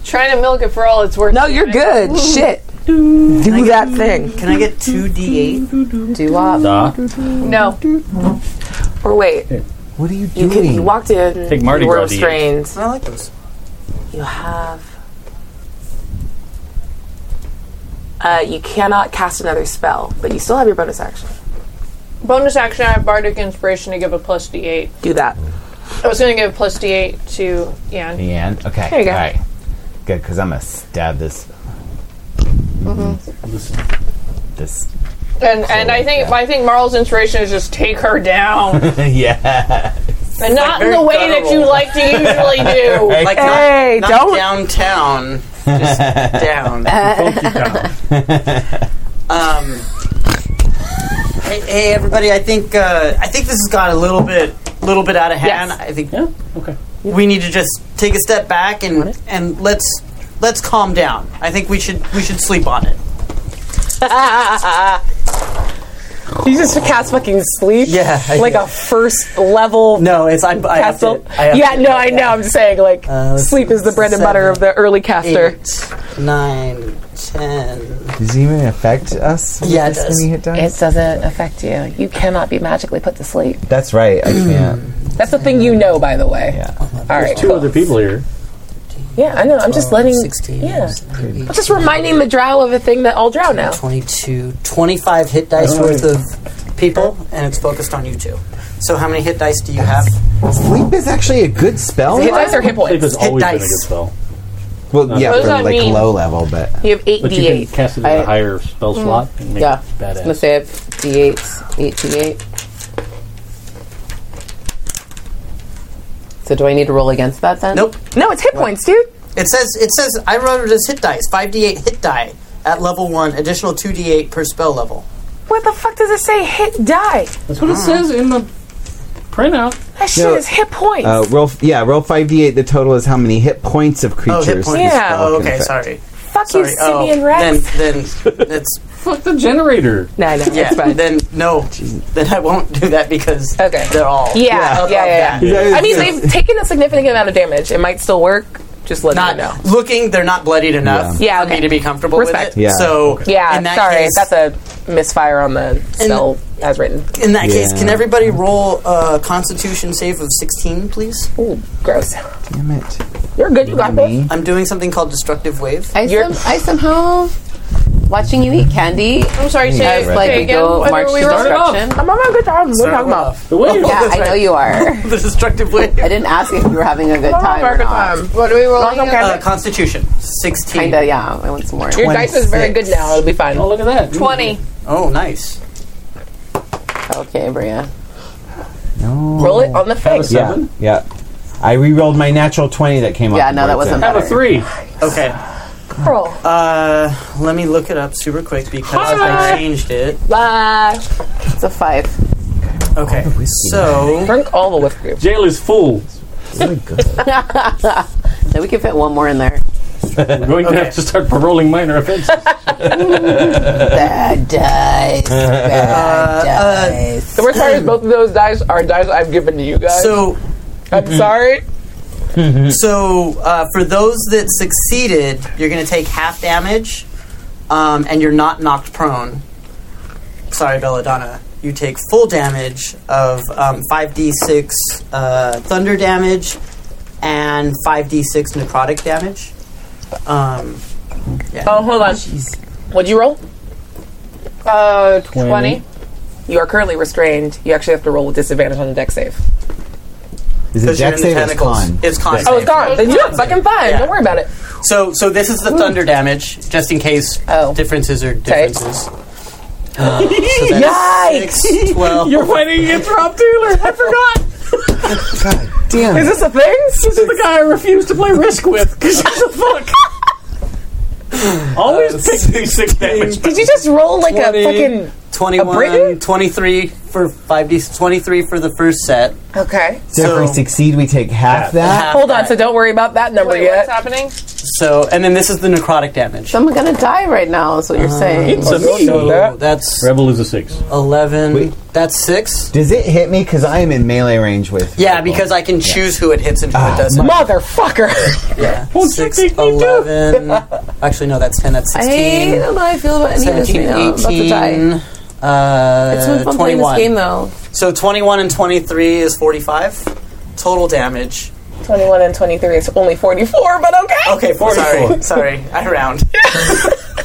Speaker 6: Trying to milk it for all it's worth.
Speaker 1: No, Oh, you're good. Shit. Do that thing.
Speaker 4: Can I get two d8?
Speaker 1: Do up.
Speaker 3: Da.
Speaker 6: No,
Speaker 1: Or Oh, wait,
Speaker 8: What are you
Speaker 1: you,
Speaker 8: doing?
Speaker 1: can, you walked in.
Speaker 3: Take Mardi
Speaker 1: you were
Speaker 3: Gras D8.
Speaker 1: restrained.
Speaker 4: [LAUGHS] I like those.
Speaker 2: You have.
Speaker 1: Uh, you cannot cast another spell, but you still have your bonus action.
Speaker 6: bonus action. I have bardic inspiration to give a plus d8.
Speaker 1: Do that.
Speaker 6: I was going to give a plus d8 to Ian.
Speaker 8: The end. Okay.
Speaker 1: There you go.
Speaker 8: All right. Good, because I'm gonna stab this
Speaker 1: Mm-hmm.
Speaker 3: Listen,
Speaker 8: this.
Speaker 6: And and I think I think Marl's inspiration is just take her down,
Speaker 8: [LAUGHS]
Speaker 6: and
Speaker 8: yeah.
Speaker 6: not in
Speaker 4: very
Speaker 6: the way that you
Speaker 4: guttural.
Speaker 6: like to usually do.
Speaker 4: Like
Speaker 1: Hey,
Speaker 4: not, not
Speaker 1: don't-
Speaker 4: downtown. Just down.
Speaker 2: Uh,
Speaker 3: funky
Speaker 2: [LAUGHS]
Speaker 3: town.
Speaker 4: Um, hey, hey, everybody! I think uh, I think this has got a little bit little bit out of hand.
Speaker 1: Yes.
Speaker 4: I think
Speaker 3: Yeah. Okay.
Speaker 4: we need to just take a step back and and let's let's calm down. I think we should we should sleep on it.
Speaker 1: You just cast fucking sleep.
Speaker 4: Yeah, I
Speaker 1: like
Speaker 4: did.
Speaker 1: a first level.
Speaker 4: No, it's I'm, I
Speaker 1: Castle? yeah, no, I know. I'm just saying, like,
Speaker 4: Uh, let's
Speaker 1: sleep
Speaker 4: see,
Speaker 1: is the bread and butter
Speaker 4: seven,
Speaker 1: of the early caster.
Speaker 4: Eight. nine, ten.
Speaker 8: Does it even affect us? with
Speaker 4: Yeah, it
Speaker 8: this
Speaker 4: does.
Speaker 8: many hit dice?
Speaker 2: It doesn't affect you. You cannot be magically put to sleep.
Speaker 8: That's right. I [CLEARS THROAT] can't.
Speaker 1: That's the thing you know, by the way.
Speaker 8: Yeah.
Speaker 1: All right.
Speaker 3: Two other people here.
Speaker 1: Yeah, I know. I'm just letting.
Speaker 4: 16,
Speaker 1: Yeah.
Speaker 4: yeah.
Speaker 1: Just reminding the drow of a thing that all drow know.
Speaker 4: 22, 25 hit dice
Speaker 8: Oh,
Speaker 4: worth of people, and it's focused on you two. So, how many hit dice do you have?
Speaker 8: Sleep is actually a good spell.
Speaker 1: Hit dice or hit
Speaker 3: Sleep
Speaker 1: points.
Speaker 3: has always been a
Speaker 4: dice.
Speaker 3: good spell.
Speaker 8: Well, yeah,
Speaker 6: What does
Speaker 8: for
Speaker 6: that
Speaker 8: like
Speaker 6: mean?
Speaker 8: low level, but
Speaker 1: You have eight
Speaker 3: But you can
Speaker 1: d8.
Speaker 3: cast it at
Speaker 2: I- Mm.
Speaker 3: a higher spell slot and make
Speaker 2: Yeah.
Speaker 3: it badass.
Speaker 2: Let's say I have D8s, 8 D8. So do I need to roll against that then?
Speaker 4: Nope.
Speaker 1: No, it's hit points, dude.
Speaker 4: It says, it says, I wrote it as hit dice, 5d8 hit die at level 1, additional 2d8 per spell level.
Speaker 1: What the fuck does it say? Hit die.
Speaker 3: That's what it says in the printout.
Speaker 1: That shit
Speaker 8: No.
Speaker 1: is hit points.
Speaker 8: uh, roll. Yeah, roll five d eight. The total is how many hit points of
Speaker 4: Oh,
Speaker 8: creatures.
Speaker 4: hit points.
Speaker 8: the
Speaker 1: Yeah.
Speaker 8: spell
Speaker 4: Oh,
Speaker 8: can
Speaker 4: okay,
Speaker 8: affect.
Speaker 4: sorry.
Speaker 1: fuck
Speaker 4: Sorry.
Speaker 1: you,
Speaker 4: Oh,
Speaker 1: Simeon Rex.
Speaker 4: Then,
Speaker 1: [LAUGHS]
Speaker 4: then, that's,
Speaker 3: Fuck the generator.
Speaker 1: No, I know.
Speaker 4: yeah,
Speaker 1: it's fine.
Speaker 4: then, no, then I won't do that because
Speaker 1: Okay.
Speaker 4: they're all.
Speaker 1: yeah, yeah,
Speaker 4: above
Speaker 1: yeah, yeah.
Speaker 4: that.
Speaker 1: I mean, they've taken a significant amount of damage. It might still work. Just let
Speaker 4: Not
Speaker 1: me know.
Speaker 4: looking, they're not bloodied enough
Speaker 1: Yeah,
Speaker 4: for
Speaker 1: okay.
Speaker 4: me to be comfortable
Speaker 1: Respect.
Speaker 4: with it.
Speaker 8: Yeah.
Speaker 4: So
Speaker 1: Yeah,
Speaker 4: in that
Speaker 1: sorry,
Speaker 4: case,
Speaker 1: that's a misfire on the spell as written.
Speaker 4: In that case, can
Speaker 8: Yeah.
Speaker 4: everybody roll a Constitution save of 16, please?
Speaker 1: Ooh, gross.
Speaker 8: Damn it.
Speaker 1: You're good. You got this.
Speaker 8: Me?
Speaker 4: I'm doing something called Destructive Wave.
Speaker 2: I,
Speaker 1: You're-
Speaker 2: some, I somehow, watching you eat candy,
Speaker 6: I'm sorry,
Speaker 2: I
Speaker 6: say,
Speaker 2: was like,
Speaker 6: say
Speaker 2: we
Speaker 6: again.
Speaker 2: go
Speaker 6: whether
Speaker 2: march
Speaker 6: we
Speaker 2: to
Speaker 6: were-
Speaker 2: destruction.
Speaker 1: I'm on my good time. What are you talking about?
Speaker 3: The way you
Speaker 1: Oh,
Speaker 2: Yeah, I know you are.
Speaker 4: [LAUGHS] the Destructive Wave.
Speaker 2: I didn't ask if you were having a good
Speaker 1: I'm on
Speaker 2: time
Speaker 1: my
Speaker 2: or
Speaker 1: good
Speaker 2: not.
Speaker 1: time.
Speaker 6: What are we rolling?
Speaker 1: Long
Speaker 6: again?
Speaker 1: time.
Speaker 4: Uh, Constitution 16.
Speaker 2: Kinda, yeah. I want some more.
Speaker 1: Your dice is very good
Speaker 4: 26.
Speaker 1: now. It'll be fine.
Speaker 3: Oh, look at that.
Speaker 6: Twenty.
Speaker 4: Oh, nice.
Speaker 2: Okay, Bria.
Speaker 1: Roll it on the
Speaker 3: Have a
Speaker 1: face.
Speaker 8: Yeah,
Speaker 3: seven.
Speaker 8: yeah. I re-rolled my natural twenty that came up.
Speaker 2: Yeah, no, that wasn't
Speaker 3: Have a three.
Speaker 4: Okay.
Speaker 1: Roll.
Speaker 4: Uh, let me look it up super quick because I changed it.
Speaker 1: Bye.
Speaker 2: It's a five.
Speaker 4: Okay. So,
Speaker 1: Drink all the whiskey.
Speaker 3: Jailer's full.
Speaker 2: [LAUGHS] Then we can fit one more in there.
Speaker 3: We're going to
Speaker 4: Okay.
Speaker 3: have to start paroling minor offenses.
Speaker 2: Bad dice. Bad dice.
Speaker 1: The worst part is both of those dice are dice I've given to you guys.
Speaker 4: so
Speaker 1: I'm sorry.
Speaker 4: So uh, for those that succeeded, you're going to take half damage, um, and you're not knocked prone. Sorry, Belladonna. You take full damage of um, 5d6 uh, thunder damage and 5d6 necrotic damage. Um,
Speaker 1: Oh, hold on. What'd you roll?
Speaker 6: Uh, twenty.
Speaker 1: You are currently restrained. You actually have to roll with disadvantage on the deck save.
Speaker 8: Is it
Speaker 4: because you're
Speaker 8: Jack
Speaker 4: in the
Speaker 8: save or
Speaker 4: tentacles.
Speaker 8: con?
Speaker 4: It's con.
Speaker 1: Oh, it's gone. Then you're fucking fine.
Speaker 4: Yeah.
Speaker 1: Don't worry about it.
Speaker 4: So, so this is the thunder damage, just in case
Speaker 1: Oh.
Speaker 4: differences
Speaker 1: [LAUGHS]
Speaker 4: are differences. Uh, so that's six, 12.
Speaker 3: You're fighting against Rob Taylor. I forgot.
Speaker 8: Damn.
Speaker 1: Is this a thing?
Speaker 3: This is the guy I refuse to play Risk with because he's a fuck. Always pick these Uh, six damage.
Speaker 1: Did you just roll like a
Speaker 4: 20.
Speaker 1: fucking? Briton?
Speaker 4: 21, 23 for 5d, 23 for the first set.
Speaker 1: Okay.
Speaker 8: So, if we succeed, we take half that.
Speaker 4: Half
Speaker 1: Hold on.
Speaker 4: that.
Speaker 1: So don't worry about that number
Speaker 6: Wait,
Speaker 1: yet.
Speaker 6: what's happening?
Speaker 4: So, and then this is the necrotic damage.
Speaker 2: Someone gonna die right now. Is what you're saying.
Speaker 3: It's a
Speaker 4: So
Speaker 3: no.
Speaker 4: that's
Speaker 3: Rebel is a six.
Speaker 4: 11.
Speaker 8: Wait.
Speaker 4: That's 6.
Speaker 8: Does it hit me? Because I am in melee range with.
Speaker 4: Yeah, because I can choose who it hits and who it doesn't.
Speaker 1: Motherfucker.
Speaker 4: Yeah.
Speaker 3: Won't you
Speaker 4: 6,
Speaker 3: make me do
Speaker 2: [LAUGHS]
Speaker 4: 11. Actually, no, that's 10. That's
Speaker 2: I
Speaker 4: 16.
Speaker 2: don't know how I feel about any of this
Speaker 4: 17,
Speaker 2: right now. I'm about to die.
Speaker 4: 18. Uh,
Speaker 2: It's been fun playing this
Speaker 4: 21.
Speaker 2: game though.
Speaker 4: So 21 and 23 is 45. Total damage.
Speaker 1: Twenty-one and twenty-three. It's only forty-four, but okay.
Speaker 4: Okay, 44. Sorry, sorry. I round.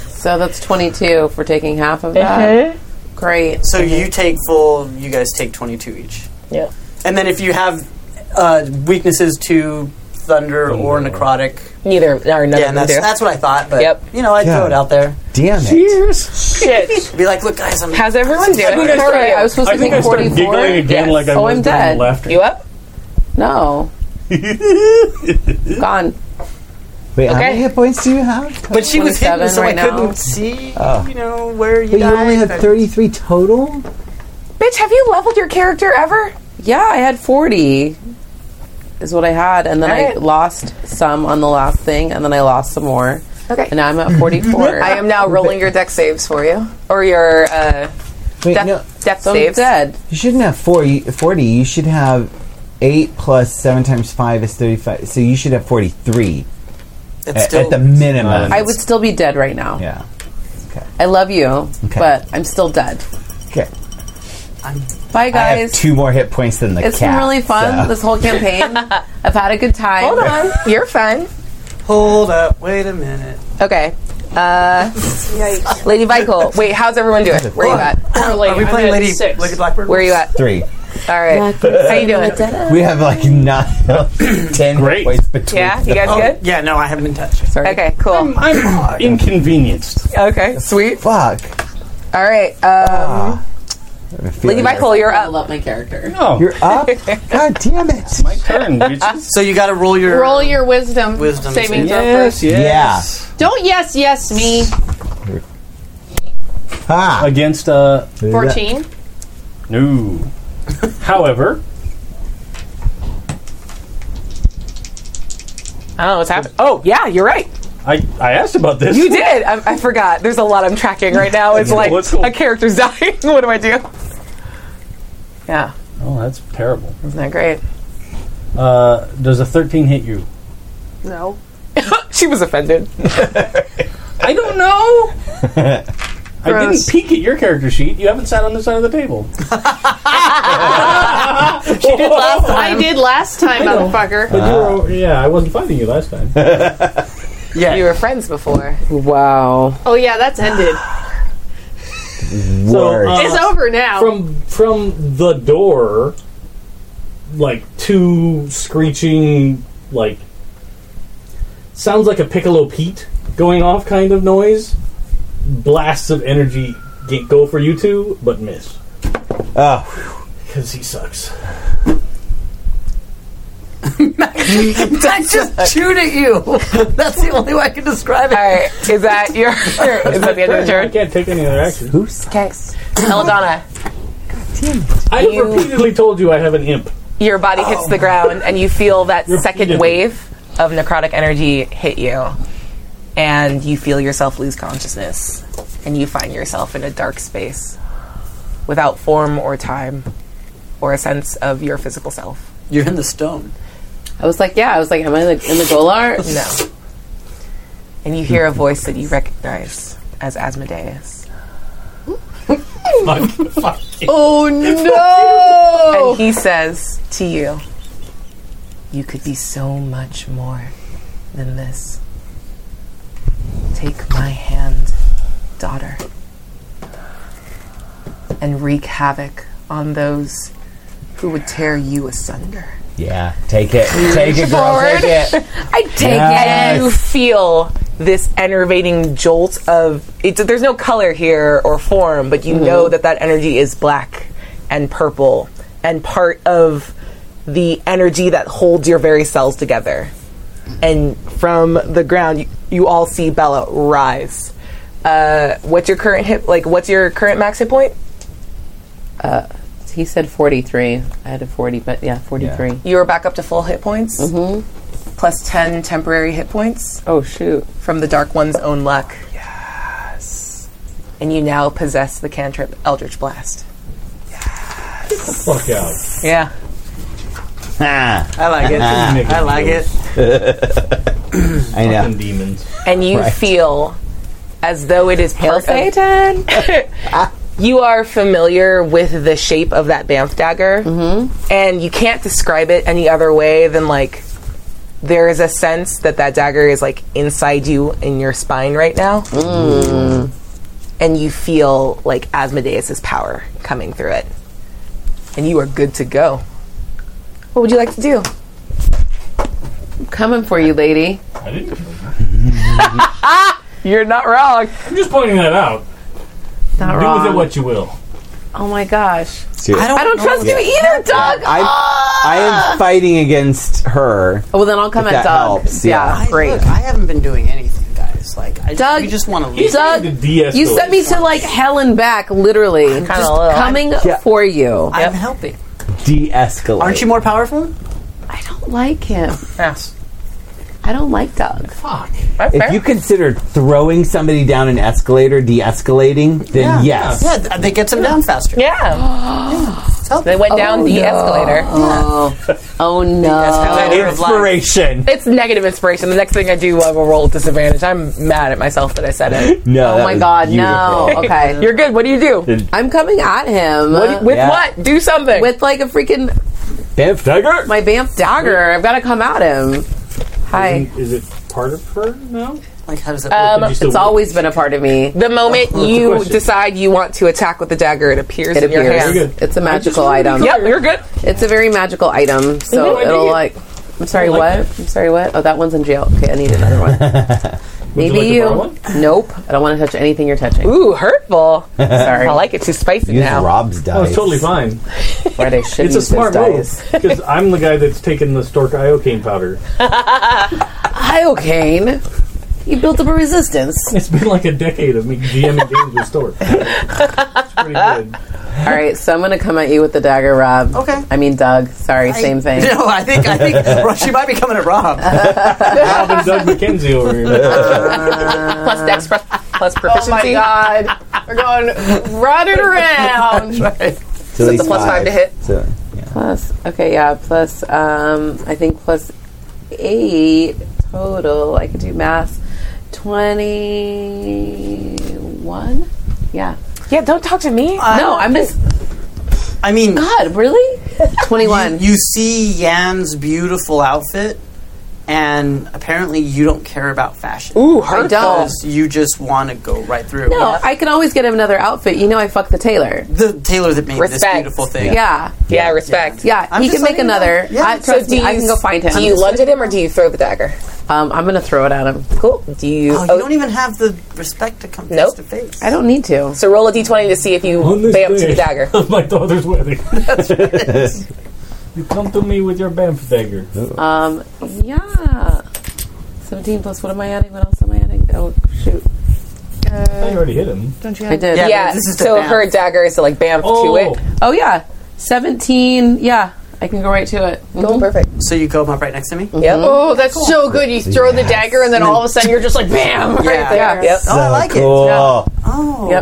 Speaker 2: So that's 22 for taking half of that. Great.
Speaker 4: So you take full. You guys take twenty two each.
Speaker 1: Yeah.
Speaker 4: And then if you have uh, weaknesses to thunder or necrotic,
Speaker 1: Neither or none of
Speaker 4: yeah, and
Speaker 1: them
Speaker 4: that's
Speaker 1: do.
Speaker 4: that's what I thought. But
Speaker 1: Yep.
Speaker 4: you know, I would
Speaker 8: Yeah.
Speaker 4: throw it out there.
Speaker 8: Damn
Speaker 1: [LAUGHS]
Speaker 8: it.
Speaker 1: Shit.
Speaker 4: Be like, look, guys, I'm.
Speaker 1: How's
Speaker 4: [LAUGHS]
Speaker 1: everyone doing?
Speaker 3: think I
Speaker 1: How are
Speaker 2: Sorry,
Speaker 1: you?
Speaker 2: I was supposed
Speaker 3: I
Speaker 2: to
Speaker 3: think
Speaker 2: think
Speaker 3: I started
Speaker 2: 44.
Speaker 3: giggling again
Speaker 2: Yes.
Speaker 3: like I
Speaker 2: oh,
Speaker 3: was
Speaker 2: I'm
Speaker 3: during
Speaker 2: dead.
Speaker 3: the laughter.
Speaker 1: You up?
Speaker 2: No. Gone.
Speaker 8: Wait, how
Speaker 1: Okay.
Speaker 8: many hit points do you have?
Speaker 4: but she was hidden,
Speaker 2: 27
Speaker 4: so
Speaker 2: right
Speaker 4: I
Speaker 2: now.
Speaker 4: couldn't see. You know where you
Speaker 8: Ah. But you
Speaker 4: died.
Speaker 8: only have
Speaker 4: but-
Speaker 8: thirty-three total.
Speaker 1: Bitch, have you leveled your character ever?
Speaker 2: Yeah, I had 40 is what I had. And then I
Speaker 1: Alright.
Speaker 2: lost some on the last thing. And then I lost some more.
Speaker 1: Okay.
Speaker 2: And now I'm at 44.
Speaker 1: I am now rolling your deck saves for you, or your uh,
Speaker 8: Wait,
Speaker 1: death,
Speaker 8: no,
Speaker 1: death
Speaker 2: so I'm
Speaker 1: saves.
Speaker 2: dead.
Speaker 8: you shouldn't have 40, 40. You should have eight plus seven times five is thirty-five. So you should have forty-three.
Speaker 4: That's
Speaker 8: at,
Speaker 4: still
Speaker 8: at the minimum.
Speaker 2: I would still be dead right now.
Speaker 8: yeah.
Speaker 2: I love you,
Speaker 8: Okay.
Speaker 2: but I'm still dead.
Speaker 8: Okay.
Speaker 2: Bye,
Speaker 7: I have
Speaker 2: guys.
Speaker 7: two more hit points than the
Speaker 2: it's
Speaker 7: cat.
Speaker 2: been really fun
Speaker 7: so-
Speaker 2: this whole
Speaker 11: [LAUGHS]
Speaker 2: campaign. I've had a good time.
Speaker 11: Hold on. You're fun.
Speaker 4: Hold up. Wait a minute.
Speaker 11: Okay. Uh, Lady Michael. Wait, how's everyone doing? Where you at?
Speaker 6: Or lady.
Speaker 4: Are we
Speaker 6: I'm
Speaker 4: playing
Speaker 6: at
Speaker 4: Lady,
Speaker 6: Six.
Speaker 4: Lady Blackbird?
Speaker 11: Where you at?
Speaker 7: Three.
Speaker 11: All right. How you doing?
Speaker 7: We
Speaker 2: [LAUGHS]
Speaker 7: have like nine, ten
Speaker 3: Great.
Speaker 7: points between.
Speaker 11: Yeah, you guys
Speaker 4: Oh,
Speaker 11: good?
Speaker 4: yeah, no, I haven't been touched.
Speaker 11: Okay, cool.
Speaker 3: I'm inconvenienced.
Speaker 11: Okay, sweet.
Speaker 7: Fuck.
Speaker 11: All right. Um, Lady Michael, you're
Speaker 2: I
Speaker 11: up.
Speaker 2: love my character.
Speaker 3: Oh,
Speaker 7: You're
Speaker 2: [LAUGHS]
Speaker 7: up. God damn it.
Speaker 3: my turn, bitches.
Speaker 4: So you got to roll your
Speaker 6: Roll your wisdom,
Speaker 4: Wisdom
Speaker 6: saving
Speaker 4: save.
Speaker 6: throw
Speaker 3: Yes,
Speaker 6: first.
Speaker 3: yes.
Speaker 6: Don't yes, yes me.
Speaker 7: Ha.
Speaker 3: Against uh,
Speaker 6: Fourteen.
Speaker 3: No. However,
Speaker 1: I don't know what's happening. Oh, yeah, you're right.
Speaker 3: I, I asked
Speaker 11: [LAUGHS]
Speaker 3: about this.
Speaker 1: You did. I, I forgot. There's a lot I'm tracking right now. It's like
Speaker 3: Let's go.
Speaker 1: a character's [LAUGHS] dying. what do I do? Yeah,
Speaker 3: Oh, that's terrible.
Speaker 1: isn't that great?
Speaker 3: Uh, does a 13 hit you?
Speaker 6: No.
Speaker 1: She was offended.
Speaker 3: I don't know. I didn't
Speaker 6: Gross.
Speaker 3: peek at your character sheet. You haven't sat on this side of the table. [LAUGHS] she did last
Speaker 6: I did last time, motherfucker.
Speaker 12: But you were, yeah, I wasn't fighting you last time.
Speaker 11: You were friends before.
Speaker 9: Wow.
Speaker 6: Oh yeah, that's ended.
Speaker 12: So,
Speaker 3: um,
Speaker 12: uh,
Speaker 6: It's over now.
Speaker 12: from from the door, like two screeching, like sounds like a piccolo Pete going off kind of noise. Blasts of energy get, go for you two, but miss
Speaker 7: Oh,
Speaker 12: because he
Speaker 4: [LAUGHS]
Speaker 12: sucks.
Speaker 4: I just chewed at you. That's the only way I can describe it.
Speaker 1: All right, is that your? is that the end of your
Speaker 12: I
Speaker 1: turn?
Speaker 12: can't take any other action.
Speaker 11: Okay.
Speaker 1: Eldana,
Speaker 12: I have repeatedly told you I have an imp.
Speaker 1: your body hits the ground, and you feel that second
Speaker 12: Repeatedly.
Speaker 1: wave of necrotic energy hit you, and you feel yourself lose consciousness, and you find yourself in a dark space, without form or time, or a sense of your physical self.
Speaker 4: You're in the stone.
Speaker 2: I was like, yeah. I was like, am I like in the [LAUGHS] Golar?
Speaker 1: No. And you hear a voice that you recognize as Asmodeus. oh no! And he says to you, You could be so much more than this. Take my hand, daughter, and wreak havoc on those who would tear you asunder.
Speaker 8: Yeah. Take it. Take it, girl.
Speaker 1: Forward.
Speaker 8: Take it.
Speaker 1: I take
Speaker 8: Yes.
Speaker 1: it. You feel this enervating jolt of. It's, there's no color here or form, but you know that that energy is black and purple and part of the energy that holds your very cells together. And from the ground, you, you all see Bella rise. Uh, what's your current hit? Like, what's your current max hit point?
Speaker 2: He said 43. I had a 40, but yeah, 43.
Speaker 1: You are back up to full hit points, mm-hmm. plus ten temporary hit points.
Speaker 2: Oh shoot.
Speaker 1: from the Dark One's own luck. Yes. And you now possess the cantrip Eldritch Blast.
Speaker 12: Fuck out.
Speaker 1: Yeah.
Speaker 4: I like it. Ah, I like it.
Speaker 7: [LAUGHS] I know.
Speaker 12: demons.
Speaker 1: And you feel as though it is part of
Speaker 2: Satan.
Speaker 1: you are familiar with the shape of that Banff dagger, and you can't describe it any other way than like there is a sense that that dagger is like inside you in your spine right now, and you feel like Asmodeus's power coming through it, and you are good to go. What would you like to do?
Speaker 2: Coming for you, lady.
Speaker 12: I didn't.
Speaker 1: You're not wrong.
Speaker 12: I'm just pointing that out.
Speaker 2: Not
Speaker 12: Do with it
Speaker 2: wrong.
Speaker 12: what you will.
Speaker 2: oh my gosh.
Speaker 4: I don't, know
Speaker 2: Trust
Speaker 4: what-
Speaker 2: you either, dog.
Speaker 7: I'm, I am fighting against her.
Speaker 2: well, then I'll come
Speaker 7: If
Speaker 2: at
Speaker 7: that
Speaker 2: Doug.
Speaker 7: helps,
Speaker 2: yeah.
Speaker 4: I,
Speaker 2: great.
Speaker 4: Look, I haven't been doing anything, guys. Like, I
Speaker 2: Doug,
Speaker 4: we just want to
Speaker 12: He's
Speaker 4: leave.
Speaker 2: Doug,
Speaker 12: trying to de-escalate.
Speaker 2: You sent me to like hell and back, literally. Just
Speaker 1: little.
Speaker 2: coming for you.
Speaker 4: I'm helping.
Speaker 7: De-escalate.
Speaker 4: Aren't you more powerful?
Speaker 2: I don't like him.
Speaker 1: Yes.
Speaker 2: I don't like Doug.
Speaker 7: If you consider throwing somebody down an escalator de-escalating, then yes.
Speaker 4: Yeah, th- that gets him down faster.
Speaker 1: [GASPS] Yeah.
Speaker 6: They went
Speaker 1: Oh,
Speaker 6: down the escalator.
Speaker 2: Oh, oh no.
Speaker 1: Inspiration. It's negative inspiration. The next thing I do, I will roll at disadvantage. I'm mad at myself that I said it.
Speaker 7: No, Oh that
Speaker 2: my was God, no. beautiful. [LAUGHS] Okay.
Speaker 1: You're good. What do you do?
Speaker 2: I'm coming at him.
Speaker 1: What- with Yeah. what? Do something.
Speaker 2: With like a freaking
Speaker 7: Banff dagger?
Speaker 2: my Banff dagger. I've got to come at him. Hi.
Speaker 3: Is it part of her now?
Speaker 4: Like, how does
Speaker 2: it Um, work? Did you still-
Speaker 6: it's
Speaker 2: always been a part of me.
Speaker 6: The moment
Speaker 2: What's the
Speaker 6: you
Speaker 2: question?
Speaker 6: decide you want to attack with the dagger, it appears
Speaker 2: It
Speaker 6: in your
Speaker 2: appears.
Speaker 6: hand.
Speaker 2: Very good. It's a magical item.
Speaker 6: Yep, you're good.
Speaker 2: It's a very magical item, so
Speaker 6: Mhm.
Speaker 2: it'll like. I'm sorry,
Speaker 6: like
Speaker 2: what? I'm sorry, what? Oh, that one's in jail. Okay, I need another one.
Speaker 6: Would you like
Speaker 2: Maybe
Speaker 6: to
Speaker 2: you.
Speaker 6: borrow one?
Speaker 2: Nope, I don't want to touch anything you're touching.
Speaker 1: Ooh, hurtful.
Speaker 2: sorry,
Speaker 1: I like it. Too spicy
Speaker 7: Use
Speaker 2: now.
Speaker 7: Rob's dice.
Speaker 3: Oh, it's totally fine.
Speaker 2: Right, I should
Speaker 3: it's a
Speaker 2: use
Speaker 3: smart
Speaker 2: those
Speaker 3: move because I'm the guy that's taking the stork iocane powder.
Speaker 2: Iocane. You built up a resistance.
Speaker 3: It's been like a decade of me GMing games with stork.
Speaker 2: All right, so I'm gonna come at you with the dagger, Rob. Okay. I mean, Doug. Sorry, same thing.
Speaker 4: No, [LAUGHS] I think
Speaker 2: [LAUGHS]
Speaker 4: I think Ro- she might be coming at Rob.
Speaker 3: Rob and Doug McKenzie over here.
Speaker 6: plus dex plus, plus proficiency.
Speaker 13: Oh my god. We're going running around.
Speaker 6: So it's a plus five to hit.
Speaker 2: Plus, okay, yeah, plus, um, I think plus eight total. I could do math. 21? Yeah.
Speaker 1: Yeah, don't talk to me.
Speaker 2: no, I'm just.
Speaker 4: I mean,
Speaker 2: God, really? 21.
Speaker 4: You, you see Yan's beautiful outfit, and apparently you don't care about fashion.
Speaker 1: Ooh,
Speaker 2: hurtful.
Speaker 4: Because you just want to go right through. it.
Speaker 2: No, I can always get him another outfit. You know, I fuck the tailor.
Speaker 4: the tailor that made this beautiful thing.
Speaker 2: Yeah.
Speaker 1: Yeah, respect.
Speaker 2: Yeah, he can make another. I, trust
Speaker 6: do
Speaker 2: me, I
Speaker 6: you-
Speaker 2: can go find him.
Speaker 6: Do you lunge at him or do you throw the dagger?
Speaker 2: Um, I'm gonna throw it at him.
Speaker 6: Cool. Do you?
Speaker 4: Oh, you don't even have the respect to come face to face.
Speaker 2: I don't need to.
Speaker 6: So roll a d20 to see if you bam to the
Speaker 3: [LAUGHS]
Speaker 6: dagger.
Speaker 3: my daughter's wedding. you come to me with your Banff dagger.
Speaker 2: Um, yeah. 17 plus, what am I adding? What else am I adding? Oh, shoot.
Speaker 3: I already hit him.
Speaker 2: Don't you
Speaker 6: have-
Speaker 2: I did.
Speaker 6: Yeah, Yeah, but this is the so Banff. her
Speaker 2: dagger is like bam
Speaker 6: Oh. to it.
Speaker 2: Oh, yeah. 17. Yeah. I can go right to it. Mm-hmm. Go
Speaker 6: perfect.
Speaker 4: So you come up right next to me.
Speaker 2: Yep.
Speaker 13: Oh, that's so good. You throw the dagger, and then all of a sudden you're just like, bam! Right
Speaker 4: Yeah.
Speaker 13: there.
Speaker 4: Yep. Oh, I So like it. cool. Yeah.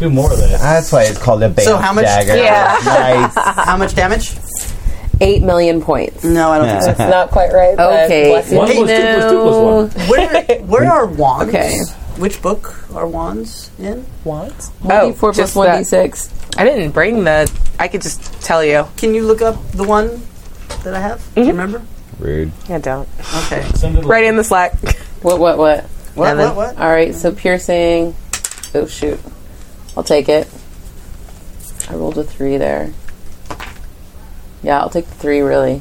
Speaker 2: [LAUGHS]
Speaker 3: Do more of that.
Speaker 7: That's why it's called a Banff
Speaker 4: So how much?
Speaker 7: dagger.
Speaker 4: [LAUGHS] How much damage?
Speaker 2: 8 million points.
Speaker 4: No, I don't think so.
Speaker 6: That's not quite right. but
Speaker 2: Okay.
Speaker 6: bless you.
Speaker 2: One plus two plus two plus one.
Speaker 4: Where,
Speaker 3: [LAUGHS]
Speaker 4: where are wands?
Speaker 2: Okay.
Speaker 4: Which book are wands in?
Speaker 6: Wands.
Speaker 2: Oh, 1d4 plus 1d6.
Speaker 6: I didn't bring the. I could just tell you.
Speaker 4: Can you look up the one that I have? Do you remember?
Speaker 7: Rude.
Speaker 6: I don't.
Speaker 4: Okay.
Speaker 6: Right in the slack.
Speaker 2: What, what, what?
Speaker 4: What,
Speaker 2: Seven.
Speaker 4: what, what?
Speaker 2: All right, so piercing. Oh, shoot. I'll take it. I rolled a 3 there. Yeah, I'll take the 3, really.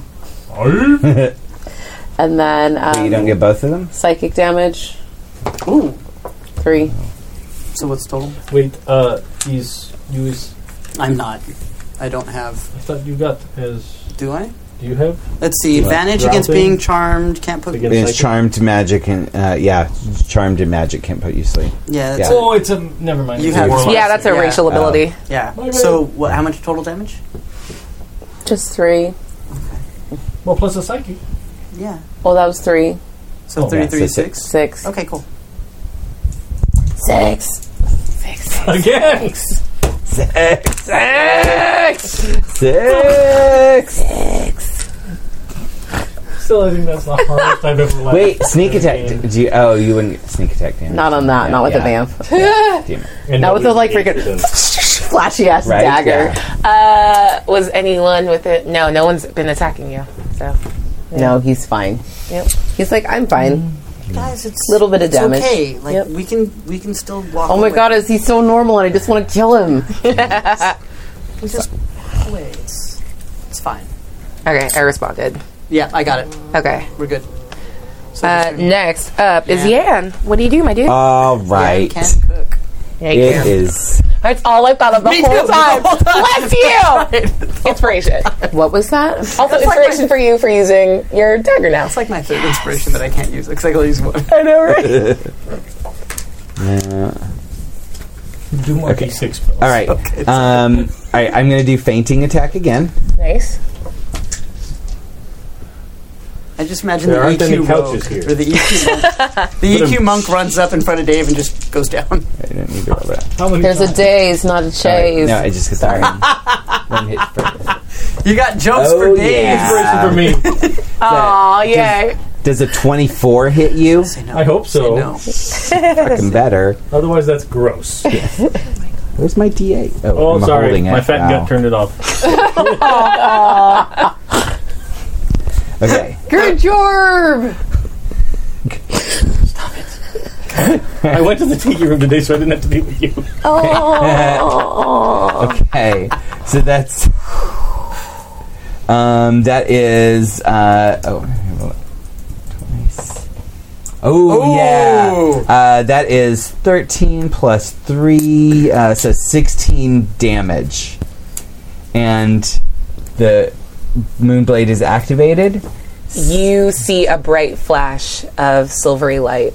Speaker 2: And then. Um,
Speaker 7: Wait, you don't get both of them?
Speaker 2: Psychic damage.
Speaker 4: Ooh.
Speaker 2: Three.
Speaker 4: So what's total?
Speaker 3: Wait, uh, he's use.
Speaker 4: I'm not. I don't have.
Speaker 3: I thought you got as.
Speaker 4: Do I?
Speaker 3: Do you have?
Speaker 4: Let's see.
Speaker 7: What?
Speaker 4: Advantage against
Speaker 3: Dropping?
Speaker 4: being charmed. Can't put.
Speaker 3: Against
Speaker 7: It's charmed magic and uh, yeah, charmed and magic can't put you to sleep.
Speaker 4: Yeah, that's
Speaker 3: Oh, it's a. Never mind.
Speaker 4: You have.
Speaker 7: Yeah, that's a
Speaker 6: racial ability.
Speaker 4: Yeah.
Speaker 3: My bad.
Speaker 4: So what? How much total damage?
Speaker 2: Just three.
Speaker 3: Well, plus a psychic.
Speaker 4: Yeah.
Speaker 2: Well, that was three.
Speaker 4: So
Speaker 3: Oh, yeah,
Speaker 4: thirty-three,
Speaker 3: so
Speaker 4: six.
Speaker 2: Six.
Speaker 4: Okay, cool.
Speaker 2: Six.
Speaker 3: Again.
Speaker 7: Six.
Speaker 1: Six.
Speaker 7: Six.
Speaker 3: Still, I think that's the hardest I've ever laughed.
Speaker 7: Wait, sneak attack. d- Do you, oh, you wouldn't get sneak attack damage.
Speaker 2: Not on that.
Speaker 7: Yeah,
Speaker 2: not with
Speaker 7: yeah.
Speaker 2: the vamp.
Speaker 7: Damn it.
Speaker 3: And
Speaker 2: Not with the like
Speaker 3: nobody
Speaker 2: freaking [LAUGHS] flashy
Speaker 1: [LAUGHS]
Speaker 2: ass
Speaker 7: Right,
Speaker 2: dagger.
Speaker 6: Uh, was anyone with it? No, no one's been attacking you. So,
Speaker 2: No, he's fine.
Speaker 6: yep.
Speaker 2: He's like, I'm fine.
Speaker 3: Mm.
Speaker 4: Guys, it's
Speaker 2: Little bit of
Speaker 4: it's
Speaker 2: damage.
Speaker 4: Okay, like we can we can still walk.
Speaker 2: Oh my
Speaker 4: away.
Speaker 2: god, is he so normal? And I just want to kill him.
Speaker 4: We just oh, wait. It's, it's fine.
Speaker 6: Okay, I responded.
Speaker 4: Yeah, I got it.
Speaker 6: Okay.
Speaker 4: We're good.
Speaker 6: Uh, next up is Yan. What do you do, my dude?
Speaker 7: All right.
Speaker 4: [LAUGHS] cook.
Speaker 6: Yeah, you
Speaker 7: It
Speaker 6: can.
Speaker 7: is.
Speaker 6: That's all I thought of the
Speaker 1: Me
Speaker 6: whole,
Speaker 1: too, the
Speaker 6: time.
Speaker 1: whole time.
Speaker 6: [LAUGHS] Bless you. inspiration.
Speaker 2: What was that?
Speaker 6: Also,
Speaker 4: That's like
Speaker 6: inspiration for you for using your dagger now.
Speaker 4: It's like my third inspiration that I can't use because I can only use one.
Speaker 6: I know, right?
Speaker 7: Yeah.
Speaker 3: Do more
Speaker 7: Okay.
Speaker 3: d6
Speaker 7: All right. Um, all right. I'm going to do fainting attack again.
Speaker 6: Nice.
Speaker 4: I just imagine
Speaker 3: There
Speaker 4: the E
Speaker 3: aren't
Speaker 4: EQ
Speaker 3: any couches
Speaker 4: rogue,
Speaker 3: here.
Speaker 4: or the [LAUGHS] EQ monk. the EQ monk runs up in front of Dave and just goes down.
Speaker 7: I don't need to roll that.
Speaker 3: How many
Speaker 2: There's a daze, not a
Speaker 7: All right.
Speaker 2: chase.
Speaker 7: No, I just get that.
Speaker 4: [LAUGHS]
Speaker 7: One hit first.
Speaker 4: [LAUGHS] You got jokes
Speaker 7: Oh,
Speaker 4: for days.
Speaker 7: yeah. Inspiration
Speaker 4: for me.
Speaker 1: Aw, yay.
Speaker 7: Does a 24 hit you?
Speaker 3: I hope so.
Speaker 7: Fucking better.
Speaker 3: Otherwise, that's
Speaker 7: [LAUGHS]
Speaker 3: gross.
Speaker 7: Where's my D8?
Speaker 3: Oh,
Speaker 7: I'm
Speaker 3: sorry.
Speaker 7: holding it.
Speaker 3: My fat
Speaker 7: Wow.
Speaker 3: gut turned it off.
Speaker 7: Okay.
Speaker 6: Oh.
Speaker 2: Good job.
Speaker 3: I went to the tiki room today, so I didn't have to deal with [LAUGHS] you.
Speaker 7: okay. So that's. Um, that is. Uh, oh, here, roll it. Twice. Oh, yeah. Uh, that is 13 plus 3, uh, so 16 damage. And the Moonblade is activated.
Speaker 1: You see a bright flash of silvery light,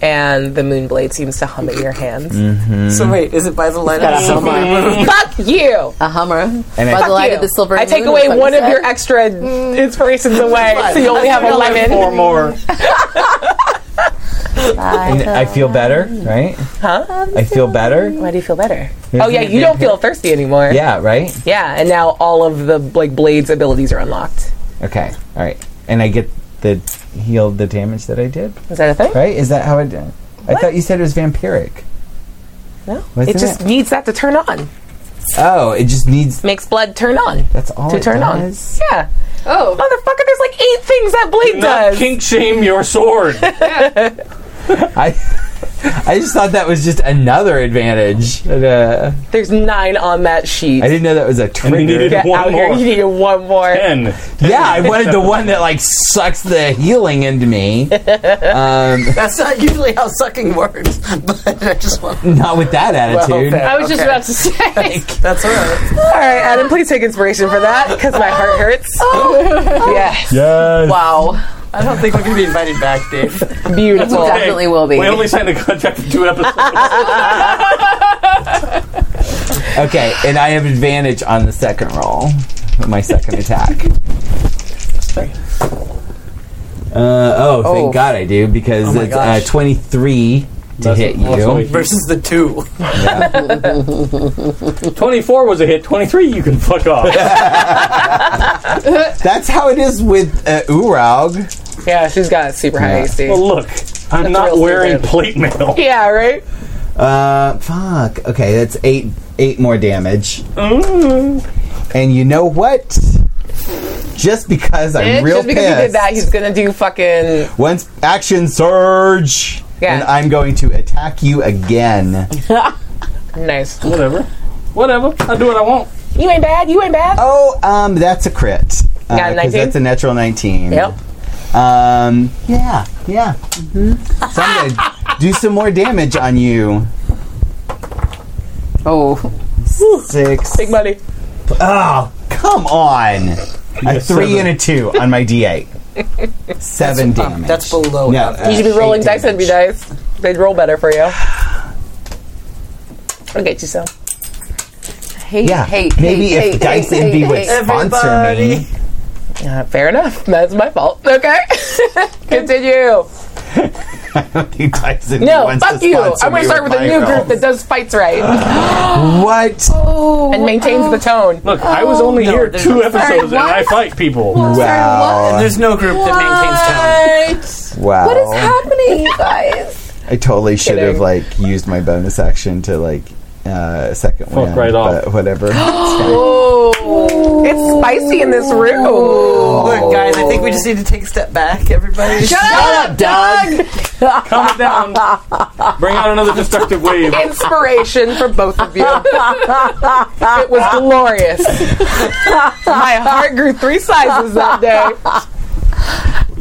Speaker 1: and the moonblade seems to hum at your hands.
Speaker 7: Mm-hmm.
Speaker 4: So wait, is it by the light
Speaker 2: Got
Speaker 4: of
Speaker 2: a
Speaker 4: the
Speaker 2: Hummer.
Speaker 4: sun?
Speaker 1: Fuck you!
Speaker 2: A Hummer.
Speaker 7: And
Speaker 2: By
Speaker 7: I-
Speaker 2: the light
Speaker 1: you.
Speaker 2: of the Mm. silver.
Speaker 1: I take
Speaker 2: moon,
Speaker 1: away
Speaker 2: is what
Speaker 1: one
Speaker 2: you
Speaker 1: of your
Speaker 2: said?
Speaker 1: extra inspirations away, so you only have
Speaker 4: Four
Speaker 1: 11.
Speaker 4: more.
Speaker 7: And I feel better, right?
Speaker 1: Huh?
Speaker 7: I feel better.
Speaker 1: Why do you feel better?
Speaker 7: Here's
Speaker 1: oh, yeah,
Speaker 7: my
Speaker 1: you don't feel thirsty anymore.
Speaker 7: Yeah, right?
Speaker 1: Yeah, and now all of the like blades abilities are unlocked.
Speaker 7: Okay. All right. And I get the heal the damage that I did.
Speaker 1: Is that a thing?
Speaker 7: Right? Is that how it? I thought you said it was vampiric.
Speaker 1: No.
Speaker 7: Wasn't
Speaker 1: it just
Speaker 7: it?
Speaker 1: needs that to turn on.
Speaker 7: Oh, it just needs.
Speaker 1: Makes blood turn on.
Speaker 7: That's all.
Speaker 1: to
Speaker 7: Oh, it
Speaker 1: turn
Speaker 7: does?
Speaker 1: on. Yeah.
Speaker 6: Oh,
Speaker 1: Motherfucker, there's like eight things that blade
Speaker 3: Not
Speaker 1: does.
Speaker 3: kink shame your sword.
Speaker 7: I. [LAUGHS] I just thought that was just another advantage. And, uh,
Speaker 1: There's nine on that sheet.
Speaker 7: I didn't know that was a
Speaker 3: And we
Speaker 7: trigger.
Speaker 3: needed
Speaker 1: Get
Speaker 3: one
Speaker 1: out
Speaker 3: more.
Speaker 1: here. You need one more.
Speaker 3: [LAUGHS] Ten.
Speaker 7: Yeah, I wanted the one that like sucks the healing into me. Um,
Speaker 4: That's not usually how sucking works, [LAUGHS] but I just want. [LAUGHS]
Speaker 7: not with that attitude.
Speaker 4: fair.
Speaker 6: I was just
Speaker 4: Okay.
Speaker 6: about to say.
Speaker 4: That's all right.
Speaker 1: All right, Adam, please take inspiration for that because my heart hurts.
Speaker 2: Oh.
Speaker 1: [LAUGHS] yes.
Speaker 3: Yes.
Speaker 2: Wow.
Speaker 4: I don't think we're gonna be invited back, Dave.
Speaker 1: Beautiful.
Speaker 2: That's Definitely will be.
Speaker 3: We only signed a contract for two episodes.
Speaker 7: Okay, and I have advantage on the second roll, my second [LAUGHS] attack. Uh, oh, thank
Speaker 4: Oh.
Speaker 7: God I do because
Speaker 4: Oh my
Speaker 7: it's uh,
Speaker 4: gosh.
Speaker 7: 23 to [LAUGHS] hit you.
Speaker 3: also a hit.
Speaker 4: Versus the two.
Speaker 3: Twenty-four was a hit. Twenty-three, you can fuck off.
Speaker 7: [LAUGHS] That's how it is with uh, Urog.
Speaker 1: Yeah, she's got super high
Speaker 7: Yeah.
Speaker 1: AC.
Speaker 3: Well, look, I'm not
Speaker 1: real
Speaker 3: wearing
Speaker 1: stupid.
Speaker 3: plate
Speaker 7: [LAUGHS]
Speaker 3: mail.
Speaker 1: Yeah, right?
Speaker 7: Uh, fuck. Okay, that's eight eight more damage.
Speaker 1: Mm.
Speaker 7: And you know what? Just because I'm
Speaker 1: Eh,
Speaker 7: real
Speaker 1: Just because
Speaker 7: pissed,
Speaker 1: he did that, he's going to do fucking.
Speaker 7: once action surge,
Speaker 1: Yeah.
Speaker 7: and I'm going to attack you again.
Speaker 1: Nice.
Speaker 3: Whatever. Whatever. I do what I want.
Speaker 1: You ain't bad. You ain't bad.
Speaker 7: Oh, um, that's a crit.
Speaker 1: You got a 19?
Speaker 7: 'cause That's a natural nineteen.
Speaker 1: Yep.
Speaker 7: Um, yeah, yeah. hmm So I'm gonna do some more damage on you.
Speaker 2: Oh.
Speaker 7: Six.
Speaker 1: Big money.
Speaker 7: Oh, come on. A
Speaker 3: got
Speaker 7: three
Speaker 3: seven.
Speaker 7: and a two on my D8. Seven damage.
Speaker 4: That's below.
Speaker 7: no,
Speaker 4: average.
Speaker 7: uh,
Speaker 1: You should be rolling
Speaker 7: eight
Speaker 1: dice and be
Speaker 7: damage.
Speaker 1: dice. They'd roll better for you. I'll get you some.
Speaker 2: Hate.
Speaker 7: Yeah,
Speaker 2: Hate.
Speaker 7: maybe
Speaker 2: hate,
Speaker 7: if
Speaker 2: hate,
Speaker 7: Dice
Speaker 2: hate,
Speaker 7: and
Speaker 2: hate,
Speaker 7: would
Speaker 2: hate.
Speaker 7: sponsor me.
Speaker 1: Uh, fair enough. That's my fault. Okay. [LAUGHS] Continue.
Speaker 7: I don't think Dice and
Speaker 1: No,
Speaker 7: wants
Speaker 1: fuck
Speaker 7: to
Speaker 1: you.
Speaker 7: sponsor
Speaker 1: I'm going
Speaker 7: me
Speaker 1: to start with a
Speaker 7: my
Speaker 1: new
Speaker 7: roll.
Speaker 1: group Oh, that does fights right
Speaker 7: What? Oh,
Speaker 1: and maintains the tone.
Speaker 3: Look, I was only here
Speaker 4: there's-
Speaker 3: two episodes and I fight people.
Speaker 7: wow.
Speaker 4: There's no group that
Speaker 7: Wow. What
Speaker 2: What's happening, you guys?
Speaker 7: I totally should have
Speaker 1: Kidding.
Speaker 7: like used my bonus action to like uh second
Speaker 3: Fuck
Speaker 7: win,
Speaker 3: right off.
Speaker 1: [GASPS]
Speaker 7: but whatever. Oh It's
Speaker 1: It's spicy in this room.
Speaker 4: maintains town. Look, guys, I think we just need to take a step back, everybody.
Speaker 1: Shut up, Doug!
Speaker 3: Calm it
Speaker 7: [LAUGHS]
Speaker 3: down. Bring out another destructive wave.
Speaker 1: Inspiration for both of you. it was glorious. My heart grew three sizes that day.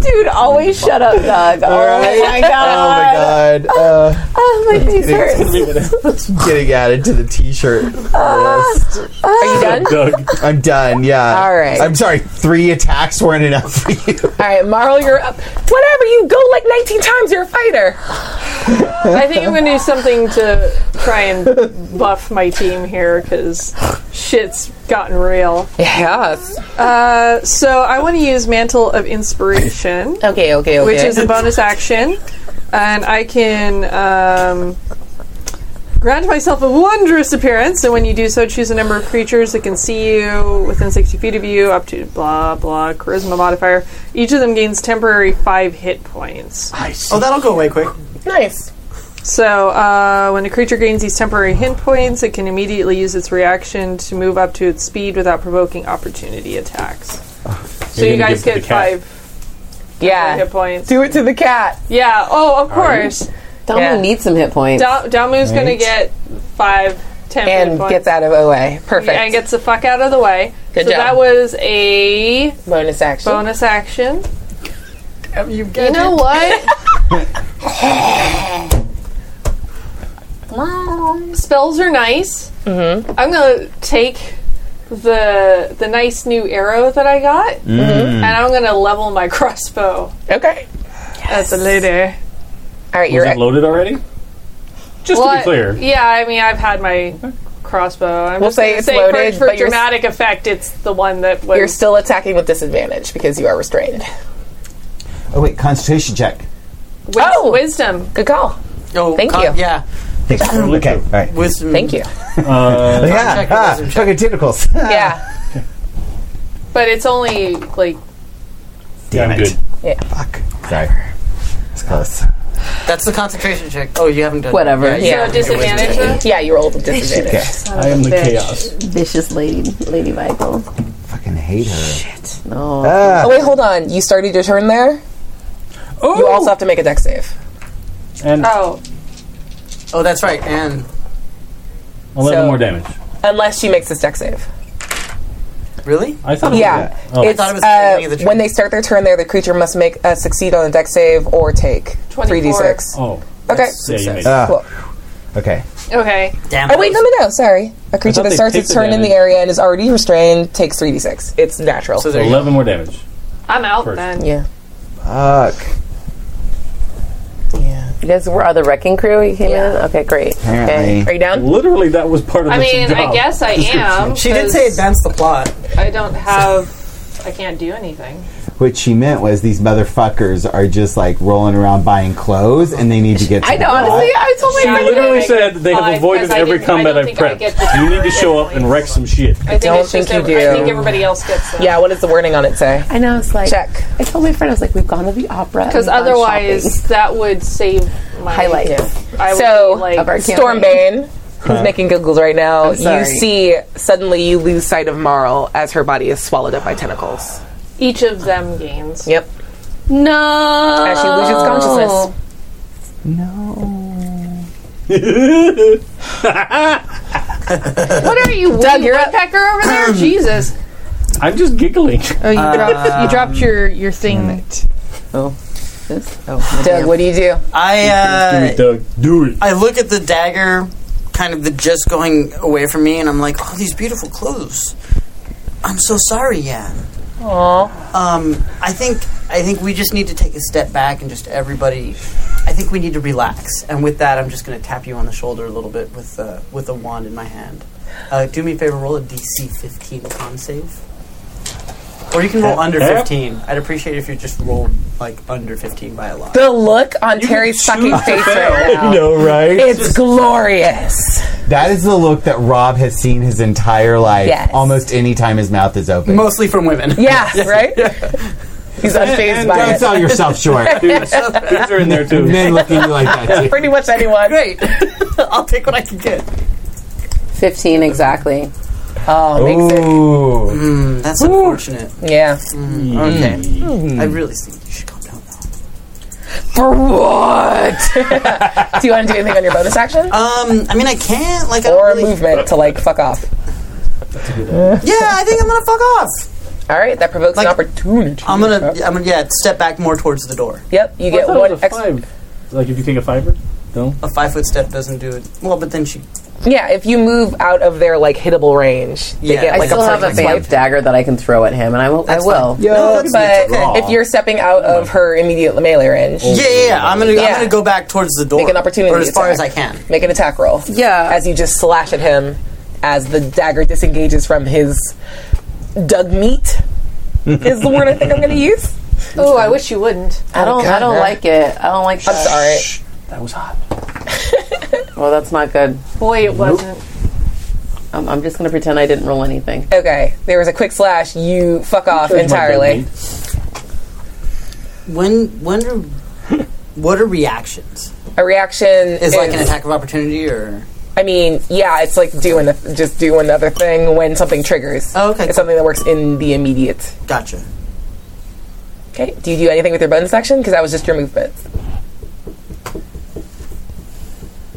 Speaker 2: Dude, always shut up, Doug. Oh
Speaker 1: Ah!
Speaker 2: my god.
Speaker 7: fine. oh my god. Uh,
Speaker 2: Oh [LAUGHS] my face hurts.
Speaker 7: getting added to the t-shirt list.
Speaker 1: Are you done? All
Speaker 3: Doug.
Speaker 7: I'm done. Yeah.
Speaker 1: Ah! All right.
Speaker 7: I'm sorry. Three attacks weren't enough for you.
Speaker 1: right, Marl, you're up. Whatever, you go like 19 times, you're a fighter.
Speaker 6: [LAUGHS] I think I'm going to do something to try and buff my team here because shit's gotten real.
Speaker 1: Yes.
Speaker 6: Uh, so I want to use Mantle of Inspiration,
Speaker 1: Okay, okay, okay.
Speaker 6: which is a bonus action, and I can um, Grant myself a wondrous appearance, and when you do so, choose a number of creatures that can see you within 60 feet of you, up to blah, blah, charisma modifier. Each of them gains temporary five hit points.
Speaker 4: Oh, that'll go away quick.
Speaker 1: Nice.
Speaker 6: So, uh, when a creature gains these temporary hit points, it can immediately use its reaction to move up to its speed without provoking opportunity attacks. so,
Speaker 1: Ah, You're
Speaker 6: you
Speaker 1: gonna
Speaker 6: guys
Speaker 1: give it to the
Speaker 6: get
Speaker 1: cat.
Speaker 6: five
Speaker 1: Yeah.
Speaker 6: hit points.
Speaker 1: Do it to the cat.
Speaker 6: Yeah, oh, of course.
Speaker 2: Damu needs some hit points.
Speaker 6: Da- Damu's going to
Speaker 2: Right.
Speaker 6: get five, ten hit
Speaker 1: and
Speaker 6: points.
Speaker 1: gets out of OA. Perfect.
Speaker 6: And gets the fuck out of the way.
Speaker 1: Good
Speaker 6: so
Speaker 1: job.
Speaker 6: that was a
Speaker 1: bonus action.
Speaker 6: Bonus action.
Speaker 4: you
Speaker 6: you know [LAUGHS] what? Spells are nice.
Speaker 1: Mm-hmm.
Speaker 6: I'm gonna take the the nice new arrow that I got,
Speaker 1: Mhm.
Speaker 6: and I'm gonna level my [LAUGHS] crossbow.
Speaker 1: Okay.
Speaker 6: As a lady.
Speaker 1: All right,
Speaker 3: Was it loaded already? Just to
Speaker 6: Well,
Speaker 3: be clear.
Speaker 6: Yeah, I mean I've had my crossbow. I'm
Speaker 1: We'll
Speaker 6: just
Speaker 1: say
Speaker 6: gonna
Speaker 1: it's
Speaker 6: say for-
Speaker 1: loaded,
Speaker 6: for,
Speaker 1: but you're s-
Speaker 6: dramatic effect. It's the one that was.
Speaker 1: You're still attacking with disadvantage because you are restrained.
Speaker 7: Oh wait, concentration check.
Speaker 6: Wis-
Speaker 1: Oh!
Speaker 6: wisdom.
Speaker 1: Good call.
Speaker 4: Oh,
Speaker 1: Thank
Speaker 4: con-
Speaker 1: you.
Speaker 4: Yeah.
Speaker 7: okay, all right.
Speaker 4: Wisdom.
Speaker 1: Thank you.
Speaker 7: Uh, yeah,
Speaker 4: check,
Speaker 7: ah,
Speaker 4: wisdom check.
Speaker 7: fucking tentacles.
Speaker 1: yeah.
Speaker 6: But it's only like
Speaker 7: Damn it.
Speaker 1: Yeah.
Speaker 7: Fuck. [LAUGHS] Sorry. It's close.
Speaker 4: That's the concentration check. Oh, you haven't done
Speaker 2: Whatever.
Speaker 4: you haven't done your wisdom check.
Speaker 1: Yeah, you rolled with disadvantage.
Speaker 2: I
Speaker 4: am the chaos.
Speaker 2: Vicious lady, Lady Michael.
Speaker 8: Fucking hate her.
Speaker 2: Shit. No.
Speaker 7: Ah,
Speaker 1: Oh wait, hold on. You started your turn there. You
Speaker 3: Oh!
Speaker 1: also have to make a deck save.
Speaker 3: And
Speaker 6: oh,
Speaker 4: Oh, that's right. And
Speaker 3: 11 more damage.
Speaker 1: unless she makes this deck save.
Speaker 4: really?
Speaker 3: I thought it
Speaker 1: yeah,
Speaker 3: was that. Oh.
Speaker 1: it's uh, when they start their turn there, the creature must make uh, succeed on a deck save or take three d six.
Speaker 3: Oh. Ah.
Speaker 1: Okay.
Speaker 3: Yeah, you made it.
Speaker 1: Cool.
Speaker 8: Okay.
Speaker 6: okay.
Speaker 1: Oh wait, no, no, no. Sorry. A creature
Speaker 3: thought
Speaker 1: that
Speaker 3: they
Speaker 1: starts
Speaker 3: take
Speaker 1: its
Speaker 3: the
Speaker 1: turn in the
Speaker 3: damage.
Speaker 1: area and is already restrained takes three d six. It's natural.
Speaker 3: So 11 more damage.
Speaker 6: I'm out
Speaker 3: First.
Speaker 6: then.
Speaker 1: Yeah.
Speaker 7: Fuck.
Speaker 2: You guys were on the wrecking crew. You came in. Okay, great. Okay.
Speaker 1: Are you down?
Speaker 3: Literally, that was part of
Speaker 6: I
Speaker 3: the
Speaker 6: mean, I
Speaker 3: job
Speaker 6: guess I am.
Speaker 3: description.
Speaker 4: She did say advance the plot.
Speaker 6: I don't have. I can't do anything.
Speaker 7: What she meant was these motherfuckers are just like rolling around buying clothes, and they need to get. To
Speaker 2: I know. Honestly, I told my
Speaker 3: [LAUGHS] She
Speaker 2: friend.
Speaker 3: literally said that they have
Speaker 6: I-
Speaker 3: avoided
Speaker 6: because I
Speaker 3: every
Speaker 6: didn't- I
Speaker 3: combat
Speaker 6: don't
Speaker 3: I've
Speaker 6: think I
Speaker 3: prepped.
Speaker 6: get the
Speaker 3: You need to show up and wreck some shit.
Speaker 6: I think
Speaker 1: don't
Speaker 6: it's
Speaker 1: think
Speaker 6: just
Speaker 1: you
Speaker 6: every- I
Speaker 1: do.
Speaker 6: think everybody else gets it.
Speaker 1: Yeah. What does the wording on it say?
Speaker 2: I know. It's like
Speaker 1: Check.
Speaker 2: I told my friend. I was like, we've gone to the opera
Speaker 6: Because
Speaker 2: and we've gone
Speaker 6: otherwise,
Speaker 2: shopping.
Speaker 6: that would save my
Speaker 2: Highlight.
Speaker 6: I would
Speaker 1: So,
Speaker 6: be, like,
Speaker 2: Of our
Speaker 1: Stormbane, who's making googles right now,
Speaker 2: I'm
Speaker 1: you
Speaker 2: sorry.
Speaker 1: see suddenly you lose sight of Marl as her body is swallowed up by tentacles.
Speaker 6: each of them gains.
Speaker 1: Yep.
Speaker 2: No.
Speaker 1: As she loses consciousness.
Speaker 6: What are you, Doug? You're woodpecker over there. Jesus!
Speaker 3: I'm just giggling.
Speaker 6: Oh, you dropped. You dropped your your thing.
Speaker 2: Oh. This? Oh.
Speaker 1: Doug, what do you do?
Speaker 4: I uh,
Speaker 3: Do it, Doug. Do it.
Speaker 4: I look at the dagger, kind of the just going away from me, and I'm like, oh, these beautiful clothes. I'm so sorry, Yan.
Speaker 1: Aww.
Speaker 4: Um, I think I think we just need to take a step back and just everybody. I think we need to relax. And with that, I'm just going to tap you on the shoulder a little bit with uh, with a wand in my hand. Uh, do me a favor, roll a DC 15 con save. Or you can roll under
Speaker 3: Eh?
Speaker 4: 15. I'd appreciate it if you just rolled like under 15 by a lot.
Speaker 1: The look on Terry's fucking face right now.
Speaker 7: know, right?
Speaker 1: It's glorious.
Speaker 8: That is the look that Rob has seen his entire life.
Speaker 1: Yes.
Speaker 8: Almost any time his mouth is open.
Speaker 4: Mostly from women. [LAUGHS]
Speaker 1: Yeah, right? He's unfazed
Speaker 3: and
Speaker 1: by
Speaker 8: Don't
Speaker 1: it.
Speaker 8: sell yourself short.
Speaker 3: Dudes, dudes are in there
Speaker 8: [LAUGHS]
Speaker 3: too.
Speaker 8: Men look at you like that too.
Speaker 1: Pretty much anyone.
Speaker 4: Great. [LAUGHS] I'll take what I can get.
Speaker 2: Fifteen exactly.
Speaker 1: Oh, makes it.
Speaker 8: Ooh.
Speaker 4: Mm, that's unfortunate.
Speaker 1: Yeah. Hmm.
Speaker 4: Okay. I really think you should calm down.
Speaker 1: For what? do you want to do anything on your bonus action?
Speaker 4: Um, I mean, I can't. Like, I don't
Speaker 1: Or
Speaker 4: really-
Speaker 1: movement to like fuck off.
Speaker 4: Yeah, I think I'm gonna fuck off.
Speaker 1: All right, that provokes
Speaker 4: Like-
Speaker 1: an opportunity. Oh,
Speaker 4: I'm gonna, I'm gonna, yeah, step back more towards the door.
Speaker 1: Yep, you
Speaker 3: I
Speaker 1: get
Speaker 3: thought it
Speaker 1: one
Speaker 3: was a
Speaker 1: extra.
Speaker 3: five. Like if you take a fiver? No?
Speaker 4: A five foot step doesn't do it. Well, but then she,
Speaker 1: Yeah, if you move out of their like hittable range, they
Speaker 4: Yeah.
Speaker 1: get
Speaker 4: I
Speaker 1: like
Speaker 2: I still
Speaker 1: a
Speaker 2: have a
Speaker 1: perfect
Speaker 2: vamp dagger that I can throw at him, and I will. I
Speaker 4: That's
Speaker 2: will.
Speaker 4: fine. No, that's-
Speaker 1: but
Speaker 4: that's okay.
Speaker 1: if you're stepping out of her immediate melee range,
Speaker 4: yeah, yeah, yeah, I'm gonna, I'm
Speaker 1: Yeah.
Speaker 4: gonna go back towards the door.
Speaker 1: Make an opportunity
Speaker 4: or as far
Speaker 1: attack.
Speaker 4: as I can.
Speaker 1: make an attack roll.
Speaker 2: Yeah.
Speaker 1: As you just slash at him as the dagger disengages from his dug meat is the word I think I'm going to use.
Speaker 6: Oh, I wish you wouldn't.
Speaker 2: I don't. I
Speaker 1: God,
Speaker 2: don't
Speaker 1: no.
Speaker 2: like it. I don't like.
Speaker 1: I'm
Speaker 2: that.
Speaker 1: sorry.
Speaker 3: That was hot.
Speaker 2: Well, that's not good.
Speaker 6: Oh, Boy, it wasn't.
Speaker 2: I'm, I'm just going to pretend I didn't roll anything.
Speaker 1: Okay, there was a quick slash. You fuck off
Speaker 2: charge my
Speaker 1: entirely.
Speaker 4: When when do what are reactions?
Speaker 1: A reaction
Speaker 4: Is like an attack of opportunity, or
Speaker 1: I mean, yeah, it's like doing the, just do another thing when something triggers. Oh, okay, it's something that works in the immediate.
Speaker 4: Gotcha.
Speaker 1: Okay, do you do anything with your bonus action? Because that was just your movement.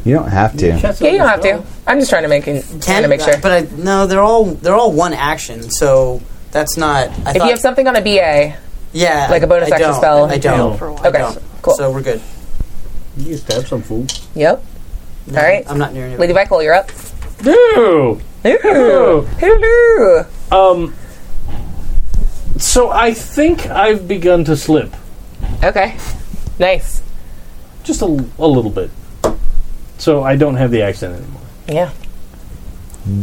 Speaker 7: You don't have to.
Speaker 1: Yeah, you don't have to. I'm just trying to make it, trying to make sure.
Speaker 4: But I, no, they're all they're all one action, so that's not. I
Speaker 1: if you
Speaker 4: thought-
Speaker 1: have something on a BA,
Speaker 4: yeah,
Speaker 1: like a bonus
Speaker 4: I
Speaker 1: action
Speaker 4: don't,
Speaker 1: spell,
Speaker 4: I don't.
Speaker 1: Okay,
Speaker 4: I don't.
Speaker 1: cool.
Speaker 4: So we're good.
Speaker 3: You just have some food.
Speaker 1: Yep. All right.
Speaker 4: I'm not near anybody.
Speaker 1: Lady Michael, you're up.
Speaker 3: Ew.
Speaker 1: Ew. Hello.
Speaker 3: Um. So I think I've begun to slip.
Speaker 1: Okay. Nice.
Speaker 3: Just a, a little bit. So I don't have the accent anymore.
Speaker 1: Yeah.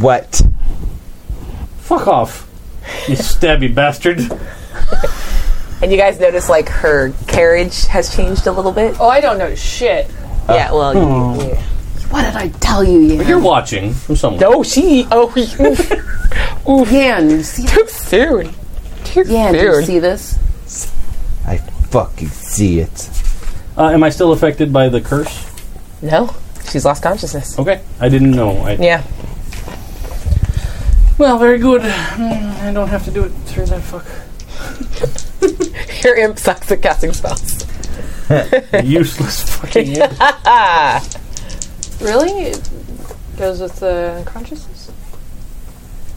Speaker 3: What? Fuck off,
Speaker 1: [LAUGHS]
Speaker 3: you stabby bastard.
Speaker 1: And you guys notice like her carriage has changed a little bit.
Speaker 6: Oh, I don't know shit.
Speaker 1: yeah. Well,
Speaker 3: Oh.
Speaker 1: you, what did I tell you?
Speaker 3: But You're watching from somewhere.
Speaker 1: No, she. Oh, [LAUGHS] oof.
Speaker 2: yeah. You see
Speaker 1: too soon. Too
Speaker 2: yeah, do you
Speaker 3: soon.
Speaker 2: see this?
Speaker 3: I fucking see it. Uh, am I still affected by the curse?
Speaker 1: No, she's lost consciousness.
Speaker 3: Okay, I didn't know. I,
Speaker 1: Yeah.
Speaker 3: Well, very good. Hmm, I don't have to do it through that fuck.
Speaker 1: [LAUGHS] Your imp sucks at casting spells. [LAUGHS]
Speaker 3: [LAUGHS] Useless fucking imp.
Speaker 6: Really? It goes with the unconsciousness?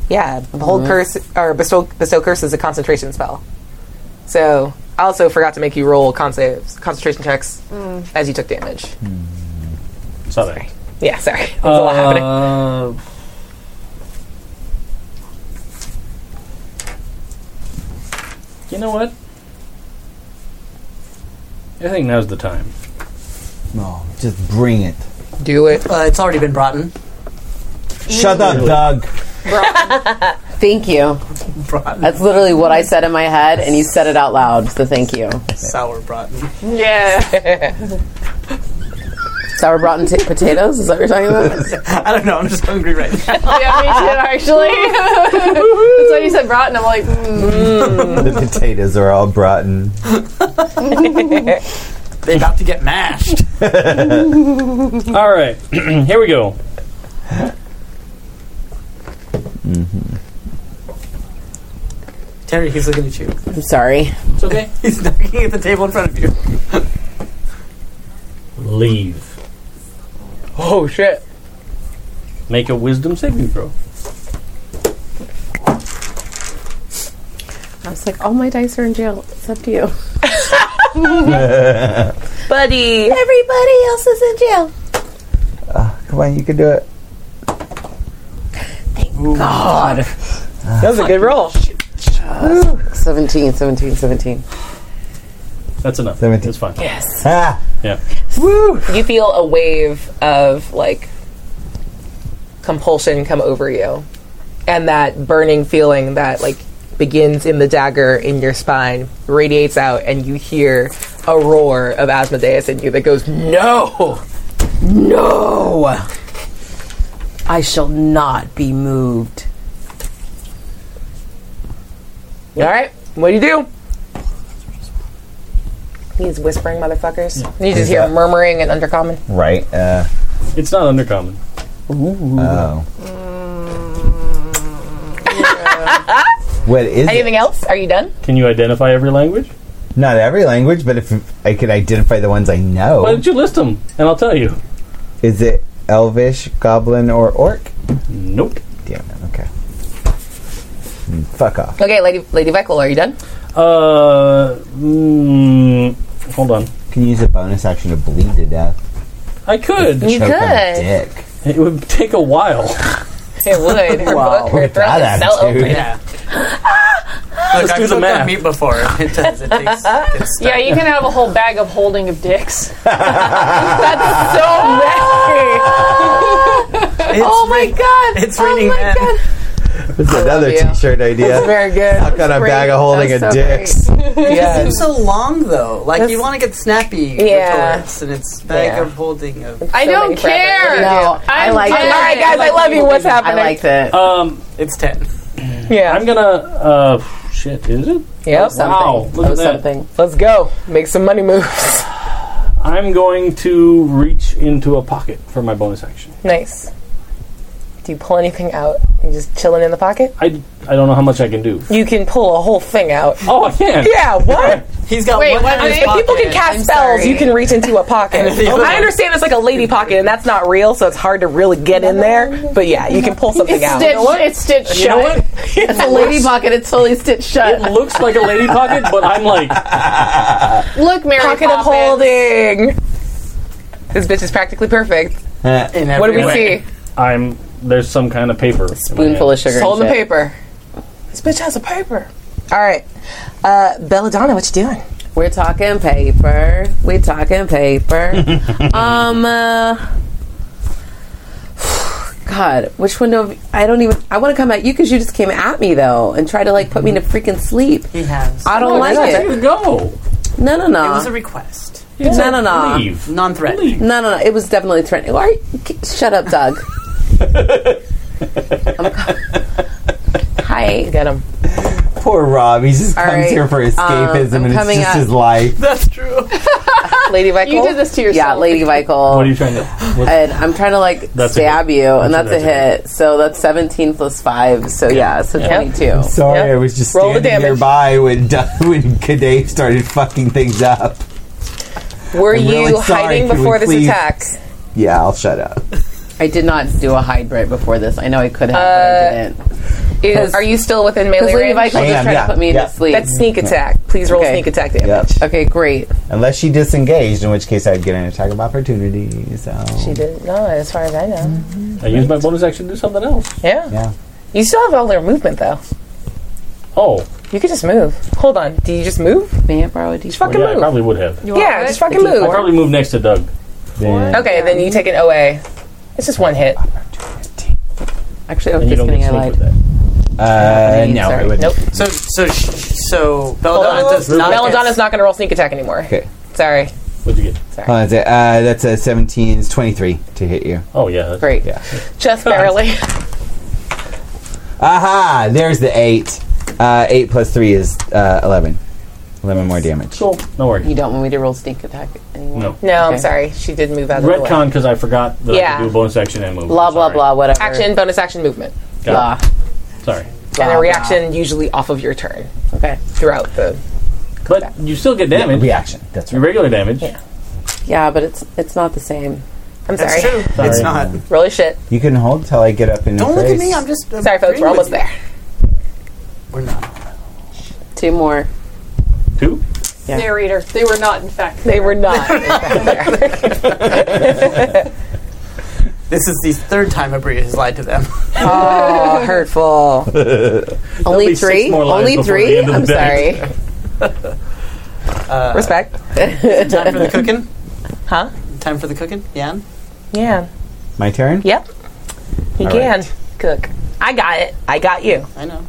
Speaker 1: Yeah, behold
Speaker 6: Mhm.
Speaker 1: curse or bestow, bestow curse is a concentration spell. So I also forgot to make you roll con saves, concentration checks
Speaker 6: Mm.
Speaker 1: as you took damage.
Speaker 3: Sorry.
Speaker 1: Yeah, sorry, There's a lot happening.
Speaker 3: Uh, you know what? I think now's the time.
Speaker 7: No, just bring it.
Speaker 1: Do it.
Speaker 4: Uh, it's already been brought in.
Speaker 7: Shut up,
Speaker 4: Really?
Speaker 7: Doug.
Speaker 2: Thank you. That's literally what I said in my head, and you said it out loud, so thank you.
Speaker 4: Sour brought in.
Speaker 6: [LAUGHS]
Speaker 4: [LAUGHS]
Speaker 6: Yeah.
Speaker 2: Sour brought t- potatoes? Is that what you're talking
Speaker 4: [LAUGHS]
Speaker 2: about?
Speaker 4: I don't know. I'm just hungry right now. [LAUGHS]
Speaker 6: yeah, me [LAUGHS] too, actually. That's why you said rotten. I'm like, mm.
Speaker 7: the potatoes are all brought in.
Speaker 4: They about to get mashed.
Speaker 3: All right, [CLEARS THROAT] here we go.
Speaker 4: Terry, he's looking at you. [LAUGHS]
Speaker 2: I'm sorry.
Speaker 4: It's okay. he's knocking at the table in front of you.
Speaker 3: Leave.
Speaker 1: Oh shit!
Speaker 3: Make a wisdom saving throw.
Speaker 2: I was like, all my dice are in jail. It's up to
Speaker 4: [LAUGHS]
Speaker 2: you. [LAUGHS]
Speaker 1: Buddy.
Speaker 2: Everybody else is in jail.
Speaker 7: Come on, you can do it.
Speaker 2: God.
Speaker 1: That was a good roll.
Speaker 2: 17, 17, 17.
Speaker 3: That's enough. 17. That's fine.
Speaker 1: Yes.
Speaker 7: Ah.
Speaker 3: Yeah.
Speaker 1: Woo! You feel a wave of like compulsion come over you, and that burning feeling that like begins in the dagger in your spine radiates out, and you hear a roar of Asmodeus in you that goes, "No, no!"
Speaker 2: I shall not be moved.
Speaker 1: All right, what do you do? He's whispering, motherfuckers. You just hear murmuring and undercommon.
Speaker 7: Right. Uh,
Speaker 3: It's not undercommon.
Speaker 7: Oh. what is it?
Speaker 1: Anything else? Are you done?
Speaker 3: Can you identify every language?
Speaker 7: Not every language, but if I could identify the ones I know.
Speaker 3: Why don't you list them, and I'll tell you.
Speaker 7: Is it Elvish, Goblin, or Orc?
Speaker 3: Nope.
Speaker 7: Damn it. Okay. Mm, fuck off.
Speaker 1: Okay, Lady Lady Vikel, are you done?
Speaker 3: Uh, mm, hold on.
Speaker 7: Can you use a bonus action to bleed to death?
Speaker 3: I
Speaker 1: [LAUGHS]
Speaker 3: could.
Speaker 1: You
Speaker 7: Choke on a
Speaker 1: could.
Speaker 7: dick.
Speaker 3: It would take a while.
Speaker 1: It would. Her,
Speaker 7: Wow.
Speaker 1: book, her
Speaker 7: Look
Speaker 1: throat
Speaker 7: at
Speaker 1: is
Speaker 7: that
Speaker 1: so
Speaker 7: attitude.
Speaker 1: open.
Speaker 7: [LAUGHS]
Speaker 1: [LAUGHS]
Speaker 4: Yeah. Look, I've
Speaker 3: do the
Speaker 4: cooked
Speaker 3: math.
Speaker 4: on meat before. [LAUGHS] It does. It takes.
Speaker 1: [LAUGHS]
Speaker 4: It's
Speaker 6: yeah, you can have a whole bag of holding of [LAUGHS] dicks.
Speaker 1: So messy. Oh
Speaker 4: oh my god! It's raining men.
Speaker 7: That's another
Speaker 1: you.
Speaker 7: T-shirt idea.
Speaker 1: That's very good.
Speaker 7: Stuck on a
Speaker 1: Great.
Speaker 7: bag of holding
Speaker 1: That's
Speaker 7: a
Speaker 1: so
Speaker 7: dick.
Speaker 4: It seems so long though. Like you
Speaker 1: That's-
Speaker 4: want to get snappy.
Speaker 1: Yeah.
Speaker 4: Yeah. and it's bag
Speaker 1: Yeah.
Speaker 4: of holding of.
Speaker 1: I So don't many forever. care. What do you
Speaker 2: No,
Speaker 1: do?
Speaker 2: I
Speaker 1: I'm
Speaker 2: like
Speaker 1: tired.
Speaker 2: it.
Speaker 1: All right, guys, I love you. What's happening?
Speaker 2: I like that.
Speaker 3: Um,
Speaker 4: it's ten.
Speaker 1: Yeah.
Speaker 3: I'm gonna. Uh, shit, is it?
Speaker 1: Yep.
Speaker 3: Wow. Look
Speaker 1: That
Speaker 3: at
Speaker 1: was
Speaker 3: that.
Speaker 1: something. Let's go. Make some money moves. [LAUGHS]
Speaker 3: I'm going to reach into a pocket for my bonus action.
Speaker 1: Nice. Do you pull anything out? You just chilling in the pocket?
Speaker 3: I, I don't know how much I can do.
Speaker 1: You can pull a whole thing out.
Speaker 3: Oh, I can.
Speaker 1: Yeah. What?
Speaker 4: He's
Speaker 1: [LAUGHS]
Speaker 4: got
Speaker 1: Wait,
Speaker 4: one
Speaker 1: what?
Speaker 4: hand in
Speaker 1: if
Speaker 4: his pocket.
Speaker 1: people can cast
Speaker 2: I'm
Speaker 1: spells,
Speaker 2: sorry.
Speaker 1: you can reach into a pocket.
Speaker 4: And the other-
Speaker 1: I understand it's like a lady pocket, and that's not real, so it's hard to really get in there. But yeah, you can pull something
Speaker 6: It's
Speaker 1: out.
Speaker 6: stitched. It's stitched
Speaker 3: You know
Speaker 6: shut. [LAUGHS]
Speaker 3: what?
Speaker 2: It's a lady pocket. It's totally stitched shut.
Speaker 3: It looks like a lady pocket, but I'm like,
Speaker 6: Look, Mary
Speaker 1: Pocket of
Speaker 6: Poppins.
Speaker 1: holding. This bitch is practically perfect.
Speaker 4: In
Speaker 1: What do
Speaker 4: every
Speaker 1: we
Speaker 4: way.
Speaker 1: see?
Speaker 3: I'm. There's some kind of paper. in my
Speaker 2: Spoonful of
Speaker 3: hand.
Speaker 2: sugar.
Speaker 1: Holding
Speaker 2: and
Speaker 1: the
Speaker 2: shit.
Speaker 1: paper. This bitch has a paper. All right, uh, Belladonna, what you doing?
Speaker 2: We're talking paper. We're talking paper.
Speaker 7: [LAUGHS]
Speaker 2: um, uh, God, which window? Of, I don't even. I want to come at you because you just came at me though, and tried to like put me to freaking sleep.
Speaker 4: He has.
Speaker 2: I don't like
Speaker 3: There
Speaker 2: it.
Speaker 3: you go.
Speaker 2: No, no,
Speaker 4: It
Speaker 1: Uh-huh.
Speaker 2: no,
Speaker 4: was a request.
Speaker 2: no, no, no, no,
Speaker 3: Leave.
Speaker 4: Non-threat.
Speaker 2: no, no. It was definitely threatening. Why? Are you, k- shut
Speaker 3: [LAUGHS]
Speaker 2: up, Doug. I'm co- Hi.
Speaker 1: Get him.
Speaker 7: Poor Rob. He just
Speaker 2: All
Speaker 7: comes
Speaker 2: right,
Speaker 7: here for
Speaker 2: um,
Speaker 7: escapism,
Speaker 2: I'm
Speaker 7: and it's
Speaker 2: coming
Speaker 7: just
Speaker 2: up.
Speaker 1: [LAUGHS]
Speaker 7: his life.
Speaker 4: That's true.
Speaker 1: Lady Vikel?
Speaker 6: You did this to yourself.
Speaker 2: Yeah, Lady Michael.
Speaker 3: What are you trying to? What,
Speaker 2: and I'm trying to like
Speaker 3: That's a
Speaker 2: stab
Speaker 3: hit.
Speaker 2: you, and
Speaker 3: That's
Speaker 2: that's,
Speaker 3: a-
Speaker 2: a hit. So that's 17 plus five. So yeah, so 22.
Speaker 7: Sorry,
Speaker 1: Yep.
Speaker 7: I was just
Speaker 1: Roll the
Speaker 7: standing
Speaker 1: damage.
Speaker 7: nearby when [LAUGHS] Du- when Kadave started fucking things up.
Speaker 1: Were
Speaker 7: I'm
Speaker 1: you
Speaker 7: really sorry.
Speaker 1: hiding
Speaker 7: Can we
Speaker 1: before this
Speaker 7: please-
Speaker 1: attack?
Speaker 7: Yeah, I'll shut
Speaker 1: [LAUGHS]
Speaker 7: up.
Speaker 2: I did not do a hide right before this. I know I could have,
Speaker 1: Uh,
Speaker 2: but I didn't.
Speaker 1: Is, are you still within
Speaker 2: Because
Speaker 1: melee
Speaker 2: Lady
Speaker 1: range?
Speaker 2: Michael
Speaker 7: I
Speaker 2: just
Speaker 7: am,
Speaker 2: tried
Speaker 7: yeah,
Speaker 2: to put me
Speaker 7: yeah.
Speaker 2: to sleep.
Speaker 1: That's sneak attack. Please roll
Speaker 2: Okay.
Speaker 1: sneak attack damage.
Speaker 7: Yep.
Speaker 2: okay, great.
Speaker 7: Unless she disengaged, in which case I'd get an attack of opportunity. So
Speaker 1: She didn't know, as far as I know.
Speaker 3: I use my bonus action to do something else.
Speaker 1: Yeah.
Speaker 7: Yeah.
Speaker 1: Mm-hmm. You still have all their movement, though.
Speaker 3: Oh,
Speaker 1: You could just move. Hold on. Do you just move?
Speaker 2: May I borrow a D4?
Speaker 1: Just fucking
Speaker 3: well, yeah, I
Speaker 1: move.
Speaker 3: probably would have.
Speaker 1: yeah, just fucking move.
Speaker 3: I probably move next to Doug.
Speaker 7: then
Speaker 1: Okay, then you take an OA. It's just one hit.
Speaker 2: Actually, I was
Speaker 3: And you
Speaker 2: just
Speaker 3: don't
Speaker 2: kidding.
Speaker 3: get
Speaker 2: I
Speaker 3: sneak with
Speaker 2: lied.
Speaker 3: that.
Speaker 7: uh, no,
Speaker 2: Sorry.
Speaker 7: I wouldn't.
Speaker 1: Nope.
Speaker 4: So so sh- so
Speaker 1: Hold
Speaker 4: Belladonna
Speaker 1: on.
Speaker 4: does not.
Speaker 1: Belladonna's not going to roll sneak attack anymore.
Speaker 7: Okay.
Speaker 1: Sorry.
Speaker 3: What'd you get?
Speaker 7: Hold on a sec. Uh, that's a 17. It's 23 to hit you.
Speaker 3: Oh yeah.
Speaker 1: Great.
Speaker 7: Yeah.
Speaker 1: Just barely. [LAUGHS]
Speaker 7: Aha! There's the 8. Uh, 8 plus 3 is uh, 11. 11 more damage.
Speaker 3: Cool. No worries.
Speaker 2: You don't want me to roll sneak attack anymore?
Speaker 3: No.
Speaker 1: no, I'm
Speaker 2: Okay.
Speaker 1: sorry. She did move out of the way.
Speaker 3: Retcon because I forgot that I
Speaker 1: Yeah.
Speaker 3: could do a bonus action and move.
Speaker 2: Blah, blah,
Speaker 3: Sorry.
Speaker 2: blah, whatever.
Speaker 1: Action, bonus action, movement.
Speaker 2: Blah.
Speaker 3: Got it. Sorry.
Speaker 2: blah,
Speaker 1: and a
Speaker 2: blah.
Speaker 1: reaction usually off of your turn
Speaker 2: Okay.
Speaker 1: throughout the.
Speaker 3: But you still get
Speaker 7: Yeah,
Speaker 3: damage.
Speaker 7: reaction. That's
Speaker 3: Your
Speaker 7: right.
Speaker 3: regular damage.
Speaker 1: Yeah.
Speaker 2: Yeah, but it's it's not the same.
Speaker 1: I'm
Speaker 4: That's
Speaker 1: sorry.
Speaker 4: true.
Speaker 3: Sorry.
Speaker 4: It's not.
Speaker 1: Roll your shit.
Speaker 7: You can hold till I get up in
Speaker 4: Don't
Speaker 7: your
Speaker 4: look
Speaker 7: face.
Speaker 4: at me. I'm just. I'm
Speaker 1: Sorry, folks.
Speaker 4: agreeing
Speaker 1: We're
Speaker 4: with
Speaker 1: almost
Speaker 4: you.
Speaker 1: there.
Speaker 4: We're not.
Speaker 2: Two more.
Speaker 3: Two.
Speaker 6: Narrator. They were not, in fact.
Speaker 1: They were not. [LAUGHS] in fact, there.
Speaker 4: This is the third time Abria has lied to [LAUGHS] them.
Speaker 1: oh, hurtful.
Speaker 2: Only
Speaker 3: be six
Speaker 2: three?
Speaker 3: more lines
Speaker 2: Only
Speaker 3: before
Speaker 2: three?
Speaker 3: the end of
Speaker 2: I'm
Speaker 3: the day.
Speaker 2: sorry.
Speaker 1: [LAUGHS] Respect.
Speaker 4: time for the cooking.
Speaker 1: Huh?
Speaker 4: Time for the cooking. Yan.
Speaker 1: Yeah.
Speaker 7: My turn?
Speaker 1: Yep. He
Speaker 7: All
Speaker 1: can
Speaker 7: right.
Speaker 1: cook. I got it. I got you.
Speaker 4: I know.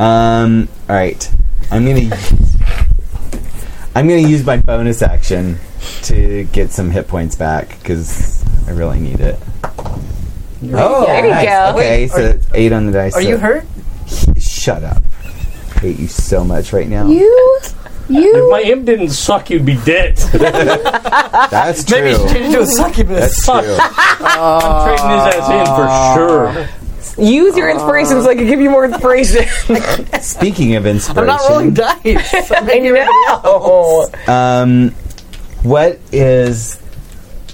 Speaker 7: Um, all right. I'm going to. I'm going to use my bonus action to get some hit points back because I really need it. Oh,
Speaker 1: There we
Speaker 7: nice.
Speaker 1: go.
Speaker 7: Okay, so that's eight on the dice.
Speaker 4: Are you
Speaker 7: so-
Speaker 4: hurt?
Speaker 7: Shut up. I hate you so much right now.
Speaker 2: You?
Speaker 3: If
Speaker 2: You?
Speaker 3: my imp didn't suck, you'd be
Speaker 2: [LAUGHS]
Speaker 3: dead.
Speaker 7: That's true.
Speaker 4: Maybe you should change it to a succubus.
Speaker 7: That's true.
Speaker 3: Trading his ass in for sure.
Speaker 1: Use your inspiration so I can give you more [LAUGHS] inspiration.
Speaker 7: Speaking of inspiration,
Speaker 4: I'm not rolling
Speaker 1: [LAUGHS]
Speaker 4: dice. I'm making everybody else.
Speaker 1: no.
Speaker 7: Um, what is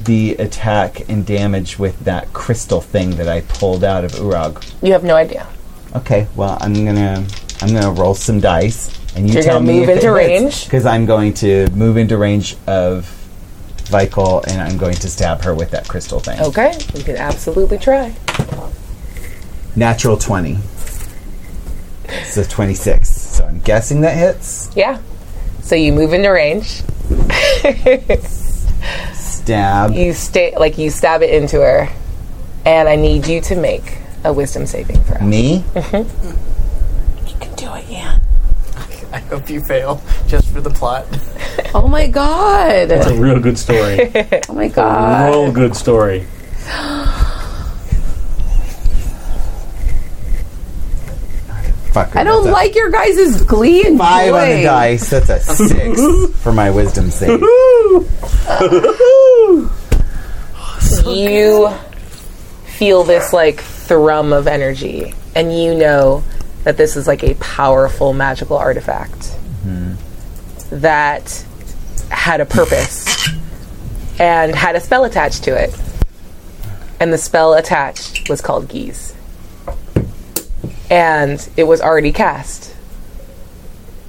Speaker 7: the attack and damage with that crystal thing that I pulled out of Urag?
Speaker 1: You have no idea.
Speaker 7: Okay, well I'm gonna I'm gonna roll some dice, and you
Speaker 1: You're
Speaker 7: tell
Speaker 1: gonna
Speaker 7: me
Speaker 1: move into range?
Speaker 7: because I'm going to move into range of Vikal, and I'm going to stab her with that crystal thing.
Speaker 1: Okay. You can absolutely try.
Speaker 7: Natural twenty. So twenty six. So I'm guessing that hits.
Speaker 1: Yeah. So you move into range. [LAUGHS]
Speaker 7: Stab.
Speaker 1: You stay like you stab it into her, and I need you to make a wisdom saving throw.
Speaker 7: Me?
Speaker 4: You can do it, Ian. [LAUGHS] I hope you fail just for the plot.
Speaker 2: Oh my god.
Speaker 3: That's a real good story.
Speaker 2: oh my god.
Speaker 3: Real good story.
Speaker 7: Fucker.
Speaker 2: I don't
Speaker 7: that's a
Speaker 2: like your guys' glee and
Speaker 7: Five
Speaker 2: joy.
Speaker 7: on the dice. That's a six
Speaker 1: [LAUGHS]
Speaker 7: for my wisdom save.
Speaker 1: you feel this like thrum of energy, and you know that this is like a powerful magical artifact that had a purpose and had a spell attached to it. And the spell attached was called Geese. And it was already cast.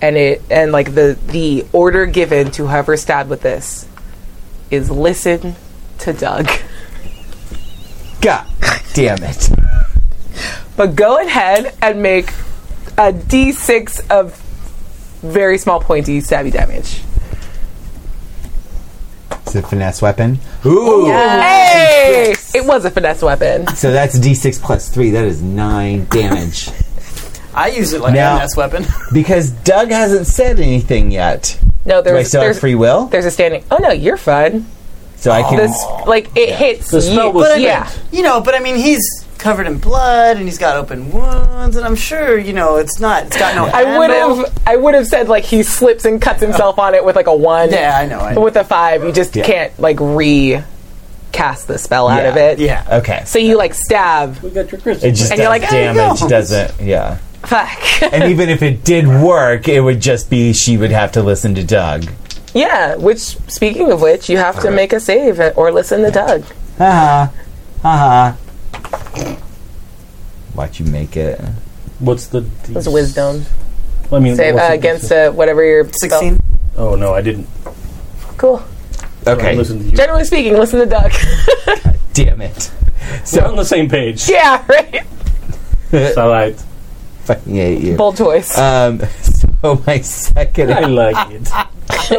Speaker 1: And it and like the the order given to whoever stabbed with this is listen to Doug.
Speaker 7: God damn it.
Speaker 1: But go ahead and make a d6 of very small pointy stabby damage.
Speaker 7: It's a finesse weapon.
Speaker 4: Oh,
Speaker 7: Ooh.
Speaker 1: Hey! It was a finesse weapon.
Speaker 7: So that's d6 plus three. That is nine damage.
Speaker 4: I use it like
Speaker 7: Now-
Speaker 4: a finesse [LAUGHS] weapon.
Speaker 7: because Doug hasn't said anything yet.
Speaker 1: No,
Speaker 7: Do I
Speaker 1: there's
Speaker 7: still have
Speaker 1: there's,
Speaker 7: free Oh. will?
Speaker 1: there's a standing. Oh no, you're fine.
Speaker 7: So I can.
Speaker 1: This like it hits.
Speaker 7: The spell
Speaker 1: you-
Speaker 7: was-
Speaker 1: but I mean-
Speaker 4: yeah.
Speaker 1: yeah.
Speaker 4: You know, but I mean, he's covered in blood and he's got open wounds, and I'm sure, you know, it's not, it's got no.
Speaker 1: I would
Speaker 4: handle.
Speaker 1: have I would have said like he slips and cuts himself on it with like a one.
Speaker 4: Yeah, I know, I know.
Speaker 1: With a five, you just
Speaker 4: Yeah.
Speaker 1: can't like recast the spell out of
Speaker 7: Yeah,
Speaker 1: it.
Speaker 4: Yeah.
Speaker 7: Okay.
Speaker 1: So you like stab.
Speaker 3: We got your Christmas.
Speaker 7: It just
Speaker 1: and
Speaker 7: does
Speaker 1: you're like
Speaker 7: damage,
Speaker 1: "Oh, no."
Speaker 7: doesn't Yeah.
Speaker 1: Fuck. [LAUGHS]
Speaker 7: and even if it did work, it would just be she would have to listen to Doug.
Speaker 1: Yeah, which speaking of which, you have to make a save or listen to Doug.
Speaker 7: Haha. Haha. Watch you make it.
Speaker 3: What's the.
Speaker 1: It's wisdom.
Speaker 3: I mean,
Speaker 1: Save
Speaker 3: what's
Speaker 1: uh,
Speaker 3: the-
Speaker 1: against uh, whatever your spell-
Speaker 3: Oh, no, I didn't.
Speaker 1: Cool.
Speaker 7: Okay.
Speaker 3: Listen to you.
Speaker 1: Generally speaking, listen to Doug.
Speaker 7: Damn it.
Speaker 3: We're on the same page.
Speaker 1: [LAUGHS] yeah, right.
Speaker 3: It's all right.
Speaker 7: Fucking hate you.
Speaker 1: Bold choice.
Speaker 7: Um, [LAUGHS] so my second.
Speaker 3: I like it. That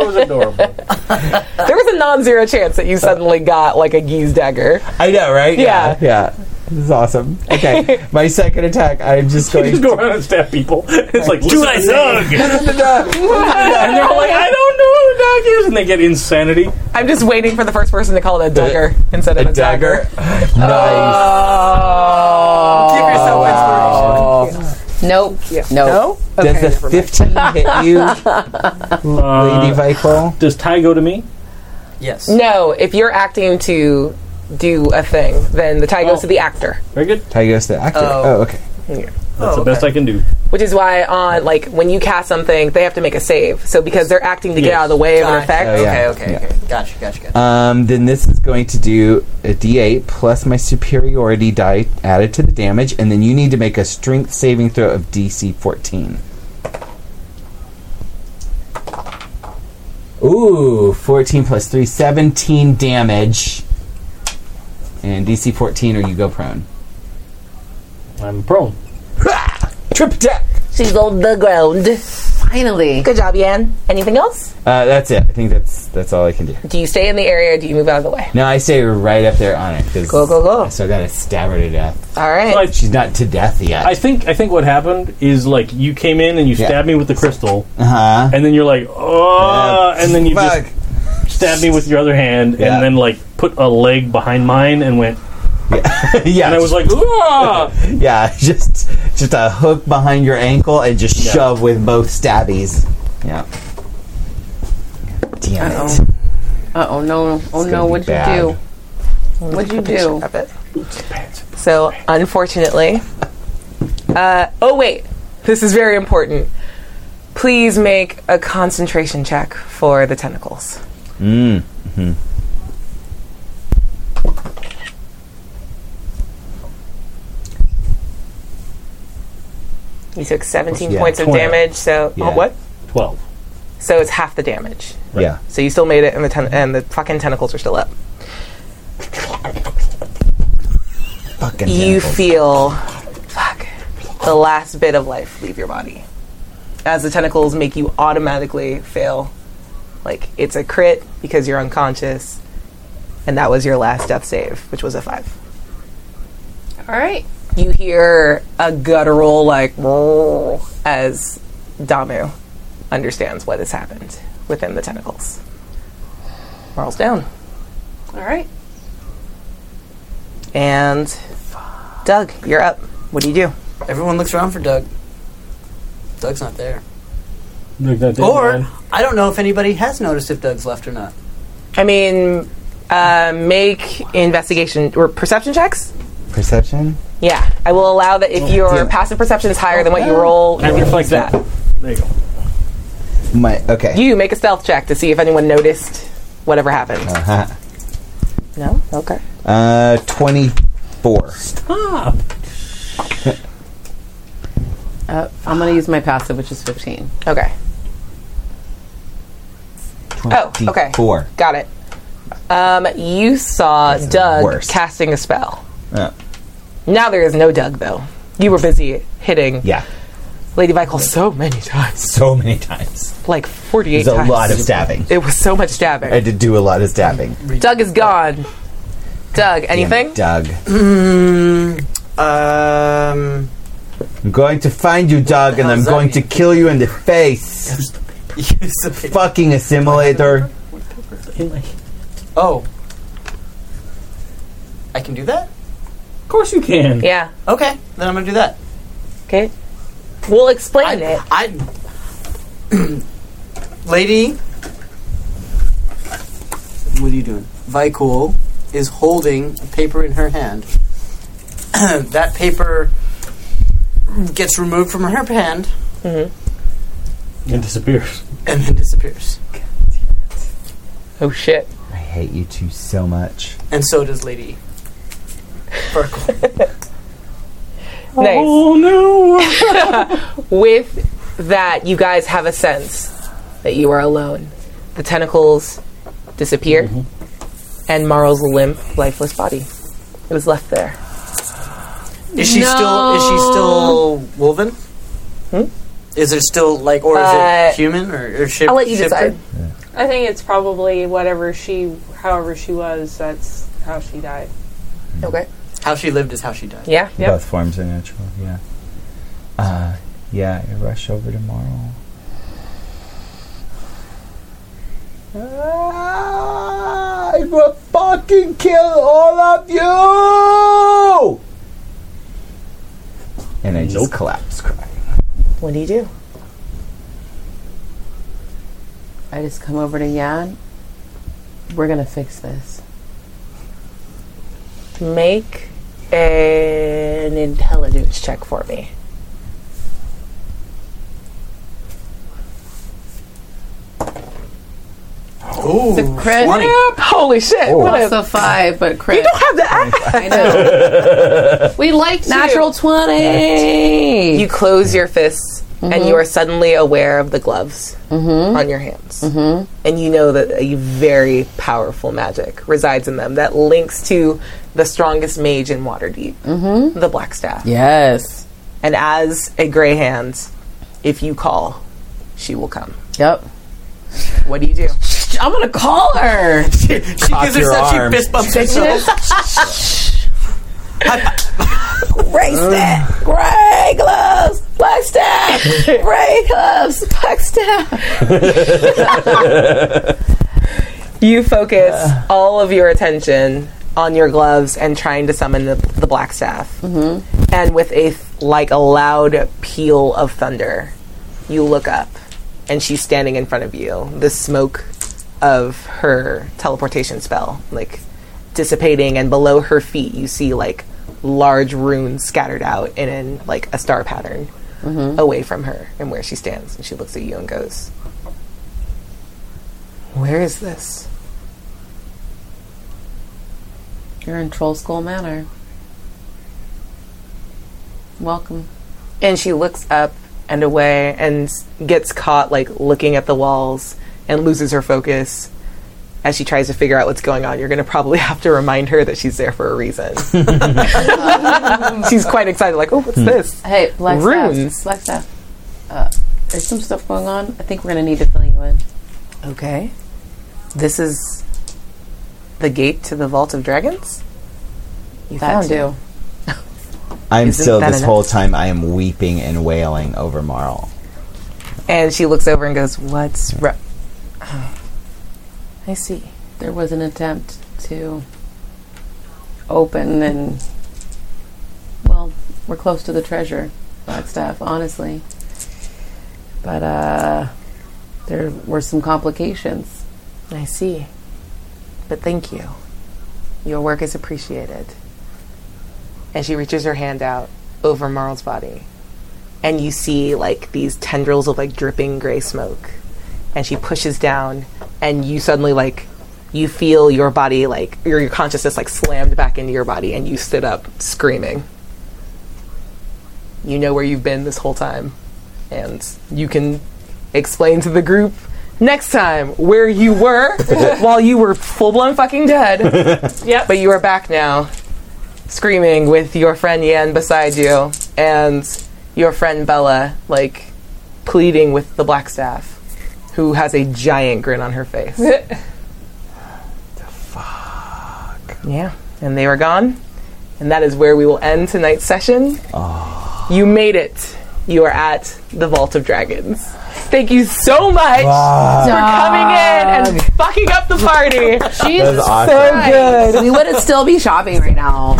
Speaker 3: was [LAUGHS] adorable.
Speaker 1: there was a non-zero chance that you suddenly got like a geese dagger.
Speaker 7: I know, right?
Speaker 1: uh, Yeah.
Speaker 7: Yeah. yeah. This is awesome.
Speaker 3: [LAUGHS]
Speaker 7: Okay. my second attack, I'm just going
Speaker 3: Just
Speaker 7: to.
Speaker 3: go around and stab people. It's like,
Speaker 4: Do
Speaker 3: listen,
Speaker 4: what I
Speaker 3: to
Speaker 4: say.
Speaker 3: Doug.
Speaker 7: Listen to
Speaker 3: [LAUGHS]
Speaker 7: Doug.
Speaker 3: And they're all like, I don't know who Doug is. And they get insanity.
Speaker 1: I'm just waiting for the first person to call it a dagger instead of a, dagger.
Speaker 7: nice.
Speaker 1: Oh.
Speaker 4: Give yourself
Speaker 2: Nope. Nope.
Speaker 7: Does the 15 hit you, Lady Vikel?
Speaker 3: Uh, Does Ty go to me?
Speaker 4: Yes.
Speaker 1: No, if you're acting to do a thing, then the tie goes to the actor.
Speaker 3: Very good.
Speaker 7: Ty goes to actor.
Speaker 4: Oh.
Speaker 7: Oh, okay.
Speaker 3: That's
Speaker 4: Oh,
Speaker 3: the best I can do.
Speaker 1: Which is why on like when you cast something, they have to make a save. So because they're acting to get
Speaker 3: Yes.
Speaker 1: out of the way of an
Speaker 4: Gotcha.
Speaker 1: effect.
Speaker 7: Oh, yeah.
Speaker 4: Okay, okay,
Speaker 7: Yeah.
Speaker 4: okay. Gotcha, gotcha, gotcha.
Speaker 7: Um, then this is going to do a d8 plus my superiority die added to the damage, and then you need to make a strength saving throw of DC 14. Ooh, 14 plus 3, 17 damage. And DC 14, or you go prone.
Speaker 3: I'm prone.
Speaker 7: Trip attack!
Speaker 1: She's on the ground.
Speaker 2: Finally.
Speaker 1: Good job, Yan. Anything else?
Speaker 7: Uh, that's it. I think that's that's all I can do.
Speaker 1: Do you stay in the area? Or do you move out of the way?
Speaker 7: No, I stay right up there on it. 'cause
Speaker 1: Go, go, go.
Speaker 7: I still gotta stab her to death.
Speaker 1: All right.
Speaker 3: So I,
Speaker 7: She's not to death yet.
Speaker 3: I think I think what happened is like you came in and you
Speaker 7: Yeah.
Speaker 3: stabbed me with the crystal,
Speaker 7: Uh huh.
Speaker 3: and then you're like, oh, and then you
Speaker 7: Fuck. [LAUGHS]
Speaker 3: just stabbed me with your other hand,
Speaker 7: Yeah.
Speaker 3: and then like put a leg behind mine and went,
Speaker 7: yeah.
Speaker 3: and I was like, ah,
Speaker 7: Yeah, [LAUGHS] just just a hook behind your ankle and just
Speaker 3: Yeah.
Speaker 7: shove with both stabbies. Yeah. Damn it.
Speaker 2: Uh-oh. Uh oh, no. Oh
Speaker 7: It's
Speaker 2: no,
Speaker 7: gonna be
Speaker 2: what'd
Speaker 7: bad.
Speaker 2: you do? What'd you do?
Speaker 1: Of it. So unfortunately, uh, oh wait, this is very important. Please make a concentration check for the tentacles.
Speaker 7: Mm.
Speaker 1: You took 17
Speaker 7: Yeah,
Speaker 1: points of
Speaker 3: 20.
Speaker 1: damage. So
Speaker 7: Yeah.
Speaker 1: oh, what?
Speaker 3: twelve.
Speaker 1: So it's half the damage.
Speaker 7: Yeah.
Speaker 1: So you still made it, and the ten- and the fucking tentacles are still up.
Speaker 7: Fucking
Speaker 1: You
Speaker 7: tentacles.
Speaker 1: feel fuck the last bit of life leave your body as the tentacles make you automatically fail. Like it's a crit because you're unconscious, and that was your last death save, which was a five.
Speaker 6: All right.
Speaker 1: You hear a guttural like as Damu understands what has happened within the tentacles. Marl's down.
Speaker 6: All right.
Speaker 1: And Doug, you're up. What do you do?
Speaker 4: Uh, Everyone looks around for Doug. Doug's not there.
Speaker 3: or
Speaker 4: I don't know if anybody has noticed if Doug's left or not. [CLEARS THROAT]
Speaker 1: I mean, uh, make investigation or perception checks. Oh,
Speaker 7: Perception?
Speaker 1: Yeah, I will allow that if your passive perception is higher than what you roll, you
Speaker 7: I
Speaker 1: can use
Speaker 7: reflect
Speaker 1: that.
Speaker 3: There you go.
Speaker 7: My okay.
Speaker 1: You make a stealth check to see if anyone noticed whatever happened.
Speaker 7: Uh-huh.
Speaker 1: No? Okay.
Speaker 7: Uh, twenty-four.
Speaker 3: Stop.
Speaker 2: Uh, I'm going to use my passive, which is 15.
Speaker 1: Okay. Oh, okay.
Speaker 7: Four.
Speaker 1: Got it. Um, you saw Doug
Speaker 7: worst.
Speaker 1: casting a spell.
Speaker 7: Uh,
Speaker 1: Now there is no Doug, though. You were busy hitting
Speaker 7: yeah,
Speaker 1: Lady Michael so many times.
Speaker 7: so many times.
Speaker 1: Like 48
Speaker 7: There's a
Speaker 1: times.
Speaker 7: lot of stabbing.
Speaker 1: It was so much stabbing.
Speaker 7: I did do a lot of stabbing.
Speaker 1: Doug is gone. Doug,
Speaker 7: Damn
Speaker 1: anything?
Speaker 7: it, Doug.
Speaker 4: Um, [LAUGHS]
Speaker 7: I'm going to find you, Doug, and
Speaker 4: hell
Speaker 7: I'm
Speaker 4: does that
Speaker 7: going to
Speaker 4: mean?
Speaker 7: kill you in the face.
Speaker 4: Use the paper.
Speaker 7: Fucking assimilator.
Speaker 4: Oh. I can do that?
Speaker 3: Of course you can.
Speaker 1: Yeah.
Speaker 4: Okay, then I'm gonna do that.
Speaker 1: Okay. We'll explain it.
Speaker 4: I. [CLEARS THROAT] Lady. What are you doing? Vicul is holding a paper in her hand. [CLEARS THROAT] that paper gets removed from her hand
Speaker 3: It disappears.
Speaker 4: and then disappears.
Speaker 1: Oh, shit.
Speaker 7: I hate you two so much.
Speaker 4: And so does Lady Burkle.
Speaker 1: Nice.
Speaker 3: Oh no!
Speaker 1: [LAUGHS] With that, you guys have a sense that you are alone. The tentacles disappear, and Marl's limp, lifeless body was left there.
Speaker 4: Is she still? Is she still woven? Is there still like, or is
Speaker 1: Uh,
Speaker 4: it human or, or ship?
Speaker 1: I'll let you decide.
Speaker 6: I think it's probably whatever she, however she was, that's how she died.
Speaker 1: Okay.
Speaker 4: How she lived is how she died.
Speaker 1: Yeah.
Speaker 6: Yep.
Speaker 7: Both forms are natural. Yeah. Uh, yeah. I rush over tomorrow. Ah, I will fucking kill all of you! And I just
Speaker 3: Nope.
Speaker 7: collapse crying.
Speaker 1: What do you do?
Speaker 2: I just come over to Jan. We're going to fix this.
Speaker 1: Make an intelligence check for me.
Speaker 4: Oh,
Speaker 2: The crit.
Speaker 1: Holy shit! What a,
Speaker 2: Also five, but
Speaker 1: you
Speaker 2: crit.
Speaker 1: don't have the act.
Speaker 2: [LAUGHS] I know.
Speaker 7: [LAUGHS]
Speaker 6: We liked
Speaker 2: Natural 20.
Speaker 1: You close your fists,
Speaker 2: Mm-hmm.
Speaker 1: and you are suddenly aware of the gloves on your hands. Mm-hmm. And you know that a very powerful magic resides in them that links to the strongest mage in Waterdeep, mm-hmm. the Blackstaff.
Speaker 2: yes.
Speaker 1: And as a Grey Hand, if you call, she will come.
Speaker 2: Yep.
Speaker 1: What do you do?
Speaker 2: I'm going to call her.
Speaker 4: She gives
Speaker 7: your
Speaker 4: herself,
Speaker 7: arm.
Speaker 4: she fist bumps herself.
Speaker 2: Gray staff. Gray gloves.
Speaker 1: [LAUGHS]
Speaker 2: Black staff. Gray gloves. Black staff.
Speaker 1: You focus all of your attention on your gloves and trying to summon the, the black staff. Mm-hmm. And with a th- like a loud peal of thunder, you look up, and she's standing in front of you. The smoke of her teleportation spell, like dissipating, and below her feet, you see like large runes scattered out in an, like a star pattern away from her and where she stands. And she looks at you and goes, "Where is this?"
Speaker 2: You're in Troll School Manor. Welcome.
Speaker 1: and she looks up and away and s- gets caught like looking at the walls and loses her focus as she tries to figure out what's going on you're going to probably [LAUGHS] have to remind her that she's there for a reason [LAUGHS] she's quite excited like oh what's this
Speaker 2: Hey, Black
Speaker 1: Runes.
Speaker 2: Staff. Black Staff. Uh, there's some stuff going on. I think we're going to need to fill you in.
Speaker 1: okay this is the gate to the vault of dragons you
Speaker 2: that
Speaker 1: found it.
Speaker 2: too.
Speaker 7: I'm
Speaker 1: Isn't
Speaker 7: still
Speaker 1: that
Speaker 7: this
Speaker 1: enough?
Speaker 7: whole time. I am weeping and wailing over Marl.
Speaker 1: And she looks over and goes, "What's wrong?"
Speaker 2: I see. There was an attempt to open and well, we're close to the treasure, that stuff, honestly. But uh there were some complications.
Speaker 1: I see. But thank you. Your work is appreciated. And she reaches her hand out over Marl's body. And you see like these tendrils of like dripping gray smoke. And she pushes down and you suddenly like you feel your body like your, your consciousness like slammed back into your body and you stood up screaming. You know where you've been this whole time. And you can explain to the group next time where you were while you were full blown fucking dead.
Speaker 6: Yep.
Speaker 1: But you are back now, screaming with your friend Yan beside you and your friend Bella, like pleading with the black staff, who has a giant grin on her face. Yeah, and they were gone. And that is where we will end tonight's session. You made it. You are at the Vault of Dragons. Thank you so much
Speaker 7: Ah,
Speaker 1: for coming in and fucking up the party.
Speaker 2: Jesus
Speaker 1: so
Speaker 2: Christ.
Speaker 1: good.
Speaker 2: We wouldn't still be shopping right now.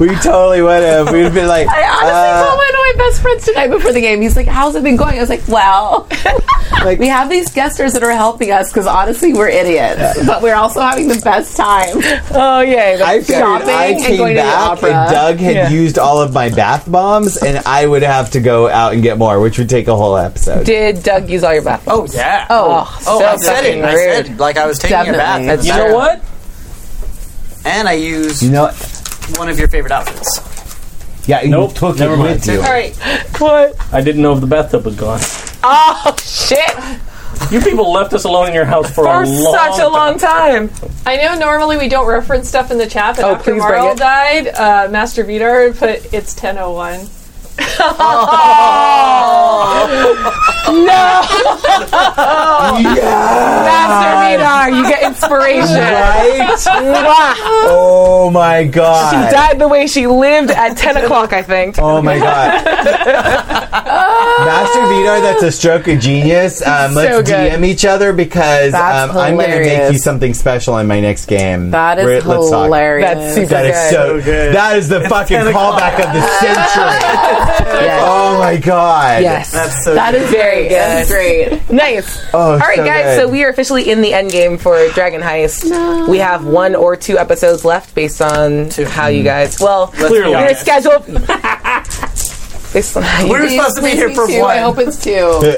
Speaker 7: we totally would have. We'd been like,
Speaker 2: I honestly
Speaker 7: uh,
Speaker 2: told one of my best friends tonight before the game. He's like, "How's it been going?" I was like, "Well, we have these guesters that are helping us because honestly, we're idiots, but we're also having the best time."
Speaker 1: Oh yeah,
Speaker 7: I figured
Speaker 2: shopping
Speaker 7: I
Speaker 2: and
Speaker 7: came
Speaker 2: going to the
Speaker 7: back
Speaker 2: opera.
Speaker 7: and Doug had
Speaker 2: Yeah.
Speaker 7: used all of my bath bombs, and I would have to go out and get more, which would take a whole episode.
Speaker 1: Did Doug use all your bath?
Speaker 4: Oh yeah.
Speaker 1: Oh,
Speaker 4: oh,
Speaker 1: so
Speaker 4: I said it.
Speaker 1: fucking
Speaker 4: I
Speaker 1: rude.
Speaker 4: said like I was taking a bath.
Speaker 1: Definitely.
Speaker 4: in the
Speaker 1: You know
Speaker 4: bathroom.
Speaker 1: what?
Speaker 4: And I used
Speaker 7: you know
Speaker 4: one of your favorite outfits.
Speaker 7: Yeah, you
Speaker 3: nope,
Speaker 7: took
Speaker 3: never
Speaker 4: it
Speaker 3: mind.
Speaker 4: with you. All right.
Speaker 1: What?
Speaker 3: I didn't know if the bathtub was gone.
Speaker 1: Oh shit!
Speaker 3: You people left us alone in your house for,
Speaker 6: For
Speaker 3: a long
Speaker 6: such a
Speaker 1: long time.
Speaker 6: I know normally we don't reference stuff in the chat, but
Speaker 3: Oh,
Speaker 6: after
Speaker 3: please bring
Speaker 6: Marl
Speaker 3: it.
Speaker 6: died, uh, Master Vidar put it's 1001.
Speaker 1: No!
Speaker 7: Oh,
Speaker 1: Master Vidar, you get inspiration.
Speaker 7: [LAUGHS] Right?
Speaker 1: Mwah.
Speaker 7: Oh my god.
Speaker 1: She died the way she lived at 10 o'clock, I think.
Speaker 7: Oh my god. Master Vidar, that's a stroke of genius. Um, let's
Speaker 1: So good.
Speaker 7: DM each other because
Speaker 1: That's
Speaker 7: um, I'm going to make you
Speaker 1: hilarious.
Speaker 7: something special in my next game.
Speaker 1: That is
Speaker 7: We're- let's talk.
Speaker 1: hilarious. That's super
Speaker 7: That is
Speaker 1: good.
Speaker 7: so
Speaker 1: So good.
Speaker 7: That is the fucking callback of
Speaker 1: [LAUGHS]
Speaker 7: the century. Oh my god.
Speaker 1: Yes.
Speaker 7: That's so
Speaker 1: That
Speaker 7: good.
Speaker 1: is very good.
Speaker 2: That's
Speaker 1: great. Nice.
Speaker 7: Oh,
Speaker 1: All right,
Speaker 7: so
Speaker 1: guys.
Speaker 7: good.
Speaker 1: So we are officially in the end game for Dragon Heist. We have one or two episodes left based on how you guys. Well,
Speaker 2: Let's be
Speaker 1: we are
Speaker 2: honest.
Speaker 1: scheduled. [LAUGHS] based on how you
Speaker 2: Please,
Speaker 1: guys-
Speaker 2: please be two. I hope it's two.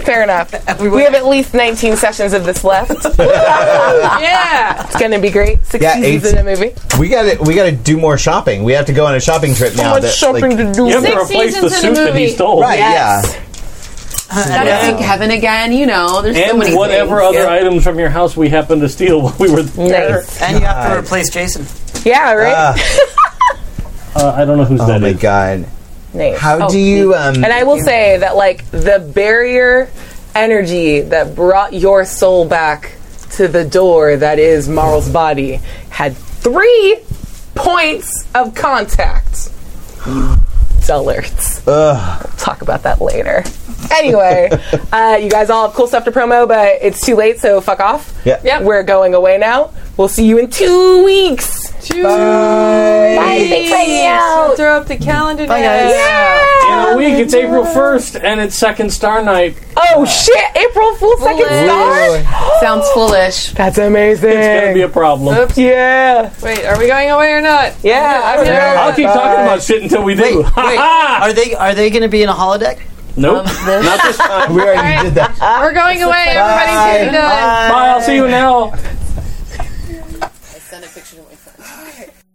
Speaker 1: Fair [LAUGHS] enough. We have at least 19 sessions of this left. [LAUGHS] yeah. It's going to be great. Six
Speaker 7: Yeah,
Speaker 1: seasons
Speaker 7: 18.
Speaker 1: in a movie.
Speaker 7: We got to we got to do more shopping. We have to go on a shopping trip now.
Speaker 1: much
Speaker 7: that,
Speaker 1: shopping to do.
Speaker 3: You have to Six replace the seasons in a suit that he movie. stole.
Speaker 7: Right?
Speaker 3: Yes.
Speaker 7: Yeah.
Speaker 2: Gotta thank heaven again. You know, there's so many
Speaker 3: And whatever
Speaker 2: things.
Speaker 3: other items from your house we happened to steal [LAUGHS] while we were there.
Speaker 4: And you have to replace Jason.
Speaker 1: Yeah, right?
Speaker 3: Uh, I don't know who's
Speaker 7: oh
Speaker 3: that
Speaker 7: my
Speaker 3: is.
Speaker 7: god.
Speaker 1: Nice.
Speaker 7: How do you? Um,
Speaker 1: Oh, and I will say that, like, the barrier energy that brought your soul back to the door that is Marl's body had three points of contact. You [GASPS] dullards.
Speaker 7: Ugh.
Speaker 1: We'll talk about that later. Anyway, uh, you guys all have cool stuff to promo, but it's too late, so fuck off.
Speaker 7: Yeah.
Speaker 1: We're going away now. We'll see you in two weeks.
Speaker 6: Two
Speaker 7: Bye.
Speaker 1: Bye. Thanks, Radio.
Speaker 6: Throw up the calendar now.
Speaker 3: In a week, it's April 1st, and it's second star night.
Speaker 1: Oh shit! April Fool second star.
Speaker 2: Sounds
Speaker 1: [GASPS]
Speaker 2: foolish.
Speaker 1: That's amazing.
Speaker 3: It's going to be a problem.
Speaker 6: Oops.
Speaker 1: Yeah.
Speaker 6: Wait, are we going away or not?
Speaker 1: Yeah,
Speaker 6: I'm
Speaker 3: Yeah, I'll keep talking about shit until we do. [LAUGHS]
Speaker 4: Wait, wait. Um, Are they are they going to be in a holodeck?
Speaker 3: Nope. Not
Speaker 1: [LAUGHS]
Speaker 3: this time.
Speaker 7: we already did that.
Speaker 6: We're going away.
Speaker 4: Bye.
Speaker 6: Everybody's getting done.
Speaker 3: Bye. I'll see you now.
Speaker 2: I sent a picture to my friend.